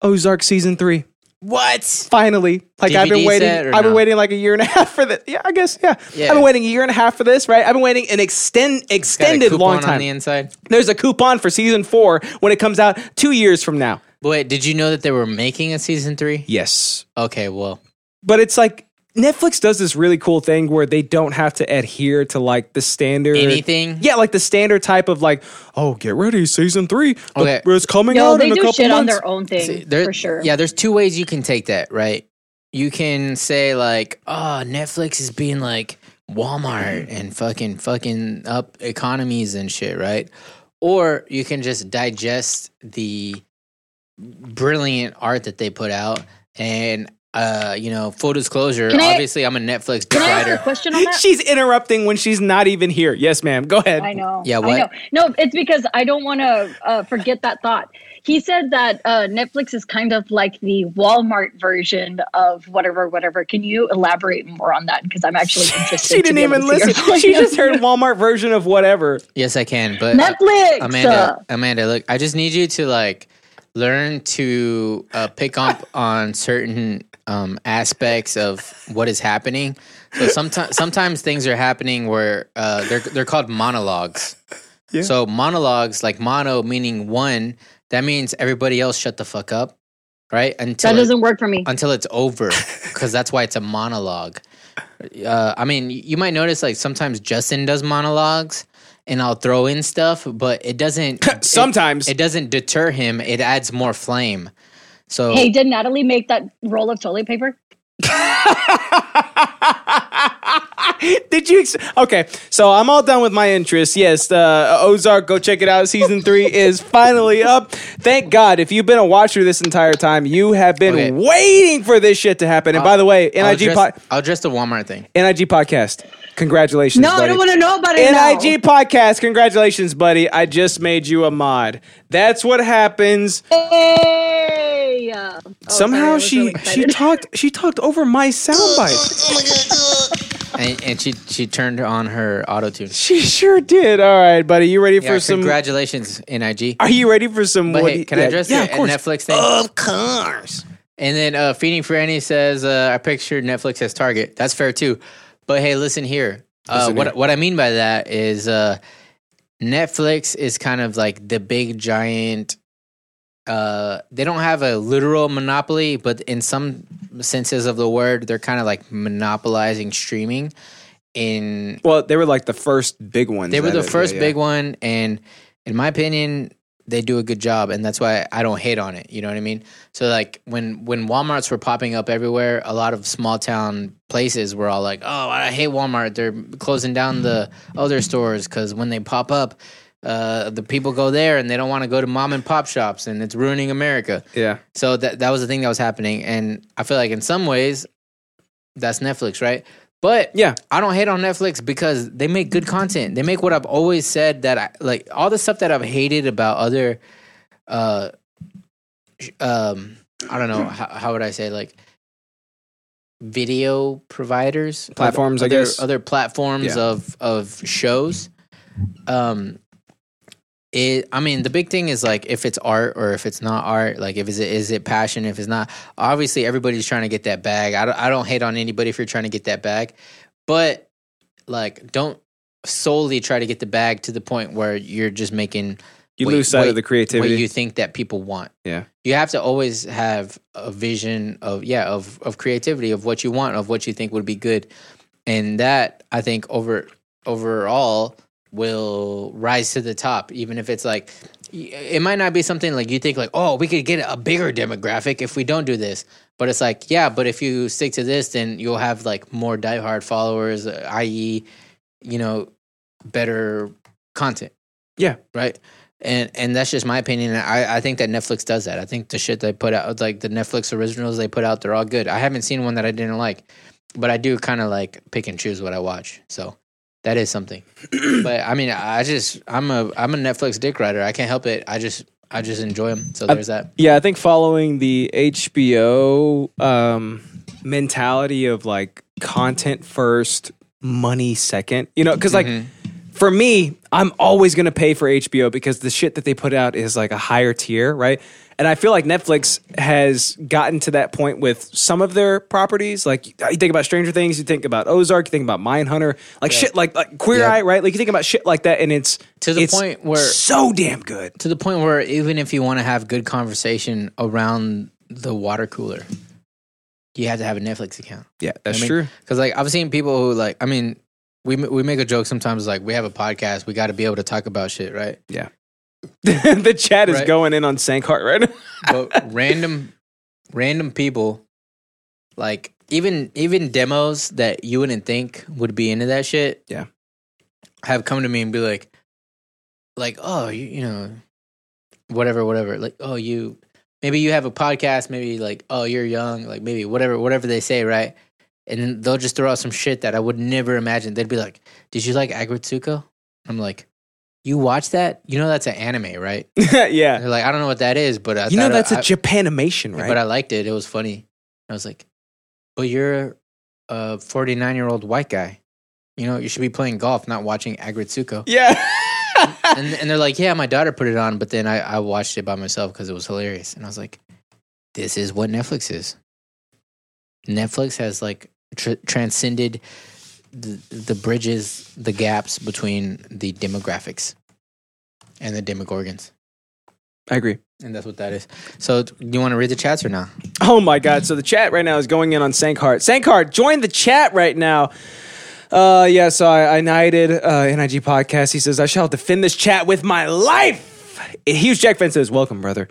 Speaker 2: Ozark season three
Speaker 1: What?
Speaker 2: finally. Like I've been
Speaker 1: DVD
Speaker 2: waiting.
Speaker 1: set or
Speaker 2: I've been
Speaker 1: no?
Speaker 2: waiting like a year and a *laughs* half for this. Yeah, I guess. Yeah.
Speaker 1: Yeah.
Speaker 2: I've been waiting a year and a half for this. Right. I've been waiting an extend
Speaker 1: Got a
Speaker 2: extended
Speaker 1: coupon
Speaker 2: long
Speaker 1: on
Speaker 2: time.
Speaker 1: the inside.
Speaker 2: There's a coupon for season four when it comes out two years from now.
Speaker 1: Wait, did you know that they were making a season three?
Speaker 2: Yes,
Speaker 1: Okay, well,
Speaker 2: but it's like Netflix does this really cool thing where they don't have to adhere to like the standard
Speaker 1: Anything?
Speaker 2: Yeah, like the standard type of like, oh, get ready, season three. the-
Speaker 1: Okay.
Speaker 2: it's coming
Speaker 6: No,
Speaker 2: out
Speaker 6: they
Speaker 2: in a
Speaker 6: do
Speaker 2: couple
Speaker 6: shit on
Speaker 2: months. *laughs*
Speaker 6: their own thing
Speaker 1: See, there-
Speaker 6: for sure.
Speaker 1: Yeah, there's two ways you can take that, right? You can say like, "Oh, Netflix is being like Walmart and fucking fucking up economies and shit," right? Or you can just digest the brilliant art that they put out and uh, you know, full disclosure,
Speaker 6: Can I-
Speaker 1: obviously I, am a Netflix dick
Speaker 6: Can I ask a
Speaker 1: rider.
Speaker 2: *laughs*
Speaker 6: question on that?
Speaker 2: She's interrupting when she's not even here. Yes, ma'am. Go ahead.
Speaker 6: I know.
Speaker 1: Yeah,
Speaker 6: I
Speaker 1: what?
Speaker 6: know. No, it's because I don't want to uh, forget that thought. He said that uh, Netflix is kind of like the Walmart version of whatever, whatever. Can you elaborate more on that? Because
Speaker 2: *laughs*
Speaker 6: I'm actually interested.
Speaker 2: She
Speaker 6: to
Speaker 2: didn't
Speaker 6: be able
Speaker 2: even
Speaker 6: to see your
Speaker 2: listen. *laughs*
Speaker 6: point. *laughs*
Speaker 2: She just heard Walmart version
Speaker 1: *laughs*
Speaker 2: of whatever.
Speaker 1: Yes, I can, but
Speaker 6: Netflix. Uh,
Speaker 1: Amanda, Amanda, look, I just need you to like learn to uh, pick up
Speaker 6: *laughs*
Speaker 1: on certain um, aspects of what is happening. So sometimes, sometimes things are happening where uh, they're they're called monologues. So monologues, like mono meaning one, that means everybody else shut the fuck up, right? Until
Speaker 6: that
Speaker 1: it-
Speaker 6: doesn't work for me.
Speaker 1: until it's
Speaker 2: *laughs*
Speaker 1: over because that's why it's a monologue uh, i mean y- you might notice like sometimes justin does monologues and i'll throw in stuff but it
Speaker 2: *laughs*
Speaker 1: doesn't it-
Speaker 2: Sometimes.
Speaker 1: it, doesn't deter him it adds more flame so
Speaker 6: Hey, did Natalie make that roll of toilet paper?
Speaker 2: Did you? Ex- okay, so I'm all done with my interest. Yes, uh, Ozark, go check it out. Season
Speaker 6: *laughs*
Speaker 2: three is finally up. Thank God. If you've been a watcher this entire time, you have been
Speaker 1: Okay. Uh,
Speaker 2: waiting for this shit to happen. And by the way,
Speaker 1: I'll
Speaker 2: NIG,
Speaker 1: address,
Speaker 2: po-
Speaker 1: I'll address the walmart thing
Speaker 2: NIG podcast, congratulations.
Speaker 6: No, I
Speaker 2: buddy.
Speaker 6: don't want to know about it. now.
Speaker 2: NIG podcast, congratulations, buddy. I just made you a mod. That's what happens.
Speaker 6: Hey. Oh, sorry, I
Speaker 2: Somehow
Speaker 6: was really
Speaker 2: she she *laughs*
Speaker 6: excited.
Speaker 2: talked she talked over my soundbite.
Speaker 6: *laughs*
Speaker 1: and, and she she turned on her auto
Speaker 2: *laughs*
Speaker 1: tune
Speaker 2: She sure did. All right, buddy. You ready for
Speaker 1: yeah,
Speaker 2: some
Speaker 1: congratulations nig
Speaker 2: Are you ready for some?
Speaker 1: but
Speaker 2: what
Speaker 1: hey,
Speaker 2: do-
Speaker 1: can I
Speaker 2: yeah,
Speaker 1: address
Speaker 2: yeah,
Speaker 1: the
Speaker 2: of course.
Speaker 1: Netflix thing? Of course. And then uh, Feeding for Annie says, uh, I pictured Netflix as Target. That's fair too. But hey, listen here. Uh, what what I mean by that is uh, Netflix is kind of like the big giant. Uh, they don't have a literal monopoly, but in some senses of the word, they're kind of like monopolizing streaming. In
Speaker 2: Well, they were like the first big ones.
Speaker 1: they were
Speaker 2: at
Speaker 1: the
Speaker 2: it,
Speaker 1: first
Speaker 2: yeah, yeah.
Speaker 1: big one, and in my opinion, they do a good job, and that's why I don't hate on it. You know what I mean? So like when when WalMarts were popping up everywhere, a lot of small town places were all like, "Oh, I hate Walmart. They're closing down the
Speaker 2: Mm-hmm.
Speaker 1: other stores because when they pop up." Uh, the people go there and they don't want to go to mom and pop shops, and it's ruining America.
Speaker 2: Yeah.
Speaker 1: So that that was the thing that was happening, and I feel like in some ways, that's Netflix, right? But
Speaker 2: Yeah.
Speaker 1: I don't hate on Netflix because they make good content. They make what I've always said that I like all the stuff that I've hated about other uh sh- um I don't know how, how would I say like video providers
Speaker 2: Platforms, I
Speaker 1: other,
Speaker 2: guess.
Speaker 1: other platforms
Speaker 2: Yeah.
Speaker 1: of of shows um it i mean the big thing is like if it's art or if it's not art like if is it is it passion if it's not obviously everybody's trying to get that bag i don't, I don't hate on anybody if you're trying to get that bag but like don't solely try to get the bag to the point where you're just making
Speaker 2: You
Speaker 1: what-
Speaker 2: lose sight
Speaker 1: what-
Speaker 2: of the creativity.
Speaker 1: what you think that people want
Speaker 2: Yeah.
Speaker 1: you have to always have a vision of yeah of of creativity of what you want of what you think would be good and that i think over overall will rise to the top even if it's like y- it might not be something like you think like oh we could get a bigger demographic if we don't do this but it's like yeah but if you stick to this then you'll have like more diehard followers uh, i.e you know better content
Speaker 2: Yeah.
Speaker 1: right and and that's just my opinion And i i think that netflix does that i think the shit they put out like the netflix originals they put out they're all good i haven't seen one that i didn't like but i do kind of like pick and choose what i watch so that is something but i mean i just i'm a i'm a netflix dick rider i can't help it i just i just enjoy them so there's that
Speaker 2: Yeah, I think following the HBO um, mentality of like content first, money second. You know, because like
Speaker 1: Mm-hmm.
Speaker 2: for me, I'm always gonna pay for HBO because the shit that they put out is like a higher tier, right? And I feel like Netflix has gotten to that point with some of their properties. Like you think about Stranger Things, you think about Ozark, you think about Mindhunter, like shit, like, like Queer
Speaker 1: Yeah.
Speaker 2: Eye, right? Like you think about shit like that, and it's
Speaker 1: To the
Speaker 2: it's
Speaker 1: point where-
Speaker 2: so damn good.
Speaker 1: to the point where even if you want to have good conversation around the water cooler you have to have a Netflix account.
Speaker 2: Yeah, that's
Speaker 1: I mean,
Speaker 2: true.
Speaker 1: Because like I've seen people who like I mean we m- we make a joke sometimes like we have a podcast we got to be able to talk about shit right
Speaker 2: *laughs* the chat is
Speaker 1: Right.
Speaker 2: going in on Sankhart right *laughs* now.
Speaker 1: but random random people like even even demos that you wouldn't think would be into that shit
Speaker 2: Yeah.
Speaker 1: have come to me and be like like oh you, you know whatever whatever like oh you maybe you have a podcast maybe like oh you're young like maybe whatever whatever they say right and then they'll just throw out some shit that I would never imagine they'd be like did you like Agritsuko I'm like you watch that you know that's an anime right
Speaker 2: yeah.
Speaker 1: they're like I don't know what that is but I
Speaker 2: You know
Speaker 1: thought
Speaker 2: that's
Speaker 1: I-
Speaker 2: a Japanimation, right?
Speaker 1: but I liked it. It was funny. I was like, but you're a 49 year old white guy. You know, you should be playing golf, not watching
Speaker 2: *laughs*
Speaker 1: Agritsuko.
Speaker 2: yeah.
Speaker 1: *laughs* and, and they're like, yeah, my daughter put it on, but then I, I watched it by myself because it was hilarious. And I was like, this is what Netflix is. Netflix has like tr- transcended the, the bridges, the gaps between the demographics and the demogorgons.
Speaker 2: I agree.
Speaker 1: And that's what that is. So, do you want to read the chats or not?
Speaker 2: Oh my God. So the chat right now is going in on Sankhart. Sankhart, join the chat right now. Uh, yeah, so I, I knighted uh, NIG podcast. He says, I shall defend this chat with my life. A huge Jack Fan says, Welcome, brother.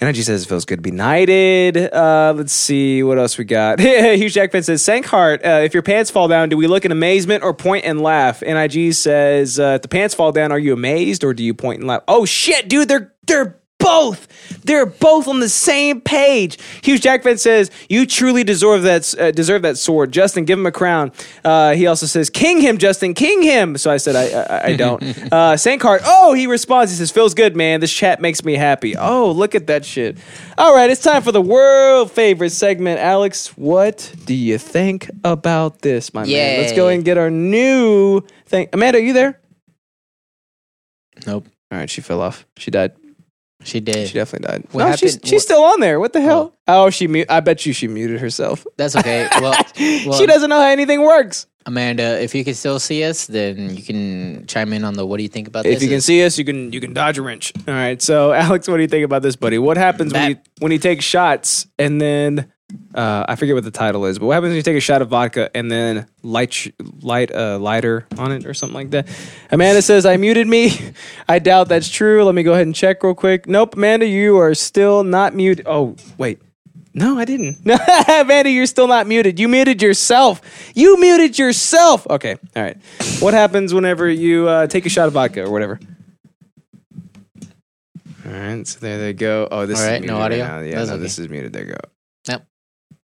Speaker 2: NIG says, It feels good to be knighted. Uh, let's see what else we got. *laughs* huge Jack Fan says, Sankhart, uh, if your pants fall down, do we look in amazement or point and laugh? NIG says, uh, If the pants fall down, are you amazed or do you point and laugh? Oh, shit, dude, they're, they're, both. They're both on the same page. Hugh Jackman says, "You truly deserve that uh, deserve that sword, Justin. Give him a crown." Uh, he also says, "King him, Justin. King him." So I said, "I I,
Speaker 1: *laughs*
Speaker 2: I don't." uh, Sankart. Oh, he responds. He says, "Feels good, man. This chat makes me happy." Oh, look at that shit. All right, it's time for the world favorite segment. Alex, what do you think about this, my man? Let's go
Speaker 1: Yay.
Speaker 2: and get our new thing. Amanda, are you there?
Speaker 1: Nope.
Speaker 2: All right, she fell off. She died.
Speaker 1: She did.
Speaker 2: She definitely died.
Speaker 1: What
Speaker 2: no,
Speaker 1: happened-
Speaker 2: she's, she's
Speaker 1: what-
Speaker 2: still on there. What the hell? Oh, she mute. I bet you she muted herself. *laughs*
Speaker 1: That's okay. Well, well,
Speaker 2: she doesn't know how anything works.
Speaker 1: Amanda, if you can still see us, then you can chime in on the what do you think about
Speaker 2: If
Speaker 1: this?
Speaker 2: you can see us, you can you can dodge a wrench. All right. So, *laughs* Alex, what do you think about this, buddy? What happens when
Speaker 1: That-
Speaker 2: you when you take shots and then uh, I forget what the title is, but what happens when you take a shot of vodka and then light sh- light a lighter on it or something like that? Amanda says I muted me. *laughs* I doubt that's true. Let me go ahead and check real quick. Nope, Amanda, you are still not muted. Oh, wait. No, I *laughs* didn't. No, Amanda, you're still not muted. You muted yourself. You muted yourself. Okay, all right. What happens whenever you uh, take a shot of vodka or whatever? All right, so there they go. Oh, this
Speaker 1: All right,
Speaker 2: is muted
Speaker 1: no audio?
Speaker 2: Right now. Yeah,
Speaker 1: That's
Speaker 2: no,
Speaker 1: okay.
Speaker 2: this is muted. There you go.
Speaker 1: Yep.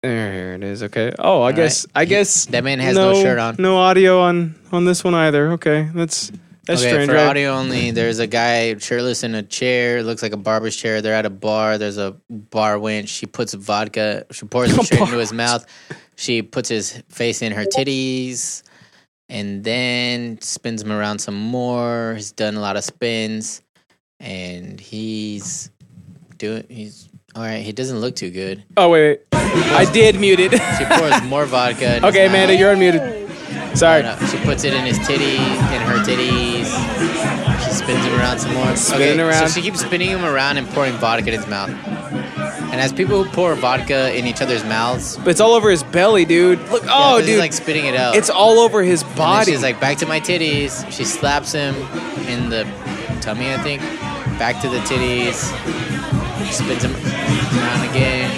Speaker 2: There, here it is. Okay. Oh, I
Speaker 1: All
Speaker 2: guess. I
Speaker 1: right.
Speaker 2: guess
Speaker 1: That man has no shirt on.
Speaker 2: No audio on on this one either. Okay, that's that's
Speaker 1: okay,
Speaker 2: strange.
Speaker 1: for
Speaker 2: right?
Speaker 1: audio only,
Speaker 2: Mm-hmm.
Speaker 1: there's a guy shirtless in a chair. It looks like a barber's chair. They're at a bar. There's a bar winch. She puts vodka. She pours
Speaker 2: *laughs*
Speaker 1: the shit into his mouth. She puts his face in her titties, and then spins him around some more. He's done a lot of spins, and he's doing. He's all right. He doesn't look too good.
Speaker 2: Oh wait, wait. I did mute it. *laughs*
Speaker 1: She pours more vodka. in his
Speaker 2: okay,
Speaker 1: mouth.
Speaker 2: Amanda, you're unmuted. Sorry.
Speaker 1: No, she puts it in his titties, in her titties. She spins him around some more.
Speaker 2: Spinning around.
Speaker 1: So she keeps spinning him around and pouring vodka in his mouth. And as people who pour vodka in each other's mouths,
Speaker 2: But it's all over his belly, dude. Look, oh,
Speaker 1: this is
Speaker 2: dude,
Speaker 1: like spitting it out.
Speaker 2: it's all over his
Speaker 1: And then
Speaker 2: body.
Speaker 1: She's like, back to my titties. She slaps him in the tummy, I think. Back to the titties. Spins him around again.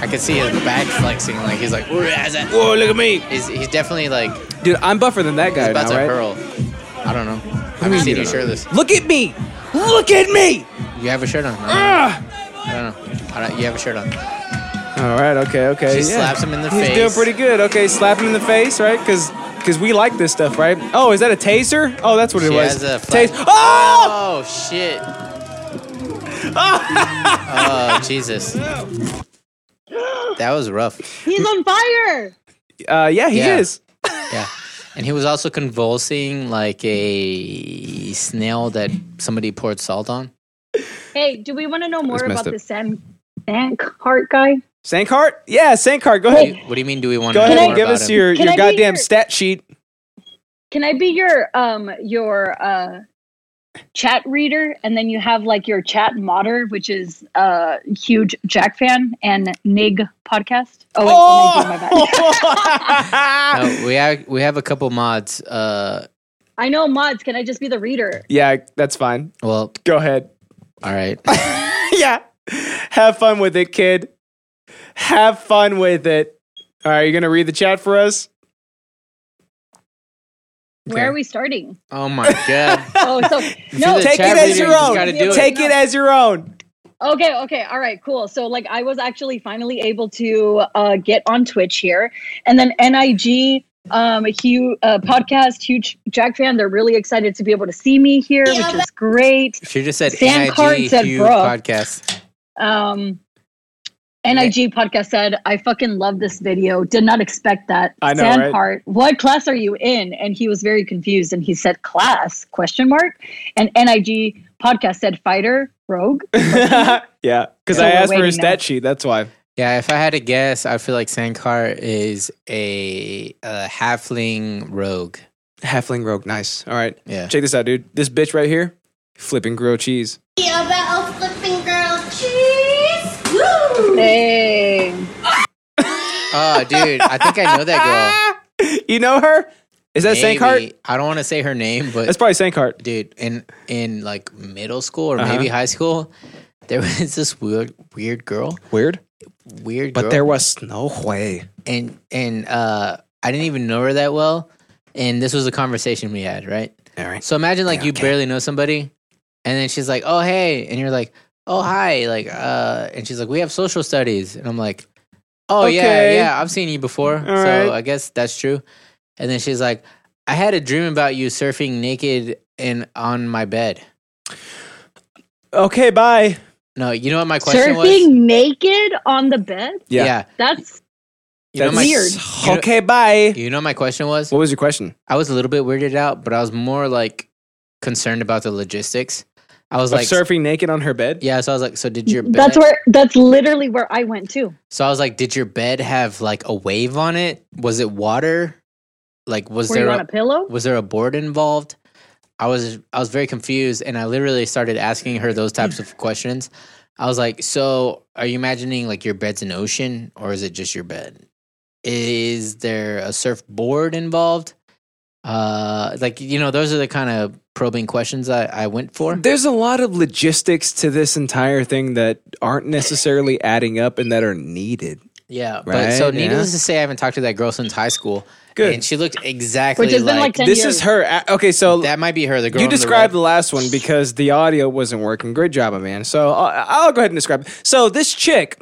Speaker 1: I could see his back flexing. Like he's like, "Ooh, that's it."
Speaker 2: whoa, look at me,
Speaker 1: he's, he's definitely like he's
Speaker 2: dude. I'm buffer than that guy
Speaker 1: about
Speaker 2: now,
Speaker 1: to
Speaker 2: right?
Speaker 1: hurl. I don't know. I haven't seen you shirtless.
Speaker 2: Look at me, look at me.
Speaker 1: You have a shirt on. I don't know. I don't know. I don't, you have a shirt on.
Speaker 2: Ah. All right, okay, okay.
Speaker 1: She slaps him in the
Speaker 2: He's
Speaker 1: face.
Speaker 2: doing pretty good. Okay, slap him in the face, right? Because we like this stuff, right? Oh, is that a taser? Oh, that's what it
Speaker 1: She
Speaker 2: was.
Speaker 1: has a
Speaker 2: Taser.
Speaker 1: flat-
Speaker 2: Oh!
Speaker 1: Oh *laughs* shit. Oh, Jesus. That was rough.
Speaker 6: He's on fire.
Speaker 2: Uh, yeah, he
Speaker 1: Yeah.
Speaker 2: is.
Speaker 1: Yeah. And he was also convulsing like a snail that somebody poured salt on.
Speaker 6: Hey, do we want to know more
Speaker 2: That's messed
Speaker 6: about
Speaker 2: up.
Speaker 6: the Sam Sankhart guy?
Speaker 2: Sankart? Yeah, Sankart. Go
Speaker 1: What do
Speaker 2: ahead.
Speaker 1: you, what do you mean? Do we want
Speaker 2: Go
Speaker 1: to know
Speaker 2: ahead
Speaker 1: more
Speaker 2: and give
Speaker 1: about
Speaker 2: us
Speaker 1: him?
Speaker 2: your,
Speaker 6: Can
Speaker 2: your
Speaker 6: I be *laughs*
Speaker 2: goddamn
Speaker 6: your-
Speaker 2: stat sheet.
Speaker 6: Can I be your um your uh chat reader, and then you have like your chat modder, which is a uh, huge Jack fan and Nig podcast. Oh, wait, oh! I, my bad.
Speaker 1: No, we have we have a couple mods. Uh,
Speaker 6: I know mods. Can I just be the reader?
Speaker 2: *laughs* Yeah, that's fine.
Speaker 1: well,
Speaker 2: Go ahead.
Speaker 1: all
Speaker 2: *laughs*
Speaker 1: right.
Speaker 2: yeah. Have fun with it, kid. Have fun with it. All right, you going to read the chat for us?
Speaker 6: Where are
Speaker 2: *laughs*
Speaker 6: we starting?
Speaker 1: Oh my god.
Speaker 6: Oh, so no.
Speaker 1: The
Speaker 2: Take
Speaker 1: chat
Speaker 2: it as
Speaker 1: reader,
Speaker 2: your
Speaker 1: you just
Speaker 2: own.
Speaker 1: gotta do it.
Speaker 2: Take it as your own. *laughs*
Speaker 6: Okay, okay, all right, cool. So like I was actually finally able to uh, get on Twitch here, and then NIG um a huge uh, podcast huge jack fan they're really excited to be able to see me here which is great
Speaker 1: She just said
Speaker 6: Sam
Speaker 1: NIG
Speaker 6: Card said,
Speaker 1: huge
Speaker 6: "Bro."
Speaker 1: podcast.
Speaker 6: um nig podcast said i fucking love this video did not expect that
Speaker 2: I know,
Speaker 6: Sam
Speaker 2: right?
Speaker 6: Hart, what class are you in and he was very confused and he said class question mark and nig podcast said fighter
Speaker 2: *laughs*
Speaker 6: rogue
Speaker 2: yeah, because
Speaker 6: So
Speaker 2: I
Speaker 6: we're
Speaker 2: asked for
Speaker 6: waiting
Speaker 2: his stat
Speaker 6: now.
Speaker 2: sheet. That's why.
Speaker 1: Yeah, if I had to guess, I feel like Sankar is a, a halfling rogue.
Speaker 2: Halfling rogue. Nice. All right.
Speaker 1: Yeah.
Speaker 2: Check this out, dude. This bitch right here, flipping grilled cheese.
Speaker 3: Yeah, about a flipping girl cheese. Woo!
Speaker 6: hey
Speaker 1: Oh, dude, I think I know that girl.
Speaker 2: you know her? *laughs* Is that
Speaker 1: Ah! Maybe.
Speaker 2: Sankart?
Speaker 1: I don't want to say her name, but
Speaker 2: That's probably Sankart.
Speaker 1: dude, in in like middle school
Speaker 2: Uh-huh.
Speaker 1: or maybe high school, there *laughs* was this weird weird girl,
Speaker 2: Weird.
Speaker 1: weird
Speaker 2: But
Speaker 1: girl,
Speaker 2: there was no way.
Speaker 1: and and uh, I didn't even know her that well, and this was a conversation we had, right?
Speaker 2: All right.
Speaker 1: So imagine like you barely know somebody, and then she's like, "Oh hey," and you're like, "Oh hi," like, uh, and she's like, "We have social studies," and I'm like, "Oh
Speaker 2: Okay.
Speaker 1: yeah, yeah, I've seen you before, so
Speaker 2: right.
Speaker 1: I guess that's true." And then she's like, "I had a dream about you surfing naked and on my bed."
Speaker 2: Okay, bye.
Speaker 1: No, you know what my question
Speaker 6: surfing
Speaker 1: was?
Speaker 6: naked on the bed
Speaker 2: Yeah.
Speaker 6: that's
Speaker 1: You know,
Speaker 2: That's
Speaker 1: my,
Speaker 6: weird.
Speaker 1: You know-
Speaker 2: Okay, bye.
Speaker 1: you know what my question was?
Speaker 2: What was your question?
Speaker 1: I was a little bit weirded out, but I was more like concerned about the logistics. I was
Speaker 2: Of
Speaker 1: like,
Speaker 2: surfing naked on her bed?
Speaker 1: yeah, so I was like, so did your bed?
Speaker 6: that's where that's literally where i went to
Speaker 1: So I was like, did your bed have like a wave on it? Was it water? Like was
Speaker 6: were
Speaker 1: there
Speaker 6: you
Speaker 1: a,
Speaker 6: on a pillow
Speaker 1: was there a board involved? I was I was very confused and I literally started asking her those types of questions. I was like, so are you imagining like your bed's an ocean or is it just your bed? Is there a surfboard involved? Uh like you know, those are the kind of probing questions I, I went for.
Speaker 2: There's a lot of logistics to this entire thing that aren't necessarily adding up and that are needed.
Speaker 1: Yeah. but so
Speaker 2: Right, yeah.
Speaker 1: needless to say I haven't talked to that girl since high school.
Speaker 2: Good.
Speaker 1: And she looked exactly
Speaker 6: Which has been, like,
Speaker 1: like
Speaker 6: 10
Speaker 2: this
Speaker 6: years.
Speaker 2: is her. a- Okay, so
Speaker 1: That might be her. The girl.
Speaker 2: you
Speaker 1: on the
Speaker 2: described the
Speaker 1: right.
Speaker 2: last one because the audio wasn't working. Great job, my man. So I I'll go ahead and describe. it. So this chick,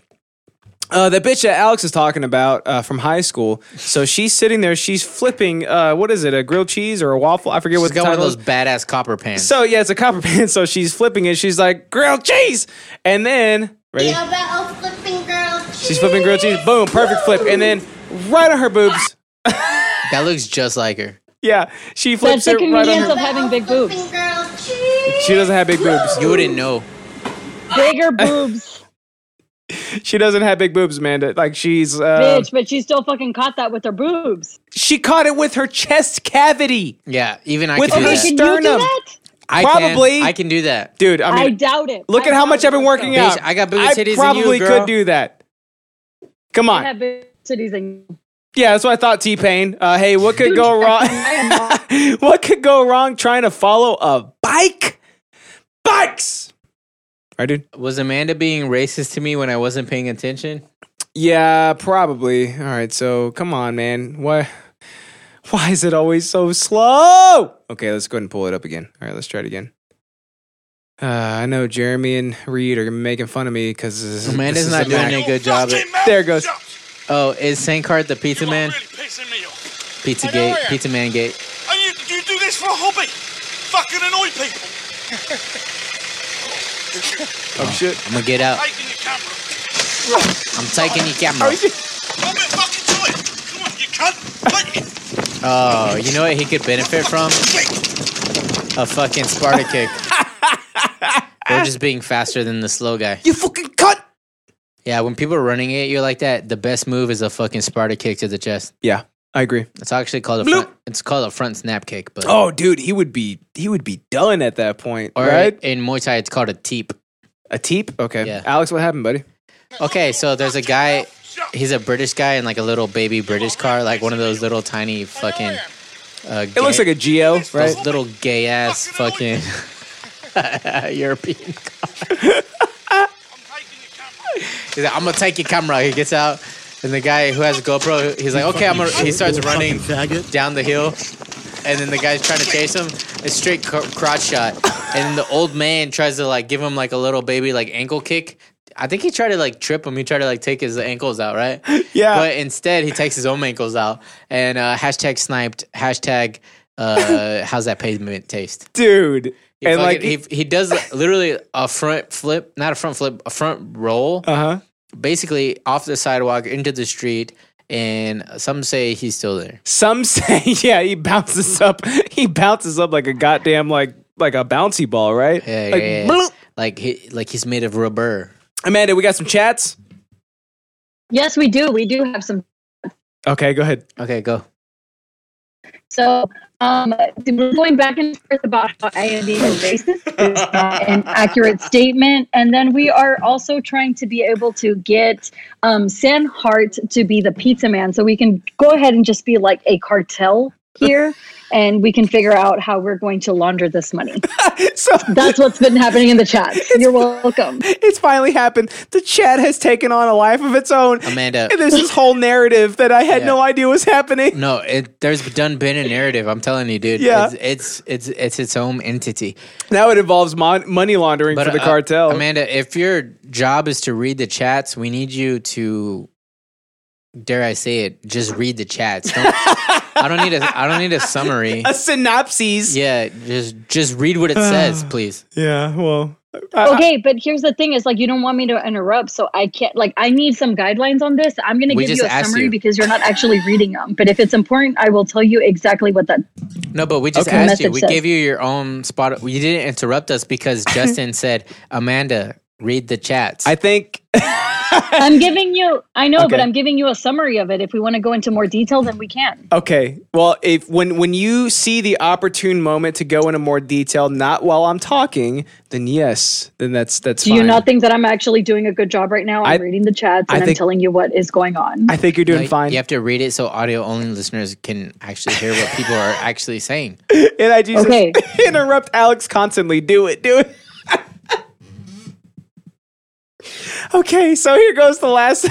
Speaker 2: uh, the bitch that Alex is talking about uh, from high school. So she's sitting there. She's flipping. Uh, what is it? A grilled cheese or a waffle? I forget what
Speaker 1: She's
Speaker 2: the
Speaker 1: got one of
Speaker 2: title is.
Speaker 1: those badass copper pants.
Speaker 2: So yeah, it's a copper *laughs* pan. So she's flipping it. She's like grilled cheese, and then ready.
Speaker 3: Yeah, about a flipping girl cheese.
Speaker 2: She's flipping grilled cheese. Boom, perfect flip, and then right on her boobs.
Speaker 1: that looks just like her.
Speaker 2: Yeah, she
Speaker 6: that's
Speaker 2: flips
Speaker 6: the
Speaker 2: it right on
Speaker 6: convenience of
Speaker 2: her.
Speaker 6: having big boobs
Speaker 3: Flipping girl cheese.
Speaker 2: She doesn't have big boobs.
Speaker 1: You wouldn't know.
Speaker 6: *laughs* bigger boobs
Speaker 2: She doesn't have big boobs, Amanda. Like she's uh,
Speaker 6: bitch but she still fucking caught that with her boobs
Speaker 2: she caught it with her chest cavity,
Speaker 1: Yeah, even I
Speaker 2: With
Speaker 1: can do
Speaker 2: her
Speaker 1: that.
Speaker 2: sh-
Speaker 6: can you do
Speaker 2: Sternum.
Speaker 6: that
Speaker 1: I can.
Speaker 2: probably-
Speaker 1: I can do that.
Speaker 2: dude. I
Speaker 6: i,
Speaker 2: mean,
Speaker 6: doubt it
Speaker 2: look
Speaker 6: I
Speaker 2: at how
Speaker 6: doubt
Speaker 2: much
Speaker 6: it
Speaker 2: I've been
Speaker 6: myself.
Speaker 2: working
Speaker 1: Bitch,
Speaker 2: out.
Speaker 1: I got bigger titties than
Speaker 2: I
Speaker 1: you,
Speaker 2: probably
Speaker 1: girl.
Speaker 2: could do that. Come
Speaker 6: i
Speaker 2: on,
Speaker 6: have big cities and
Speaker 2: yeah, that's what I thought. T Pain. Uh, hey, what could
Speaker 6: *laughs*
Speaker 2: go wrong?
Speaker 6: I am
Speaker 2: *laughs*
Speaker 6: not-
Speaker 2: what could go wrong trying to follow a bike? Bikes. All right, dude.
Speaker 1: Was Amanda being racist to me when I wasn't paying attention?
Speaker 2: Yeah, probably. All right, so come on, man. Why? Why is it always so slow? Okay, let's go ahead and pull it up again. All right, let's try it again. Uh, I know Jeremy and Reed are making fun of me because
Speaker 1: Amanda's not doing a good job. At,
Speaker 2: There it goes.
Speaker 1: oh, is Sankart the pizza man?
Speaker 7: Really pissing me off.
Speaker 1: Pizza
Speaker 7: I know
Speaker 1: gate.
Speaker 7: it.
Speaker 1: Pizza man gate.
Speaker 7: And you, you do this for a hobby? Fucking annoy people.
Speaker 2: Oh shit!
Speaker 1: I'm gonna get out.
Speaker 7: Taking your camera.
Speaker 1: I'm taking your camera.
Speaker 7: I'm a fucking toy. Come on, you cunt. Take it.
Speaker 1: Oh, you know what he could benefit from? A fucking Sparta
Speaker 2: *laughs*
Speaker 1: kick. We're just being faster than the slow guy.
Speaker 2: You fucking cut.
Speaker 1: Yeah, when people are running at you like that, the best move is a fucking Sparta kick to the chest.
Speaker 2: Yeah. I agree.
Speaker 1: It's actually called a front, it's called a front snap kick, but
Speaker 2: Oh, dude, he would be he would be done at that point,
Speaker 1: or
Speaker 2: right?
Speaker 1: in Muay Thai it's called a teep.
Speaker 2: A teep. Okay,
Speaker 1: Yeah.
Speaker 2: Alex, what happened, buddy?
Speaker 1: Okay, so there's a guy. He's a British guy in like a little baby British car, like one of those little tiny fucking. Uh,
Speaker 2: It looks like a Geo,
Speaker 1: those
Speaker 2: right?
Speaker 1: little gay ass fucking *laughs* European. He's like, I'm gonna take your camera. He gets out, and the guy who has a GoPro, he's like, okay, I'm. Gonna, he starts running down the hill, and then the guy's trying to chase him. A straight cr- crotch shot, and then the old man tries to like give him like a little baby like ankle kick. I think he tried to like trip him. He tried to like take his ankles out, right?
Speaker 2: *laughs* Yeah.
Speaker 1: But instead, he takes his own ankles out and uh, hashtag sniped. Hashtag uh, *laughs* how's that pavement taste?
Speaker 2: Dude,
Speaker 1: He
Speaker 2: and
Speaker 1: fucking-
Speaker 2: like
Speaker 1: he, he does literally a front flip, not a front flip, a front roll
Speaker 2: uh huh.
Speaker 1: basically off the sidewalk into the street, and some say he's still there.
Speaker 2: Some say, *laughs* yeah, he bounces up. He bounces up like a goddamn like like a bouncy ball, right?
Speaker 1: Yeah,
Speaker 2: like,
Speaker 1: yeah, yeah.
Speaker 2: bloop.
Speaker 1: Like he, like he's made of rubber.
Speaker 2: Amanda, we got some chats.
Speaker 6: Yes, we do. We do have some.
Speaker 2: Okay, go ahead.
Speaker 1: Okay, go.
Speaker 6: So um, we're going back and forth about how IMD is racist is not an accurate statement, and then we are also trying to be able to get um, San Hart to be the pizza man, so we can go ahead and just be like a cartel here, and we can figure out how we're going to launder this money.
Speaker 2: *laughs* So
Speaker 6: That's what's been happening in the chat. You're welcome.
Speaker 2: it's finally happened. The chat has taken on a life of its own.
Speaker 1: Amanda.
Speaker 2: *laughs* And there's this whole narrative that I had
Speaker 1: Yeah.
Speaker 2: no idea was happening.
Speaker 1: No, it, there's done been a narrative. I'm telling you, dude.
Speaker 2: Yeah.
Speaker 1: it's it's it's its, its own entity.
Speaker 2: Now it involves mon- money laundering for the
Speaker 1: uh,
Speaker 2: cartel.
Speaker 1: Amanda, if your job is to read the chats, we need you to dare I say it, just read the chats. Don't, I don't need a I don't need a summary.
Speaker 2: *laughs* a synopsis.
Speaker 1: Yeah, just just read
Speaker 2: *sighs*
Speaker 1: what it says, please.
Speaker 2: Yeah, well,
Speaker 6: Okay, but here's the thing: is like you don't want me to interrupt, so I can't. Like, I need some guidelines on this. I'm gonna
Speaker 1: We
Speaker 6: give
Speaker 1: just
Speaker 6: you a
Speaker 1: asked
Speaker 6: summary
Speaker 1: you.
Speaker 6: because you're not actually reading them. But if it's important, I will tell you exactly what that.
Speaker 1: No, but we just
Speaker 6: Okay.
Speaker 1: asked you.
Speaker 6: Message
Speaker 1: We
Speaker 6: says-
Speaker 1: gave you your own spot. You didn't interrupt us
Speaker 2: *laughs*
Speaker 1: because Justin said, "Amanda, read the chats."
Speaker 2: I think *laughs*
Speaker 6: I'm giving you. I know, but
Speaker 2: Okay.
Speaker 6: I'm giving you a summary of it. If we want to go into more detail, then we can.
Speaker 2: Okay. Well, if when when you see the opportune moment to go into more detail, not while I'm talking, then yes, then that's that's
Speaker 6: Do
Speaker 2: fine.
Speaker 6: you not think that I'm actually doing a good job right now? I'm
Speaker 2: I-
Speaker 6: reading the chats
Speaker 2: I
Speaker 6: and I'm
Speaker 2: think-
Speaker 6: telling you what is going on.
Speaker 2: I think you're doing
Speaker 1: Like,
Speaker 2: fine.
Speaker 1: You have to read it so audio only listeners can actually hear what people are actually saying.
Speaker 2: And I just
Speaker 6: Okay.
Speaker 2: *laughs* interrupt Alex constantly. Do it. *laughs* Do it. okay. So here goes the last.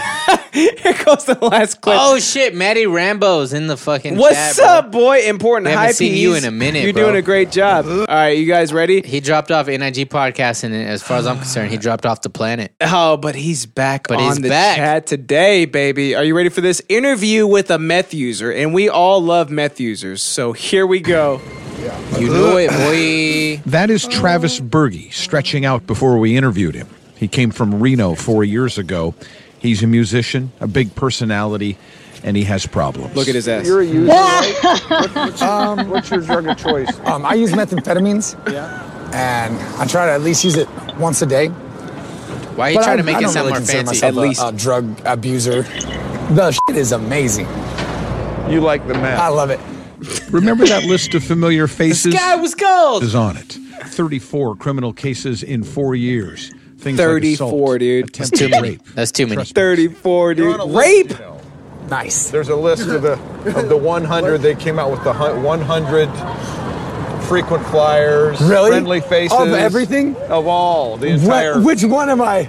Speaker 2: *laughs* here goes the last clip.
Speaker 1: Oh shit, Maddie Rambo's in the fucking. chat,
Speaker 2: What's
Speaker 1: bro.
Speaker 2: up, boy? Important
Speaker 1: We haven't
Speaker 2: high
Speaker 1: seen
Speaker 2: piece.
Speaker 1: you in a minute,
Speaker 2: You're
Speaker 1: bro.
Speaker 2: doing a great job. All right, you guys ready?
Speaker 1: He dropped off NIG podcast, and as far as I'm concerned, he dropped off the planet.
Speaker 2: Oh, but he's back
Speaker 1: But
Speaker 2: on
Speaker 1: he's
Speaker 2: the
Speaker 1: back.
Speaker 2: chat today, baby. Are you ready for this interview with a meth user? And we all love meth users, so here we *laughs* go.
Speaker 1: You know it, boy.
Speaker 8: That is Travis Berge stretching out before we interviewed him. He came from Reno four years ago. He's a musician, a big personality, and he has problems.
Speaker 2: Look at his ass.
Speaker 9: You're a user. right? What- um, what's your drug of choice?
Speaker 10: Um, I
Speaker 1: *laughs*
Speaker 10: use methamphetamines. Yeah. And I try to at least use it once a day.
Speaker 1: Why are you
Speaker 10: But
Speaker 1: trying
Speaker 10: I,
Speaker 1: to make
Speaker 10: I
Speaker 1: it
Speaker 10: don't
Speaker 1: sound
Speaker 10: really
Speaker 1: more
Speaker 10: consider
Speaker 1: fancy? Oh,
Speaker 2: At
Speaker 10: myself a,
Speaker 2: least.
Speaker 10: a drug abuser. The shit is amazing.
Speaker 9: You like the meth.
Speaker 10: I love it.
Speaker 8: Remember that list of familiar faces?
Speaker 1: Sky was gold.
Speaker 8: is on it. 34 criminal cases in four years. Things
Speaker 2: 34,
Speaker 8: like assault,
Speaker 2: dude.
Speaker 8: attempted rape.
Speaker 1: That's too many.
Speaker 8: trespass.
Speaker 2: 34, dude. Rape?
Speaker 9: *laughs*
Speaker 10: Nice.
Speaker 9: There's a list of the of the 100. They came out with the hun- 100 frequent flyers,
Speaker 10: Really?
Speaker 9: friendly faces
Speaker 10: Of everything?
Speaker 9: of all the entire.
Speaker 10: What, which one am I?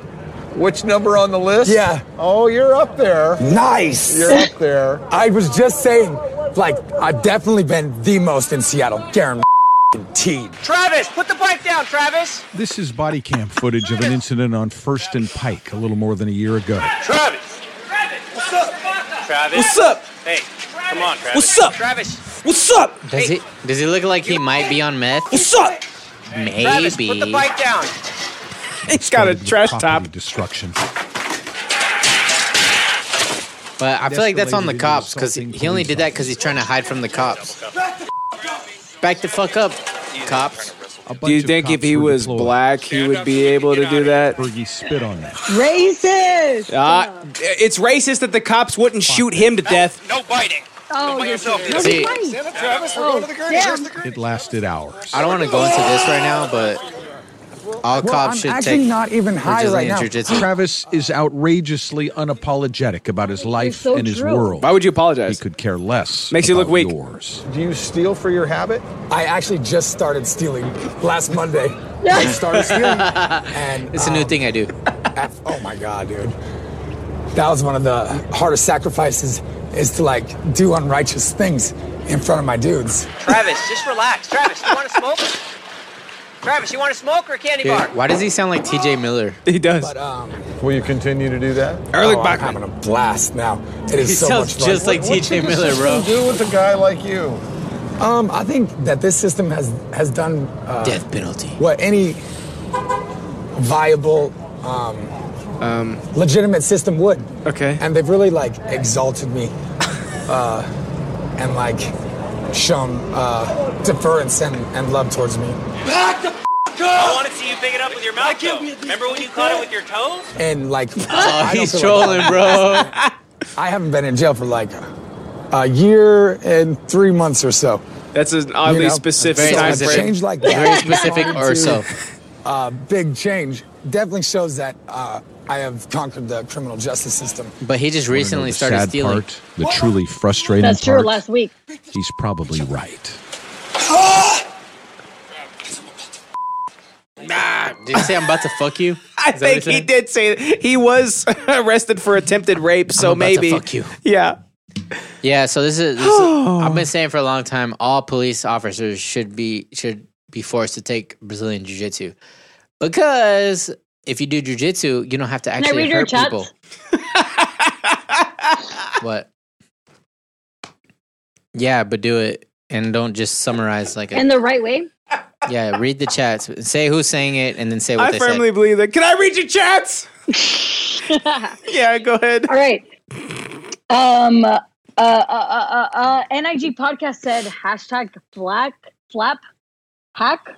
Speaker 9: which number on the list?
Speaker 10: Yeah.
Speaker 9: Oh, you're up there.
Speaker 10: Nice.
Speaker 9: You're up there.
Speaker 10: I was just saying, like, I've definitely been the most in Seattle. Guaranteed.
Speaker 2: Travis, put the bike down, Travis.
Speaker 8: This is body cam footage of an incident on First and Pike a little more than a year ago.
Speaker 11: Travis. Travis. What's up? Travis.
Speaker 2: What's up?
Speaker 11: Hey, come on, Travis.
Speaker 2: What's up?
Speaker 11: Travis.
Speaker 2: What's up?
Speaker 1: Does he? Does he look like he might be on meth?
Speaker 2: What's up?
Speaker 11: Travis,
Speaker 1: Maybe.
Speaker 11: put the bike down.
Speaker 2: He's got a
Speaker 8: With
Speaker 2: trash
Speaker 8: property
Speaker 2: top.
Speaker 8: Destruction.
Speaker 1: But I feel like that's on the
Speaker 8: escalated into
Speaker 1: cops because
Speaker 8: assaulting
Speaker 1: he only
Speaker 8: police
Speaker 1: did that because he's trying to hide from the cops. Back the fuck up, cops.
Speaker 2: Do
Speaker 8: A
Speaker 2: you
Speaker 8: bunch of
Speaker 2: think if
Speaker 8: cops
Speaker 2: he
Speaker 8: were
Speaker 2: was
Speaker 8: deployed.
Speaker 2: black, he would be able to do that?
Speaker 8: Berge spit on them.
Speaker 6: Racist.
Speaker 2: Ah, it's racist that the cops wouldn't shoot him to death.
Speaker 11: No biting.
Speaker 6: Oh,
Speaker 7: by
Speaker 6: yes,
Speaker 7: yourself.
Speaker 6: he did.
Speaker 1: See-
Speaker 6: No, he's
Speaker 9: Stand
Speaker 6: right.
Speaker 9: up, Travis. We're going to the Gurney.
Speaker 6: damn.
Speaker 9: Where's the Gurney?
Speaker 8: It lasted hours.
Speaker 1: I don't want to go into this right now, but all
Speaker 8: Well,
Speaker 1: cops
Speaker 8: I'm
Speaker 1: should
Speaker 8: actually
Speaker 1: take
Speaker 8: not
Speaker 1: even
Speaker 8: high
Speaker 1: Brazilian jiu-jitsu.
Speaker 8: Travis is outrageously unapologetic about his life
Speaker 1: so
Speaker 8: and his
Speaker 1: true.
Speaker 8: world.
Speaker 2: Why would you apologize?
Speaker 8: He could care less.
Speaker 2: Makes you look weak.
Speaker 10: Do you steal for your habit? I actually just started stealing last Monday. I
Speaker 1: *laughs*
Speaker 10: started stealing. And, um,
Speaker 1: It's a new thing I do.
Speaker 10: oh my god, dude. That was one of the hardest sacrifices is to like do unrighteous things in front of my dudes.
Speaker 11: Travis, just relax. Travis, you want to smoke? Travis, you want to smoke or a candy bar?
Speaker 1: Dude, why does he sound like TJ Miller?
Speaker 2: He does.
Speaker 10: uh,
Speaker 9: Will you continue to do that?
Speaker 10: Ehrlich Bachman. um, Oh, I'm having a blast now. It is
Speaker 1: He
Speaker 10: so
Speaker 1: sounds
Speaker 10: much fun.
Speaker 1: just like
Speaker 10: What- what
Speaker 1: TJ
Speaker 10: should the
Speaker 1: Miller,
Speaker 10: system
Speaker 1: bro.
Speaker 10: Do with a guy like you. Um, I think that this system has has done uh,
Speaker 1: Death penalty.
Speaker 10: What any viable, um, legitimate system would.
Speaker 2: Okay.
Speaker 10: And they've really like exalted me, uh, and like shown uh, deference and, and love towards me.
Speaker 11: Back the f- I want to see you pick it up with your mouth. Though. Remember when you caught it with your toes?
Speaker 10: and
Speaker 11: *laughs*
Speaker 10: like
Speaker 2: Uh,
Speaker 11: Oh,
Speaker 10: I don't
Speaker 11: he's
Speaker 10: feel
Speaker 11: trolling,
Speaker 10: like-
Speaker 11: bro.
Speaker 10: I haven't been in jail for like a year and three months or so.
Speaker 2: That's an oddly specific
Speaker 10: so
Speaker 2: time
Speaker 10: a
Speaker 2: frame.
Speaker 10: Change like
Speaker 2: Very
Speaker 10: that,
Speaker 2: specific
Speaker 10: trying
Speaker 2: or
Speaker 10: to,
Speaker 2: so.
Speaker 10: Uh, big change definitely shows that uh, I have conquered the criminal justice system.
Speaker 1: But he just recently
Speaker 8: the
Speaker 1: started
Speaker 8: sad
Speaker 1: stealing.
Speaker 8: part, the truly frustrating
Speaker 6: That's true.
Speaker 8: part,
Speaker 6: Last week.
Speaker 8: he's probably right.
Speaker 1: Did he say I'm about to fuck you?
Speaker 2: *laughs* I think he did say that. he was *laughs* arrested for attempted rape.
Speaker 1: about
Speaker 2: So
Speaker 1: to
Speaker 2: maybe
Speaker 1: fuck you.
Speaker 2: Yeah.
Speaker 1: Yeah, so this is, this
Speaker 2: *gasps*
Speaker 1: is I've been saying for a long time all police officers should be should be forced to take Brazilian jiu-jitsu. Because if you do jiu-jitsu, you don't have to
Speaker 6: Can I
Speaker 1: actually
Speaker 6: read your
Speaker 1: hurt
Speaker 6: chats?
Speaker 2: *laughs*
Speaker 1: people. what? Yeah, but do it and don't just summarize like a
Speaker 6: In the right way.
Speaker 1: Yeah, read the chats. Say who's saying it and then say what
Speaker 2: I
Speaker 1: they
Speaker 2: firmly believe that. Can I read your
Speaker 6: *laughs*
Speaker 2: chats?
Speaker 6: yeah,
Speaker 2: go ahead.
Speaker 6: All right. Um. Uh. Uh. Uh. uh, uh Nig podcast said hashtag black flap hack.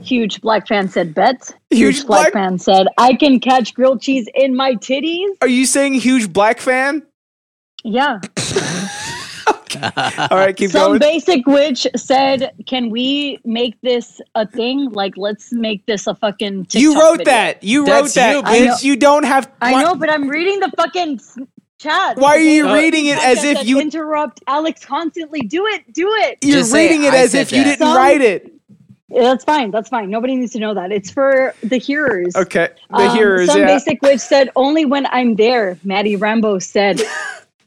Speaker 6: Huge black fan said bet. Huge, black, fan said I can catch grilled cheese in my titties.
Speaker 2: Are you saying huge black fan?
Speaker 6: Yeah.
Speaker 1: said.
Speaker 2: All right, keep going.
Speaker 6: Some basic witch said, "Can we make this a thing? Like, let's make this a fucking." TikTok
Speaker 2: you wrote
Speaker 6: video."
Speaker 2: that. You wrote that.
Speaker 6: I know-
Speaker 2: bitch. You don't have.
Speaker 6: I know, but I'm reading the fucking s- chat.
Speaker 2: Why are you
Speaker 6: Uh,
Speaker 2: reading it as
Speaker 6: podcast
Speaker 2: if
Speaker 6: that
Speaker 2: you-
Speaker 6: interrupt Alex constantly? Do it, do it.
Speaker 2: You're Just say, reading it "I as said if you that." didn't write it.
Speaker 6: Yeah, That's fine. That's fine. Nobody needs to know that. It's for the hearers.
Speaker 2: Okay, the
Speaker 6: Um,
Speaker 2: hearers.
Speaker 6: Some
Speaker 2: Yeah.
Speaker 6: basic witch said, "Only when I'm there." Maddie Rambo said,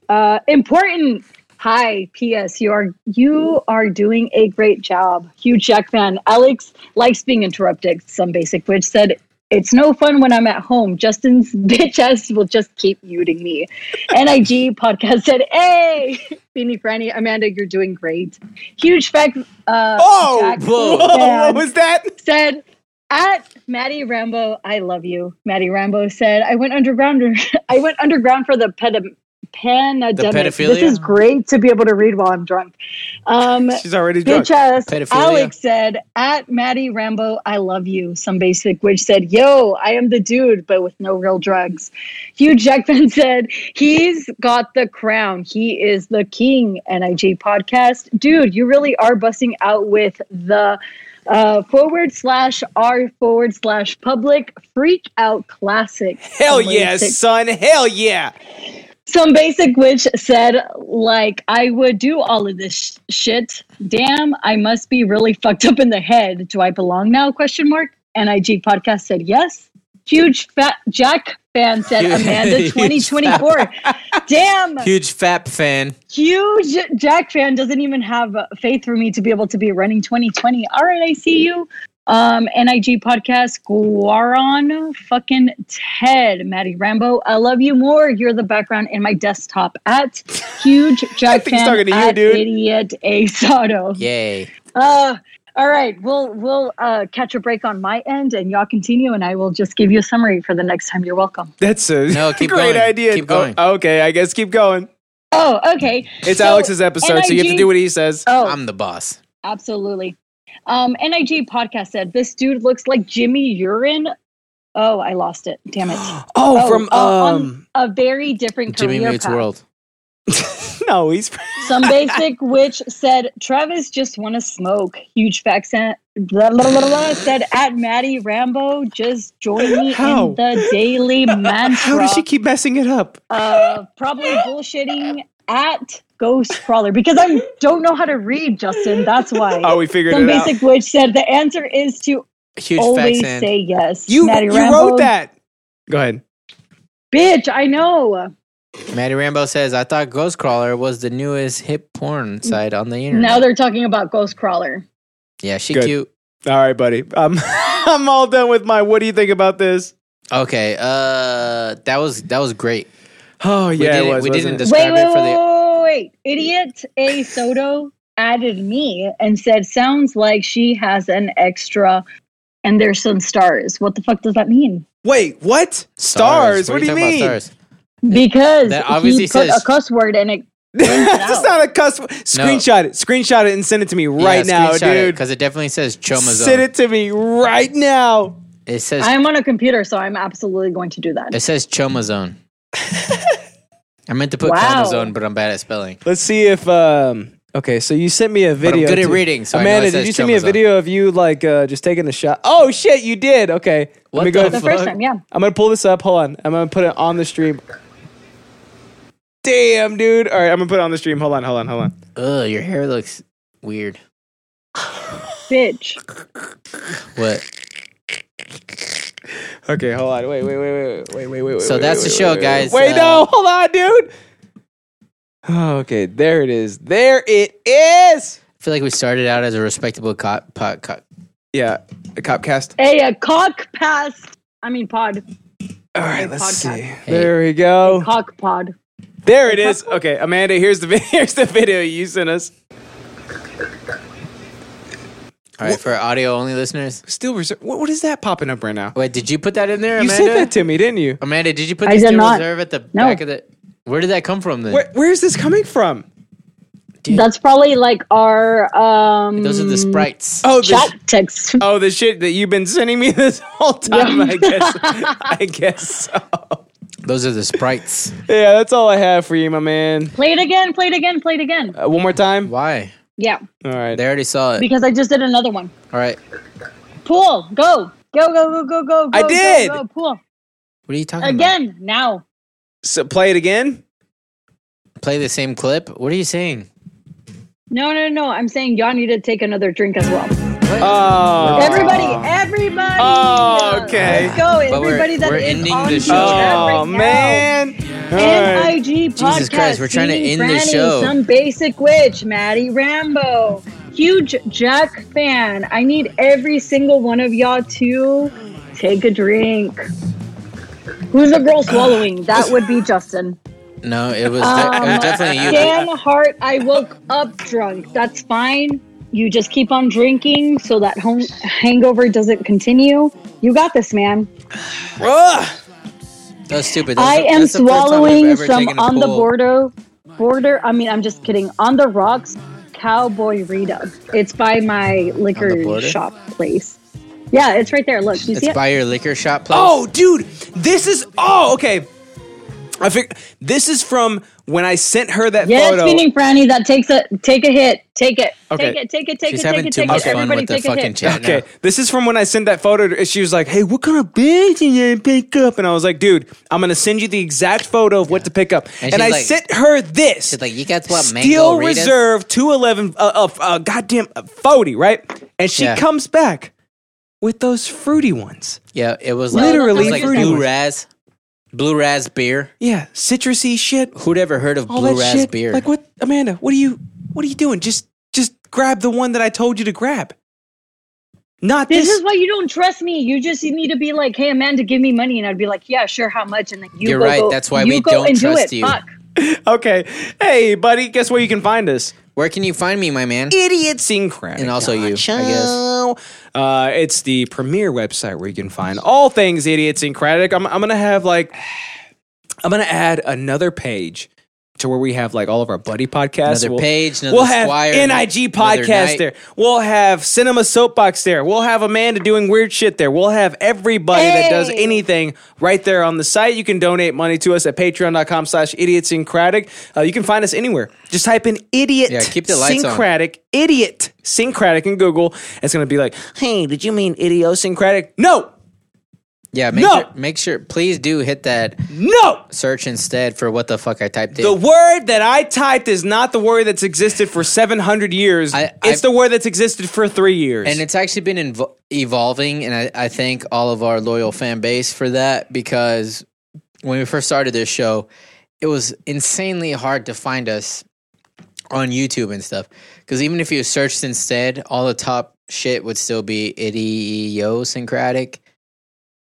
Speaker 6: uh, "Important." Hi. P.S. You are you are doing a great job. Huge Jack fan. Alex likes being interrupted. Some basic witch said. It's no fun when I'm at home. Justin's *laughs* bitch ass will just keep muting me. NIG podcast said, "Hey, Beanie Franny, Amanda, you're doing great. Huge fact." Uh,
Speaker 2: Oh,
Speaker 6: Jack
Speaker 2: whoa,
Speaker 6: fan
Speaker 2: what was that?
Speaker 6: Said at Maddie Rambo, I love you. Maddie Rambo said, I went underground. *laughs* I went underground for the pedam Pandemic.
Speaker 2: pedophilia?
Speaker 6: This is great to be able to read while I'm drunk. Um,
Speaker 2: She's already drunk.
Speaker 6: bitch ass
Speaker 2: Pedophilia?
Speaker 6: Alex said at Maddie Rambo, I love you. Some basic witch said, Yo, I am the dude, but with no real drugs. Hugh Jackman *laughs* said, He's got the crown. He is the king. NIG podcast. Dude, you really are busting out with the uh, forward slash R forward slash public freak out classic.
Speaker 2: Hell
Speaker 6: Somebody
Speaker 2: yeah,
Speaker 6: said-
Speaker 2: son. Hell yeah.
Speaker 6: some basic witch said like i would do all of this sh- shit damn i must be really *laughs* fucked up in the head do i belong now question mark nig podcast said yes huge fat jack fan said
Speaker 1: Huge-
Speaker 6: amanda
Speaker 1: huge
Speaker 6: 2024 damn
Speaker 1: said. Huge fap fan.
Speaker 6: huge Jack fan doesn't even have faith for me to be able to be running 2020. All right, I see you. Um, NIG podcast, Guaron fucking Ted, Maddie Rambo. I love you more. You're the background in my desktop at huge
Speaker 2: *laughs*
Speaker 6: Jack
Speaker 1: think he's
Speaker 6: fan
Speaker 1: talking to you,
Speaker 6: at
Speaker 1: dude.
Speaker 6: idiot Asado.
Speaker 1: Yay.
Speaker 6: Uh, all right, we'll we'll uh, catch a break on my end, and y'all continue, and I will just give you a summary for the next time. You're welcome.
Speaker 2: That's a *laughs*
Speaker 1: No, keep
Speaker 2: great
Speaker 1: going.
Speaker 2: idea.
Speaker 1: Keep going.
Speaker 2: Oh, okay, I guess keep going.
Speaker 6: Oh, okay.
Speaker 2: It's
Speaker 6: So,
Speaker 2: Alex's episode, so you have to
Speaker 6: NIG
Speaker 2: do what he says.
Speaker 6: Oh.
Speaker 1: I'm the boss.
Speaker 6: Absolutely. Um, NIG podcast said this dude looks like Jimmy Urine. Oh, I lost it. Damn it.
Speaker 2: *gasps* Oh, from,
Speaker 6: uh, on
Speaker 2: um,
Speaker 6: a very different
Speaker 1: Jimmy
Speaker 6: career
Speaker 1: Mute's
Speaker 6: path.
Speaker 1: world.
Speaker 2: No, he's *laughs*
Speaker 6: Some basic *laughs* witch said, Travis just want to smoke. Huge fact sent. Blah, blah, blah, blah, said at Maddie Rambo, just join me
Speaker 2: How?
Speaker 6: in the daily
Speaker 2: *laughs*
Speaker 6: mantra.
Speaker 2: How does she keep messing it up?
Speaker 6: Uh, probably bullshitting at Ghost Crawler because I don't know how to read, Justin. That's why.
Speaker 2: Oh, we figured
Speaker 6: Some
Speaker 2: it out.
Speaker 6: basic witch said the answer is to
Speaker 2: Huge fact
Speaker 6: always
Speaker 2: send.
Speaker 6: say yes.
Speaker 2: You,
Speaker 6: Maddie
Speaker 2: you
Speaker 6: Rambo,
Speaker 2: wrote that. Go ahead.
Speaker 6: bitch. I know.
Speaker 1: Maddie Rambo says, I thought Ghostcrawler was the newest hip porn site on the internet.
Speaker 6: Now they're talking about Ghost Crawler.
Speaker 1: yeah, she
Speaker 2: Good.
Speaker 1: cute.
Speaker 2: All right, buddy. Um, *laughs* I'm all done with my. What do you think about this?
Speaker 1: Okay, uh, that was that was great.
Speaker 2: Oh
Speaker 1: We
Speaker 2: yeah,
Speaker 1: did
Speaker 2: it
Speaker 1: it-
Speaker 2: was.
Speaker 1: we
Speaker 2: wasn't
Speaker 1: didn't
Speaker 2: it?
Speaker 1: dis-
Speaker 6: Wait,
Speaker 1: Describe
Speaker 6: wait,
Speaker 1: it for
Speaker 6: wait,
Speaker 1: the-
Speaker 6: wait, wait. Idiot A Soto added me and said, "Sounds like she has an extra." And there's some stars. What the fuck does that mean?
Speaker 2: Wait, what? Stars? What, do you
Speaker 1: talking
Speaker 2: mean?
Speaker 1: About stars?
Speaker 6: Because
Speaker 1: That obviously
Speaker 6: he put
Speaker 1: says-
Speaker 6: a cuss word and it
Speaker 2: *laughs* That's not a cuss. word. Screenshot it. Screenshot it and send it to me right now, dude.
Speaker 1: Because it definitely says chomazone.
Speaker 2: Send it to me right now.
Speaker 1: It says
Speaker 6: I'm on a computer, so I'm absolutely going to do that.
Speaker 1: it says
Speaker 6: *laughs*
Speaker 1: chomazone. I meant to put
Speaker 6: Wow.
Speaker 1: chomazone, but I'm bad at spelling.
Speaker 2: Let's see if. um Okay, so you sent me a
Speaker 1: I'm
Speaker 2: video.
Speaker 1: good at
Speaker 2: too.
Speaker 1: reading, so I know
Speaker 2: Amanda,
Speaker 1: it
Speaker 2: did
Speaker 1: says
Speaker 2: you send me a
Speaker 1: chromosome.
Speaker 2: video of you like uh, just taking a shot? Oh shit, you did. Okay,
Speaker 1: What
Speaker 2: let me
Speaker 1: the
Speaker 2: go.
Speaker 6: The first time, yeah.
Speaker 2: I'm gonna pull this up. Hold on. I'm gonna put it on the stream. Damn, dude. All right, I'm gonna put it on the stream. Hold on, hold on, hold on.
Speaker 1: Ugh, your hair looks weird.
Speaker 6: Bitch.
Speaker 1: What?
Speaker 2: Okay, hold on. Wait, wait, wait, wait, wait, wait, wait.
Speaker 1: So
Speaker 2: wait,
Speaker 1: that's
Speaker 2: wait,
Speaker 1: the
Speaker 2: wait,
Speaker 1: show,
Speaker 2: wait, wait.
Speaker 1: guys.
Speaker 2: Wait,
Speaker 1: Uh,
Speaker 2: no, hold on, dude. Oh, okay, there it is. There it is.
Speaker 1: I feel like we started out as a respectable cop, pot, cop.
Speaker 2: Yeah, the Copcast.
Speaker 6: Hey, a cock past. I mean, pod.
Speaker 2: All
Speaker 6: Hey,
Speaker 2: right, let's
Speaker 6: podcast.
Speaker 2: see. There we go.
Speaker 6: Cock pod.
Speaker 2: There it is. Okay, Amanda, here's the vi- *laughs* here's the video you sent us.
Speaker 1: All right, for audio only listeners.
Speaker 2: Still reserve. What, what is that popping up right now?
Speaker 1: Wait, did you put that in there,
Speaker 2: You
Speaker 1: Amanda?
Speaker 2: sent that to me, didn't you?
Speaker 1: Amanda, did you put
Speaker 6: I
Speaker 1: the
Speaker 6: did
Speaker 1: steel
Speaker 6: not.
Speaker 1: reserve at the
Speaker 6: No.
Speaker 1: back of the? Where did that come from then?
Speaker 2: Where, where is this coming from?
Speaker 6: That's probably like our um
Speaker 1: Those are the sprites.
Speaker 2: Oh, the,
Speaker 6: chat text.
Speaker 2: oh, the shit that you've been sending me *laughs* this whole time.
Speaker 6: Yeah.
Speaker 2: I guess. I guess so.
Speaker 1: Those are the sprites.
Speaker 2: Yeah, that's all I have for you, my man.
Speaker 6: *laughs* Play it again. Play it again. Play it again.
Speaker 2: Uh, one more time.
Speaker 1: Why?
Speaker 6: Yeah,
Speaker 2: All right.
Speaker 1: They already saw it.
Speaker 6: because I just did another one.
Speaker 1: All right.
Speaker 6: Pool. Go. Go. Go. Go. Go. Go.
Speaker 2: I
Speaker 6: go,
Speaker 2: did.
Speaker 6: Go, go. Pool.
Speaker 1: What are you talking about?
Speaker 6: Again. Now.
Speaker 2: So play it again.
Speaker 1: Play the same clip. What are you saying?
Speaker 6: No. No. No. I'm saying y'all need to take another drink as well.
Speaker 2: Oh,
Speaker 6: Everybody. Everybody.
Speaker 2: Oh, okay.
Speaker 6: Let's go.
Speaker 1: But we're-
Speaker 6: Everybody that
Speaker 1: we're
Speaker 6: is
Speaker 1: ending
Speaker 6: on
Speaker 1: the show.
Speaker 6: chat right
Speaker 2: Oh
Speaker 6: now.
Speaker 2: man. All right.
Speaker 6: NIG podcast.
Speaker 1: Jesus Christ, we're trying to
Speaker 6: Seeing
Speaker 1: end this
Speaker 6: Franny,
Speaker 1: show.
Speaker 6: Some basic witch, Maddie Rambo, huge Jack fan. I need every single one of y'all to take a drink. Who's the
Speaker 1: *sighs*
Speaker 6: girl swallowing? That would be Justin.
Speaker 1: No, it was, de- it
Speaker 6: Uh,
Speaker 1: was definitely you.
Speaker 6: Dan Hart, I woke up drunk. That's fine. You just keep on drinking so that home hangover doesn't continue. You got this, man.
Speaker 2: Ugh.
Speaker 1: That was stupid. That's
Speaker 6: I
Speaker 1: the-
Speaker 6: am
Speaker 1: that's the first time I've
Speaker 6: swallowing
Speaker 1: ever
Speaker 6: some
Speaker 1: taken a
Speaker 6: on the
Speaker 1: poll.
Speaker 6: border. Border. I mean, I'm just kidding. On the rocks, Cowboy Rita. It's by my liquor
Speaker 1: border?
Speaker 6: shop place. Yeah, it's right there. Look, you see
Speaker 1: It's
Speaker 6: it?
Speaker 1: by your liquor shop place.
Speaker 2: Oh, dude, this is oh okay. I fig- this is from when I sent her that
Speaker 6: yes,
Speaker 2: photo.
Speaker 6: meaning Franny, that takes a take a hit, take it,
Speaker 2: Okay.
Speaker 6: take it, take it, take
Speaker 1: She's
Speaker 6: it, take
Speaker 1: having
Speaker 6: it,
Speaker 1: too
Speaker 6: take
Speaker 1: much
Speaker 6: it.
Speaker 1: fun
Speaker 6: Everybody
Speaker 1: with the
Speaker 6: take a
Speaker 1: fucking
Speaker 6: hit.
Speaker 1: chat.
Speaker 2: *laughs* Okay,
Speaker 1: now.
Speaker 2: this is from when I sent that photo. To, she was like, "Hey, what kind of bag did you pick up?" And I was like, "Dude, I'm gonna send you the exact photo of what to pick up." And,
Speaker 1: she's
Speaker 2: I
Speaker 1: like-
Speaker 2: sent her this.
Speaker 1: She's like, you got what? Mango
Speaker 2: Steel
Speaker 1: Ritas?
Speaker 2: Reserve 211, uh, uh, uh, goddamn uh, 40, right? And she
Speaker 1: Yeah.
Speaker 2: comes back with those fruity ones.
Speaker 1: Yeah, it was like,
Speaker 2: Literally
Speaker 1: it was like
Speaker 2: fruity
Speaker 1: blue
Speaker 2: ones.
Speaker 1: raz, blue raz beer.
Speaker 2: Yeah, citrusy shit,
Speaker 1: Who'd ever heard of
Speaker 2: all
Speaker 1: blue
Speaker 2: that
Speaker 1: raz
Speaker 2: shit.
Speaker 1: beer?
Speaker 2: Like what, Amanda? What are you? What are you doing? Just, just grab the one that I told you to grab. Not
Speaker 6: This
Speaker 2: this.
Speaker 6: is why you don't trust me. You just need to be like, "Hey, Amanda, give me money," and I'd be like, "Yeah, sure. How much?" And then you
Speaker 1: You're
Speaker 6: go,
Speaker 1: right,
Speaker 6: go-
Speaker 1: that's why
Speaker 6: you
Speaker 1: we
Speaker 6: go
Speaker 1: don't
Speaker 6: and do
Speaker 1: trust
Speaker 6: it.
Speaker 1: you.
Speaker 6: Fuck.
Speaker 2: okay. Hey, buddy, guess where you can find us?
Speaker 1: Where can you find me, my man?
Speaker 2: Idiots in Crime.
Speaker 1: And also you, I guess.
Speaker 2: Uh, it's the premier website where you can find all things idiosyncratic. I'm, I'm gonna have like, I'm gonna add another page to where we have like all of our buddy podcasts.
Speaker 1: Another
Speaker 2: We'll-
Speaker 1: page, another
Speaker 2: we'll have
Speaker 1: Squire,
Speaker 2: NIG
Speaker 1: another
Speaker 2: podcast
Speaker 1: Knight.
Speaker 2: there. We'll have Cinema Soapbox there. We'll have Amanda doing weird shit there. We'll have everybody that does
Speaker 1: Hey!
Speaker 2: anything right there on the site. You can donate money to us at patreon.com slash idiotsyncratic. Uh, you can find us anywhere. Just type in idiot
Speaker 1: Yeah, keep the lights on.
Speaker 2: syncratic, idiot syncratic in Google. It's going to be like, hey, did you mean idiosyncratic? No,
Speaker 1: Yeah, make
Speaker 2: No!
Speaker 1: sure, make sure, please do hit that
Speaker 2: no
Speaker 1: search instead for what the fuck I typed in.
Speaker 2: The word that I typed is not the word that's existed for 700 years. it's the word that's existed for three years.
Speaker 1: and it's actually been inv- evolving, and I, I thank all of our loyal fan base for that because when we first started this show, it was insanely hard to find us on YouTube and stuff. Because even if you searched instead, all the top shit would still be idiosyncratic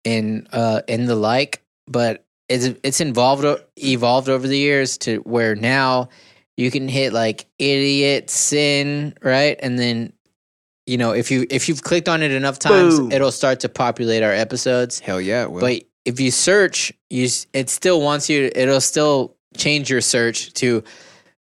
Speaker 1: and uh and the like. But it's it's involved o- evolved over the years to where now you can hit like idiot sin right, and then you know if you if you've clicked on it enough times,
Speaker 2: Boom.
Speaker 1: it'll start to populate our episodes.
Speaker 2: Hell yeah, it will.
Speaker 1: But if you search, you s- it still wants you. It'll still change your search to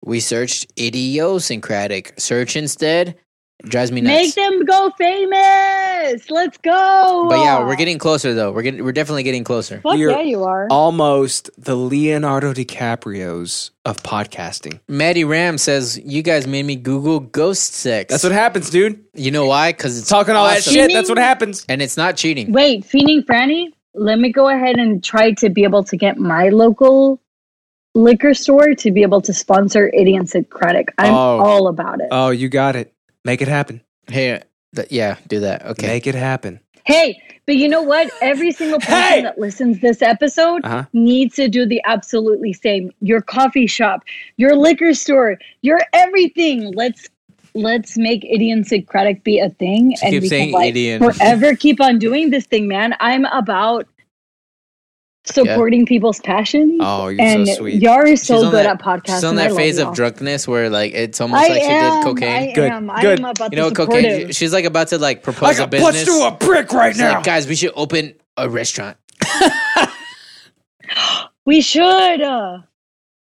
Speaker 1: we searched idiosyncratic. Search instead drives me nuts.
Speaker 6: Make them go famous. Let's go.
Speaker 1: but yeah, we're getting closer though. We're getting we're definitely getting closer.
Speaker 6: Fuck
Speaker 2: We're
Speaker 6: yeah, you are.
Speaker 2: almost the Leonardo DiCaprios of podcasting.
Speaker 1: Maddie Ram says you guys made me Google ghost sex.
Speaker 2: That's what happens, dude.
Speaker 1: you know why? Because it's
Speaker 2: Talking all that
Speaker 1: awesome.
Speaker 2: shit, that's what happens.
Speaker 1: and it's not cheating.
Speaker 6: Wait, Feening Franny, let me go ahead and try to be able to get my local liquor store to be able to sponsor idiosyncratic. I'm
Speaker 2: Oh.
Speaker 6: all about it.
Speaker 2: Oh, you got it. Make it happen.
Speaker 1: Hey, th- yeah, do that. Okay.
Speaker 2: Make it happen.
Speaker 6: Hey, but you know what? Every single person
Speaker 2: Hey!
Speaker 6: that listens this episode
Speaker 2: Uh-huh.
Speaker 6: needs to do the absolutely same. Your coffee shop, your liquor store, your everything. Let's let's make idiosyncratic be a thing,
Speaker 1: She keeps saying idiot.
Speaker 6: forever keep on doing this thing, man. I'm about supporting people's passions.
Speaker 2: Oh, you're so
Speaker 6: and
Speaker 2: sweet.
Speaker 6: you are
Speaker 1: She's
Speaker 6: so
Speaker 1: on
Speaker 6: good
Speaker 1: that-
Speaker 6: at podcasts.
Speaker 1: She's on
Speaker 6: and I
Speaker 1: that
Speaker 6: love
Speaker 1: phase of
Speaker 6: y'all.
Speaker 1: drunkenness where like it's almost
Speaker 6: I
Speaker 1: like
Speaker 6: am,
Speaker 1: she did cocaine.
Speaker 6: I
Speaker 2: Good,
Speaker 6: am. I
Speaker 2: good.
Speaker 6: am about
Speaker 1: You know,
Speaker 6: the
Speaker 1: cocaine.
Speaker 6: supportive.
Speaker 1: she- She's like about to like propose a business.
Speaker 2: brick right
Speaker 1: She's like, guys, we should open a restaurant.
Speaker 6: we should. Uh,